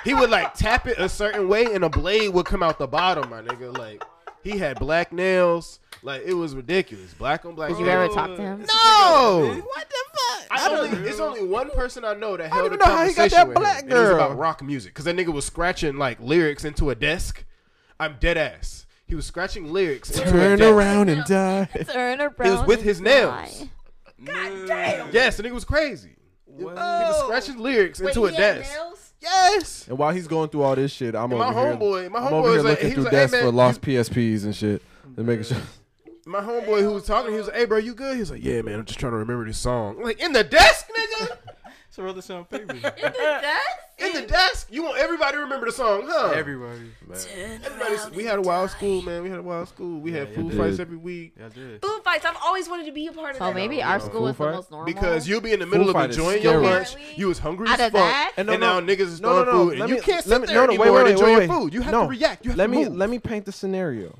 Speaker 2: he would like tap it a certain way and a blade would come out the bottom my nigga like he had black nails like it was ridiculous black on black
Speaker 1: did you ever talk to him?
Speaker 2: no
Speaker 5: What the fuck?
Speaker 2: I only, it's only one person I know that held
Speaker 5: even
Speaker 2: a
Speaker 5: know how he
Speaker 2: conversation
Speaker 5: got that
Speaker 2: with him,
Speaker 5: black
Speaker 2: and it was
Speaker 5: girl.
Speaker 2: about rock music because that nigga was scratching like lyrics into a desk. I'm dead ass. He was scratching lyrics. into a
Speaker 5: Turn
Speaker 2: desk.
Speaker 5: around and die.
Speaker 1: Turn around.
Speaker 2: It was with
Speaker 1: and
Speaker 2: his
Speaker 1: die.
Speaker 2: nails.
Speaker 3: God damn.
Speaker 2: Yes, the nigga was crazy. He was scratching lyrics
Speaker 3: Wait,
Speaker 2: into a
Speaker 3: he had
Speaker 2: desk.
Speaker 3: nails?
Speaker 2: Yes.
Speaker 5: And while he's going through all this shit, I'm
Speaker 2: my
Speaker 5: over here.
Speaker 2: homeboy- my homeboy
Speaker 5: I'm over here
Speaker 2: was like-
Speaker 5: looking
Speaker 2: he
Speaker 5: through
Speaker 2: was like, "Hey,
Speaker 5: desks
Speaker 2: man,
Speaker 5: for lost PSPs and shit, and making sure.
Speaker 2: My homeboy who was talking, he was like, "Hey, bro, you good?" He was like, "Yeah, man, I'm just trying to remember this song." I'm like in the desk, nigga.
Speaker 4: So rather sound favorite.
Speaker 2: In the desk. You want everybody to remember the song, huh?
Speaker 4: Everybody.
Speaker 2: Everybody- we had a wild school, man. We had a wild school. We had food
Speaker 5: did.
Speaker 2: fights every week.
Speaker 4: Yeah, I did.
Speaker 3: Food fights. I've always wanted to be a part of
Speaker 1: So
Speaker 3: that.
Speaker 1: Oh, maybe our school was the
Speaker 5: fight?
Speaker 1: most normal.
Speaker 2: Because you'll be in the middle of
Speaker 5: Fight is
Speaker 2: enjoying your
Speaker 5: scary.
Speaker 2: lunch.
Speaker 3: Really?
Speaker 2: You was hungry
Speaker 1: Out
Speaker 2: as
Speaker 1: of
Speaker 2: fuck.
Speaker 1: that?
Speaker 2: And,
Speaker 5: And no,
Speaker 2: now niggas is
Speaker 5: no,
Speaker 2: throwing
Speaker 5: no, no.
Speaker 2: food.
Speaker 5: Let
Speaker 2: And you
Speaker 5: me-
Speaker 2: can't sit
Speaker 5: let me-
Speaker 2: there
Speaker 5: no, no,
Speaker 2: anymore
Speaker 5: wait, wait,
Speaker 2: and enjoy
Speaker 5: wait,
Speaker 2: your
Speaker 5: wait.
Speaker 2: food. You have
Speaker 5: No.
Speaker 2: to react. You have
Speaker 5: let
Speaker 2: to
Speaker 5: me
Speaker 2: move.
Speaker 5: let me paint the scenario.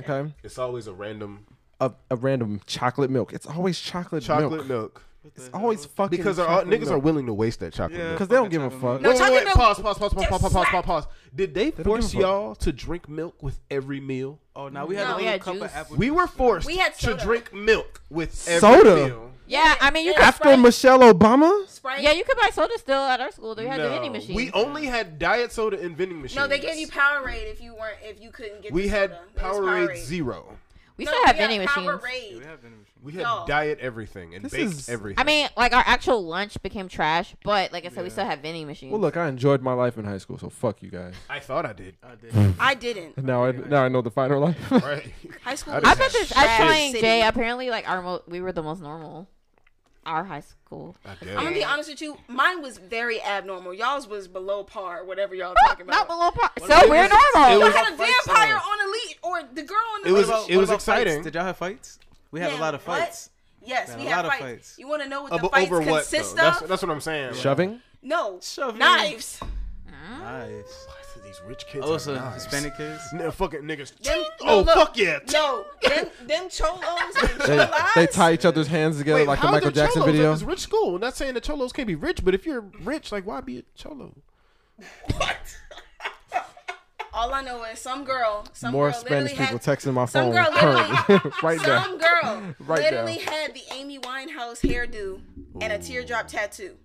Speaker 5: Okay,
Speaker 2: It's always a random
Speaker 5: a, a random chocolate milk. It's always chocolate,
Speaker 2: chocolate
Speaker 5: milk.
Speaker 2: milk.
Speaker 5: It's always fucking
Speaker 2: Because they're all,
Speaker 5: chocolate
Speaker 2: niggas are
Speaker 5: milk.
Speaker 2: willing to waste that chocolate milk.
Speaker 5: because they don't give a fuck.
Speaker 2: Wait, wait,
Speaker 3: chocolate
Speaker 2: wait.
Speaker 3: milk-
Speaker 2: Pause, pause, pause, pause, pause, pause, pause, pause, pause. Did they
Speaker 5: don't
Speaker 2: force
Speaker 5: give a fuck.
Speaker 2: y'all to drink milk with every meal?
Speaker 4: Oh, now we had
Speaker 1: No,
Speaker 4: a
Speaker 1: we
Speaker 4: little
Speaker 1: had
Speaker 4: cup
Speaker 1: juice.
Speaker 4: of apple
Speaker 2: We were forced
Speaker 3: We had
Speaker 2: to
Speaker 3: soda.
Speaker 2: drink milk with every
Speaker 5: Soda?
Speaker 2: meal.
Speaker 1: yeah, I mean you could.
Speaker 5: After Michelle Obama,
Speaker 3: Sprite?
Speaker 1: Yeah, you could buy soda still at our school. They had the vending
Speaker 2: No,
Speaker 1: machine.
Speaker 2: We only had diet soda and vending machines.
Speaker 3: No, they gave you Powerade if you weren't if you couldn't get.
Speaker 2: We
Speaker 3: the
Speaker 2: had
Speaker 3: soda. It was
Speaker 2: Powerade Zero.
Speaker 1: we
Speaker 3: No,
Speaker 1: still have
Speaker 3: we had
Speaker 1: vending machines.
Speaker 3: Powerade.
Speaker 4: juice. Having-
Speaker 2: We had
Speaker 3: No.
Speaker 2: diet everything and
Speaker 5: This
Speaker 2: baked
Speaker 5: is-
Speaker 2: everything.
Speaker 1: I mean, like our actual lunch became trash, but like I said, we still have vending machines.
Speaker 5: well, look, I enjoyed my life in high school, so fuck you guys.
Speaker 2: I thought I did.
Speaker 4: I did.
Speaker 3: I didn't.
Speaker 5: Now I now I know the final life.
Speaker 2: Right?
Speaker 3: High school.
Speaker 1: I
Speaker 3: was
Speaker 1: bet this. I was
Speaker 3: trash
Speaker 1: telling
Speaker 3: city.
Speaker 1: Jay. Apparently, like our mo- we were the most normal. Our high school.
Speaker 5: Uh,
Speaker 2: I
Speaker 3: I'm
Speaker 2: guess.
Speaker 3: gonna be honest with you. Mine was very abnormal. Y'all's was below par. Whatever y'all talking
Speaker 1: Not
Speaker 3: about.
Speaker 1: below par. So we're normal.
Speaker 3: Y'all
Speaker 2: was-
Speaker 3: had a
Speaker 2: Fights, though.
Speaker 3: vampire on a lead or the girl on the
Speaker 2: It was-
Speaker 3: lead.
Speaker 4: What
Speaker 2: it was
Speaker 4: about fights?
Speaker 2: exciting.
Speaker 4: Did y'all have fights? We had a
Speaker 3: Man,
Speaker 4: lot of
Speaker 3: what?
Speaker 4: fights.
Speaker 3: Yes,
Speaker 4: Man,
Speaker 3: we
Speaker 4: a
Speaker 3: had
Speaker 4: lot of
Speaker 3: fights.
Speaker 4: fights.
Speaker 3: You want to know what
Speaker 2: Uh,
Speaker 3: the
Speaker 2: but
Speaker 3: fights
Speaker 2: over what? though?
Speaker 3: consist
Speaker 2: That's,
Speaker 3: of?
Speaker 2: that's what I'm saying.
Speaker 5: Shoving.
Speaker 3: No,
Speaker 4: Shoving.
Speaker 3: knives.
Speaker 4: Nice.
Speaker 2: Like, these rich kids.
Speaker 4: Oh,
Speaker 2: are
Speaker 4: so
Speaker 2: nice.
Speaker 4: Hispanic kids.
Speaker 2: N- fucking niggas.
Speaker 3: Them-
Speaker 2: oh,
Speaker 3: no, look.
Speaker 2: fuck yeah.
Speaker 3: No, them, them cholos and
Speaker 5: They,
Speaker 3: cholas.
Speaker 5: they tie each other's hands together like the
Speaker 2: how are
Speaker 5: Michael
Speaker 2: there
Speaker 5: Jackson
Speaker 2: cholos
Speaker 5: video.
Speaker 2: At this rich school. Not saying the cholos can't be rich, but if you're rich, like why be a cholo?
Speaker 3: All I know is some girl, some
Speaker 5: More
Speaker 3: girl
Speaker 5: Spanish
Speaker 3: literally
Speaker 5: people
Speaker 3: had,
Speaker 5: texting my
Speaker 3: some
Speaker 5: phone
Speaker 3: girl
Speaker 5: currently. right now.
Speaker 3: some girl
Speaker 5: Right
Speaker 3: literally
Speaker 5: now.
Speaker 3: had the Amy Winehouse hairdo and a teardrop tattoo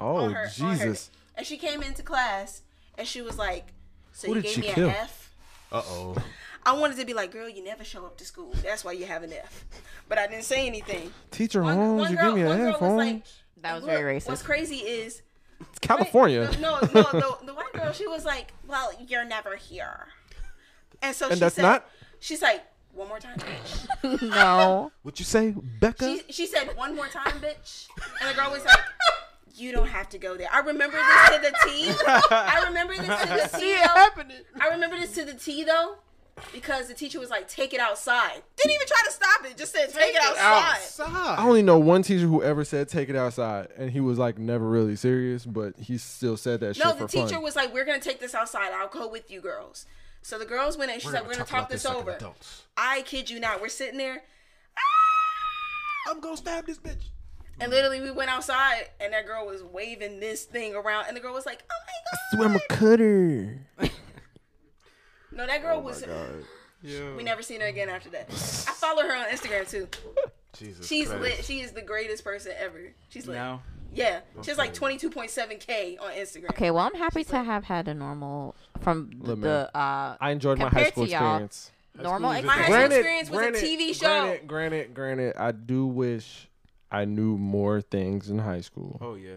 Speaker 5: Oh
Speaker 3: on her. on her.
Speaker 5: Jesus!
Speaker 3: And she came into class and she was like, "So
Speaker 5: Who
Speaker 3: you
Speaker 5: did
Speaker 3: gave
Speaker 5: she
Speaker 3: me
Speaker 5: kill?
Speaker 3: an F."
Speaker 2: Uh oh.
Speaker 3: I wanted to be like, "Girl, you never show up to school. That's why you have an F." But I didn't say anything.
Speaker 5: Teacher
Speaker 3: One,
Speaker 5: Holmes,
Speaker 3: one
Speaker 5: you
Speaker 3: girl,
Speaker 5: give Oh, me
Speaker 3: one
Speaker 5: an
Speaker 3: girl
Speaker 5: F,
Speaker 3: was
Speaker 5: Holmes.
Speaker 3: like,
Speaker 1: That was
Speaker 3: "Look,
Speaker 1: very
Speaker 3: What's
Speaker 1: racist.
Speaker 3: crazy is
Speaker 5: It's California.
Speaker 3: No, no, the, the white girl, she was like, "Well, you're never here," and so
Speaker 5: And
Speaker 3: she
Speaker 5: that's
Speaker 3: said,
Speaker 5: not-
Speaker 3: She's like, "One more time, bitch."
Speaker 1: no.
Speaker 2: What you say, Becca?
Speaker 3: She, she said, "One more time, bitch," and the girl was like, you don't have to go there. I remember this to the T. I remember this to the T. though. I remember this to the T though, because the teacher was like, "Take it outside." Didn't even try to stop it. Just said, "Take, it outside."
Speaker 5: I only know one teacher who ever said take it outside, and he was like never really serious, but he still said that
Speaker 3: No,
Speaker 5: shit
Speaker 3: the
Speaker 5: for
Speaker 3: teacher
Speaker 5: fun.
Speaker 3: was like, "We're gonna take this outside. I'll go with you, girls." So the girls went in. She's like, "We're gonna talk this over." I kid you not. We're sitting there. Ah!
Speaker 2: I'm gonna stab this bitch.
Speaker 3: And literally, we went outside, and that girl was waving this thing around, and the girl was like, "Oh my god!"
Speaker 5: I'm a cutter.
Speaker 3: No, that
Speaker 2: Oh
Speaker 3: girl was. We never seen her again after that. I follow her on Instagram too.
Speaker 2: Jesus
Speaker 3: She's
Speaker 2: Christ.
Speaker 3: lit. She is the greatest person ever. She's lit.
Speaker 4: Now,
Speaker 3: Yeah, she's like 22.7k on Instagram.
Speaker 1: Okay, well, I'm happy to have had a normal from the,
Speaker 5: Look,
Speaker 1: the uh,
Speaker 5: I enjoyed my
Speaker 1: Compared
Speaker 5: high school
Speaker 1: to y'all,
Speaker 5: experience.
Speaker 1: normal
Speaker 2: school is
Speaker 3: My high
Speaker 2: Granted-
Speaker 3: school experience was a TV show.
Speaker 5: Granted, granted, granted, I do wish I knew more things in high school.
Speaker 4: oh yeah,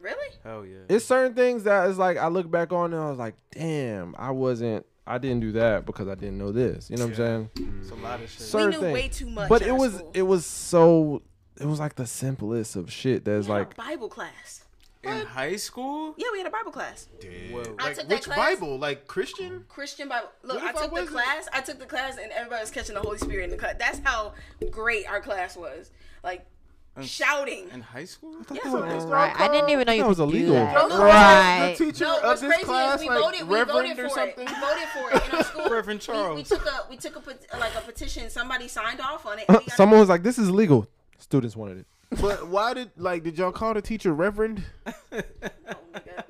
Speaker 3: Really?
Speaker 4: hell yeah.
Speaker 5: It's certain things that is like I look back on and I was like, damn, I wasn't, I didn't do that because I didn't know this. You know what I'm saying?
Speaker 4: It's a lot of shit.
Speaker 5: Certain
Speaker 3: we knew way
Speaker 5: things.
Speaker 3: too much.
Speaker 5: But
Speaker 3: in
Speaker 5: it
Speaker 3: our
Speaker 5: was,
Speaker 3: school.
Speaker 5: it was so, it was like the simplest of shit. That's
Speaker 3: We had a
Speaker 5: like,
Speaker 3: Bible class.
Speaker 4: In high school,
Speaker 3: Yeah, we had a Bible class.
Speaker 4: whoa.
Speaker 3: I
Speaker 2: Like,
Speaker 3: took that
Speaker 2: which
Speaker 3: class.
Speaker 2: Bible? Like Christian?
Speaker 3: Christian Bible. Look,
Speaker 2: What
Speaker 3: I
Speaker 2: if I
Speaker 3: took the
Speaker 2: wasn't?
Speaker 3: class. I took the class, and everybody was catching the Holy Spirit in the class. That's how great our class was. Like shouting.
Speaker 4: In high school,
Speaker 1: right. I didn't even know you
Speaker 5: That was
Speaker 1: could do
Speaker 5: illegal.
Speaker 1: that.
Speaker 3: No, no, no,
Speaker 1: right.
Speaker 2: The teacher
Speaker 3: No,
Speaker 2: of
Speaker 3: what's
Speaker 2: this
Speaker 3: crazy
Speaker 2: class,
Speaker 3: is we
Speaker 2: like
Speaker 3: voted. We voted
Speaker 2: Reverend
Speaker 3: for
Speaker 2: or
Speaker 3: it.
Speaker 2: something.
Speaker 3: We voted for it in our school.
Speaker 4: Reverend
Speaker 3: We, we
Speaker 4: Charles.
Speaker 3: took a we took a pet- like a petition. Somebody signed off on it. and we got-
Speaker 5: someone was like, this is illegal. Students wanted it.
Speaker 2: But why did like did y'all call the teacher Reverend?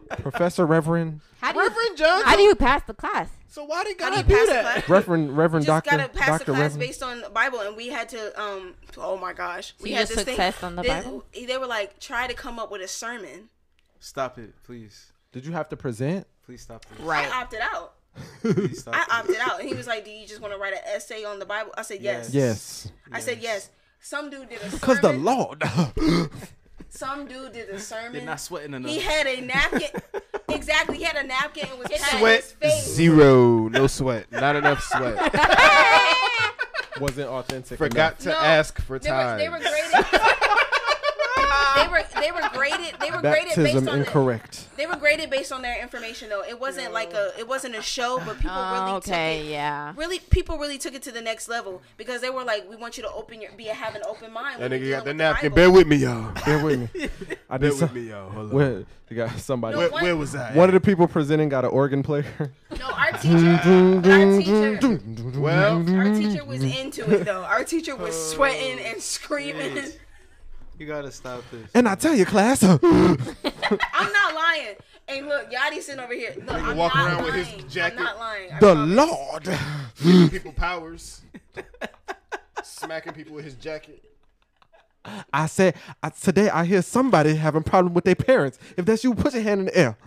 Speaker 5: Professor Reverend,
Speaker 1: How do, you,
Speaker 2: Reverend Johnson.
Speaker 1: how do you pass the class?
Speaker 2: so why did
Speaker 3: How do you
Speaker 2: God do
Speaker 3: pass the
Speaker 2: that?
Speaker 3: class?
Speaker 5: Reverend, Reverend,
Speaker 3: just
Speaker 5: Doctor,
Speaker 3: gotta pass
Speaker 5: Doctor
Speaker 3: a class
Speaker 5: Reverend.
Speaker 3: based on the Bible, and we had to. Um, oh my gosh, we
Speaker 1: you
Speaker 3: had
Speaker 1: just
Speaker 3: this
Speaker 1: took
Speaker 3: thing.
Speaker 1: tests on the
Speaker 3: this-
Speaker 1: Bible?
Speaker 3: They were like, try to come up with a sermon.
Speaker 4: stop it, please,
Speaker 5: Did you have to present?
Speaker 4: please stop this.
Speaker 1: Right.
Speaker 3: I opted out.
Speaker 4: Please stop
Speaker 3: I
Speaker 4: it.
Speaker 3: opted out, and he was like, "Do you just want to write an essay on the Bible?" I said, "Yes."
Speaker 5: Yes.
Speaker 3: I said, "Yes." Some dude did a
Speaker 5: Because the
Speaker 3: sermon.
Speaker 5: Lord.
Speaker 3: Some dude did a sermon.
Speaker 4: You're not sweating enough.
Speaker 3: He had a napkin. exactly, he had a napkin and was patting his
Speaker 2: Sweat
Speaker 3: face.
Speaker 2: zero, no sweat, not enough sweat.
Speaker 5: Wasn't authentic.
Speaker 2: Forgot to
Speaker 3: No,
Speaker 2: ask for
Speaker 3: They were,
Speaker 2: time.
Speaker 3: they were graded. they were they were graded. They were graded
Speaker 5: Baptism
Speaker 3: based on the,
Speaker 5: incorrect.
Speaker 3: They were graded based on their information though. It wasn't like a it wasn't a show, but people really took
Speaker 1: Oh, okay,
Speaker 3: it.
Speaker 1: yeah.
Speaker 3: Really, people really took it to the next level because they were like, "We want you to open your, be have an open mind."
Speaker 2: that
Speaker 3: when
Speaker 2: nigga
Speaker 3: you're
Speaker 2: got the
Speaker 3: dealing
Speaker 2: napkin.
Speaker 3: with
Speaker 2: Bear
Speaker 3: Bible.
Speaker 2: with me, y'all.
Speaker 5: Bear with me. I
Speaker 2: Bear
Speaker 5: did
Speaker 2: with
Speaker 5: some,
Speaker 2: me, y'all. Hold on. Where,
Speaker 5: where, you got somebody.
Speaker 3: No,
Speaker 2: where was I?
Speaker 5: One of the people presenting got an organ player.
Speaker 3: No, our teacher, our teacher,
Speaker 2: well,
Speaker 3: our teacher was
Speaker 5: Mm-hmm.
Speaker 3: into it though. Our teacher was sweating and screaming.
Speaker 4: Yes. You gotta stop this.
Speaker 5: and I tell you, class,
Speaker 3: I'm not lying. And look, Yachty sitting over here. Look, I'm
Speaker 2: walk
Speaker 3: not
Speaker 2: around
Speaker 3: lying.
Speaker 2: with his jacket.
Speaker 3: I'm not lying. I
Speaker 5: the
Speaker 3: promise.
Speaker 5: Lord.
Speaker 2: people powers. Smacking people with his jacket.
Speaker 5: I said, I, today I hear somebody having problem with their parents. If that's you, put your hand in the air.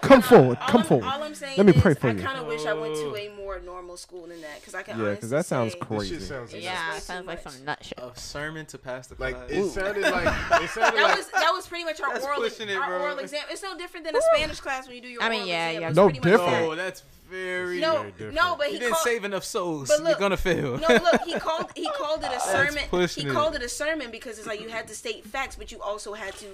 Speaker 5: Come forward.
Speaker 3: All
Speaker 5: Come
Speaker 3: I'm,
Speaker 5: forward.
Speaker 3: All I'm saying
Speaker 5: Let me
Speaker 3: is
Speaker 5: pray for
Speaker 3: I
Speaker 5: you.
Speaker 3: kind of wish I went to a more normal school than that because I can.
Speaker 5: Yeah,
Speaker 3: because
Speaker 5: because that sounds
Speaker 2: This shit
Speaker 5: crazy.
Speaker 2: sounds
Speaker 1: Yeah,
Speaker 3: way
Speaker 1: sounds
Speaker 3: too
Speaker 1: like
Speaker 3: much.
Speaker 1: some nut shit.
Speaker 4: A sermon to pass the
Speaker 2: like
Speaker 4: class.
Speaker 2: it sounded like it sounded
Speaker 3: That
Speaker 2: like
Speaker 3: was that was pretty much our
Speaker 4: That's
Speaker 3: oral
Speaker 4: pushing it,
Speaker 3: our
Speaker 4: bro.
Speaker 3: oral exam. It's no different than a Spanish class when you do your.
Speaker 1: I mean,
Speaker 3: oral
Speaker 1: yeah,
Speaker 3: exam.
Speaker 1: yeah.
Speaker 3: It's
Speaker 5: No
Speaker 3: pretty much
Speaker 5: different.
Speaker 4: oh, that's very.
Speaker 3: that. No,
Speaker 2: Very different.
Speaker 3: no, but he
Speaker 4: you didn't
Speaker 3: called.
Speaker 4: save enough souls.
Speaker 3: but look-
Speaker 4: You're gonna fail.
Speaker 3: no, look, he called he called it a sermon.
Speaker 4: pushing
Speaker 3: He
Speaker 4: it.
Speaker 3: called it a sermon because it's like you had to state facts, but you also had to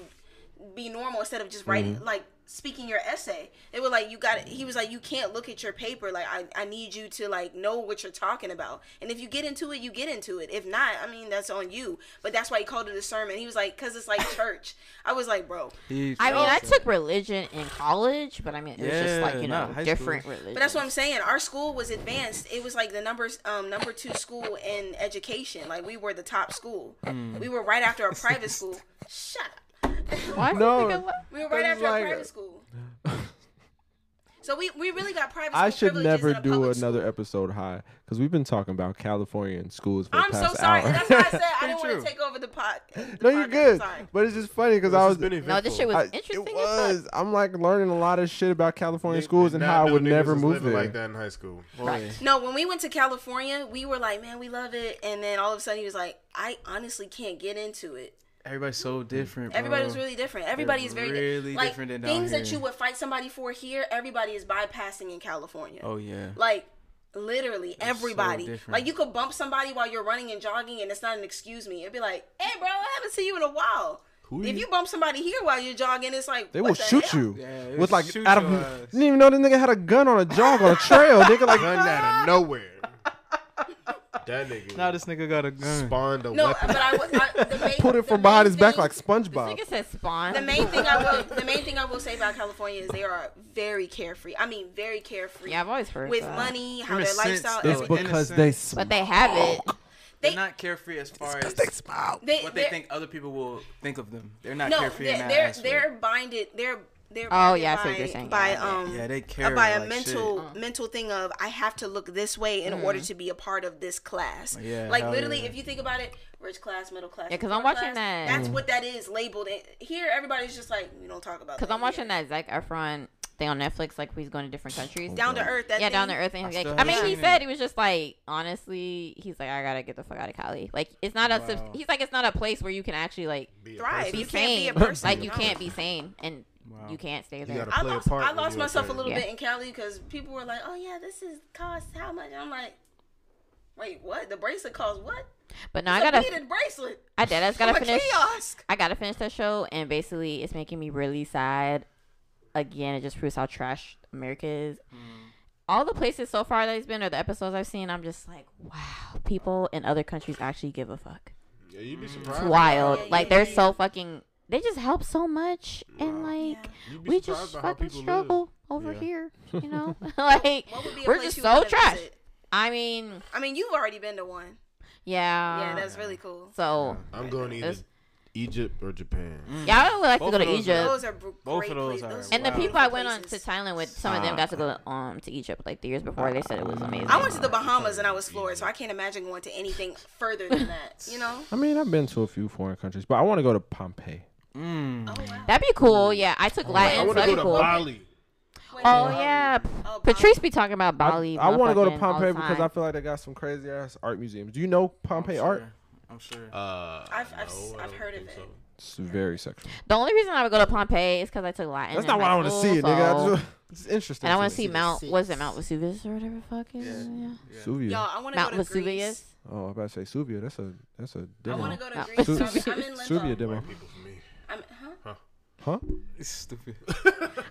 Speaker 3: be normal instead of just
Speaker 4: Mm-hmm.
Speaker 3: writing like speaking your essay. They were like, you got. He was like, you can't look at your paper. Like I, I need you to like know what you're talking about. And if you get into it, you get into it. If not, I mean that's on you. But that's why he called it a sermon. He was like, cause it's like church. I was like, bro.
Speaker 4: He
Speaker 1: I mean, I
Speaker 4: failed.
Speaker 1: took religion in college, but I mean, it was just like,
Speaker 4: Yeah,
Speaker 1: you
Speaker 4: nah,
Speaker 1: know,
Speaker 4: high
Speaker 1: different
Speaker 4: school.
Speaker 1: religion.
Speaker 3: But that's what I'm saying. Our school was advanced. It was like the numbers um, number two school in education. Like we were the top school.
Speaker 5: Hmm.
Speaker 3: We were right after a private school. Shut up.
Speaker 1: Why is
Speaker 5: No.
Speaker 1: this nigga la-
Speaker 3: We were right
Speaker 5: This is
Speaker 3: after
Speaker 5: like-
Speaker 3: a private school. So we, we really got private. School
Speaker 5: I should
Speaker 3: privileges
Speaker 5: never
Speaker 3: in a
Speaker 5: do
Speaker 3: public
Speaker 5: another
Speaker 3: school.
Speaker 5: episode high because we've been talking about California and schools for the
Speaker 3: I'm
Speaker 5: past
Speaker 3: so sorry.
Speaker 5: hour.
Speaker 3: That's why I said I
Speaker 4: Pretty
Speaker 3: didn't want
Speaker 4: true.
Speaker 3: to take over the pot. the
Speaker 5: no, you're
Speaker 3: podcast.
Speaker 5: good.
Speaker 3: Sorry.
Speaker 5: But it's just funny because I was.
Speaker 1: No, this shit was
Speaker 5: I-
Speaker 1: interesting.
Speaker 5: It
Speaker 1: as
Speaker 5: was. I'm like learning a lot of shit about California schools and
Speaker 2: Nah,
Speaker 5: how I
Speaker 2: no
Speaker 5: would
Speaker 2: niggas
Speaker 5: never
Speaker 2: was
Speaker 5: move
Speaker 2: living
Speaker 5: there.
Speaker 2: like that in high school.
Speaker 3: No, when we went to California, we were like, man, we love it. And then all of a sudden, he was like, I honestly can't get into it.
Speaker 4: Everybody's so different. Bro.
Speaker 3: Everybody was really different. Everybody is very
Speaker 4: Oh, really
Speaker 3: like,
Speaker 4: different than down
Speaker 3: things that
Speaker 4: here.
Speaker 3: you would fight somebody for here. Everybody is bypassing in California.
Speaker 4: Oh yeah.
Speaker 3: Like literally everybody.
Speaker 4: different.
Speaker 3: like you could bump somebody while you're running and jogging, and it's not an excuse me. It'd be like, hey, bro, I haven't seen you in a while.
Speaker 2: Who
Speaker 3: If you bump somebody here while you're jogging, it's like
Speaker 9: They
Speaker 3: what
Speaker 9: will
Speaker 3: the
Speaker 9: shoot
Speaker 3: hell?
Speaker 9: you.
Speaker 4: Yeah, they
Speaker 9: with
Speaker 4: will
Speaker 9: like
Speaker 4: shoot
Speaker 9: out of
Speaker 4: your ass.
Speaker 9: didn't even know this nigga had a gun on a jog on a trail. nigga like
Speaker 2: gun out of nowhere. that nigga
Speaker 4: Now this nigga got a gun.
Speaker 2: spawned a
Speaker 3: No,
Speaker 2: weapon.
Speaker 3: but I, would- I the main,
Speaker 9: put it
Speaker 3: the
Speaker 9: from
Speaker 3: main
Speaker 9: behind his back
Speaker 3: thing-
Speaker 9: like SpongeBob.
Speaker 1: Nigga said spawn.
Speaker 3: The main thing I will the main thing I will say about California is they are very carefree. I mean, very carefree.
Speaker 1: yeah, I've always heard
Speaker 3: with
Speaker 1: that.
Speaker 3: money, how
Speaker 4: In a
Speaker 3: their
Speaker 4: sense,
Speaker 3: lifestyle.
Speaker 4: though,
Speaker 3: everything.
Speaker 4: in a sense,
Speaker 1: but they have it.
Speaker 3: Oh.
Speaker 4: They're
Speaker 3: They-
Speaker 4: not carefree as far as
Speaker 9: smile.
Speaker 3: They,
Speaker 4: what they
Speaker 3: they're-
Speaker 4: think other people will think of them. They're not
Speaker 3: No,
Speaker 4: carefree in
Speaker 3: they're
Speaker 4: that
Speaker 3: they're,
Speaker 4: aspect.
Speaker 3: they're binded. They're they're
Speaker 1: Oh,
Speaker 3: binded
Speaker 1: yeah, I see
Speaker 3: by,
Speaker 1: what you're saying.
Speaker 3: by
Speaker 1: Yeah, Uh-huh.
Speaker 3: um
Speaker 4: yeah, they care
Speaker 3: by a
Speaker 4: like
Speaker 3: mental mental thing of I have to look this way in order
Speaker 1: Mm-hmm.
Speaker 3: to be a part of this class.
Speaker 4: Yeah,
Speaker 3: like
Speaker 4: hell
Speaker 3: literally,
Speaker 4: yeah.
Speaker 3: if you think about it, rich class, middle class.
Speaker 1: Yeah, 'cause
Speaker 3: upper
Speaker 1: I'm watching
Speaker 3: class,
Speaker 1: that.
Speaker 4: Mm.
Speaker 3: That's what that is labeled. And here, everybody's just like, we don't talk about.
Speaker 1: Because I'm watching that Zac Efron thing on Netflix, like he's going to different countries.
Speaker 3: Down to earth. That
Speaker 1: yeah, down to
Speaker 3: thing.
Speaker 1: earth. And like,
Speaker 4: still
Speaker 1: I mean,
Speaker 4: haven't
Speaker 1: he
Speaker 4: seen
Speaker 1: said
Speaker 4: it.
Speaker 1: he was just like, honestly, he's like, I gotta get the fuck out of Cali. Like, it's not a, subs- he's like, it's not a place where you can actually like
Speaker 3: Thrive.
Speaker 1: be
Speaker 3: You can't be
Speaker 1: sane.
Speaker 3: a person.
Speaker 1: like, you
Speaker 3: No.
Speaker 1: can't be sane, and you can't stay there.
Speaker 2: gotta
Speaker 3: I
Speaker 2: play a
Speaker 3: lost,
Speaker 2: part
Speaker 3: I
Speaker 2: when
Speaker 3: lost
Speaker 2: you're
Speaker 3: myself a
Speaker 2: there.
Speaker 3: little
Speaker 1: Yeah.
Speaker 3: bit in Cali because people were like, "Oh yeah, this is cost how much?" And I'm like, "Wait, what? The bracelet cost what?
Speaker 1: but no, I
Speaker 3: I
Speaker 1: gotta,
Speaker 3: beaded bracelet
Speaker 1: I did. I just
Speaker 3: from
Speaker 1: gotta
Speaker 3: a
Speaker 1: finish.
Speaker 3: kiosk."
Speaker 1: I gotta finish that show, and basically, it's making me really sad. Again, it just proves how trash America is.
Speaker 3: Mm.
Speaker 1: All the places so far that he's been, or the episodes I've seen, I'm just like, wow, people in other countries actually give a fuck.
Speaker 2: yeah, you'd be
Speaker 1: It's
Speaker 2: surprised.
Speaker 1: wild.
Speaker 3: Oh, Yeah, yeah,
Speaker 1: like
Speaker 3: yeah,
Speaker 1: they're
Speaker 3: yeah.
Speaker 1: so fucking. They just help so much, and like
Speaker 2: You'd be
Speaker 1: we
Speaker 2: surprised
Speaker 1: just
Speaker 2: by how
Speaker 1: fucking
Speaker 2: people live.
Speaker 1: struggle over here. You know, like
Speaker 3: What would be a
Speaker 1: we're
Speaker 3: place
Speaker 1: just
Speaker 3: you
Speaker 1: so
Speaker 3: wanna
Speaker 1: trash.
Speaker 3: visit?
Speaker 1: I mean,
Speaker 3: I mean, you've already been to one.
Speaker 1: yeah.
Speaker 3: yeah, that's really cool.
Speaker 1: so.
Speaker 2: I'm going to either
Speaker 1: It's-
Speaker 2: Egypt or Japan.
Speaker 3: Mm,
Speaker 1: Yeah, I would like
Speaker 4: Both
Speaker 1: to go
Speaker 4: of
Speaker 1: to
Speaker 4: those
Speaker 1: Egypt.
Speaker 3: Those are br-
Speaker 4: Both
Speaker 3: great
Speaker 4: of those
Speaker 3: places.
Speaker 4: are
Speaker 3: Those
Speaker 1: And the
Speaker 4: Wow.
Speaker 1: people I went on to
Speaker 3: places.
Speaker 1: Thailand with, some of them got to go um to Egypt like the years before. They said it was amazing.
Speaker 3: I went to the Bahamas and I was floored, so I can't imagine going to anything further than that. You know?
Speaker 5: I mean, I've been to a few foreign countries, but I want to go to Pompeii.
Speaker 3: Oh wow.
Speaker 1: That'd be cool. Yeah, I
Speaker 9: Oh,
Speaker 1: took
Speaker 2: I
Speaker 1: Latin. so
Speaker 2: want to
Speaker 1: that'd
Speaker 2: go
Speaker 1: be
Speaker 2: to
Speaker 1: cool.
Speaker 2: Bali.
Speaker 3: Wait,
Speaker 1: Oh yeah,
Speaker 3: Bali.
Speaker 1: Patrice be talking about Bali.
Speaker 9: I want to go to
Speaker 1: motherfucking all
Speaker 9: Pompeii
Speaker 1: the
Speaker 9: because I
Speaker 1: time.
Speaker 9: feel like they got some crazy ass art museums. Do you know Pompeii art?
Speaker 4: I'm sure.
Speaker 2: Uh,
Speaker 3: I've- I've-
Speaker 2: no, I
Speaker 3: I've
Speaker 2: don't
Speaker 3: heard of
Speaker 2: think
Speaker 3: it.
Speaker 5: It's very sexual.
Speaker 1: the only reason I would go to Pompeii is because I took Latin.
Speaker 9: That's
Speaker 1: in
Speaker 9: not what
Speaker 1: high
Speaker 9: I want to
Speaker 1: school,
Speaker 9: see, nigga. I
Speaker 1: so-
Speaker 9: just, it's interesting.
Speaker 1: and I
Speaker 9: to
Speaker 1: want
Speaker 9: me.
Speaker 1: to see Mount. Was it Mount Vesuvius or whatever? the Fuck is it? Yeah.
Speaker 9: Suvia.
Speaker 3: Y'all, I want to
Speaker 1: Mount
Speaker 3: go to Greece.
Speaker 1: Vesuvius.
Speaker 9: Oh, I about to say Suvia. That's a that's a
Speaker 3: I want
Speaker 9: demo.
Speaker 3: to go
Speaker 1: Yeah.
Speaker 3: to Greece. so I'm-
Speaker 1: Vesuvius.
Speaker 3: I'm in
Speaker 9: Suvia
Speaker 3: Limbo.
Speaker 9: demo.
Speaker 2: People for me.
Speaker 3: I'm, huh?
Speaker 9: Huh?
Speaker 4: It's stupid.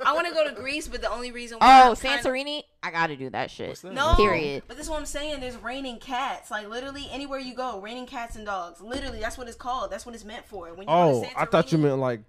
Speaker 3: I want to go to Greece, but the only reason why
Speaker 1: Oh,
Speaker 3: I'm kinda-
Speaker 1: Santorini. I gotta do that shit.
Speaker 3: No,
Speaker 1: Period.
Speaker 3: But this is what I'm saying. There's raining cats. Like literally anywhere you go, raining cats and dogs. Literally, that's what it's called. That's what it's meant for. When you go
Speaker 9: Oh,
Speaker 3: to
Speaker 9: I thought you
Speaker 3: Santorini-
Speaker 9: meant like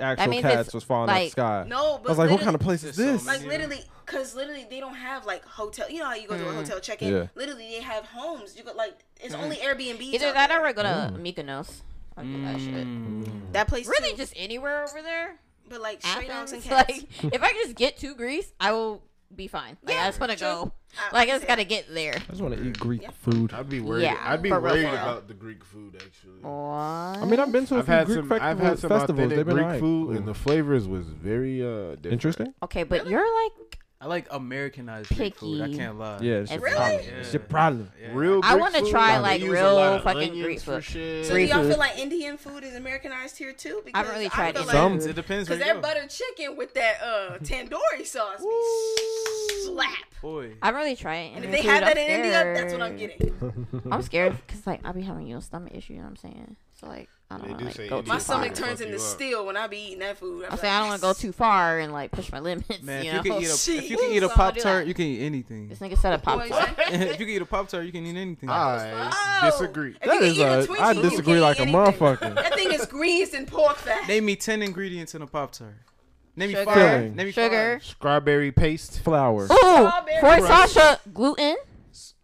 Speaker 9: actual
Speaker 1: means it's,
Speaker 9: cats was falling out
Speaker 1: like-
Speaker 9: the sky.
Speaker 3: No, but
Speaker 9: I was like, what
Speaker 3: literally-
Speaker 9: kind of place is
Speaker 4: There's
Speaker 9: this?
Speaker 4: so
Speaker 3: Like
Speaker 4: Yeah.
Speaker 3: literally, cause literally they don't have like hotel. You know how you go to a hotel check in.
Speaker 9: Yeah.
Speaker 3: Literally, they have homes. You go like it's only Airbnb.
Speaker 1: Either that or I go to
Speaker 9: Mm.
Speaker 1: Mykonos. I'll do that shit.
Speaker 3: that place.
Speaker 1: Really,
Speaker 3: too,
Speaker 1: just anywhere over there.
Speaker 3: but like stray
Speaker 1: Athens.
Speaker 3: dogs and cats.
Speaker 1: Like, if I could just get to Greece, I will be fine. Like, I just want to go.
Speaker 3: I-
Speaker 1: Like, I just
Speaker 3: yeah.
Speaker 1: gotta get there.
Speaker 9: I just want to eat Greek food.
Speaker 2: I'd be worried.
Speaker 1: Yeah,
Speaker 2: I'd be
Speaker 1: for real,
Speaker 2: worried
Speaker 1: for real.
Speaker 2: about the Greek food actually.
Speaker 1: What?
Speaker 9: I mean, I've been to a
Speaker 2: I've
Speaker 9: few
Speaker 2: had
Speaker 9: Greek
Speaker 2: some.
Speaker 9: festivals.
Speaker 2: I've had some
Speaker 9: festivals. They've
Speaker 2: authentic
Speaker 9: been
Speaker 2: Greek
Speaker 9: alright.
Speaker 2: food,
Speaker 9: Ooh.
Speaker 2: and the flavors was very uh, different.
Speaker 9: interesting.
Speaker 1: Okay, but you're like,
Speaker 4: I like Americanized Greek food. I
Speaker 1: Picky.
Speaker 4: can't lie.
Speaker 9: Yeah, it's
Speaker 1: It's
Speaker 9: your problem.
Speaker 1: like-
Speaker 9: It's your problem.
Speaker 4: Yeah.
Speaker 2: Real.
Speaker 1: I
Speaker 2: Greek
Speaker 1: wanna
Speaker 2: food,
Speaker 1: try,
Speaker 2: they
Speaker 1: like,
Speaker 2: use a
Speaker 1: real
Speaker 2: lot of
Speaker 1: fucking
Speaker 2: onions
Speaker 1: Greek
Speaker 2: for
Speaker 1: food.
Speaker 2: shit.
Speaker 3: So do y'all
Speaker 1: Seafood.
Speaker 3: feel like Indian food is Americanized here too? Because
Speaker 1: I've really
Speaker 3: I
Speaker 1: tried
Speaker 3: feel
Speaker 1: it.
Speaker 3: like-
Speaker 9: Some-
Speaker 4: It depends.
Speaker 3: Cause
Speaker 4: where you
Speaker 3: their
Speaker 4: go.
Speaker 3: butter chicken with that uh tandoori sauce be slap.
Speaker 4: Boy.
Speaker 1: I've really tried.
Speaker 3: And if they have that in India, that's what I'm getting.
Speaker 1: I'm scared because like I'll be having you know stomach issue. You know what I'm saying? So like, I don't
Speaker 2: They
Speaker 1: want
Speaker 2: do
Speaker 1: to like,
Speaker 2: say
Speaker 1: go
Speaker 2: Indian
Speaker 1: too
Speaker 3: My
Speaker 2: Fuck
Speaker 3: stomach
Speaker 2: you
Speaker 1: far.
Speaker 3: turns into
Speaker 2: up.
Speaker 3: steel when I be eating that food.
Speaker 1: I'm saying I don't want to go too far and like push my limits.
Speaker 4: Man,
Speaker 1: you
Speaker 4: if you
Speaker 1: know,
Speaker 4: can eat a if you can
Speaker 1: Jeez.
Speaker 4: eat a
Speaker 1: So I'll
Speaker 4: pop
Speaker 1: do
Speaker 4: tart,
Speaker 1: that.
Speaker 4: you can eat anything.
Speaker 1: this nigga said a pop
Speaker 3: What you say?
Speaker 1: tart.
Speaker 4: if you can eat a pop tart, you can eat anything.
Speaker 2: Ah. I
Speaker 3: Oh!
Speaker 2: disagree.
Speaker 3: If
Speaker 9: That
Speaker 3: you
Speaker 9: is
Speaker 3: eat
Speaker 9: a-
Speaker 3: Twinkie,
Speaker 9: I
Speaker 3: you can
Speaker 9: disagree
Speaker 3: eat
Speaker 9: like a
Speaker 3: anything.
Speaker 9: motherfucker.
Speaker 3: That thing is greased in pork fat.
Speaker 4: Name me ten ingredients in a pop tart. Name me
Speaker 1: Sugar.
Speaker 4: five. Name me
Speaker 1: Sugar.
Speaker 4: Five.
Speaker 2: Strawberry paste.
Speaker 9: Flour.
Speaker 1: Ooh,
Speaker 3: Strawberry
Speaker 1: for
Speaker 3: crust.
Speaker 1: Sasha, gluten.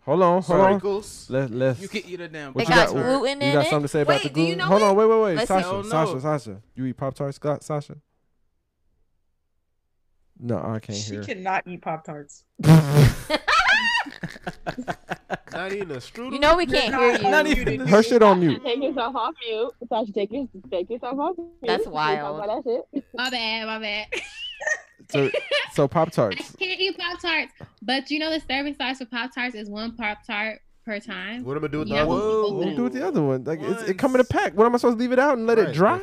Speaker 9: Hold on, hold on.
Speaker 2: Sprinkles.
Speaker 9: Let let's.
Speaker 4: You can eat a damn.
Speaker 1: They
Speaker 4: Pop
Speaker 9: you
Speaker 1: got
Speaker 4: Tart.
Speaker 1: gluten
Speaker 9: You
Speaker 1: in
Speaker 9: got
Speaker 1: it.
Speaker 9: something to say about
Speaker 3: Wait,
Speaker 9: the
Speaker 3: do you
Speaker 9: gluten?
Speaker 3: know
Speaker 9: Hold on,
Speaker 3: it?
Speaker 9: wait, wait, wait.
Speaker 1: Let's see.
Speaker 9: Sasha,
Speaker 4: Hell no.
Speaker 9: Sasha, Sasha. You eat Pop Tarts, Scott? Sasha? No, I can't
Speaker 15: She
Speaker 9: hear.
Speaker 15: cannot eat Pop Tarts.
Speaker 2: Not even a strudel.
Speaker 1: You know we can't hear you.
Speaker 4: Not even.
Speaker 9: Her shit on mute.
Speaker 16: Take yourself off mute. Sasha, take, your, take yourself off mute.
Speaker 1: That's
Speaker 16: You talk about that shit.
Speaker 17: My bad, my bad.
Speaker 9: So, so Pop
Speaker 17: I
Speaker 9: Tarts.
Speaker 17: can't eat Pop Tarts, but you know the serving size for Pop Tarts is one Pop Tart per time.
Speaker 2: What am I doing?
Speaker 17: Yeah.
Speaker 9: What do we do with the other one? Like it's, it come in a
Speaker 4: Once.
Speaker 9: pack. What am I supposed to leave it out and let it dry?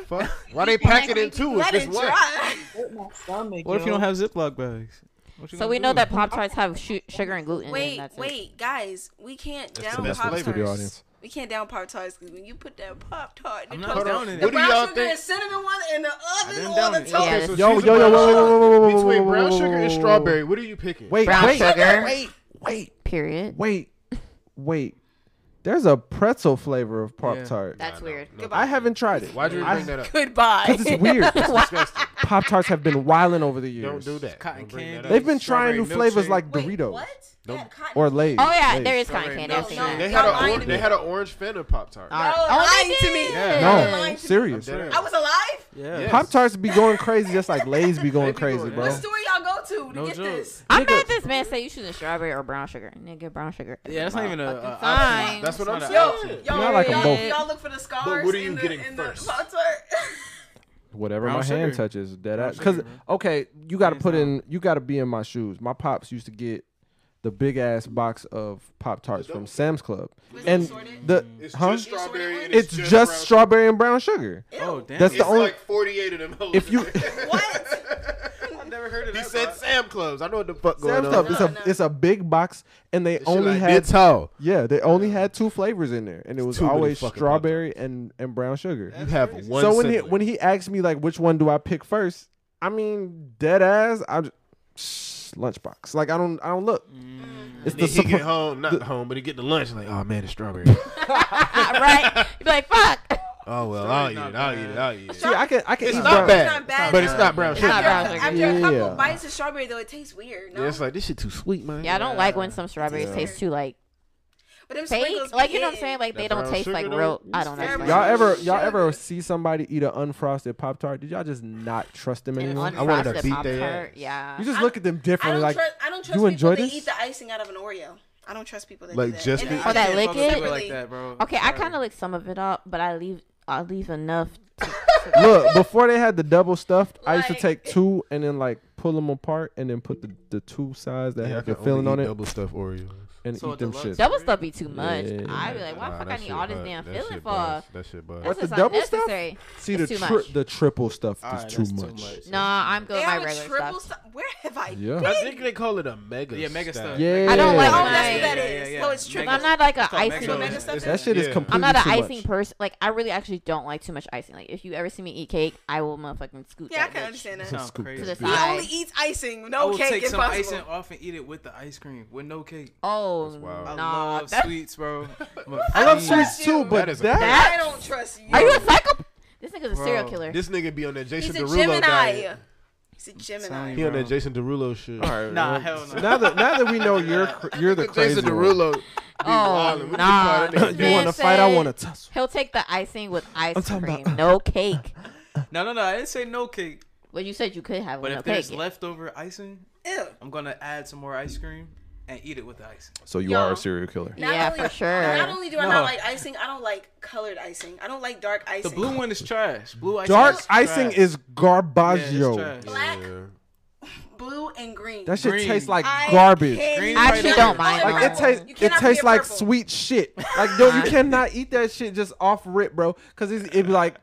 Speaker 2: Why they pack it in two?
Speaker 3: Let
Speaker 2: If it's
Speaker 3: it
Speaker 2: wet.
Speaker 3: dry.
Speaker 15: Hurt my stomach.
Speaker 4: What if you
Speaker 15: yo.
Speaker 4: don't have Ziploc bags? What you
Speaker 1: So
Speaker 4: gonna
Speaker 1: we
Speaker 4: do?
Speaker 1: know that Pop Tarts have shu- sugar and gluten. in it,
Speaker 3: Wait,
Speaker 1: that's it.
Speaker 3: wait, guys, we can't
Speaker 2: That's the
Speaker 3: down
Speaker 2: best
Speaker 3: Pop
Speaker 2: flavor.
Speaker 9: For the
Speaker 3: Tarts.
Speaker 9: audience.
Speaker 3: We can't down Pop Tarts because when you put that Pop Tart in
Speaker 4: I'm
Speaker 3: the
Speaker 4: not
Speaker 3: toaster-
Speaker 4: downing it.
Speaker 3: the
Speaker 4: What do
Speaker 3: brown
Speaker 4: y'all
Speaker 3: sugar
Speaker 4: think-
Speaker 3: and cinnamon one in the oven
Speaker 4: didn't
Speaker 3: on
Speaker 4: down
Speaker 3: the
Speaker 4: it.
Speaker 3: toast.
Speaker 4: Okay, so
Speaker 5: yo,
Speaker 4: she's
Speaker 5: yo,
Speaker 4: a
Speaker 5: yo,
Speaker 4: brown
Speaker 5: whoa, whoa, whoa, whoa, whoa, whoa,
Speaker 2: Between
Speaker 5: whoa,
Speaker 2: brown
Speaker 5: whoa,
Speaker 2: sugar and
Speaker 5: whoa, whoa,
Speaker 2: strawberry,
Speaker 5: whoa.
Speaker 2: what are you picking?
Speaker 5: Wait,
Speaker 1: Brown
Speaker 5: wait,
Speaker 1: sugar.
Speaker 5: Wait, wait,
Speaker 1: Period.
Speaker 5: wait, wait. There's a pretzel flavor of Pop Tart.
Speaker 1: That's weird.
Speaker 5: I haven't tried it.
Speaker 2: Why'd you
Speaker 5: I-
Speaker 2: bring that up?
Speaker 3: Goodbye.
Speaker 5: Because it's weird.
Speaker 2: It's disgusting.
Speaker 5: Pop Tarts have been wilding over the
Speaker 2: Don't
Speaker 5: years.
Speaker 2: do that. Cotton
Speaker 5: candy, They've been trying new flavors like Doritos. Or Lay's.
Speaker 1: Oh, yeah, there is cotton candy. I've seen that.
Speaker 2: They had,
Speaker 1: Y'all
Speaker 2: a
Speaker 1: lying
Speaker 2: or-
Speaker 1: to
Speaker 2: they
Speaker 1: me.
Speaker 2: had an orange Fanta Pop Tart.
Speaker 1: All right. Oh, they
Speaker 3: to me.
Speaker 1: did.
Speaker 2: Yeah.
Speaker 5: No,
Speaker 3: lying to me.
Speaker 5: serious.
Speaker 2: Dead.
Speaker 3: I was alive.
Speaker 4: Yeah.
Speaker 5: Pop Tarts be going crazy just like Lay's be going crazy, bro.
Speaker 3: What store y'all go to to
Speaker 4: No
Speaker 3: get
Speaker 4: joke.
Speaker 3: this?
Speaker 1: I'm mad this man said you shouldn't strawberry or brown sugar. Nigga, brown sugar.
Speaker 4: Yeah, that's not even a-
Speaker 1: Fucking
Speaker 4: a option.
Speaker 1: fine.
Speaker 4: That's what
Speaker 1: It's
Speaker 4: I'm
Speaker 1: not an
Speaker 4: saying.
Speaker 1: option.
Speaker 3: Y'all,
Speaker 5: I like 'em
Speaker 3: y'all,
Speaker 5: both.
Speaker 3: y'all look for the scars.
Speaker 2: what are you
Speaker 3: in the,
Speaker 2: getting
Speaker 3: in the
Speaker 2: first?
Speaker 3: Pop Tart.
Speaker 5: Whatever
Speaker 4: Brown
Speaker 5: my hand
Speaker 4: sugar.
Speaker 5: touches, dead
Speaker 4: Brown
Speaker 5: ass. Because
Speaker 4: sugar, man.
Speaker 5: okay, you got to put in, you got to be in my shoes. My pops used to get the big ass box of Pop Tarts from Sam's Club, and the
Speaker 2: It's
Speaker 5: huh?
Speaker 2: just strawberry. and
Speaker 5: It's just
Speaker 2: brown
Speaker 5: strawberry and brown sugar.
Speaker 4: Oh damn.
Speaker 5: That's the
Speaker 2: It's
Speaker 5: only.
Speaker 2: like 48 of them. hoes
Speaker 5: If
Speaker 2: in
Speaker 5: you-
Speaker 2: there.
Speaker 4: I've never heard of
Speaker 2: he
Speaker 4: that.
Speaker 2: said Sam Clubs. I know what the fuck going
Speaker 5: Sam's
Speaker 2: on.
Speaker 5: Club, it's a it's a big box, and they
Speaker 2: Shit
Speaker 5: only
Speaker 2: like
Speaker 5: had
Speaker 2: this hoe.
Speaker 5: yeah, they only had two flavors in there, and it was
Speaker 2: too many
Speaker 5: always
Speaker 2: fucking
Speaker 5: strawberry and and brown sugar.
Speaker 2: You have one.
Speaker 5: so when he
Speaker 2: sibling.
Speaker 5: when he asked me like which one do I pick first, I mean dead ass, I just, lunchbox. Like I don't I don't look.
Speaker 3: Mm.
Speaker 5: It's
Speaker 2: Then
Speaker 5: the
Speaker 2: he get
Speaker 5: surpri-
Speaker 2: home, not home, but he get to lunch. Like, oh man, it's strawberry.
Speaker 1: Ah, right? You'd be like, fuck.
Speaker 2: oh well, I'll eat it. I'll eat it. I'll eat it.
Speaker 5: See, I can I can
Speaker 2: It's
Speaker 5: eat
Speaker 2: not
Speaker 5: brown-
Speaker 2: bad,
Speaker 3: not bad.
Speaker 2: but it's not brown sugar.
Speaker 1: not brown
Speaker 3: After,
Speaker 1: sugar.
Speaker 3: after a couple
Speaker 5: Yeah.
Speaker 3: bites of strawberry, though, it tastes weird. No?
Speaker 2: Yeah, it's like this shit too sweet, man.
Speaker 1: Yeah, I don't like when some strawberries
Speaker 3: Yeah.
Speaker 1: taste too like
Speaker 3: but them
Speaker 1: fake.
Speaker 3: sprinkles
Speaker 1: Like
Speaker 3: be
Speaker 1: you know what I'm
Speaker 3: hitting.
Speaker 1: saying? Like they
Speaker 2: That
Speaker 1: don't
Speaker 2: brown
Speaker 1: taste
Speaker 2: sugar
Speaker 1: like
Speaker 2: though?
Speaker 1: real. I don't
Speaker 3: It's
Speaker 1: know.
Speaker 5: Y'all ever
Speaker 3: Sugar.
Speaker 5: y'all ever see somebody eat an unfrosted pop tart? Did y'all just not trust them
Speaker 1: an
Speaker 5: anymore?
Speaker 2: I wanted to
Speaker 1: unfrosted
Speaker 2: beat
Speaker 1: pop
Speaker 2: their
Speaker 1: tart?
Speaker 2: ass.
Speaker 1: Yeah.
Speaker 5: You just look at them
Speaker 3: I
Speaker 5: differently.
Speaker 3: don't
Speaker 5: Like
Speaker 3: trust. I don't trust
Speaker 5: you
Speaker 3: people
Speaker 5: enjoy
Speaker 3: that
Speaker 5: this?
Speaker 3: eat the icing out of an Oreo. I don't trust people that
Speaker 2: Like,
Speaker 3: do that.
Speaker 2: just
Speaker 3: And
Speaker 2: be-
Speaker 3: I
Speaker 1: Or that
Speaker 3: can't
Speaker 1: lick
Speaker 3: fuck
Speaker 1: it?
Speaker 3: with
Speaker 1: Really?
Speaker 4: like that, bro.
Speaker 1: okay, I kind of lick some of it up, but I leave. I leave enough. To,
Speaker 5: look before they had the double stuffed. I used to
Speaker 3: Like-
Speaker 5: take two and then like pull them apart and then put the, the two sides that
Speaker 2: Yeah, I
Speaker 5: had
Speaker 2: can
Speaker 5: the
Speaker 2: only
Speaker 5: filling
Speaker 2: eat
Speaker 5: on it
Speaker 2: Double stuff Oreos.
Speaker 5: and
Speaker 4: So
Speaker 5: eat them
Speaker 4: deluxe.
Speaker 5: shit.
Speaker 1: double stuff be too much.
Speaker 5: Yeah.
Speaker 1: I'd be like, why the
Speaker 2: Nah,
Speaker 1: fuck I
Speaker 2: that
Speaker 1: need
Speaker 2: shit
Speaker 1: all this
Speaker 2: hot.
Speaker 1: damn
Speaker 2: That
Speaker 1: filling
Speaker 2: shit
Speaker 1: for?
Speaker 2: buzz. That shit buzz.
Speaker 5: What,
Speaker 1: That's
Speaker 5: the
Speaker 1: just
Speaker 5: double stuff?
Speaker 1: unnecessary.
Speaker 5: See
Speaker 1: It's
Speaker 5: the
Speaker 1: too
Speaker 5: tri-
Speaker 1: much.
Speaker 5: the triple stuffed
Speaker 4: All right,
Speaker 5: is too
Speaker 4: that's
Speaker 5: much.
Speaker 1: Nah, I'm good
Speaker 3: They
Speaker 1: with my
Speaker 3: have a
Speaker 1: regular
Speaker 3: triple
Speaker 1: stuff.
Speaker 3: stuff. Where have I?
Speaker 5: Yeah.
Speaker 2: I think they call it a mega.
Speaker 4: Yeah, mega
Speaker 2: stack.
Speaker 4: stuff.
Speaker 5: Yeah.
Speaker 1: I don't like
Speaker 3: Oh,
Speaker 1: my-
Speaker 3: that's what that
Speaker 4: Yeah,
Speaker 3: is.
Speaker 4: yeah, yeah.
Speaker 3: No, it's true.
Speaker 1: I'm not like an
Speaker 4: It's called
Speaker 1: icing.
Speaker 4: Mexico.
Speaker 3: Mega stuff
Speaker 4: It's-
Speaker 5: That shit is
Speaker 2: Yeah. I'm
Speaker 5: completely
Speaker 1: I'm not an
Speaker 5: too
Speaker 1: icing
Speaker 5: much.
Speaker 1: person. Like I really actually don't like too much icing. Like if you ever see me eat cake, I will motherfucking scoot.
Speaker 3: Yeah, I
Speaker 1: that
Speaker 3: can
Speaker 1: bitch
Speaker 3: understand that.
Speaker 4: Sounds
Speaker 5: Scoop
Speaker 4: crazy.
Speaker 1: To the
Speaker 5: that bitch.
Speaker 3: He
Speaker 1: side.
Speaker 3: only eats icing,
Speaker 4: I
Speaker 3: no
Speaker 4: will
Speaker 3: cake
Speaker 4: take
Speaker 3: if
Speaker 4: some
Speaker 3: possible.
Speaker 4: icing off and eat it with the ice cream with no cake.
Speaker 1: Oh
Speaker 2: wild.
Speaker 1: no!
Speaker 4: I
Speaker 1: Nah,
Speaker 4: love
Speaker 1: that-
Speaker 4: sweets, bro.
Speaker 5: I love sweets
Speaker 3: you.
Speaker 5: too, but
Speaker 2: That is a-
Speaker 5: that-
Speaker 3: I don't trust you.
Speaker 1: are you a psycho? This nigga's a
Speaker 4: Bro.
Speaker 1: serial killer.
Speaker 2: This nigga be on that Jason
Speaker 3: He's a
Speaker 2: Derulo
Speaker 3: Gemini.
Speaker 2: diet.
Speaker 3: He's a Gemini.
Speaker 2: He on that Jason Derulo shit. All right,
Speaker 4: Nah, hell no.
Speaker 5: now that now that we know you're cr- you're the crazy
Speaker 2: Jason
Speaker 5: one.
Speaker 2: Derulo. be
Speaker 1: oh
Speaker 2: wildin'. What you
Speaker 1: nah!
Speaker 2: call that nigga?
Speaker 1: This
Speaker 5: You
Speaker 1: man
Speaker 5: want to fight? I
Speaker 1: said
Speaker 5: want to tussle.
Speaker 1: He'll take the icing with ice
Speaker 5: talking
Speaker 1: cream,
Speaker 5: about-
Speaker 1: no cake.
Speaker 4: No, no, no. I didn't say no cake.
Speaker 1: Well, you said you could have
Speaker 4: But
Speaker 1: one.
Speaker 4: if
Speaker 1: okay.
Speaker 4: there's leftover icing,
Speaker 3: Ew.
Speaker 4: I'm gonna add some more ice cream and eat it with the icing.
Speaker 18: So you
Speaker 3: Yo.
Speaker 18: are a serial killer.
Speaker 3: Not
Speaker 1: Yeah,
Speaker 3: only,
Speaker 1: for sure.
Speaker 3: Not only do I not
Speaker 4: No.
Speaker 3: like icing, I don't like colored icing. I don't like dark
Speaker 4: The
Speaker 3: icing.
Speaker 4: blue one is trash. Blue icing.
Speaker 5: Dark
Speaker 4: is
Speaker 5: icing
Speaker 4: trash.
Speaker 5: is
Speaker 4: Yeah, it's
Speaker 5: garbaggio.
Speaker 4: trash.
Speaker 3: black,
Speaker 2: Yeah.
Speaker 3: blue, and green.
Speaker 5: that shit
Speaker 4: Green.
Speaker 5: tastes like
Speaker 3: I
Speaker 5: garbage.
Speaker 3: can't
Speaker 4: Green
Speaker 3: do
Speaker 4: I actually
Speaker 3: that.
Speaker 4: don't
Speaker 1: mind that.
Speaker 3: Only
Speaker 5: Like it
Speaker 1: Purple.
Speaker 3: purple.
Speaker 5: tastes,
Speaker 3: You
Speaker 5: it
Speaker 3: cannot
Speaker 5: tastes
Speaker 3: get
Speaker 5: like
Speaker 3: purple.
Speaker 5: sweet shit. Like no, you cannot eat that shit just off rip, bro. Cause it's, it be like,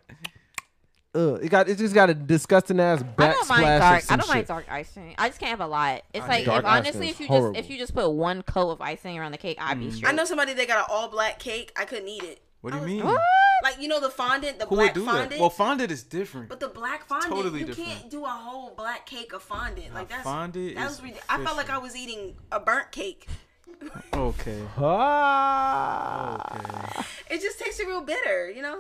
Speaker 5: ugh, it got, it just got a disgusting ass
Speaker 1: I
Speaker 5: back
Speaker 1: don't
Speaker 5: splash
Speaker 1: mind
Speaker 5: of
Speaker 1: dark. I
Speaker 5: some
Speaker 1: don't mind
Speaker 5: shit.
Speaker 1: dark icing. I just can't have a lot. It's like
Speaker 5: dark
Speaker 1: if,
Speaker 5: ice cream
Speaker 1: honestly,
Speaker 5: is
Speaker 1: if you
Speaker 5: horrible.
Speaker 1: just if you just put one coat of icing around the cake, I'd be straight.
Speaker 3: Mm. I know somebody that got an all black cake. I couldn't eat it.
Speaker 4: What do you mean?
Speaker 1: What?
Speaker 3: Like you know Mm. the fondant, the
Speaker 4: Who
Speaker 3: black
Speaker 4: would do
Speaker 3: fondant.
Speaker 4: that? Well, fondant is different.
Speaker 3: but the black fondant,
Speaker 4: totally
Speaker 3: you
Speaker 4: different.
Speaker 3: can't do a whole black cake of fondant. Like that's
Speaker 4: fondant
Speaker 3: That
Speaker 4: is
Speaker 3: was ridiculous. I felt like I was eating a burnt cake.
Speaker 4: Okay.
Speaker 5: Ah,
Speaker 4: okay.
Speaker 3: It just tasted real bitter, you know.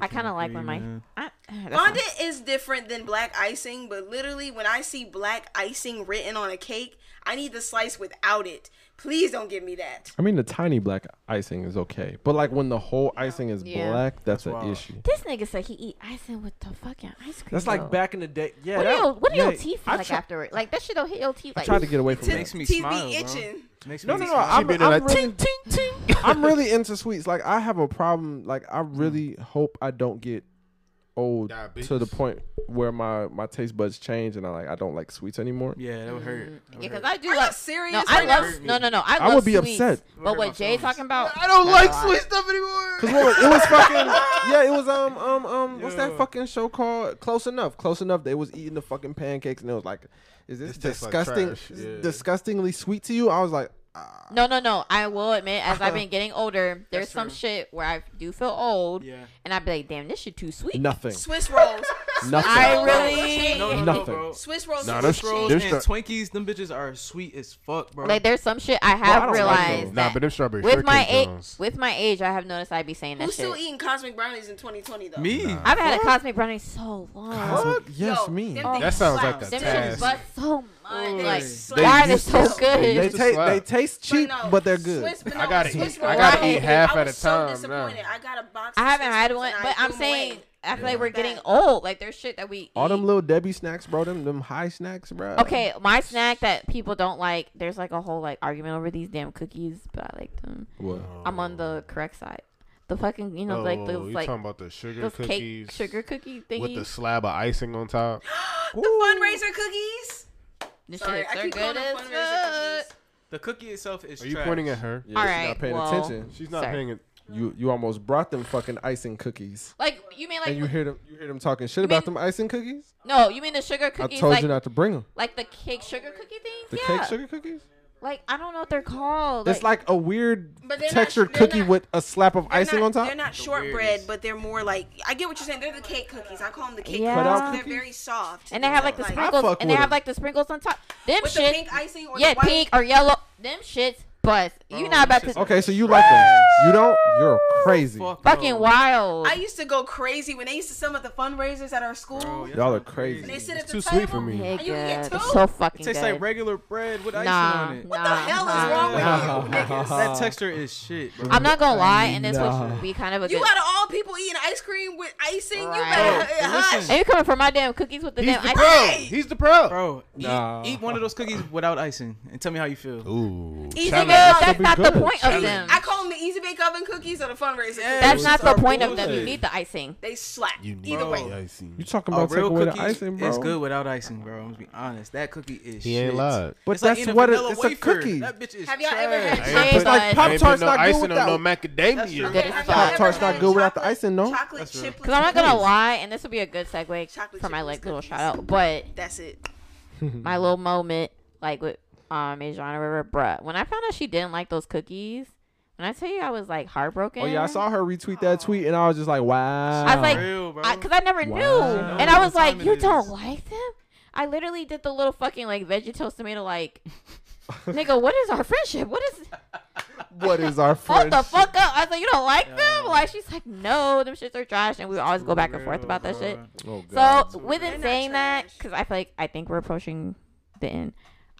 Speaker 1: I kind of like when my
Speaker 4: man.
Speaker 1: I, that's fine.
Speaker 3: Fondant is different than black icing, but literally, when I see black icing written on a cake, I need the slice without it. Please don't give me that.
Speaker 18: I mean, the tiny black icing is okay, but like when the whole icing is
Speaker 1: Yeah.
Speaker 18: black, that's, an
Speaker 4: wild.
Speaker 18: issue.
Speaker 1: This nigga said he eat icing with the fucking ice cream.
Speaker 5: that's
Speaker 1: though.
Speaker 5: like back in the day. Yeah,
Speaker 1: What do
Speaker 5: that-
Speaker 1: your What do your
Speaker 5: yeah,
Speaker 1: teeth
Speaker 5: I
Speaker 1: feel like
Speaker 5: try-
Speaker 1: afterward? Like that shit don't hit your teeth.
Speaker 5: I
Speaker 1: Like
Speaker 5: tried to get away from
Speaker 3: Teeth
Speaker 5: that.
Speaker 4: Makes me
Speaker 3: teeth
Speaker 4: smile,
Speaker 3: be
Speaker 4: bro.
Speaker 3: itching.
Speaker 4: Makes me
Speaker 5: No, no, no.
Speaker 4: smile.
Speaker 5: I'm,
Speaker 2: been
Speaker 5: I'm
Speaker 2: like,
Speaker 5: really, I'm really into sweets. Like I have a problem. Like I really hope I don't get old to the
Speaker 2: Diabetes.
Speaker 5: point where my my taste buds change and I like I don't like sweets anymore.
Speaker 4: Yeah, that would hurt. That would
Speaker 1: because
Speaker 4: hurt.
Speaker 1: I do
Speaker 3: Are you
Speaker 1: love.
Speaker 3: serious
Speaker 1: No, I
Speaker 3: right now?
Speaker 1: love. No, no, no. I,
Speaker 5: I
Speaker 1: love
Speaker 5: would be
Speaker 1: sweets,
Speaker 5: upset.
Speaker 1: But
Speaker 4: Look
Speaker 1: what
Speaker 4: at
Speaker 1: Jay's
Speaker 4: my
Speaker 1: talking about?
Speaker 2: I don't
Speaker 1: Not
Speaker 2: like
Speaker 1: a lot.
Speaker 2: sweet stuff anymore.
Speaker 5: Cause what was- it was fucking yeah, it was um um um what's that
Speaker 4: Yo.
Speaker 5: fucking show called? Close enough, close enough. They was eating the fucking pancakes and it was like, is this,
Speaker 2: This tastes like
Speaker 5: disgusting,
Speaker 2: trash. Yeah.
Speaker 5: disgustingly sweet to you? I was like,
Speaker 1: No, no, no. I will admit, as I've been getting older, there's
Speaker 3: That's
Speaker 1: some
Speaker 3: true.
Speaker 1: shit where I do feel old.
Speaker 3: Yeah.
Speaker 1: And I'd be like, damn, this shit too sweet.
Speaker 5: Nothing.
Speaker 3: Swiss rolls.
Speaker 5: Nothing.
Speaker 1: I
Speaker 3: Nothing.
Speaker 1: really.
Speaker 4: No, no, no, Nothing. bro.
Speaker 3: Swiss rolls.
Speaker 2: Nah,
Speaker 3: is
Speaker 2: that's-
Speaker 4: Swiss rolls
Speaker 2: them
Speaker 4: and
Speaker 2: stra-
Speaker 4: Twinkies, them bitches are sweet as fuck, bro.
Speaker 1: Like there's some shit I
Speaker 4: Bro, I
Speaker 1: have
Speaker 4: don't like
Speaker 1: realized
Speaker 4: those.
Speaker 2: Nah,
Speaker 1: that
Speaker 2: but them strawberry
Speaker 1: with my
Speaker 2: shortcake
Speaker 1: age,
Speaker 2: joints.
Speaker 1: with my age, I have noticed I'd be saying that
Speaker 3: Who's
Speaker 1: shit.
Speaker 3: still eating cosmic brownies in 2020 though?
Speaker 4: Me? Nah.
Speaker 1: I've had a cosmic brownie so long.
Speaker 4: Cosmic-
Speaker 5: yes, Yo, me. them
Speaker 1: Oh,
Speaker 5: things That sounds like
Speaker 1: them
Speaker 5: slap. a
Speaker 1: shit
Speaker 5: task.
Speaker 1: bust so much. Like,
Speaker 5: They
Speaker 1: why are they
Speaker 5: used
Speaker 1: so
Speaker 5: to-
Speaker 1: good?
Speaker 5: They,
Speaker 2: used to
Speaker 5: ta-
Speaker 2: slap.
Speaker 5: they taste cheap, but, they're good.
Speaker 2: I gotta
Speaker 3: Swiss
Speaker 2: eat. I
Speaker 3: rolls.
Speaker 2: gotta
Speaker 3: I
Speaker 2: eat half
Speaker 3: was
Speaker 2: at a
Speaker 3: so
Speaker 2: time. now.
Speaker 3: disappointed. I got a box.
Speaker 1: I
Speaker 3: of
Speaker 1: haven't
Speaker 3: Swiss
Speaker 1: had
Speaker 3: rolls
Speaker 1: one,
Speaker 3: and I
Speaker 1: but I'm
Speaker 3: threw 'em away.
Speaker 1: saying I feel like we're getting old. Like there's shit that we
Speaker 5: All them little Debbie snacks, bro. Them them high snacks, bro.
Speaker 1: Okay, my snack that people don't like, there's like a whole like argument over these damn cookies, but I like them.
Speaker 5: What?
Speaker 1: I'm on
Speaker 5: Oh.
Speaker 1: the correct side. The fucking you know like
Speaker 2: Oh,
Speaker 1: those
Speaker 2: you
Speaker 1: like
Speaker 2: talking about the sugar
Speaker 1: those
Speaker 2: cookies
Speaker 1: cake sugar cookie thingy.
Speaker 2: with the slab of icing on top.
Speaker 3: The fundraiser cookies.
Speaker 1: This
Speaker 3: Sorry,
Speaker 1: shit's
Speaker 3: I
Speaker 1: so
Speaker 3: keep calling
Speaker 1: good
Speaker 3: them
Speaker 1: as
Speaker 3: fundraiser cookies.
Speaker 4: the cookie itself is.
Speaker 2: Are you
Speaker 4: trash.
Speaker 2: pointing at her?
Speaker 5: Yeah,
Speaker 1: All
Speaker 5: she's
Speaker 1: right,
Speaker 5: not paying
Speaker 1: well,
Speaker 5: attention.
Speaker 2: She's not paying it.
Speaker 5: You you almost brought them fucking icing cookies.
Speaker 1: Like you mean like
Speaker 5: and you hear them you hear them talking shit about them icing cookies?
Speaker 1: no, you mean the sugar cookies
Speaker 5: I told
Speaker 1: like
Speaker 5: you not to bring them.
Speaker 1: like the cake sugar cookie thing?
Speaker 5: The
Speaker 1: yeah.
Speaker 5: cake sugar cookies?
Speaker 1: Like I don't know what they're called.
Speaker 5: It's like a weird
Speaker 3: But they're not-
Speaker 5: textured
Speaker 3: they're
Speaker 5: cookie
Speaker 3: not-
Speaker 5: with a slap of
Speaker 3: They're
Speaker 5: icing
Speaker 3: not-
Speaker 5: on top.
Speaker 3: They're not shortbread, but they're more like I get what you're saying. They're the cake cookies. I call them the cake
Speaker 1: Yeah.
Speaker 3: cookies.
Speaker 1: Cutout
Speaker 3: They're
Speaker 1: cookies?
Speaker 3: very soft.
Speaker 1: and they have like the
Speaker 5: I
Speaker 1: sprinkles
Speaker 5: fuck
Speaker 1: and they
Speaker 5: with
Speaker 1: have
Speaker 5: 'em.
Speaker 1: like the sprinkles on top. Them
Speaker 3: With the
Speaker 1: shit.
Speaker 3: pink icing or the
Speaker 1: yeah,
Speaker 3: white?
Speaker 1: pink or yellow. Them shits bust.
Speaker 4: Oh,
Speaker 1: you not about to
Speaker 5: Okay, so you like them. You don't? You're crazy.
Speaker 1: fucking wild.
Speaker 3: I used to go crazy when they used to sell at the fundraisers at our school.
Speaker 5: Y'all are
Speaker 3: and
Speaker 5: crazy.
Speaker 3: they sit at the
Speaker 5: too
Speaker 3: table.
Speaker 5: sweet for me.
Speaker 3: And you can get
Speaker 1: Good.
Speaker 3: two.
Speaker 1: It's so
Speaker 4: It
Speaker 1: fucking
Speaker 4: tastes
Speaker 1: good.
Speaker 4: like regular bread with icing
Speaker 1: Nah,
Speaker 4: on it.
Speaker 1: What the nah, hell is nah.
Speaker 3: wrong with
Speaker 1: you
Speaker 4: Niggas,
Speaker 5: niggas?
Speaker 4: that texture is shit. Bro.
Speaker 1: I'm not gonna lie, and this
Speaker 4: Nah.
Speaker 1: would be kind of a
Speaker 3: You
Speaker 1: good.
Speaker 3: out of all people eating ice cream with icing, you
Speaker 1: Right.
Speaker 3: better
Speaker 4: Bro,
Speaker 3: hush.
Speaker 4: listen.
Speaker 1: and you coming for my damn cookies with the
Speaker 4: He's
Speaker 1: damn
Speaker 4: the
Speaker 1: ice
Speaker 4: pro.
Speaker 1: cream?
Speaker 2: He's the pro.
Speaker 4: Bro,
Speaker 5: Nah.
Speaker 4: eat, eat one of those cookies without icing and tell me how you feel.
Speaker 2: Ooh.
Speaker 3: Easy
Speaker 1: Nigga,
Speaker 3: bake
Speaker 1: that's
Speaker 3: oven.
Speaker 1: not the point of them.
Speaker 3: I call them the easy bake oven cookies or the fundraiser. cookies.
Speaker 1: That's not the
Speaker 4: are
Speaker 1: point of them. You
Speaker 4: bullshit.
Speaker 1: need the icing.
Speaker 3: They slap.
Speaker 2: You need
Speaker 3: Either way.
Speaker 2: the icing.
Speaker 5: You talking
Speaker 4: A
Speaker 5: about taking
Speaker 4: real
Speaker 5: away
Speaker 4: cookie
Speaker 5: the icing, bro?
Speaker 4: is good without icing, bro. I'm gonna be honest. That cookie is
Speaker 2: He
Speaker 4: shit.
Speaker 2: ain't lied.
Speaker 5: But
Speaker 4: It's like
Speaker 5: that's
Speaker 4: eating
Speaker 5: what it,
Speaker 4: vanilla
Speaker 5: it's a
Speaker 4: wafer.
Speaker 5: cookie.
Speaker 4: That bitch is
Speaker 3: Have y'all
Speaker 4: trash.
Speaker 3: ever had
Speaker 2: I ain't put
Speaker 1: no-
Speaker 5: like
Speaker 1: I
Speaker 5: Pop
Speaker 2: ain't put
Speaker 5: Tarts
Speaker 2: no
Speaker 5: not good
Speaker 2: icing
Speaker 5: without.
Speaker 2: on no macadamia.
Speaker 1: Good as
Speaker 3: have
Speaker 1: fuck.
Speaker 3: y'all
Speaker 5: Pop
Speaker 3: ever
Speaker 5: Tarts not
Speaker 3: had
Speaker 5: good without the
Speaker 3: chocolate-
Speaker 5: icing, no.
Speaker 3: Chocolate
Speaker 4: That's real.
Speaker 3: chip.
Speaker 1: Cause I'm not gonna lie, and this would be a good segue
Speaker 3: Chocolate
Speaker 1: for my
Speaker 3: chip
Speaker 1: like
Speaker 3: cookies.
Speaker 1: little shout out, but
Speaker 3: That's it.
Speaker 1: my little moment, like with um Adriana River, bruh. When I found out she didn't like those cookies, when I tell you I was like heartbroken.
Speaker 5: Oh yeah, I saw her retweet that tweet, and I was just like, wow.
Speaker 1: I was like,
Speaker 4: real, bro.
Speaker 1: because I, never
Speaker 5: Wow.
Speaker 1: knew,
Speaker 5: She
Speaker 4: knows
Speaker 1: and I
Speaker 4: what
Speaker 1: was
Speaker 4: time
Speaker 1: like,
Speaker 4: it
Speaker 1: you
Speaker 4: is."
Speaker 1: don't like them. I literally did the little fucking like veggie toast tomato like, nigga, what is our friendship? What is?
Speaker 5: what is our
Speaker 1: Hold
Speaker 5: friend?
Speaker 1: the fuck up! I was like, you don't like them?
Speaker 4: Yeah.
Speaker 1: Like she's like, no, them shits are trash, and we would always go back and forth
Speaker 4: Real,
Speaker 1: about that
Speaker 4: bro.
Speaker 1: shit.
Speaker 5: Oh god.
Speaker 1: So, with
Speaker 3: They're
Speaker 1: it
Speaker 3: not
Speaker 1: saying that,
Speaker 3: trash.
Speaker 1: because I feel like I think we're approaching the end.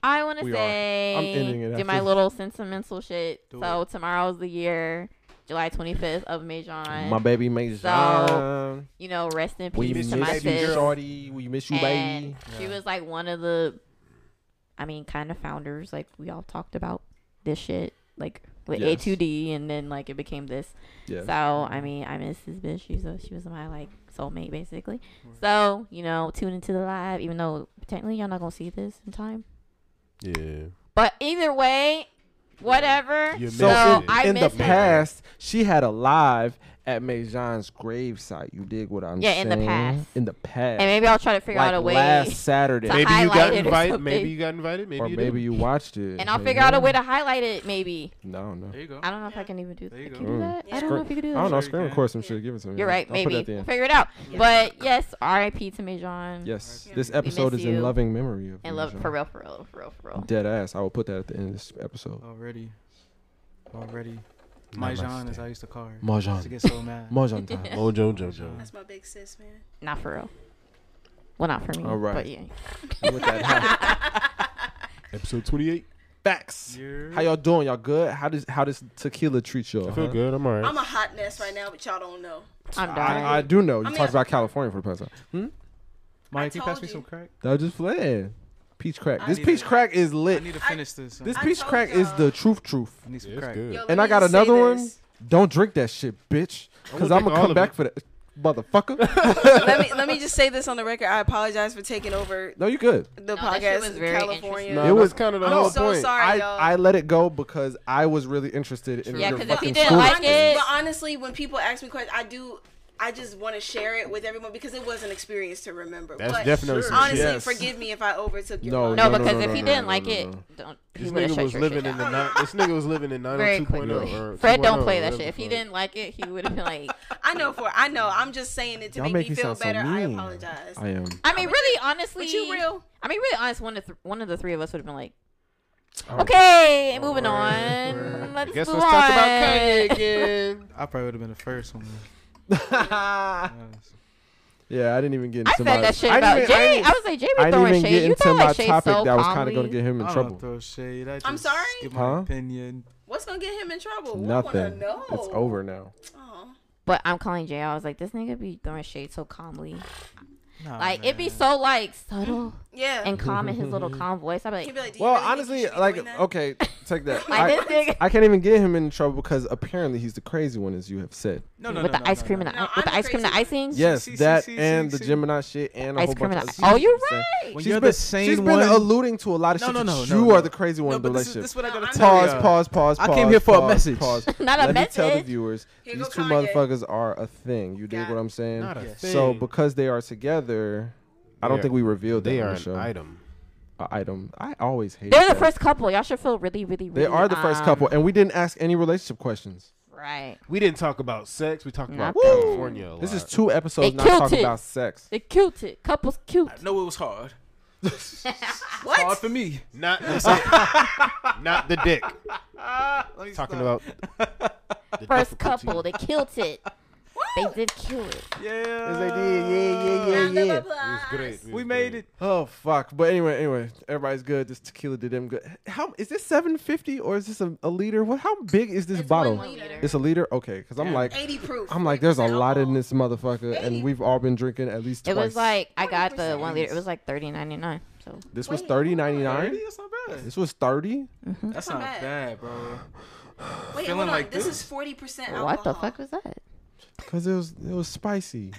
Speaker 1: I want to
Speaker 5: We are. I'm ending
Speaker 1: say,
Speaker 5: it
Speaker 1: do my
Speaker 5: after-
Speaker 1: little sentimental shit.
Speaker 4: Do
Speaker 1: so tomorrow's the year, July 25th of Mejon.
Speaker 5: my baby makes so,
Speaker 1: you know, rest in
Speaker 5: We
Speaker 1: peace
Speaker 5: miss
Speaker 1: to
Speaker 5: you,
Speaker 1: my sis.
Speaker 5: shorty. We miss you,
Speaker 1: And
Speaker 5: baby.
Speaker 1: she was like one of the, I mean, kind of founders. Like we all talked about this shit, like with
Speaker 5: Yes.
Speaker 1: A2D, and then like it became this.
Speaker 5: Yeah.
Speaker 1: So I mean, I miss this bitch. She's a, she was my like soulmate basically. So you know, tune into the live, even though technically y'all not gonna see this in time.
Speaker 2: Yeah.
Speaker 1: But either way, whatever.
Speaker 2: You
Speaker 1: So
Speaker 2: missed
Speaker 5: So
Speaker 2: it.
Speaker 1: I
Speaker 5: in, in the
Speaker 1: miss her.
Speaker 5: past, she had a live at Mejan's gravesite. You dig what I'm
Speaker 1: Yeah, in
Speaker 5: saying?
Speaker 1: the past.
Speaker 5: In the past.
Speaker 1: and maybe I'll try to figure
Speaker 5: like
Speaker 1: out a way.
Speaker 5: last Saturday.
Speaker 1: to
Speaker 2: Maybe you
Speaker 1: highlight
Speaker 2: got
Speaker 1: it or
Speaker 2: invited.
Speaker 1: something.
Speaker 2: Maybe you got invited. Maybe
Speaker 5: or
Speaker 2: you
Speaker 5: maybe
Speaker 2: didn't.
Speaker 5: you watched it.
Speaker 1: And I'll
Speaker 5: Maybe
Speaker 1: figure out a
Speaker 5: not.
Speaker 1: way to highlight it. Maybe
Speaker 5: No, no.
Speaker 4: There you go.
Speaker 1: I don't know if I can even do that.
Speaker 4: There you
Speaker 1: Can
Speaker 4: go.
Speaker 1: you do
Speaker 5: Mm.
Speaker 1: that? I
Speaker 3: Yeah.
Speaker 1: don't know if you can do that.
Speaker 5: I don't
Speaker 4: Sure
Speaker 5: know.
Speaker 4: you
Speaker 5: Screen
Speaker 4: can.
Speaker 5: record some shit. Give it to me.
Speaker 1: You're right.
Speaker 5: I'll
Speaker 1: maybe
Speaker 5: Put it at the
Speaker 1: we'll
Speaker 5: end.
Speaker 1: figure it out. But yes, R.I.P. to Mejon.
Speaker 5: Yes,
Speaker 3: Yeah.
Speaker 5: this
Speaker 1: We miss
Speaker 5: episode is
Speaker 1: you.
Speaker 5: in loving memory of
Speaker 1: And love
Speaker 5: Mejan.
Speaker 1: for real, for real, for real, for real.
Speaker 5: Dead ass. I will put that at the end of this episode.
Speaker 4: Already. Already. My Jean, as I used to call her.
Speaker 5: Mahjong.
Speaker 4: I used to get so mad.
Speaker 5: Mahjong time.
Speaker 2: Mojo Jojo.
Speaker 3: That's my big sis, man.
Speaker 1: Not for real. Well, not for me.
Speaker 5: All right.
Speaker 1: But yeah.
Speaker 5: With that hat.
Speaker 2: Episode 28.
Speaker 5: Facts. How y'all doing? Y'all good? How does how does tequila treat y'all?
Speaker 2: I feel
Speaker 5: huh?
Speaker 2: good. I'm alright.
Speaker 3: I'm a hot mess right now, but y'all don't know.
Speaker 1: I'm dying.
Speaker 5: I, I do know. You
Speaker 3: I mean-
Speaker 5: talked about California for the past time.
Speaker 4: Maya, can you pass
Speaker 3: told
Speaker 4: me some
Speaker 3: you.
Speaker 4: crack?
Speaker 5: That was just flair. Peach crack.
Speaker 4: I
Speaker 5: this
Speaker 4: need
Speaker 5: peach
Speaker 4: it.
Speaker 5: crack is
Speaker 4: I
Speaker 5: lit.
Speaker 4: need to finish this.
Speaker 5: this
Speaker 4: I
Speaker 5: peach
Speaker 3: told
Speaker 5: crack is
Speaker 3: y'all.
Speaker 5: the truth. Truth.
Speaker 4: need
Speaker 2: Yeah,
Speaker 4: some
Speaker 2: it's
Speaker 4: crack.
Speaker 2: good.
Speaker 3: Yo, let
Speaker 5: And I
Speaker 3: me
Speaker 5: got
Speaker 3: just say
Speaker 5: another one.
Speaker 3: this.
Speaker 5: Don't drink that shit, bitch.
Speaker 2: I'm
Speaker 5: Cause
Speaker 2: gonna
Speaker 5: I'm
Speaker 2: drink
Speaker 5: gonna
Speaker 2: all
Speaker 5: come
Speaker 2: of
Speaker 5: back
Speaker 2: it.
Speaker 5: for that, motherfucker.
Speaker 3: let me let me just say this on the record. I apologize for taking over
Speaker 5: no, you good.
Speaker 3: the
Speaker 1: No, that shit
Speaker 3: podcast
Speaker 1: was
Speaker 3: in
Speaker 1: very
Speaker 3: California.
Speaker 5: It was-
Speaker 2: kind of the
Speaker 3: I'm
Speaker 2: whole
Speaker 3: so
Speaker 2: point.
Speaker 3: sorry,
Speaker 5: I,
Speaker 3: y'all.
Speaker 5: I let it go because I was really interested in
Speaker 1: Yeah,
Speaker 5: your
Speaker 1: 'cause if
Speaker 5: fucking
Speaker 1: you didn't
Speaker 5: school
Speaker 1: like
Speaker 3: honestly,
Speaker 1: it-
Speaker 3: But honestly, when people ask me questions, I do I just want to share it with everyone because it was an experience to remember.
Speaker 2: That's
Speaker 3: but
Speaker 2: definitely some
Speaker 3: honestly,
Speaker 2: yes.
Speaker 3: forgive me if I overtook your
Speaker 2: No,
Speaker 3: phone.
Speaker 2: no, No, no, because no, if no, he no, didn't no, like no, it, no.
Speaker 1: don't.
Speaker 2: This nigga was living in the ni- this nigga was living in
Speaker 1: Very
Speaker 2: 902.0 or
Speaker 1: Fred don't
Speaker 2: 2.0,
Speaker 1: play that
Speaker 2: whatever
Speaker 1: shit. If
Speaker 2: the
Speaker 1: he
Speaker 2: fuck.
Speaker 1: didn't like it, he would have been like.
Speaker 3: I know for I know. I'm just saying it to
Speaker 19: Y'all
Speaker 3: make
Speaker 19: make
Speaker 3: me
Speaker 19: me
Speaker 3: feel
Speaker 19: sound so
Speaker 3: better. I
Speaker 19: mean.
Speaker 3: apologize.
Speaker 19: I am.
Speaker 1: I mean, really, honestly,
Speaker 3: But you real.
Speaker 1: I mean, really, honest. One of th- one of the three of us would have been like,
Speaker 19: Oh.
Speaker 1: okay, moving on. Let's
Speaker 4: Guess
Speaker 1: move
Speaker 4: let's
Speaker 1: on.
Speaker 4: talk about Kanye again. I probably would have been the first one.
Speaker 5: Yeah, I didn't even get into
Speaker 1: I
Speaker 5: my.
Speaker 1: said that shit
Speaker 5: I
Speaker 1: about
Speaker 5: didn't even-
Speaker 1: Jay. I was like, Jay
Speaker 5: I
Speaker 1: be
Speaker 5: didn't
Speaker 1: throwing
Speaker 5: even get
Speaker 1: shade. You
Speaker 5: into
Speaker 1: throw
Speaker 5: my
Speaker 1: like shade
Speaker 5: topic
Speaker 1: so
Speaker 5: that was kinda
Speaker 1: calmly.
Speaker 5: gonna get him in
Speaker 4: I
Speaker 5: trouble.
Speaker 4: Don't throw shade. I just
Speaker 3: I'm sorry.
Speaker 4: Give my
Speaker 5: Huh?
Speaker 4: opinion.
Speaker 3: What's gonna get him in trouble? We wanna
Speaker 5: Nothing.
Speaker 3: know. Oh.
Speaker 5: It's over now.
Speaker 1: But I'm calling Jay. I was like, this nigga be throwing shade so calmly.
Speaker 4: Oh,
Speaker 5: Nah,
Speaker 1: like it be so like subtle,
Speaker 3: yeah,
Speaker 1: and calm in his little calm voice. I'm like,
Speaker 5: Well, honestly, like, okay, take that.
Speaker 1: Like this
Speaker 5: I,
Speaker 1: nigga.
Speaker 5: I can't even get him in trouble because apparently he's the crazy one, as you have said.
Speaker 1: no, with the ice cream and the, with the ice cream and the icing.
Speaker 5: Yes, that and the Gemini shit and a
Speaker 1: Ice
Speaker 5: whole
Speaker 1: cream
Speaker 5: bunch
Speaker 1: and
Speaker 5: of
Speaker 1: the- Oh, you're
Speaker 5: right.
Speaker 4: When you're the same
Speaker 5: she's been
Speaker 4: one-
Speaker 5: alluding to a lot of
Speaker 4: No,
Speaker 5: shit.
Speaker 4: no,
Speaker 5: that
Speaker 4: no,
Speaker 5: you
Speaker 4: no,
Speaker 5: are
Speaker 4: no.
Speaker 5: the crazy one in the
Speaker 4: but this is-
Speaker 5: relationship.
Speaker 4: this is what I gotta tell
Speaker 5: pause,
Speaker 4: y'all.
Speaker 5: pause, pause,
Speaker 4: I
Speaker 5: pause.
Speaker 4: came here for a
Speaker 5: pause,
Speaker 4: message.
Speaker 5: Pause.
Speaker 4: Not a
Speaker 5: Let me tell the
Speaker 4: message.
Speaker 5: viewers,
Speaker 4: Here
Speaker 5: these
Speaker 4: go
Speaker 5: two
Speaker 4: Kanye.
Speaker 5: motherfuckers are a thing. You dig what I'm saying?
Speaker 2: Not a
Speaker 5: So
Speaker 2: thing.
Speaker 5: because they are together, I don't
Speaker 2: They are-
Speaker 5: think we revealed that
Speaker 2: they
Speaker 5: on
Speaker 2: are
Speaker 5: the
Speaker 2: an
Speaker 5: show.
Speaker 2: item.
Speaker 5: A item. I always hate.
Speaker 1: They're the
Speaker 5: that.
Speaker 1: first couple. Y'all should feel really, really, really.
Speaker 5: They are the first
Speaker 1: um,
Speaker 5: couple, and we didn't ask any relationship questions.
Speaker 1: Right.
Speaker 2: We didn't talk about sex. We talked
Speaker 1: Not
Speaker 2: about
Speaker 1: that.
Speaker 2: California. A
Speaker 5: This
Speaker 2: lot.
Speaker 5: is two episodes
Speaker 1: They
Speaker 5: not
Speaker 1: killed
Speaker 5: talking
Speaker 1: it.
Speaker 5: about sex.
Speaker 1: They cute it. Couples cute.
Speaker 4: No, it was hard.
Speaker 3: What?
Speaker 4: Hard for me.
Speaker 2: Not not the dick.
Speaker 4: Let me
Speaker 2: Talking about
Speaker 4: stop.
Speaker 2: the
Speaker 1: First
Speaker 2: difficulty.
Speaker 1: couple. They killed it. they did kill it.
Speaker 4: Yeah.
Speaker 5: they did. Yeah, yeah, yeah, yeah.
Speaker 4: We made it.
Speaker 5: Oh fuck! But anyway, anyway, everybody's good. This tequila did them good. How is this seven fifty or is this a, a liter? What? How big is this bottle? It's a liter. Okay, because I'm
Speaker 1: Yeah.
Speaker 5: like
Speaker 1: 80 proof,
Speaker 5: I'm like, there's a lot in this motherfucker, and we've all been drinking at least.
Speaker 1: It
Speaker 5: twice.
Speaker 1: was like I got the one liter. It was like thirty ninety nine. So
Speaker 5: this was thirty ninety nine.
Speaker 4: That's not bad.
Speaker 5: This was thirty.
Speaker 4: That's not bad, bro. Feeling
Speaker 3: Wait, hold on.
Speaker 4: like
Speaker 3: this,
Speaker 4: this.
Speaker 3: is forty percent alcohol.
Speaker 1: what the fuck was that?
Speaker 5: Cause it was it was spicy.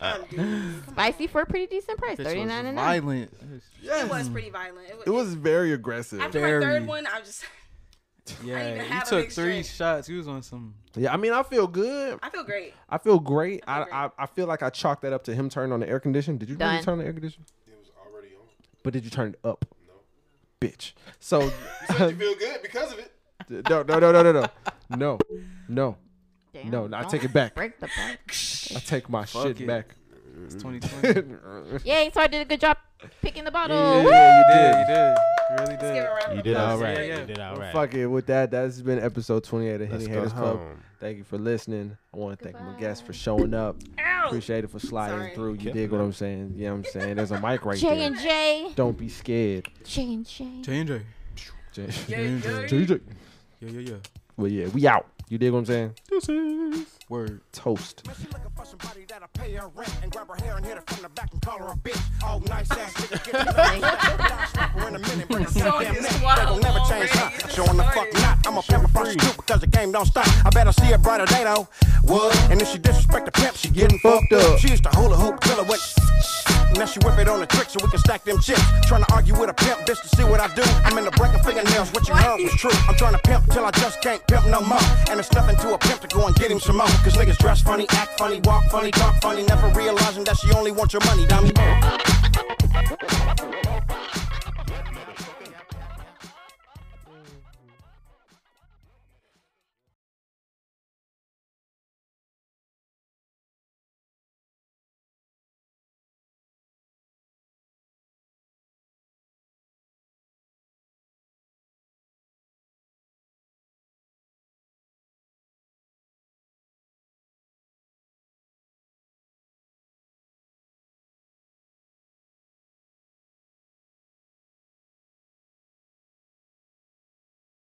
Speaker 1: Spicy for a pretty decent price. Thirty nine and nine.
Speaker 4: violent.
Speaker 3: It was pretty violent. It was,
Speaker 5: It was very aggressive.
Speaker 3: after my third one. I was just.
Speaker 4: Yeah,
Speaker 3: even
Speaker 4: you
Speaker 3: have a
Speaker 4: took
Speaker 3: big
Speaker 4: three shots. You was on some.
Speaker 5: Yeah, I mean, I feel good.
Speaker 3: I feel great.
Speaker 5: I feel great. I I, I feel like I chalked that up to him turning on the air conditioner. Did you
Speaker 3: Done.
Speaker 5: really turn on the air conditioner? It was already on. But did you turn it up? No. Bitch. So
Speaker 2: you feel good because of it.
Speaker 5: no, no, no, no, no, no, no, no,
Speaker 1: Damn,
Speaker 5: no, no. I
Speaker 1: don't
Speaker 5: take it back.
Speaker 1: break the bank.
Speaker 5: I take my
Speaker 4: Fuck
Speaker 5: shit
Speaker 4: it.
Speaker 5: back.
Speaker 4: It's 2020.
Speaker 1: Yay! So I did a good job picking the bottle.
Speaker 5: Yeah,
Speaker 1: Woo!
Speaker 4: yeah, you did. You really did.
Speaker 5: You
Speaker 2: did all right.
Speaker 4: Uh, Yeah, yeah.
Speaker 2: You did all
Speaker 5: Well,
Speaker 2: right.
Speaker 5: Fuck it. With that, that's been episode 28 of Henny
Speaker 2: Let's go
Speaker 5: Haters Club.
Speaker 2: home.
Speaker 5: Thank you for listening. I want to thank my guests for showing up. Appreciate it for sliding through. You dig what I'm saying? Yeah, I'm saying there's a mic right
Speaker 1: J
Speaker 5: there.
Speaker 1: and J.
Speaker 5: Don't be scared.
Speaker 1: J and J.
Speaker 4: J and J.
Speaker 5: J-
Speaker 4: J&J.
Speaker 5: J&J.
Speaker 4: Yeah, yeah, yeah.
Speaker 5: Well, yeah, we out. You dig what I'm saying?
Speaker 4: Word.
Speaker 5: Toast.
Speaker 6: pay her rent and grab her hair and hit her from the back and call her a bitch. Oh, nice ass nigga, get the I'll slap her in a minute, break her goddamn neck. That will never change, huh? Showing the fuck not. I'm a pimp a prostitute because the game don't stop. I better see a brighter day though. What? And if she disrespect the pimp, she getting fucked up. She used to hula hoop till it went. Now she whip it on the trick so we can stack them chips. Trying to argue with a pimp, bitch, to see what I do. I'm in the breaking fingernails, what you heard was true. I'm trying to pimp till I just can't pimp no more. And it's nothing to a pimp to go and get him some more. Cause niggas dress funny, act funny, walk funny, talk funny, never realizing that she only wants your money, dummy.